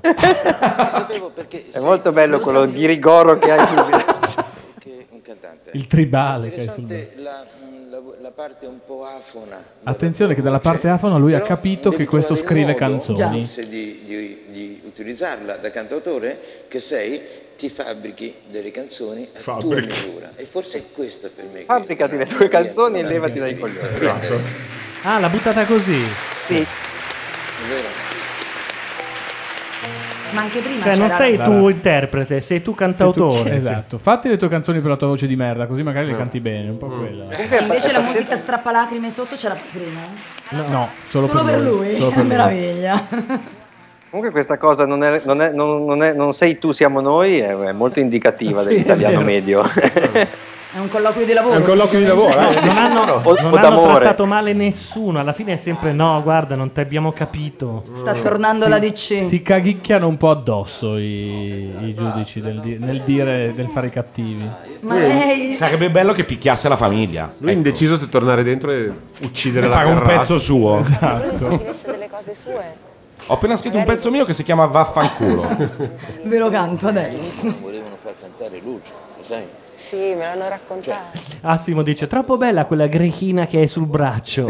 Speaker 15: sapevo perché
Speaker 10: È molto bello quello ghirigoro che hai sul braccio.
Speaker 15: che un cantante.
Speaker 6: Il tribale che hai sul
Speaker 15: Interessante la, mm, la- la parte un po' afona.
Speaker 6: Attenzione che dalla parte afona lui ha
Speaker 15: Però
Speaker 6: capito
Speaker 15: devi
Speaker 6: che questo
Speaker 15: trovare il
Speaker 6: scrive
Speaker 15: modo,
Speaker 6: canzoni.
Speaker 15: forse Di, di- di utilizzarla da cantautore che sei ti fabbrichi delle canzoni a
Speaker 10: Fabbrichi.
Speaker 15: tua misura e forse è questa per me
Speaker 10: Fabbricati le tue canzoni e levati dai coglioni.
Speaker 3: Ah, l'ha buttata così.
Speaker 10: Sì.
Speaker 5: Ma anche prima
Speaker 3: Cioè, non
Speaker 5: c'era-
Speaker 3: sei tu interprete, sei tu cantautore.
Speaker 6: Sei tu- Esatto, fatti le tue canzoni per la tua voce di merda, così magari
Speaker 15: Ah.
Speaker 6: le canti bene, un po'
Speaker 15: Mm.
Speaker 6: quella.
Speaker 5: Invece la musica strappalacrime sotto c'era prima.
Speaker 6: No, solo,
Speaker 5: Solo per lui.
Speaker 10: solo per lui.
Speaker 5: Meraviglia.
Speaker 10: Comunque questa cosa non, è- non è- non- non è- non sei tu, siamo noi, è, è molto indicativa
Speaker 5: Sì,
Speaker 10: dell'italiano
Speaker 5: è vero.
Speaker 10: medio.
Speaker 5: È un colloquio di lavoro. eh.
Speaker 3: Non hanno,
Speaker 10: O-
Speaker 3: non
Speaker 10: o
Speaker 3: hanno
Speaker 10: d'amore.
Speaker 3: trattato male nessuno. Alla fine è sempre no, guarda, non ti abbiamo capito.
Speaker 5: Sta tornando
Speaker 6: Si-
Speaker 5: la DC.
Speaker 6: Si caghicchiano un po' addosso i, i giudici del di- nel dire, nel fare i cattivi.
Speaker 5: Ma lei-
Speaker 12: Sarebbe bello che picchiasse la famiglia. Ecco.
Speaker 2: Lui è indeciso se tornare dentro e uccidere
Speaker 12: E
Speaker 2: la
Speaker 12: fare un
Speaker 2: carrata.
Speaker 12: pezzo suo. Esatto.
Speaker 35: Lui scrivesse delle cose sue.
Speaker 12: Ho appena scritto un pezzo mio che si chiama Vaffanculo.
Speaker 5: Ve lo
Speaker 15: All'inizio
Speaker 5: canto adesso.
Speaker 15: non volevano far cantare Lucio lo sai
Speaker 35: Sì, me l'hanno raccontato.
Speaker 3: Assimo dice: Troppo bella quella grechina che hai sul braccio.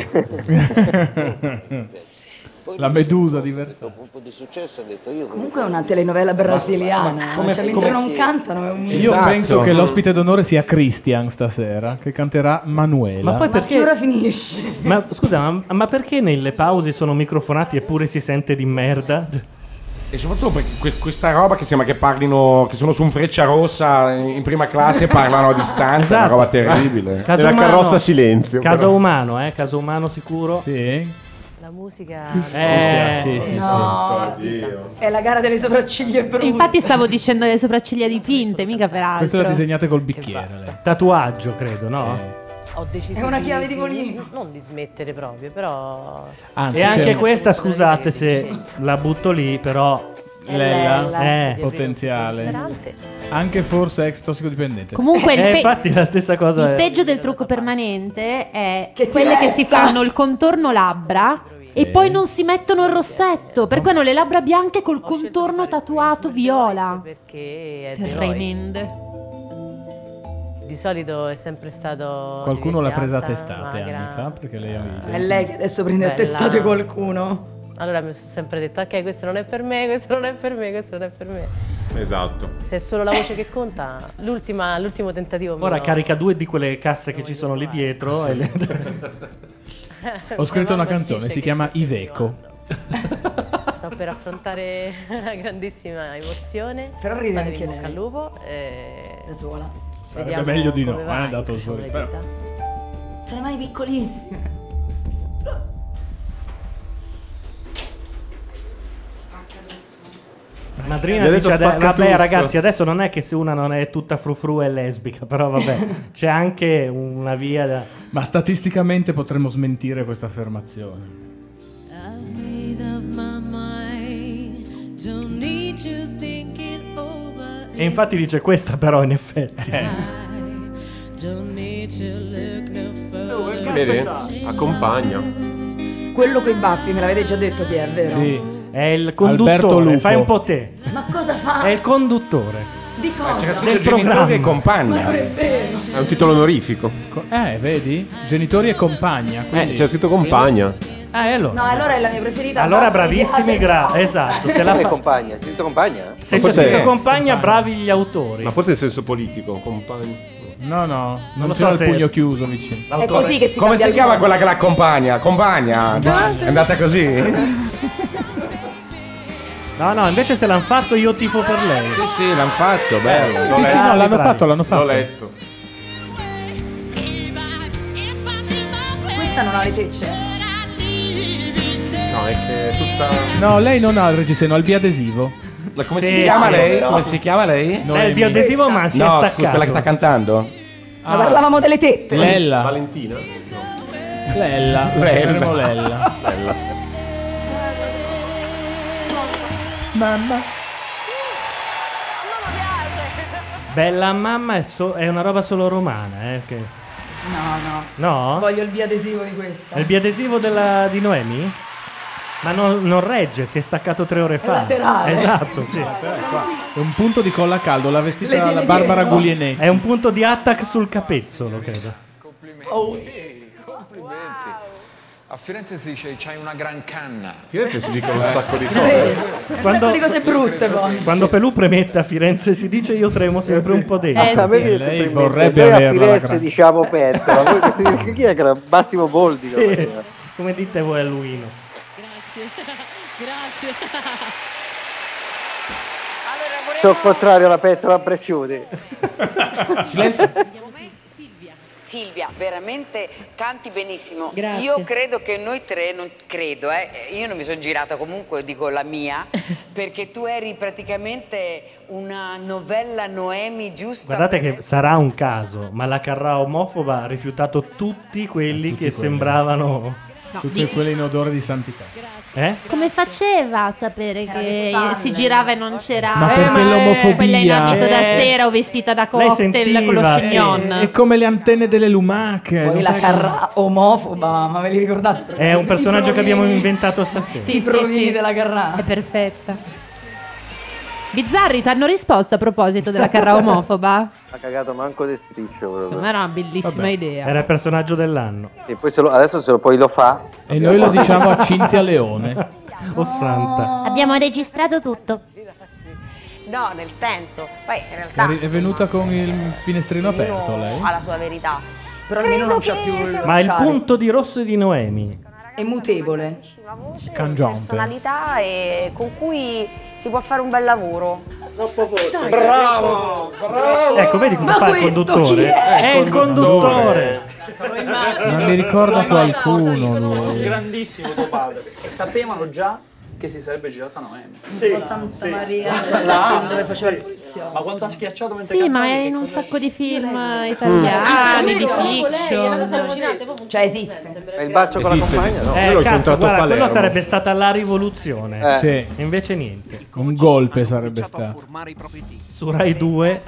Speaker 6: La medusa di Versailles.
Speaker 15: dopo un po' di successo ha detto io
Speaker 5: Comunque è una telenovela brasiliana.
Speaker 15: come-
Speaker 5: cioè, mentre
Speaker 15: come-
Speaker 5: non cantano è un
Speaker 6: Io
Speaker 3: Esatto.
Speaker 6: penso che l'ospite d'onore sia Christian stasera, che canterà Manuela.
Speaker 3: Ma poi perché.
Speaker 5: che ora finisce?
Speaker 3: Ma scusa, ma, ma perché nelle pause sono microfonati eppure si sente di merda?
Speaker 12: E soprattutto perché que- questa roba che sembra che parlino, che sono su un freccia rossa in prima classe e parlano a distanza,
Speaker 6: Esatto.
Speaker 12: è una roba terribile.
Speaker 3: Esatto. Caso umano- Caso
Speaker 12: però.
Speaker 3: umano, eh? Caso umano sicuro?
Speaker 6: Sì.
Speaker 35: La musica.
Speaker 3: Eh,
Speaker 6: sì, sì,
Speaker 5: No.
Speaker 6: Oddio.
Speaker 5: È la gara delle sopracciglia brutte.
Speaker 7: Infatti stavo dicendo le sopracciglia dipinte, mica per altro.
Speaker 6: Questo l'ha disegnate col bicchiere. lei.
Speaker 3: Tatuaggio, credo, no?
Speaker 8: Ho deciso
Speaker 5: È una chiave di
Speaker 8: volino. Non di smettere proprio, però.
Speaker 6: Anzi,
Speaker 3: e
Speaker 6: c'è
Speaker 3: anche
Speaker 2: certo.
Speaker 6: un-
Speaker 3: questa, scusate se la butto lì, però.
Speaker 8: È Lella, Lella,
Speaker 3: eh.
Speaker 8: di aprire
Speaker 6: Potenziale. Anche forse ex tossicodipendente.
Speaker 7: Comunque il
Speaker 3: Eh,
Speaker 7: pe-
Speaker 3: infatti la stessa cosa
Speaker 7: Il
Speaker 3: è-
Speaker 7: peggio del trucco permanente è quelle che si fanno il contorno labbra
Speaker 6: Sì.
Speaker 7: e poi non si mettono il rossetto, per cui hanno le labbra bianche col contorno tatuato viola.
Speaker 8: Perché è The
Speaker 7: Tremende.
Speaker 8: Voice. Di solito è sempre stato.
Speaker 6: Qualcuno l'ha presa a
Speaker 8: diversi alta,
Speaker 6: testate
Speaker 8: Esatto. magra.
Speaker 6: anni fa perché lei ha i denti-
Speaker 5: È lei che adesso prende a
Speaker 8: Bella.
Speaker 5: testate qualcuno.
Speaker 8: Allora mi sono sempre detto, ok, questo non è per me, questo non è per me, questo non è per me.
Speaker 2: Esatto.
Speaker 8: Se è solo la voce che conta, l'ultima- l'ultimo tentativo.
Speaker 3: Ora
Speaker 8: mio-
Speaker 3: carica due di quelle casse che ci sono lì dietro. e le-
Speaker 6: Ho scritto una
Speaker 8: Mamma
Speaker 6: canzone,
Speaker 8: dice
Speaker 6: si
Speaker 8: che
Speaker 6: chiama Iveco.
Speaker 8: Sto per affrontare una grandissima emozione.
Speaker 5: Però ride
Speaker 8: Fatevi
Speaker 5: anche
Speaker 8: in bocca
Speaker 5: lei.
Speaker 8: al lupo. eh. E...
Speaker 5: Da sola.
Speaker 6: Sarebbe meglio di no, eh, ma è andato su.
Speaker 5: C'ha le mani piccolissime.
Speaker 3: Madrina
Speaker 6: Mi ha detto
Speaker 3: dice: "Ade-
Speaker 6: spacca
Speaker 3: Vabbè,
Speaker 6: tutto."
Speaker 3: ragazzi, adesso non è che se una non è tutta frufru è lesbica, però vabbè, c'è anche una via da.
Speaker 6: Ma statisticamente potremmo smentire questa affermazione.
Speaker 4: Made up my mind. Don't need to think it over.
Speaker 3: E infatti dice questa, però, in effetti.
Speaker 6: Eh,
Speaker 4: Don't need to look no further.
Speaker 2: Vede? Accompagna.
Speaker 5: Quello coi baffi, me l'avete già detto chi è, vero?
Speaker 3: È il
Speaker 6: Alberto
Speaker 3: conduttore.
Speaker 6: Lupo.
Speaker 3: Fai un po' te.
Speaker 5: Ma cosa fa?
Speaker 3: È
Speaker 6: Eh,
Speaker 3: il conduttore.
Speaker 5: Di cosa?
Speaker 12: Cioè,
Speaker 6: c'era
Speaker 3: Del
Speaker 12: Genitori e
Speaker 3: programma.
Speaker 12: compagna.
Speaker 2: È un titolo onorifico.
Speaker 6: Eh, vedi? Genitori e compagna. Eh,
Speaker 2: Eh, c'è scritto compagna.
Speaker 3: Ah, e allora?
Speaker 5: No, allora è la mia preferita.
Speaker 3: Allora,
Speaker 5: Basta, mi
Speaker 3: bravissimi,
Speaker 5: piace.
Speaker 6: Ah,
Speaker 3: gra- esatto. Se la
Speaker 10: Come
Speaker 3: fa-
Speaker 10: compagna? Sei tu compagna?
Speaker 3: se c'è
Speaker 2: forse
Speaker 3: scritto
Speaker 2: è-
Speaker 3: compagna, bravi gli autori.
Speaker 2: Ma forse in senso politico, compagna.
Speaker 6: No, no, non,
Speaker 3: lo
Speaker 6: c'era
Speaker 3: so
Speaker 6: il
Speaker 3: se-
Speaker 6: pugno chiuso vicino.
Speaker 3: L'autore- così che si
Speaker 12: Come
Speaker 3: cambia
Speaker 12: si
Speaker 3: il
Speaker 12: chiama
Speaker 3: nome.
Speaker 12: quella che l'accompagna? Compagna? cioè, È andata così?
Speaker 3: No, no, invece Cioè, se l'hanno fatto io tifo per lei.
Speaker 12: Sì, sì, l'hanno
Speaker 6: Eh.
Speaker 12: fatto, bello.
Speaker 6: Sì, sì, no, l'hanno fatto, l'hanno fatto.
Speaker 2: letto.
Speaker 5: Questa Questa non ha le tecce.
Speaker 36: No, è che è tutta.
Speaker 6: No, lei non ha il reggiseno, ha il biadesivo.
Speaker 12: come si chiama lei? Come si chiama lei?
Speaker 6: No, Eh, il biadesivo, ma si è
Speaker 12: no, scusa,
Speaker 6: staccato.
Speaker 12: quella che sta cantando?
Speaker 5: Ma
Speaker 6: Ah.
Speaker 5: parlavamo delle tette.
Speaker 6: Valentina?
Speaker 12: Lella.
Speaker 6: Lella. Lella. Mamma.
Speaker 3: Bella mamma è, so- è una roba solo romana, eh? che-
Speaker 5: No, no.
Speaker 3: No?
Speaker 5: Voglio il biadesivo di questa.
Speaker 3: È il biadesivo della- di Noemi? Ma non, non regge, si è staccato tre ore fa.
Speaker 5: laterale.
Speaker 3: Esatto, sì.
Speaker 6: È un punto di colla a caldo, l'ha
Speaker 3: Le
Speaker 6: vestita
Speaker 3: tiene
Speaker 6: la Barbara
Speaker 3: dietro.
Speaker 6: Guglienetti.
Speaker 3: È un punto di attack sul capezzolo, credo.
Speaker 5: Oh.
Speaker 9: Complimenti. A Firenze si dice c'hai una gran canna.
Speaker 36: Firenze si dicono
Speaker 9: Eh.
Speaker 36: un sacco di
Speaker 9: Vero.
Speaker 36: cose.
Speaker 3: Quando-
Speaker 9: di cose brutte, poi.
Speaker 3: Quando Pelù premette a Firenze si dice io tremo
Speaker 6: Eh
Speaker 3: sempre un po' dentro.
Speaker 7: Eh,
Speaker 10: a me viene sempre in mente, noi a Firenze diciamo pentola, voi che- chi è che era? Massimo Boldi lo
Speaker 3: Sì.
Speaker 10: faceva.
Speaker 3: Come dite voi a Luino?
Speaker 37: Grazie, grazie.
Speaker 10: Sono contrario alla pentola a pressione.
Speaker 4: Silvia. Silvia, veramente canti benissimo.
Speaker 38: Grazie.
Speaker 4: Io credo che noi tre, non credo, eh, io non mi sono girata comunque, dico la mia, perché tu eri praticamente una novella Noemi giusta.
Speaker 3: Guardate che sarà un caso, ma la Carrà omofoba ha rifiutato tutti quelli che
Speaker 6: Eh, quelli.
Speaker 3: sembravano...
Speaker 7: No,
Speaker 6: Tutte
Speaker 7: di-
Speaker 6: quelle in odore di santità.
Speaker 3: Eh?
Speaker 7: Come faceva a sapere che
Speaker 3: spalle.
Speaker 7: si girava e non c'era
Speaker 6: Ma perché
Speaker 7: eh,
Speaker 6: l'omofobia?
Speaker 7: quella in abito da
Speaker 6: Eh.
Speaker 7: sera o vestita da
Speaker 6: Lei
Speaker 7: cocktail con lo
Speaker 6: sentiva,
Speaker 7: chignon?
Speaker 6: È come le antenne delle lumache.
Speaker 5: Poi
Speaker 6: non
Speaker 5: la
Speaker 6: sai
Speaker 5: carra omofoba, ma ve li ricordate?
Speaker 3: È un personaggio che abbiamo
Speaker 5: I
Speaker 3: inventato stasera.
Speaker 5: sì, provini della Carrà.
Speaker 7: È perfetta. Bizzarri, ti hanno risposto a proposito della carra omofoba?
Speaker 10: Ha cagato manco de striccio proprio.
Speaker 7: Ma era una bellissima
Speaker 10: Vabbè.
Speaker 7: idea.
Speaker 3: Era il personaggio dell'anno.
Speaker 10: E poi se lo- adesso se lo poi lo fa.
Speaker 6: E noi lo diciamo a Cinzia Leone.
Speaker 3: Oh santa.
Speaker 7: Abbiamo registrato tutto.
Speaker 38: No, nel senso, poi in realtà
Speaker 6: È ri- è venuta con il finestrino
Speaker 38: ognuno
Speaker 6: aperto lei.
Speaker 38: ha la sua verità.
Speaker 5: Però almeno non c'ha più il
Speaker 3: Ma il punto di rosso di Noemi.
Speaker 5: È mutevole.
Speaker 3: Cangiante.
Speaker 38: personalità e con cui si può fare un bel lavoro. Troppo forte.
Speaker 37: Bravo,
Speaker 38: bravo.
Speaker 3: Ecco, vedi come fa il conduttore? È,
Speaker 6: Eh, Ecco
Speaker 3: il conduttore.
Speaker 6: Non mi ricorda qualcuno lui.
Speaker 39: Grandissimo tuo padre. Sapevano già che si sarebbe girata Noemi. Ah.
Speaker 5: Sì, Santa Maria, dove faceva il pizio.
Speaker 39: Ma quanto ha schiacciato mentre
Speaker 7: Sì, ma
Speaker 39: cantavi,
Speaker 7: è
Speaker 39: che
Speaker 7: in un
Speaker 39: cosa-
Speaker 7: sacco di film
Speaker 5: Ah,
Speaker 7: italiani, di fiction.
Speaker 5: Cioè esiste.
Speaker 10: il bacio con la
Speaker 6: Esiste,
Speaker 10: compagna? No.
Speaker 3: Eh,
Speaker 6: Io l'ho
Speaker 3: cazzo,
Speaker 6: incontrato a
Speaker 3: guarda,
Speaker 6: Palermo.
Speaker 3: quello sarebbe stata la rivoluzione.
Speaker 6: Eh.
Speaker 3: E Invece niente.
Speaker 6: Un golpe sarebbe stato.
Speaker 3: Su Rai 2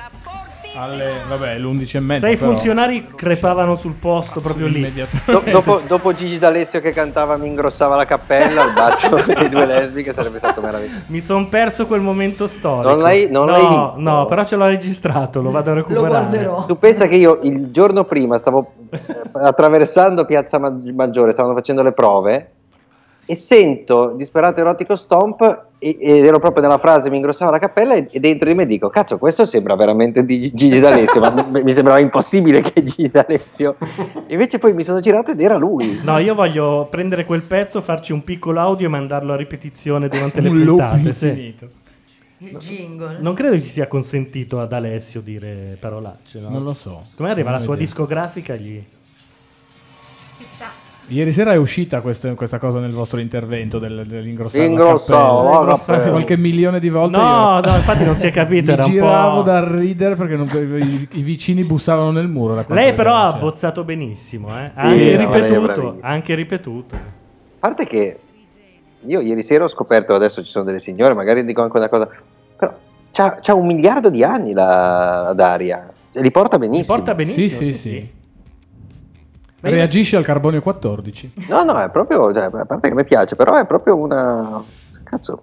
Speaker 6: Alle, vabbè, l'11 e mezza.
Speaker 3: sei
Speaker 6: però.
Speaker 3: funzionari crepavano sul posto proprio lì.
Speaker 10: Do- dopo, dopo Gigi D'Alessio che cantava Mi ingrossava la cappella, il bacio dei due lesbiche sarebbe stato meraviglioso.
Speaker 3: Mi son perso quel momento storico.
Speaker 10: Non l'hai- non
Speaker 3: no,
Speaker 10: l'hai visto?
Speaker 3: No, però ce l'ho registrato, lo vado a recuperare.
Speaker 10: Tu pensa che io il giorno prima stavo eh, attraversando Piazza Ma- Maggiore, stavano facendo le prove e sento disperato erotico stomp e- ed ero proprio nella frase mi ingrossava la cappella e, e dentro di me dico cazzo questo sembra veramente di Gigi D'Alessio ma m- mi sembrava impossibile che Gigi D'Alessio invece poi mi sono girato ed era lui
Speaker 3: No, io voglio prendere quel pezzo, farci un piccolo audio e mandarlo a ripetizione durante le
Speaker 6: Un loop
Speaker 3: puntate. Sì.
Speaker 6: infinito.
Speaker 5: Il jingle.
Speaker 3: Non credo ci sia consentito ad Alessio dire parolacce. No?
Speaker 6: Non lo so.
Speaker 3: Come arriva
Speaker 6: Non
Speaker 3: la
Speaker 6: ho
Speaker 3: sua
Speaker 6: idea.
Speaker 3: discografica? Gli...
Speaker 6: Ieri sera è uscita questa, questa cosa nel vostro intervento del, dell'ingrossare la
Speaker 10: Ingrossavo
Speaker 6: cappella.
Speaker 10: la Ingrossavo. cappella.
Speaker 6: qualche milione di volte.
Speaker 3: No,
Speaker 6: io-
Speaker 3: no, infatti non si è capito,
Speaker 6: Mi
Speaker 3: era un
Speaker 6: giravo
Speaker 3: po'-
Speaker 6: da ridere perché non- i, i vicini bussavano nel muro. da quanto
Speaker 3: Lei però ha
Speaker 6: regalo c'era.
Speaker 3: bozzato benissimo, eh.
Speaker 6: Sì,
Speaker 3: Ha anche
Speaker 6: sì, lei è
Speaker 3: ripetuto,
Speaker 6: bravissima.
Speaker 3: ha anche ripetuto.
Speaker 10: a parte che io ieri sera ho scoperto adesso ci sono delle signore magari dico anche una cosa però c'ha, c'ha un miliardo di anni la, la Daria e li porta benissimo
Speaker 3: Porta benissimo.
Speaker 6: Sì, sì, sì.
Speaker 3: Beh,
Speaker 6: Reagisce al carbonio 14.
Speaker 10: No, no, è proprio, cioè, a parte che mi piace, però è proprio una... Cazzo.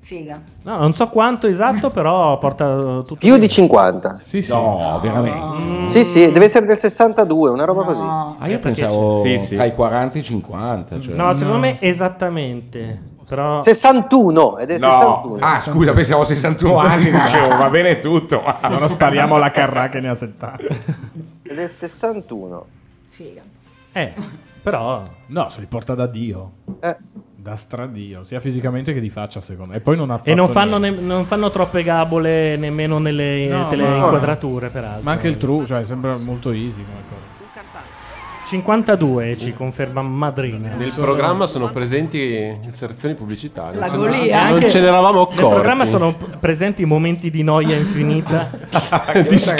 Speaker 5: Figa.
Speaker 3: No, non so quanto esatto, però porta tutto.
Speaker 10: Più di 50.
Speaker 6: Sì, sì.
Speaker 12: No, veramente.
Speaker 10: Sì, sì, deve essere del 62, una roba così.
Speaker 12: Ah,
Speaker 3: Eh,
Speaker 12: io pensavo
Speaker 10: Sì, sì.
Speaker 12: tra i 40 e i 50. Cioè.
Speaker 3: No, secondo me esattamente. Però...
Speaker 10: 61 ed è
Speaker 12: No,
Speaker 10: 61.
Speaker 12: ah scusa, pensavo 61 anni, dicevo va bene tutto.
Speaker 3: Ah,
Speaker 6: Allora spariamo alla carrà che ne ha 70.
Speaker 10: Ed è 61.
Speaker 5: Figa.
Speaker 3: Eh, però...
Speaker 6: No, se li porta da Dio. Da stradio, sia fisicamente che di faccia, secondo me. E poi non ha fatto
Speaker 3: E non fanno,
Speaker 6: niente.
Speaker 3: ne- non fanno troppe gabole nemmeno nelle
Speaker 6: No,
Speaker 3: tele
Speaker 6: ma-
Speaker 3: inquadrature, peraltro.
Speaker 6: Ma anche il true, cioè, sembra molto easy come cosa.
Speaker 3: 52 ci conferma Madrina.
Speaker 2: Nel programma sono presenti inserzioni pubblicitarie.
Speaker 3: La
Speaker 2: Non ce ne-
Speaker 3: golia.
Speaker 2: Non
Speaker 3: Anche
Speaker 2: ce ne eravamo
Speaker 3: nel
Speaker 2: accorti.
Speaker 3: programma sono p- presenti momenti di noia infinita.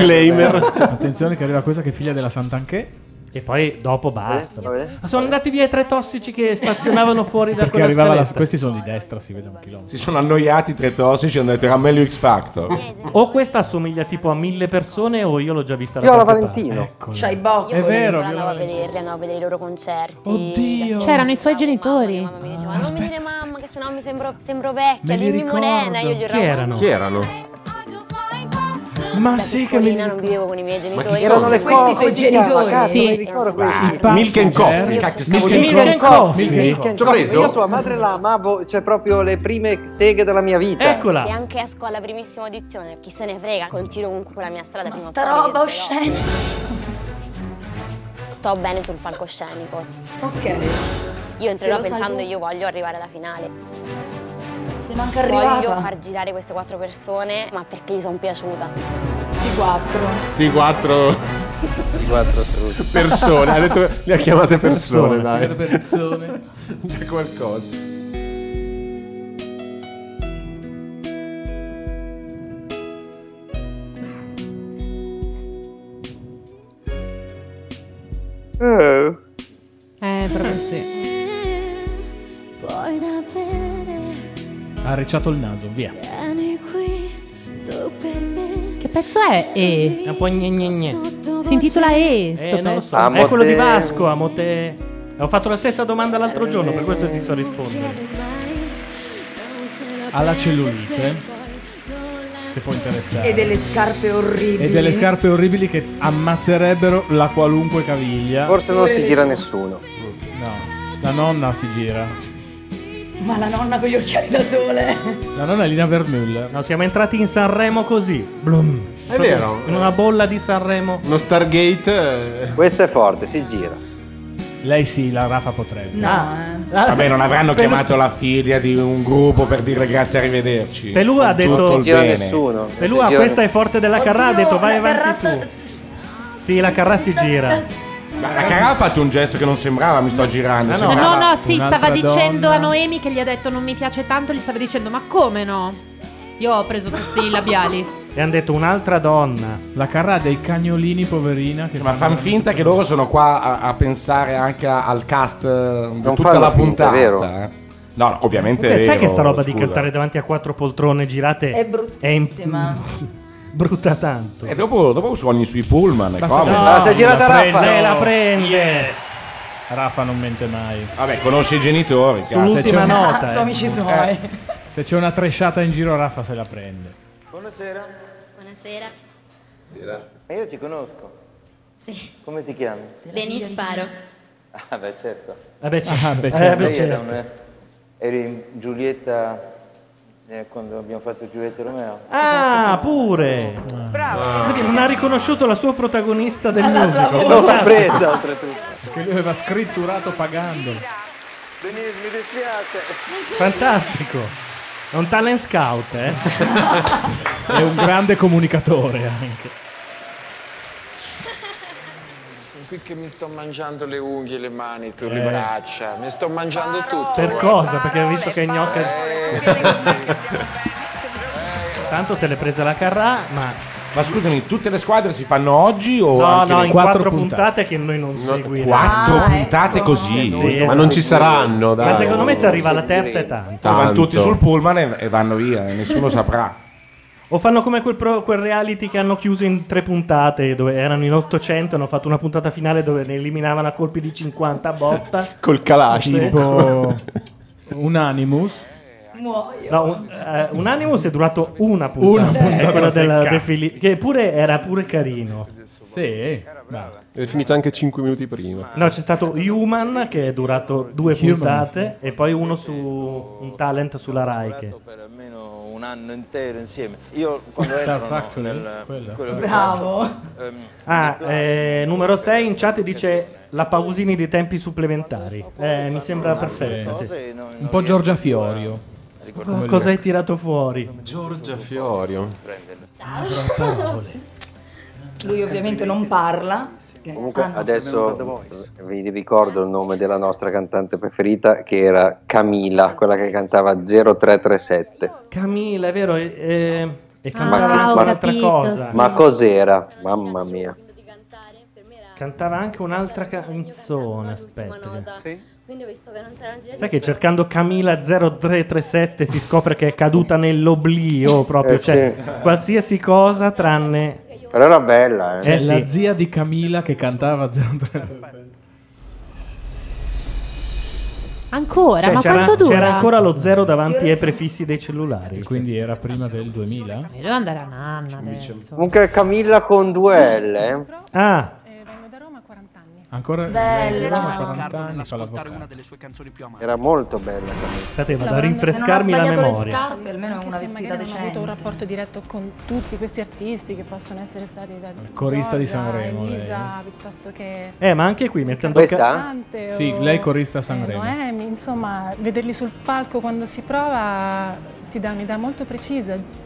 Speaker 6: Attenzione che arriva questa che è figlia della Sant'Anché.
Speaker 3: E poi dopo basta. Ma sono andati via i tre tossici che stazionavano fuori da
Speaker 6: Perché
Speaker 3: quella
Speaker 6: arrivava la-
Speaker 3: scaletta.
Speaker 6: questi sono di destra, si vede un chilometro.
Speaker 12: Si sono annoiati i tre tossici e hanno detto era meglio X Factor.
Speaker 3: O questa assomiglia tipo a mille persone o io l'ho già vista da
Speaker 12: Viola
Speaker 3: qualche
Speaker 12: Valentino.
Speaker 3: parte. Ecco.
Speaker 4: C'hai bocca.
Speaker 3: È vero,
Speaker 5: Io andavo a vederli, andavo a vedere i loro concerti. Oddio. Ah,
Speaker 7: C'erano Cioè, i suoi genitori.
Speaker 5: Mi
Speaker 2: Ah,
Speaker 5: diceva, Cioè, non mi dire mamma, che sennò mi sembro, sembro vecchia,
Speaker 7: Me li
Speaker 5: dimmi Cioè, morena. Io gli
Speaker 7: ricordo.
Speaker 5: ero
Speaker 7: Chi erano?
Speaker 2: Chi erano?
Speaker 5: Ma sì, che mi non vivevo con i miei
Speaker 2: chi
Speaker 5: genitori.
Speaker 2: sono? Erano le
Speaker 5: Questi
Speaker 2: co-
Speaker 5: suoi
Speaker 2: come si chiama, cazzo,
Speaker 5: Sì.
Speaker 2: me li ricordo
Speaker 5: Esatto.
Speaker 2: questi. Ah, Milk and Coffee. Cacchio, stavo dicendo. Milk and Coffee. Milk and
Speaker 10: Ci ho
Speaker 2: Coffee.
Speaker 10: preso. Io sua madre la amavo, cioè proprio le prime seghe della mia vita.
Speaker 5: Se anche esco alla primissima audizione, chi se ne frega, continuo comunque con la mia strada. prima o
Speaker 4: sta
Speaker 5: poi
Speaker 4: roba
Speaker 5: diventerò. Sto bene sul palcoscenico.
Speaker 4: Ok.
Speaker 5: Io entrerò
Speaker 4: Se lo sai
Speaker 5: pensando
Speaker 4: tu.
Speaker 5: io voglio arrivare alla finale. Se
Speaker 4: manca
Speaker 5: Voglio
Speaker 4: arrivata.
Speaker 5: far girare queste quattro persone, ma perché gli sono piaciuta.
Speaker 4: Sì, quattro.
Speaker 2: Di quattro. Persone. Ha detto, le ha chiamate persone.
Speaker 6: Persone,
Speaker 2: dai.
Speaker 6: chiamate persone.
Speaker 2: C'è qualcosa.
Speaker 7: Eh, proprio sì.
Speaker 40: Puoi davvero
Speaker 6: Ha arricciato il naso, via.
Speaker 40: vieni qui tu per me
Speaker 7: Che pezzo è? E.
Speaker 3: È un po' gne gne gne.
Speaker 7: Si intitola E, sto
Speaker 3: Eh, non lo
Speaker 7: pezzo.
Speaker 3: so. È quello di Vasco, a Mote. Ho fatto la stessa domanda l'altro giorno, per questo ti so rispondere.
Speaker 6: Alla cellulite. Se può interessare.
Speaker 4: E delle scarpe orribili.
Speaker 6: E delle scarpe orribili che ammazzerebbero la qualunque caviglia.
Speaker 10: Forse non si gira nessuno.
Speaker 6: No, la nonna si gira.
Speaker 4: Ma la nonna con gli occhiali da sole.
Speaker 6: La nonna è Lina Vermüller.
Speaker 3: No, siamo entrati in Sanremo così. Blum.
Speaker 2: È vero.
Speaker 3: In una bolla di Sanremo.
Speaker 2: Uno Stargate.
Speaker 10: Questa è forte, si gira.
Speaker 6: Lei sì, la Rafa potrebbe.
Speaker 3: Ah.
Speaker 4: No. eh.
Speaker 12: Vabbè, non avranno
Speaker 3: Pelù-
Speaker 12: chiamato la figlia di un gruppo per dire grazie, arrivederci.
Speaker 3: Pelù ha
Speaker 12: Con tutto
Speaker 3: detto.
Speaker 12: il bene.
Speaker 3: Pelù ha ah, questa è forte della Carrà. Ha detto vai
Speaker 4: la
Speaker 3: avanti
Speaker 4: Carrà
Speaker 3: tu. Sì, la Carrà si gira.
Speaker 12: Ma la cara ha fatto un gesto che non sembrava, mi sto girando.
Speaker 3: Ah, no.
Speaker 7: No,
Speaker 12: sembrava
Speaker 7: no, sì,
Speaker 12: un'altra
Speaker 7: stava dicendo
Speaker 12: donna.
Speaker 7: a Noemi che gli ha detto non mi piace tanto, gli stava dicendo ma come no? Io ho preso tutti i labiali.
Speaker 3: E hanno detto un'altra donna.
Speaker 6: La Carrà ha dei cagnolini, poverina. Che
Speaker 12: Ma fan finta che loro sono qua a, a pensare anche a- al cast eh, di tutta
Speaker 6: fanno
Speaker 12: la
Speaker 6: finta,
Speaker 12: puntata.
Speaker 6: è vero.
Speaker 12: eh. No, no, ovviamente.
Speaker 3: Comunque,
Speaker 12: è
Speaker 3: sai
Speaker 12: vero,
Speaker 3: che sta roba di
Speaker 12: scusa.
Speaker 3: cantare davanti a quattro poltrone girate
Speaker 4: È
Speaker 3: in-
Speaker 4: bruttissima.
Speaker 3: brutta tanto.
Speaker 12: E Eh, dopo, dopo suoni sui pullman.
Speaker 6: Basta
Speaker 12: come?
Speaker 6: che-
Speaker 3: Ah, si è
Speaker 6: girata Raffa.
Speaker 3: Lei la prende.
Speaker 6: Yes. Rafa non mente mai.
Speaker 12: Vabbè, conosce i genitori. cazzo. Cioè, Eh,
Speaker 6: Se c'è una- eh.
Speaker 4: Sono
Speaker 3: eh.
Speaker 4: amici suoi.
Speaker 6: Se c'è una tresciata in giro, Rafa se la prende.
Speaker 15: Buonasera.
Speaker 5: Buonasera.
Speaker 15: Ma io ti conosco.
Speaker 5: Sì.
Speaker 15: Come ti chiami?
Speaker 5: Denis Sparo.
Speaker 15: Ah, beh, certo.
Speaker 3: Eh beh, certo.
Speaker 6: beh,
Speaker 15: Eh,
Speaker 6: certo.
Speaker 15: lei era
Speaker 6: certo.
Speaker 15: un- Eri in Giulietta eh, quando abbiamo fatto Giulietta e Romeo.
Speaker 5: Esatto,
Speaker 3: Ah,
Speaker 4: Esatto.
Speaker 3: pure. Quindi non ha riconosciuto la sua protagonista
Speaker 4: Ah,
Speaker 3: del musical.
Speaker 15: L'ho
Speaker 3: Fantastico.
Speaker 15: sorpresa, oltretutto.
Speaker 6: Che lui aveva scritturato pagando.
Speaker 15: Denis, mi dispiace.
Speaker 3: Fantastico. È un talent scout, eh.
Speaker 6: È un grande comunicatore anche.
Speaker 9: Sono qui che mi sto mangiando le unghie, le mani, tu,
Speaker 3: Eh.
Speaker 9: le braccia, mi sto mangiando tutto.
Speaker 3: Per
Speaker 9: guarda.
Speaker 3: cosa? Perché ho visto che gnocca. Tanto se l'è presa la Carrà, ma.
Speaker 12: Ma scusami, tutte le squadre si fanno oggi o Oh,
Speaker 3: No,
Speaker 12: anche
Speaker 3: no,
Speaker 12: le-
Speaker 3: in quattro puntate che noi non seguiamo.
Speaker 12: Quattro
Speaker 7: Ah, ecco.
Speaker 12: puntate così.
Speaker 2: Ma non ci saranno, dai.
Speaker 3: Ma secondo me se arriva alla terza è tanto.
Speaker 12: Vanno tutti
Speaker 2: Tanto.
Speaker 12: sul pullman e, e vanno via, e nessuno saprà.
Speaker 3: O fanno come quel, pro- quel reality che hanno chiuso in tre puntate, dove erano in 800, hanno fatto una puntata finale dove ne eliminavano a colpi di 50 a botta.
Speaker 6: Col calash.
Speaker 3: Sì.
Speaker 6: Tipo un animus.
Speaker 4: Muoio.
Speaker 3: No, un, eh, un Animus è durato una puntata,
Speaker 6: Una puntata
Speaker 3: eh, quella della
Speaker 6: secca.
Speaker 3: De Fili- che pure era pure carino.
Speaker 6: Sì.
Speaker 2: È finita anche 5 minuti prima.
Speaker 3: No, c'è stato Human che è durato due
Speaker 2: Human,
Speaker 3: puntate e poi uno su un talent sulla Rai che
Speaker 15: almeno un anno intero insieme. Io quando
Speaker 3: Star
Speaker 15: entrano
Speaker 3: Factory?
Speaker 15: nel
Speaker 3: Quella,
Speaker 15: quello che
Speaker 3: Factory.
Speaker 15: faccio,
Speaker 4: Bravo.
Speaker 15: ehm,
Speaker 3: Ah, eh, numero 6 in chat dice la Pausini dei tempi supplementari. Eh, mi sembra perfetta. sì.
Speaker 6: Un po' Giorgia Fiorio.
Speaker 3: Co- Cosa hai tirato fuori?
Speaker 2: Giorgia Fiorio.
Speaker 5: Lui ovviamente non parla.
Speaker 10: Comunque
Speaker 5: Ah, no.
Speaker 10: adesso vi ricordo il nome della nostra cantante preferita che era Camila, quella che cantava 0337.
Speaker 3: Camilla, è vero? E, e, e
Speaker 14: Ah,
Speaker 10: ma,
Speaker 3: cantava anche
Speaker 10: ma-
Speaker 3: un'altra cosa.
Speaker 10: ma cos'era? Mamma mia.
Speaker 3: Cantava anche un'altra canzone. Aspetta. che-
Speaker 41: Quindi ho visto che non sarà girato.
Speaker 3: Sai che cercando Camilla 0337 si scopre che è caduta nell'oblio proprio,
Speaker 10: Eh,
Speaker 3: cioè
Speaker 10: sì.
Speaker 3: qualsiasi cosa tranne...
Speaker 10: Però era bella, eh.
Speaker 6: È
Speaker 3: Eh,
Speaker 6: Cioè, la
Speaker 3: sì.
Speaker 6: zia di Camilla che cantava 03.
Speaker 7: Ancora?
Speaker 3: Cioè,
Speaker 7: ma
Speaker 3: c'era,
Speaker 7: quanto dura?
Speaker 3: c'era ancora lo zero davanti
Speaker 7: Io
Speaker 3: ai
Speaker 7: adesso-
Speaker 3: prefissi dei cellulari. Quindi era prima del 2000?
Speaker 7: Devo andare a nanna adesso.
Speaker 10: Comunque Camilla con due L. eh.
Speaker 3: Ah,
Speaker 6: Ancora
Speaker 5: Bella.
Speaker 6: 40 anni fa l'avvocato.
Speaker 10: Era molto bella Camilla.
Speaker 3: Aspetta, vado a
Speaker 10: Lavorando-
Speaker 3: rinfrescarmi la
Speaker 10: se non ho sbagliato le
Speaker 3: memoria.
Speaker 5: scarpe, almeno
Speaker 14: Anche
Speaker 5: una
Speaker 14: se
Speaker 5: vestita
Speaker 14: magari non ho avuto un
Speaker 5: decente.
Speaker 14: rapporto diretto con tutti questi artisti che possono essere stati da
Speaker 6: corista di
Speaker 14: Giorgia,
Speaker 6: Sanremo, lei.
Speaker 14: Elisa, piuttosto che
Speaker 3: Eh, ma anche qui mettendo
Speaker 6: Questa?
Speaker 14: Cantante o-
Speaker 6: Sì, lei corista a
Speaker 14: eh,
Speaker 6: Sanremo.
Speaker 14: Noemi, insomma, vederli sul palco quando si prova ti dà un'idea molto precisa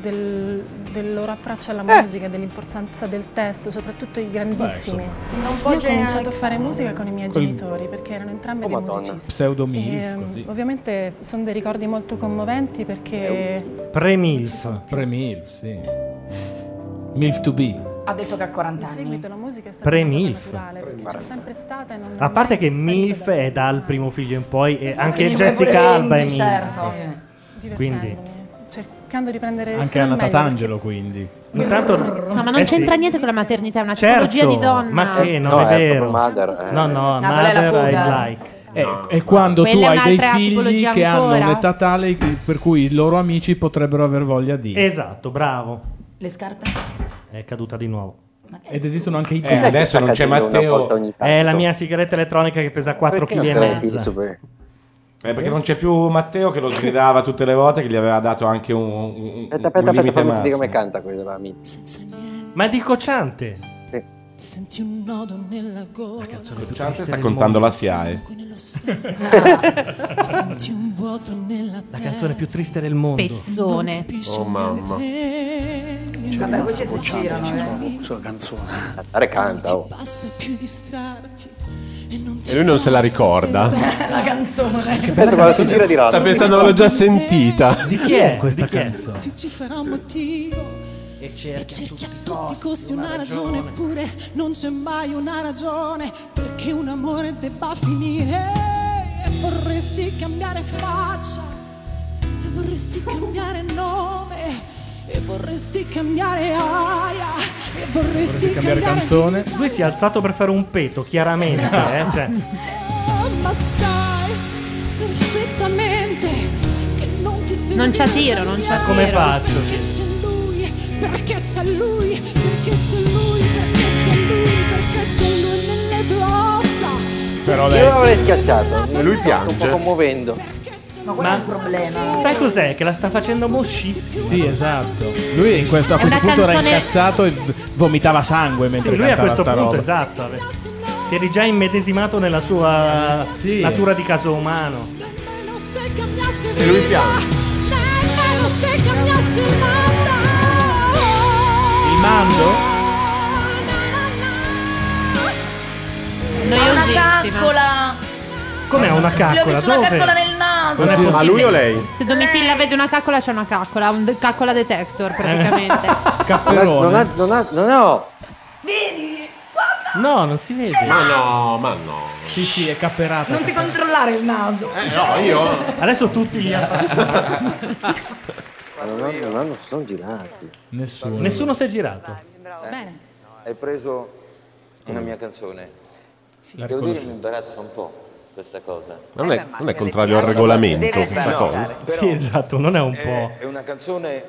Speaker 14: del, del loro approccio alla
Speaker 5: Eh.
Speaker 14: musica, dell'importanza del testo, soprattutto i grandissimi.
Speaker 6: insomma.
Speaker 14: Io
Speaker 5: Sembra un po'
Speaker 14: ho
Speaker 5: Jane
Speaker 14: cominciato a
Speaker 5: Alex.
Speaker 14: fare musica con i miei
Speaker 6: Quel-
Speaker 14: genitori perché erano entrambi
Speaker 6: Oh,
Speaker 14: dei
Speaker 6: Madonna.
Speaker 14: musicisti.
Speaker 6: Pseudo MILF,
Speaker 14: Ehm,
Speaker 6: così.
Speaker 14: Ovviamente sono dei ricordi molto commoventi perché
Speaker 3: Pre-MILF.
Speaker 6: Pre-MILF, sì. MILF to be.
Speaker 5: Ha detto che ha 40
Speaker 14: in
Speaker 5: anni.
Speaker 14: seguito la musica è stata una
Speaker 3: Pre-MILF.
Speaker 14: cosa naturale, perché c'è sempre stata e non
Speaker 3: A parte che MILF è dal primo figlio in poi e anche
Speaker 14: Quindi
Speaker 3: Jessica
Speaker 14: pure
Speaker 3: Alba è
Speaker 14: Andy,
Speaker 3: MILF.
Speaker 14: certo.
Speaker 3: Quindi
Speaker 14: cercando di
Speaker 7: eh,
Speaker 14: prendere
Speaker 6: Anche
Speaker 14: solo il
Speaker 6: Anna
Speaker 14: meglio.
Speaker 6: Tatangelo, quindi.
Speaker 3: intanto
Speaker 7: No, ma non
Speaker 3: Eh sì.
Speaker 7: c'entra niente con la maternità, è una
Speaker 3: Certo,
Speaker 7: tipologia di donna.
Speaker 3: ma che non
Speaker 6: No,
Speaker 3: è
Speaker 6: è
Speaker 3: vero.
Speaker 6: proprio Mother, eh.
Speaker 3: No, no,
Speaker 7: No, quella è la
Speaker 3: Mother I
Speaker 7: fuga.
Speaker 3: like.
Speaker 6: È, Eh, è quando
Speaker 7: Quella è
Speaker 6: tu hai dei
Speaker 7: un'altra
Speaker 6: figli
Speaker 7: tipologia
Speaker 6: che hanno
Speaker 7: ancora.
Speaker 6: un'età tale per cui i loro amici potrebbero aver voglia di.
Speaker 3: Esatto, bravo.
Speaker 5: Le scarpe?
Speaker 3: È caduta di nuovo.
Speaker 6: Ed esistono anche i
Speaker 3: Eh,
Speaker 6: tipi.
Speaker 3: adesso
Speaker 10: Cioè,
Speaker 12: non c'è Matteo.
Speaker 3: È la mia sigaretta elettronica che pesa 4 kg e mezzo.
Speaker 12: Eh, perché non c'è più Matteo che lo sgridava tutte le volte, che gli aveva dato anche un, un, un-
Speaker 10: Aspetta,
Speaker 12: un
Speaker 10: aspetta, aspetta,
Speaker 12: limite
Speaker 10: fammi sentire
Speaker 12: massimo.
Speaker 10: come canta quella la mia.
Speaker 3: Ma è di cocciante.
Speaker 14: Senti un nodo nella gola.
Speaker 12: Cocciante sta contando la SIAE.
Speaker 14: Senti un vuoto nella
Speaker 3: La canzone più triste del mondo.
Speaker 7: Pezzone.
Speaker 2: Oh mamma.
Speaker 5: Vabbè, voi siete girano, eh.
Speaker 2: Sua canzone.
Speaker 10: Dare canta, oh.
Speaker 14: Basta più distrarti.
Speaker 2: E lui non se la ricorda.
Speaker 5: La canzone.
Speaker 2: Adesso
Speaker 10: quando si gira di là.
Speaker 2: Sta pensando, l'ho già sentita.
Speaker 3: Di chi è questa canzone?
Speaker 14: eh. Se ci sarà un motivo.
Speaker 3: E cerchi
Speaker 14: a tutti i costi una ragione, eppure non c'è mai una ragione perché un amore debba finire. E vorresti cambiare faccia, e vorresti cambiare nome, e vorresti cambiare aria, e vorresti, cambiare,
Speaker 3: Lui si è alzato per fare un peto, chiaramente. eh, cioè.
Speaker 14: Ma sai perfettamente che non ti serve
Speaker 7: Non c'ha tiro, non c'ha
Speaker 3: Come
Speaker 7: tiro.
Speaker 3: faccio?
Speaker 14: Perché c'è lui, perché c'è lui, perché c'è lui, perché c'è lui, perché c'è lui nelle tue ossa.
Speaker 2: Però
Speaker 10: Io l'avrei schiacciato.
Speaker 2: E lui piange.
Speaker 10: Sto un po' commuovendo.
Speaker 5: Ma quello
Speaker 3: Ma-
Speaker 5: è il problema.
Speaker 3: Sai cos'è? Che la sta facendo moscissima.
Speaker 6: Sì, esatto. Lui in questo- a
Speaker 3: È
Speaker 6: questo
Speaker 3: una
Speaker 6: punto era
Speaker 3: canzone-
Speaker 6: incazzato e v- vomitava sangue mentre
Speaker 3: Sì, lui a
Speaker 6: cantava
Speaker 3: questo
Speaker 6: sta
Speaker 3: punto,
Speaker 6: roba.
Speaker 3: esatto. ave- Ti eri già immedesimato nella sua natura di caso umano.
Speaker 14: Se cambiasse
Speaker 3: E lui
Speaker 14: vita, nemmeno se cambiasse il mondo.
Speaker 6: Il mando?
Speaker 7: Noiosissima.
Speaker 5: Una caccola!
Speaker 3: Com'è una
Speaker 5: Le ho
Speaker 3: caccola?
Speaker 5: visto una
Speaker 3: Dove?
Speaker 5: caccola nel naso! Eh.
Speaker 3: Non è
Speaker 2: Ma
Speaker 3: possibile.
Speaker 2: lui o lei?
Speaker 7: Se Domitilla vede una caccola, c'è una caccola, un de- caccola
Speaker 3: Eh.
Speaker 7: detector praticamente.
Speaker 10: Non ha, non ha, non ha, no.
Speaker 3: No, non si vede.
Speaker 2: Ma no, ma no.
Speaker 6: Sì, sì, è capperato.
Speaker 5: Non ti controllare il naso! Eh
Speaker 2: no, io-
Speaker 3: Adesso tutti gli
Speaker 10: Ma non, hanno- non hanno- sono girati.
Speaker 6: Nessuno.
Speaker 3: Nessuno si è girato.
Speaker 14: Bene.
Speaker 15: Hai preso una mia canzone. Devo dire mi imbarazza un po' questa cosa.
Speaker 2: Ma non è- Eh beh, ma non è se le contrario piace, al regolamento deve questa imbarazzo. cosa?
Speaker 3: Sì, esatto, non è un
Speaker 15: È, è una canzone,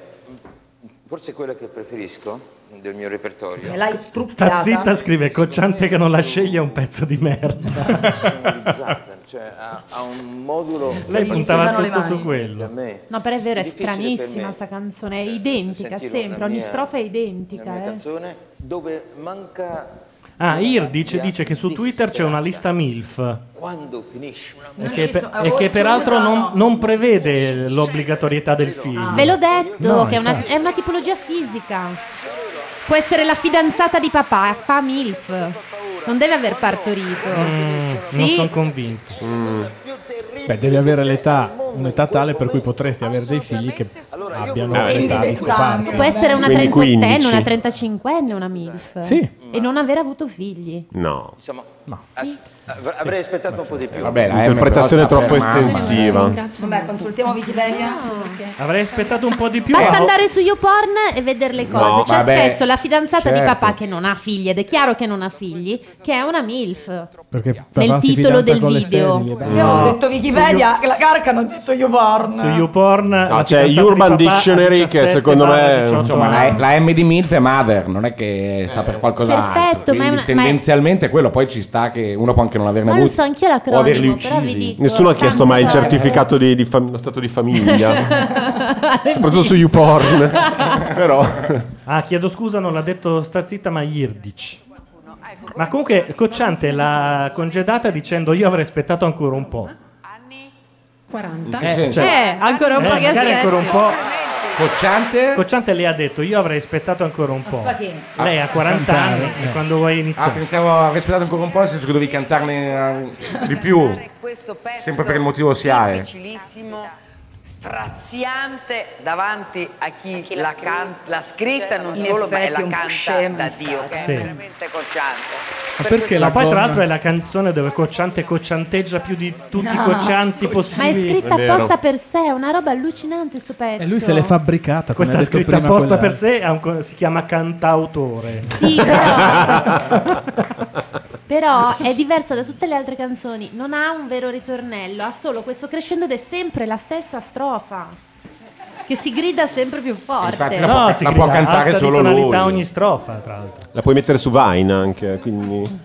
Speaker 15: forse quella che preferisco del mio repertorio.
Speaker 5: Me l'hai
Speaker 3: Sta
Speaker 5: struppiata.
Speaker 3: zitta, scrive Cocciante che non la sceglie è un pezzo di merda.
Speaker 15: personalizzata, cioè ha, ha un modulo.
Speaker 3: Lei puntava tutto su quello.
Speaker 7: No, per è vero,
Speaker 15: Difficile
Speaker 7: è
Speaker 15: per
Speaker 7: stranissima
Speaker 15: me.
Speaker 7: sta canzone, è identica
Speaker 15: Sentilo,
Speaker 7: sempre,
Speaker 15: la
Speaker 7: ogni
Speaker 15: mia-
Speaker 7: strofa è
Speaker 15: La mia
Speaker 7: identica. Eh.
Speaker 15: canzone dove manca
Speaker 3: Ah, Ir dice, dice che su Twitter c'è una lista MILF.
Speaker 15: quando finisce una
Speaker 3: E
Speaker 15: musica.
Speaker 3: che, per- e
Speaker 7: oh,
Speaker 3: che peraltro non, non prevede l'obbligatorietà del film.
Speaker 7: Ve l'ho detto
Speaker 3: No,
Speaker 7: che è una, eh.
Speaker 3: infatti.
Speaker 7: è una tipologia fisica. Può essere la fidanzata di papà, fa MILF. Non deve aver partorito.
Speaker 3: Mm, Non
Speaker 7: sì?
Speaker 3: sono convinto.
Speaker 12: Mm.
Speaker 6: Beh, devi avere l'età, un'età tale per cui potresti avere dei figli che abbiano
Speaker 7: Ah,
Speaker 6: l'età di scoparti.
Speaker 7: Può essere una
Speaker 6: Quindi
Speaker 7: 38enne, una
Speaker 6: 15.
Speaker 7: 35enne, una MILF.
Speaker 6: Sì.
Speaker 7: E non aver avuto figli.
Speaker 2: No.
Speaker 15: Insomma, as- av- avrei aspettato un po' di più.
Speaker 2: Vabbè, la M Interpretazione però sta troppo fermata. estensiva.
Speaker 8: Vabbè, consultiamo Wikipedia.
Speaker 3: Avrei aspettato un po' di più.
Speaker 7: Basta
Speaker 3: ma-
Speaker 7: andare su YouPorn e vedere le cose.
Speaker 3: No,
Speaker 7: C'è
Speaker 3: vabbè,
Speaker 7: spesso la fidanzata di
Speaker 3: certo.
Speaker 7: papà che non ha figli, ed è chiaro che non ha figli, che è una MILF.
Speaker 6: Perché
Speaker 7: Nel
Speaker 6: papà si
Speaker 7: titolo
Speaker 6: fidanza
Speaker 7: del
Speaker 6: con le
Speaker 7: video.
Speaker 6: sterili, beh.
Speaker 8: Io ho detto Wikipedia, che la carica hanno detto YouPorn.
Speaker 3: Su YouPorn
Speaker 2: No, Ah, c'è Urban Dictionary che secondo me
Speaker 12: Insomma, la, la M di Mills è mother, non è che sta
Speaker 10: Eh,
Speaker 12: per qualcosa
Speaker 7: Perfetto,
Speaker 12: altro.
Speaker 7: ma è una-
Speaker 12: Quindi tendenzialmente quello poi ci sta che uno può anche non averne
Speaker 7: Ma lo
Speaker 12: avuti.
Speaker 7: so, anch'io
Speaker 12: o averli
Speaker 7: l'acronimo, però vi
Speaker 12: uccisi.
Speaker 7: dico.
Speaker 2: Nessuno ha chiesto mai il
Speaker 7: tanto-
Speaker 2: certificato di, di fam- lo stato di famiglia. Soprattutto su YouPorn. Però.
Speaker 3: Ah, chiedo scusa, non l'ha detto sta zitta, ma Irdic.
Speaker 7: Ah, ecco,
Speaker 3: Ma comunque Cocciante l'ha congedata dicendo io avrei aspettato ancora un po'.
Speaker 7: 40.
Speaker 3: Eh,
Speaker 7: Eh,
Speaker 3: cioè-
Speaker 7: ancora un
Speaker 3: Eh,
Speaker 7: po' che
Speaker 3: magari
Speaker 7: aspetta.
Speaker 3: ancora un po'.
Speaker 12: Cocciante?
Speaker 3: le ha detto io avrei aspettato ancora un po'.
Speaker 7: Ma chi?
Speaker 12: Ah,
Speaker 3: Lei ha 40
Speaker 12: cantare,
Speaker 3: anni
Speaker 12: eh.
Speaker 3: e quando vuoi
Speaker 12: Ah,
Speaker 3: iniziare.
Speaker 12: pensavo avrei aspettato ancora un po', nel senso che dovevi cantarne eh, di più. Sempre per il motivo sia. eh.
Speaker 4: difficilissimo, straziante davanti a chi, la, can- l'ha scritta, non
Speaker 8: Certo. In
Speaker 4: solo, ma è
Speaker 8: effetti
Speaker 4: la
Speaker 8: un
Speaker 4: canta
Speaker 8: scemo
Speaker 4: da
Speaker 8: è stato.
Speaker 4: Dio, che
Speaker 3: Sì.
Speaker 4: è veramente cocciante.
Speaker 3: Ma
Speaker 4: perché la
Speaker 3: poi tra
Speaker 4: donna-
Speaker 3: l'altro è la canzone dove Cocciante coccianteggia più di tutti i coccianti
Speaker 7: Ma è
Speaker 3: possibili.
Speaker 7: scritta apposta per sé, è una roba allucinante sto pezzo.
Speaker 6: E Eh, lui se l'è fabbricata. come ha
Speaker 3: Questa
Speaker 6: detto
Speaker 3: scritta
Speaker 6: prima
Speaker 3: apposta
Speaker 6: quella-
Speaker 3: per sé ha un co- si chiama cantautore.
Speaker 7: Sì, però- Però è diversa da tutte le altre canzoni, non ha un vero ritornello, ha solo questo crescendo ed è sempre la stessa strofa che si grida sempre più forte.
Speaker 12: Infatti la può-
Speaker 2: si
Speaker 12: la può
Speaker 2: grida,
Speaker 12: cantare
Speaker 2: alza di
Speaker 12: solo lui.
Speaker 2: tonalità
Speaker 3: ogni strofa, tra l'altro.
Speaker 2: La puoi mettere su Vine anche, quindi.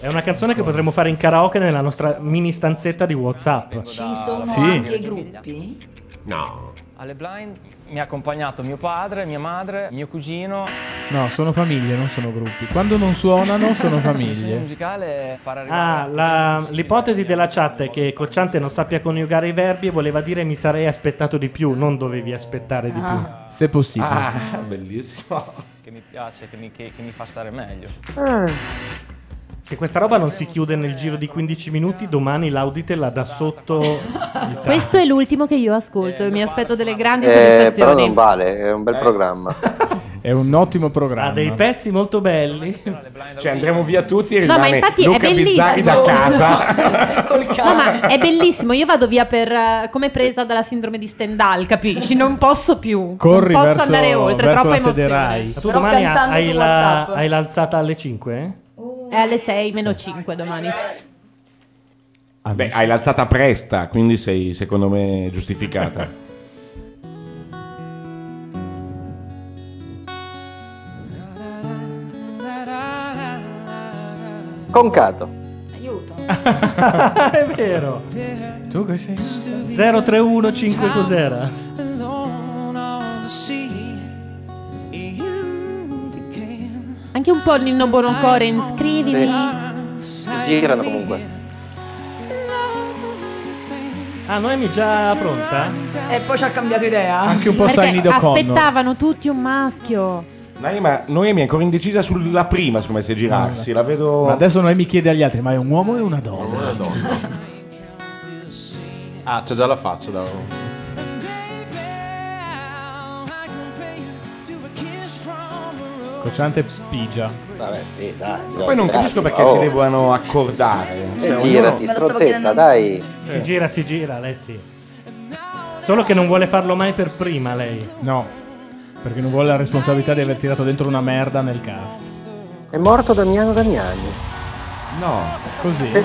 Speaker 3: È una canzone che potremmo fare in karaoke nella nostra mini stanzetta di WhatsApp.
Speaker 14: Ci sono
Speaker 3: Sì.
Speaker 14: anche i gruppi?
Speaker 2: No.
Speaker 14: Alle blind mi ha accompagnato mio padre, mia madre, mio cugino.
Speaker 6: No, sono famiglie, non sono gruppi. Quando non suonano, sono
Speaker 14: Il
Speaker 6: famiglie.
Speaker 14: musicale far
Speaker 3: Ah,
Speaker 14: arrivare.
Speaker 3: la- l'ipotesi della chat è che Cocciante non sappia coniugare i verbi e voleva dire mi sarei aspettato di più, non dovevi aspettare di più.
Speaker 14: Ah.
Speaker 6: Se possibile.
Speaker 14: Ah,
Speaker 12: bellissimo.
Speaker 14: Che mi piace, che mi, che- che mi fa stare meglio.
Speaker 3: Ah. Se questa roba non si chiude nel giro di 15 minuti, domani l'audite la dà sotto.
Speaker 7: Questo è l'ultimo che io ascolto e mi aspetto delle grandi
Speaker 10: Eh, però
Speaker 7: soddisfazioni.
Speaker 10: non vale, è un bel programma.
Speaker 6: È un ottimo programma.
Speaker 3: Ha dei pezzi molto belli.
Speaker 12: Cioè andremo via tutti e
Speaker 7: No, ma
Speaker 12: rimane
Speaker 7: infatti è
Speaker 12: Luca Bizzarri da
Speaker 7: bellissimo.
Speaker 12: casa.
Speaker 7: No, ma è bellissimo, io vado via per eh, come presa dalla sindrome di Stendhal, capisci? Non posso più.
Speaker 6: Corri
Speaker 7: non posso
Speaker 6: verso-
Speaker 7: andare oltre,
Speaker 6: verso
Speaker 7: troppa
Speaker 6: la sede
Speaker 7: emozione.
Speaker 6: Rai.
Speaker 3: Tu
Speaker 7: Però
Speaker 3: domani ha-
Speaker 7: cantando
Speaker 3: hai,
Speaker 7: su
Speaker 3: la-
Speaker 7: WhatsApp.
Speaker 3: hai l'alzata alle 5? eh?
Speaker 7: È alle 6 meno 5 domani.
Speaker 12: Beh, hai l'alzata presta, quindi sei secondo me giustificata.
Speaker 10: Concato.
Speaker 8: Aiuto.
Speaker 3: è vero.
Speaker 6: Tu che sei?
Speaker 3: 0315 cos'era?
Speaker 5: Alone on the sea, you became
Speaker 7: Anche un po' Nino Bonocore in scrivimi.
Speaker 10: Girano comunque.
Speaker 3: Ah, Noemi già pronta?
Speaker 8: E poi ci ha cambiato idea.
Speaker 12: Anche un po'
Speaker 7: Perché
Speaker 12: Sai Nido Connor.
Speaker 7: aspettavano tutti un maschio.
Speaker 12: Noemi, ma Noemi è ancora indecisa sulla prima, secondo me, se girarsi. La vedo.
Speaker 6: Ma adesso noi mi chiede agli altri, ma è un uomo e una donna?
Speaker 12: Una donna.
Speaker 2: Ah, c'è già la faccia da.
Speaker 6: Cocciante Cioè, pigia.
Speaker 10: Vabbè, sì, dai.
Speaker 12: Poi non capisco perché si devono accordare. Cioè,
Speaker 10: Eh, girati, strozzetta, dai.
Speaker 3: Si gira, si gira, lei sì. Solo che non vuole farlo mai per prima lei.
Speaker 6: No, perché non vuole la responsabilità di aver tirato dentro una merda nel cast.
Speaker 10: È morto Damiano Damiani.
Speaker 6: No, così.
Speaker 10: Eh.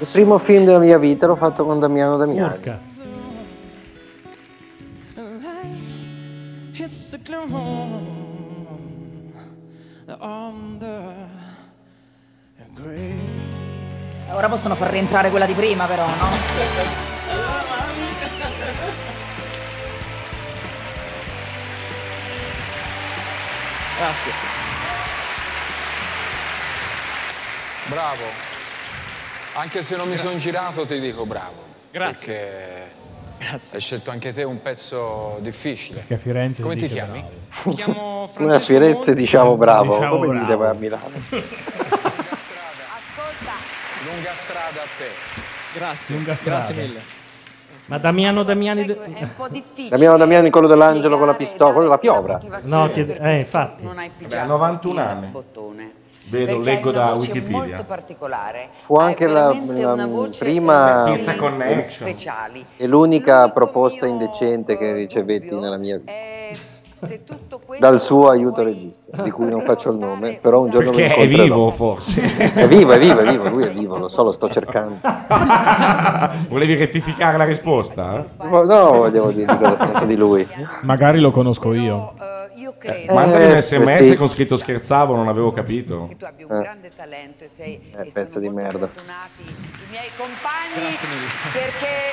Speaker 10: Il primo film della mia vita l'ho fatto con Damiano Damiani.
Speaker 3: Urca.
Speaker 5: It's the gloom on the grave.
Speaker 8: Ora possono far rientrare quella di prima, però, no?
Speaker 14: Grazie.
Speaker 9: Bravo. Anche se non mi sono girato ti dico bravo.
Speaker 6: Grazie.
Speaker 9: Perché Grazie. hai scelto anche te un pezzo difficile.
Speaker 6: Che a Firenze
Speaker 9: Come
Speaker 6: si
Speaker 9: ti
Speaker 6: dice
Speaker 9: chiami?
Speaker 6: bravo.
Speaker 10: Una Firenze diciamo bravo,
Speaker 9: Diciamo
Speaker 10: come dite
Speaker 9: bravo.
Speaker 10: voi a Milano.
Speaker 9: Lunga strada a te.
Speaker 15: Grazie,
Speaker 3: Lunga
Speaker 15: grazie
Speaker 3: strada.
Speaker 15: mille.
Speaker 3: Ma Damiano Damiani...
Speaker 4: È un po' difficile.
Speaker 10: Damiano Damiano Niccolo dell'Angelo con la pistola, quello della piovra.
Speaker 3: No, chied- eh, infatti.
Speaker 4: Non hai pigiato.
Speaker 10: Vabbè,
Speaker 4: 91
Speaker 10: anni.
Speaker 4: Perché hai
Speaker 10: leggo
Speaker 4: una
Speaker 10: da
Speaker 4: voce
Speaker 10: Wikipedia.
Speaker 4: molto particolare.
Speaker 10: Fu anche la, la prima
Speaker 4: Pizza
Speaker 10: Ah, Connection.
Speaker 4: speciali.
Speaker 10: e l'unica proposta indecente che ricevetti nella mia vita. Dal suo aiuto regista, di cui non faccio il nome, però un giorno
Speaker 12: Perché
Speaker 10: lo
Speaker 12: è
Speaker 10: incontrerò.
Speaker 12: vivo, forse.
Speaker 10: È vivo, è vivo, è vivo, lui è vivo, lo so, lo sto cercando.
Speaker 12: Volevi rettificare la risposta? eh?
Speaker 10: No, volevo dire di cosa penso di lui.
Speaker 6: Magari lo conosco io.
Speaker 12: Eh? Mandami un
Speaker 10: Eh,
Speaker 12: sms
Speaker 10: sì.
Speaker 12: con scritto scherzavo, non avevo capito.
Speaker 4: talento e sei
Speaker 10: Eh, pezzo di merda.
Speaker 4: i miei compagni perché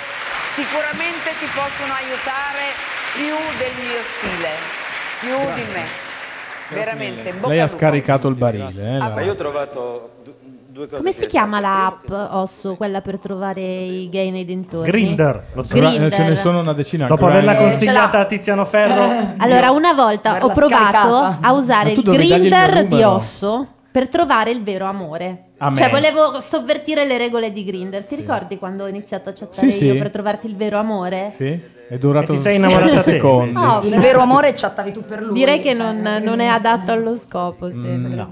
Speaker 4: sicuramente ti possono aiutare più del mio stile, più di me. Veramente, bocca
Speaker 6: Lei
Speaker 4: al
Speaker 6: ha
Speaker 4: lupo.
Speaker 6: scaricato il barile. eh, la-
Speaker 15: Ma io ho trovato du- due cose.
Speaker 7: Come si chiama la app Osso, quella per trovare i gay nei dintorni?
Speaker 3: Grinder, lo so.
Speaker 7: Grindr.
Speaker 6: Eh, Ce ne sono una decina.
Speaker 3: Dopo
Speaker 6: Grindr.
Speaker 3: averla
Speaker 7: ce
Speaker 3: consigliata
Speaker 7: l'ho.
Speaker 3: a Tiziano Ferro...
Speaker 7: Allora, una volta ho
Speaker 3: Averla
Speaker 7: provato
Speaker 3: scaricata.
Speaker 7: a
Speaker 3: Ma
Speaker 7: usare
Speaker 3: tu
Speaker 7: il
Speaker 3: dovevi dargli il mio
Speaker 7: grinder di
Speaker 3: numero.
Speaker 7: osso per trovare il vero amore.
Speaker 3: A me.
Speaker 7: Cioè, volevo sovvertire le regole di Grinder. Ti ricordi quando ho iniziato a chattare
Speaker 6: Sì, sì.
Speaker 7: io per trovarti il vero amore?
Speaker 6: Sì? È durato
Speaker 3: E ti sei
Speaker 6: 7
Speaker 3: innamorata te.
Speaker 6: secondi.
Speaker 7: No,
Speaker 5: Il vero amore chattavi tu per lui. cioè,
Speaker 7: Direi che non, non è adatto allo scopo.
Speaker 6: Mm.
Speaker 7: sembra.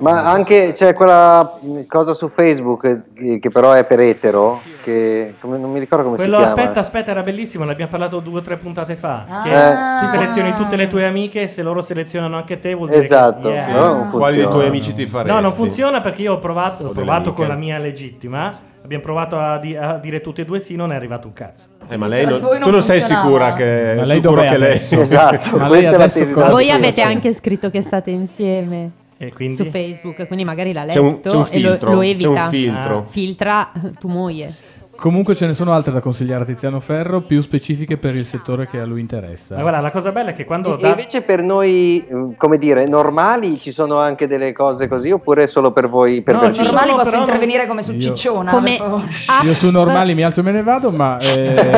Speaker 10: Ma anche c'è quella mh, cosa su Facebook eh, che però è per etero, che come- non mi ricordo come
Speaker 3: Quello
Speaker 10: si chiama.
Speaker 3: aspetta, aspetta, era bellissimo, ne abbiamo parlato due o tre puntate fa. Che
Speaker 10: Ah.
Speaker 3: tu selezioni tutte le tue amiche e se loro selezionano anche te vuol dire
Speaker 10: Esatto,
Speaker 3: che... Yeah.
Speaker 10: sì, no, non
Speaker 2: Quali dei
Speaker 10: funziona.
Speaker 2: tuoi amici ti faresti?
Speaker 3: No, non funziona perché io ho provato, ho
Speaker 2: delle
Speaker 3: provato con
Speaker 2: amiche.
Speaker 3: la mia legittima, abbiamo provato a, di- a dire tutte e due sì, non è arrivato un cazzo.
Speaker 2: Eh, ma lei non-
Speaker 3: Poi non
Speaker 2: tu non sei
Speaker 3: funzionava.
Speaker 2: sicura che,
Speaker 6: Ma lei
Speaker 2: sicuro
Speaker 6: dov'è
Speaker 2: che lei
Speaker 6: adesso? Esatto, Ma lei questa è la adesso tesi cosa- da
Speaker 7: Voi
Speaker 6: Sì,
Speaker 7: avete
Speaker 6: sì.
Speaker 7: anche scritto che state insieme
Speaker 3: E quindi?
Speaker 7: su Facebook, quindi magari l'ha letto
Speaker 6: C'è un- c'è un
Speaker 7: e lo-
Speaker 6: filtro,
Speaker 7: lo,
Speaker 6: c'è
Speaker 7: evita. Ah.
Speaker 6: un filtro.
Speaker 7: Filtra tu moglie.
Speaker 6: Comunque ce ne sono altre da consigliare a Tiziano Ferro, più specifiche per il settore che a lui interessa.
Speaker 3: Ma guarda, la cosa bella è che quando...
Speaker 10: E invece per noi, mh, come dire, normali ci sono anche delle cose così oppure solo per voi? Per
Speaker 5: Normali normali posso
Speaker 3: però non-
Speaker 5: intervenire come su Cicciona.
Speaker 7: Come-
Speaker 5: per favore.
Speaker 6: Io su normali mi alzo e me ne vado, ma... eh,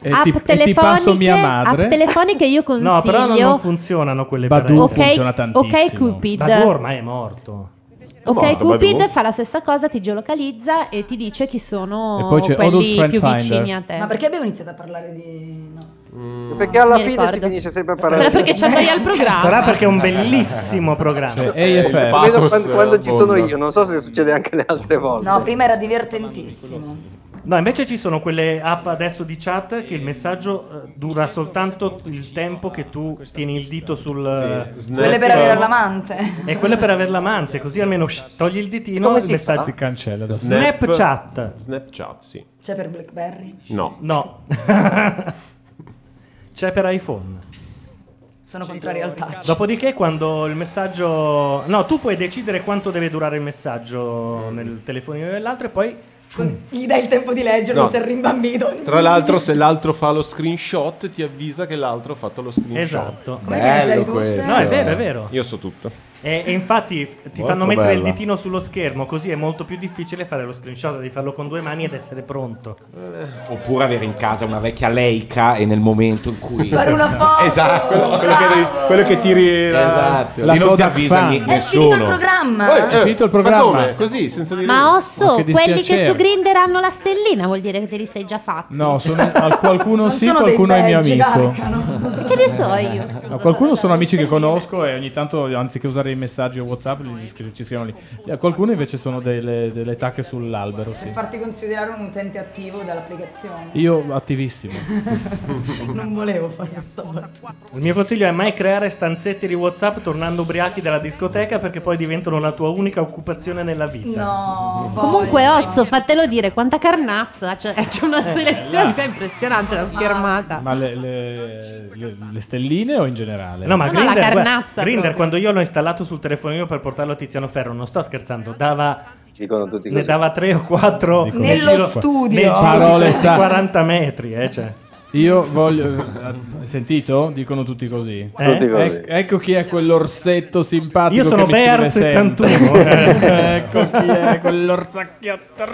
Speaker 6: e,
Speaker 7: app
Speaker 6: ti, e ti
Speaker 7: telefoniche,
Speaker 6: passo mia madre.
Speaker 7: app telefoniche io consiglio.
Speaker 3: No, però non, non funzionano quelle
Speaker 6: Badoo
Speaker 3: per
Speaker 6: funziona tantissimo.
Speaker 7: ok, Cupid.
Speaker 3: Badoo ormai è morto.
Speaker 7: Ok,
Speaker 3: Morto,
Speaker 7: Cupid
Speaker 6: boh.
Speaker 3: Badoo.
Speaker 7: fa la stessa cosa, ti geolocalizza e ti dice chi sono
Speaker 6: E poi c'è Adult
Speaker 7: quelli
Speaker 6: Friend
Speaker 7: più
Speaker 6: Finder.
Speaker 7: vicini a te.
Speaker 5: Ma perché abbiamo iniziato a parlare di...
Speaker 10: Mm. Perché alla
Speaker 7: Mi
Speaker 10: fine si
Speaker 7: ricordo.
Speaker 10: finisce sempre a
Speaker 7: Sarà
Speaker 10: parlare.
Speaker 7: perché c'è noi al programma.
Speaker 3: Sarà perché è un bellissimo programma.
Speaker 10: Lo vedo quando,
Speaker 3: eh,
Speaker 10: quando ci sono io, non so se succede anche le altre volte.
Speaker 5: No, prima era divertentissimo.
Speaker 3: No, invece ci sono quelle app adesso di chat che il messaggio eh, dura soltanto il tempo che tu tieni il dito sul...
Speaker 5: Quelle per avere l'amante.
Speaker 3: E quelle per aver l'amante, così almeno shh, togli il ditino
Speaker 6: Come
Speaker 3: e il
Speaker 6: si
Speaker 3: messaggio
Speaker 6: fa? Si cancella da solo.
Speaker 3: Snapchat.
Speaker 2: Snapchat, sì.
Speaker 5: C'è per Blackberry.
Speaker 2: No.
Speaker 3: No. C'è per iPhone.
Speaker 5: Sono contrari al touch.
Speaker 3: Dopodiché quando il messaggio... No, tu puoi decidere quanto deve durare il messaggio
Speaker 2: Mm.
Speaker 3: nel telefonino dell'altro e poi...
Speaker 5: Gli dai il tempo di leggerlo
Speaker 2: No.
Speaker 5: se è rimbambito.
Speaker 2: Tra l'altro, se l'altro fa lo screenshot, ti avvisa che l'altro ha fatto lo screenshot.
Speaker 3: Esatto. Come Bello che sai tutte? questo. No, è vero, è vero.
Speaker 2: Io so tutto.
Speaker 3: E, e infatti f- ti
Speaker 2: Molto
Speaker 3: fanno mettere
Speaker 2: bella.
Speaker 3: il ditino sullo schermo, così è molto più difficile fare lo screenshot, devi farlo con due mani ed essere pronto.
Speaker 12: Oppure avere in casa una vecchia leica e nel momento in cui...
Speaker 3: Fare una
Speaker 5: foto!
Speaker 12: Esatto.
Speaker 2: Quello, quello che, devi- quello che tiri. la-
Speaker 12: Esatto.
Speaker 2: la
Speaker 12: e non ti
Speaker 2: Kodak
Speaker 12: avvisa
Speaker 2: fan.
Speaker 3: Eh,
Speaker 2: È
Speaker 12: ni- nessuno.
Speaker 5: finito il programma?
Speaker 2: Poi, eh,
Speaker 6: È finito il
Speaker 2: sa
Speaker 6: programma.
Speaker 2: come? Così, senza dire
Speaker 7: Ma osso,
Speaker 6: che
Speaker 7: quelli che
Speaker 6: dispiacere.
Speaker 7: su Grinder hanno la stellina vuol dire che te li sei già fatti.
Speaker 6: No, sono al- qualcuno
Speaker 7: Non
Speaker 6: sì,
Speaker 7: sono dei
Speaker 6: qualcuno è mio
Speaker 7: belgi,
Speaker 6: amico.
Speaker 7: Che ne so io?
Speaker 6: No, qualcuno sono amici che conosco e ogni tanto, anziché usare i messaggi o WhatsApp, li scri- ci scrivono lì. Eh, Qualcuno invece sono delle, delle tacche sull'albero.
Speaker 5: Per
Speaker 6: Sì.
Speaker 5: farti considerare un utente attivo dall'applicazione.
Speaker 6: Io attivissimo.
Speaker 5: non volevo fare questa
Speaker 3: Il mio consiglio è mai creare stanzetti di WhatsApp tornando ubriachi dalla discoteca perché poi diventano la tua unica occupazione nella vita.
Speaker 5: No.
Speaker 7: Mm. Comunque, osso, fatelo dire, quanta carnazza! Cioè, c'è una
Speaker 3: Eh,
Speaker 7: selezione
Speaker 6: là.
Speaker 7: che è impressionante la schermata.
Speaker 6: Ma le, le- le- le stelline o in generale?
Speaker 3: No, ma
Speaker 7: No, no, la
Speaker 3: Grindr, guarda,
Speaker 7: carnazza
Speaker 3: Grindr,
Speaker 7: proprio.
Speaker 3: quando io l'ho installato sul telefonino per portarlo a Tiziano Ferro, non sto scherzando, dava ne dava tre o quattro
Speaker 5: Nello
Speaker 3: nel giro-
Speaker 5: studio.
Speaker 3: nel giro di
Speaker 5: Parole
Speaker 3: questi
Speaker 5: sane.
Speaker 3: 40 metri, eh, cioè.
Speaker 6: Io voglio. eh, Hai sentito? Dicono tutti così.
Speaker 3: Eh? Tutti così.
Speaker 6: Ec- ecco chi è quell'orsetto simpatico.
Speaker 3: Io sono
Speaker 6: che mi scrive
Speaker 3: Bear
Speaker 6: sempre.
Speaker 3: 71.
Speaker 6: ecco chi è quell'orsacchiotto.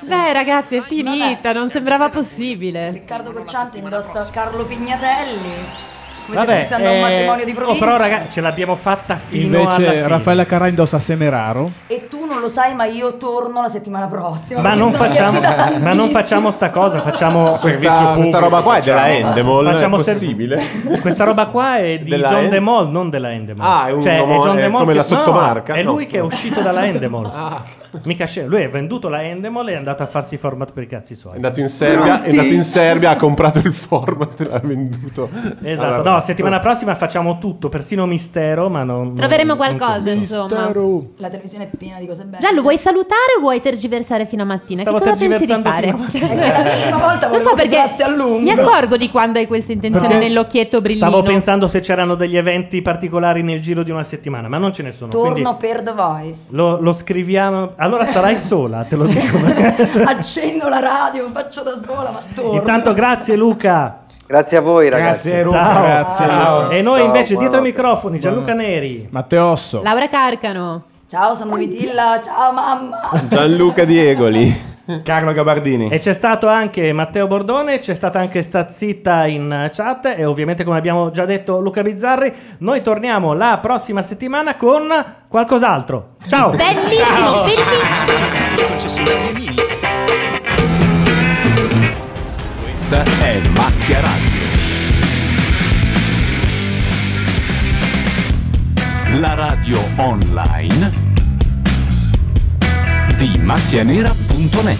Speaker 7: Beh, ragazzi, è finita. Non sembrava possibile.
Speaker 5: Riccardo Cocciante indossa Carlo Pignatelli. Come se
Speaker 3: Vabbè,
Speaker 5: pensando a un
Speaker 3: eh,
Speaker 5: matrimonio di
Speaker 3: oh,
Speaker 5: provincia.
Speaker 3: però ragazzi, ce l'abbiamo fatta fino alla
Speaker 6: Invece
Speaker 3: fine.
Speaker 6: Raffaella Carrà indossa Semeraro.
Speaker 5: E tu non lo sai, ma io torno la settimana prossima.
Speaker 3: Ma non,
Speaker 5: perché sono
Speaker 3: facciamo,
Speaker 5: divertita
Speaker 3: ma non
Speaker 5: tantissimo.
Speaker 3: facciamo sta cosa, facciamo
Speaker 2: Questa- questa roba qua è della
Speaker 3: facciamo-
Speaker 2: Endemol, è
Speaker 3: facciamo ser-
Speaker 2: possibile?
Speaker 3: questa roba qua è di
Speaker 2: Della
Speaker 3: John
Speaker 2: End-
Speaker 3: De Mol, non della Endemol. Cioè,
Speaker 2: Ah, è un omo- è
Speaker 3: De Mol
Speaker 2: come la
Speaker 3: no,
Speaker 2: sottomarca?
Speaker 3: è
Speaker 2: No.
Speaker 3: lui che è uscito dalla Endemol.
Speaker 2: Ah.
Speaker 3: Mica scel- lui ha venduto la Endemol e è andato a farsi i format per i cazzi suoi.
Speaker 2: È andato in Serbia, è andato in Serbia, ha comprato il format, l'ha venduto.
Speaker 3: Esatto,
Speaker 2: Alla-
Speaker 3: no, settimana prossima facciamo tutto, persino mistero, ma non...
Speaker 7: Troveremo
Speaker 3: non- non tutto.
Speaker 7: qualcosa, insomma.
Speaker 5: La televisione è piena di cose belle.
Speaker 7: Giallo, vuoi salutare o vuoi tergiversare fino a mattina?
Speaker 5: Stavo
Speaker 7: che cosa pensi di fare?
Speaker 5: tergiversando fino a mattina. Eh, la prima volta
Speaker 7: non
Speaker 5: volevo
Speaker 7: so
Speaker 5: che
Speaker 7: perché
Speaker 5: durasse a lungo.
Speaker 7: mi accorgo di quando hai queste intenzioni
Speaker 3: Perché
Speaker 7: nell'occhietto brillino.
Speaker 3: Stavo pensando se c'erano degli eventi particolari nel giro di una settimana, ma non ce ne sono.
Speaker 5: Torno
Speaker 3: quindi
Speaker 5: per The Voice.
Speaker 3: lo, lo scriviamo. Allora sarai sola, te lo dico.
Speaker 5: Accendo la radio, faccio da sola, ma torno.
Speaker 3: Intanto grazie Luca.
Speaker 10: Grazie a voi ragazzi.
Speaker 2: Grazie, Luca.
Speaker 3: Ciao.
Speaker 2: Grazie, Luca.
Speaker 3: E noi
Speaker 10: Ciao,
Speaker 3: invece dietro i
Speaker 10: buonanotte.
Speaker 3: microfoni Gianluca Neri.
Speaker 6: Matteosso.
Speaker 7: Laura Carcano.
Speaker 5: Ciao, sono Vitilla. Ciao, mamma.
Speaker 2: Gianluca Diegoli.
Speaker 42: Carlo Gabardini.
Speaker 3: E c'è stato anche Matteo Bordone, c'è stata anche Stazzita in chat e ovviamente come abbiamo già detto Luca Bizzarri, noi torniamo la prossima settimana con qualcos'altro. Ciao!
Speaker 7: Bellissimo,
Speaker 14: bellissimo.
Speaker 12: Questa è Macchia Radio. La radio online di macchianera.net.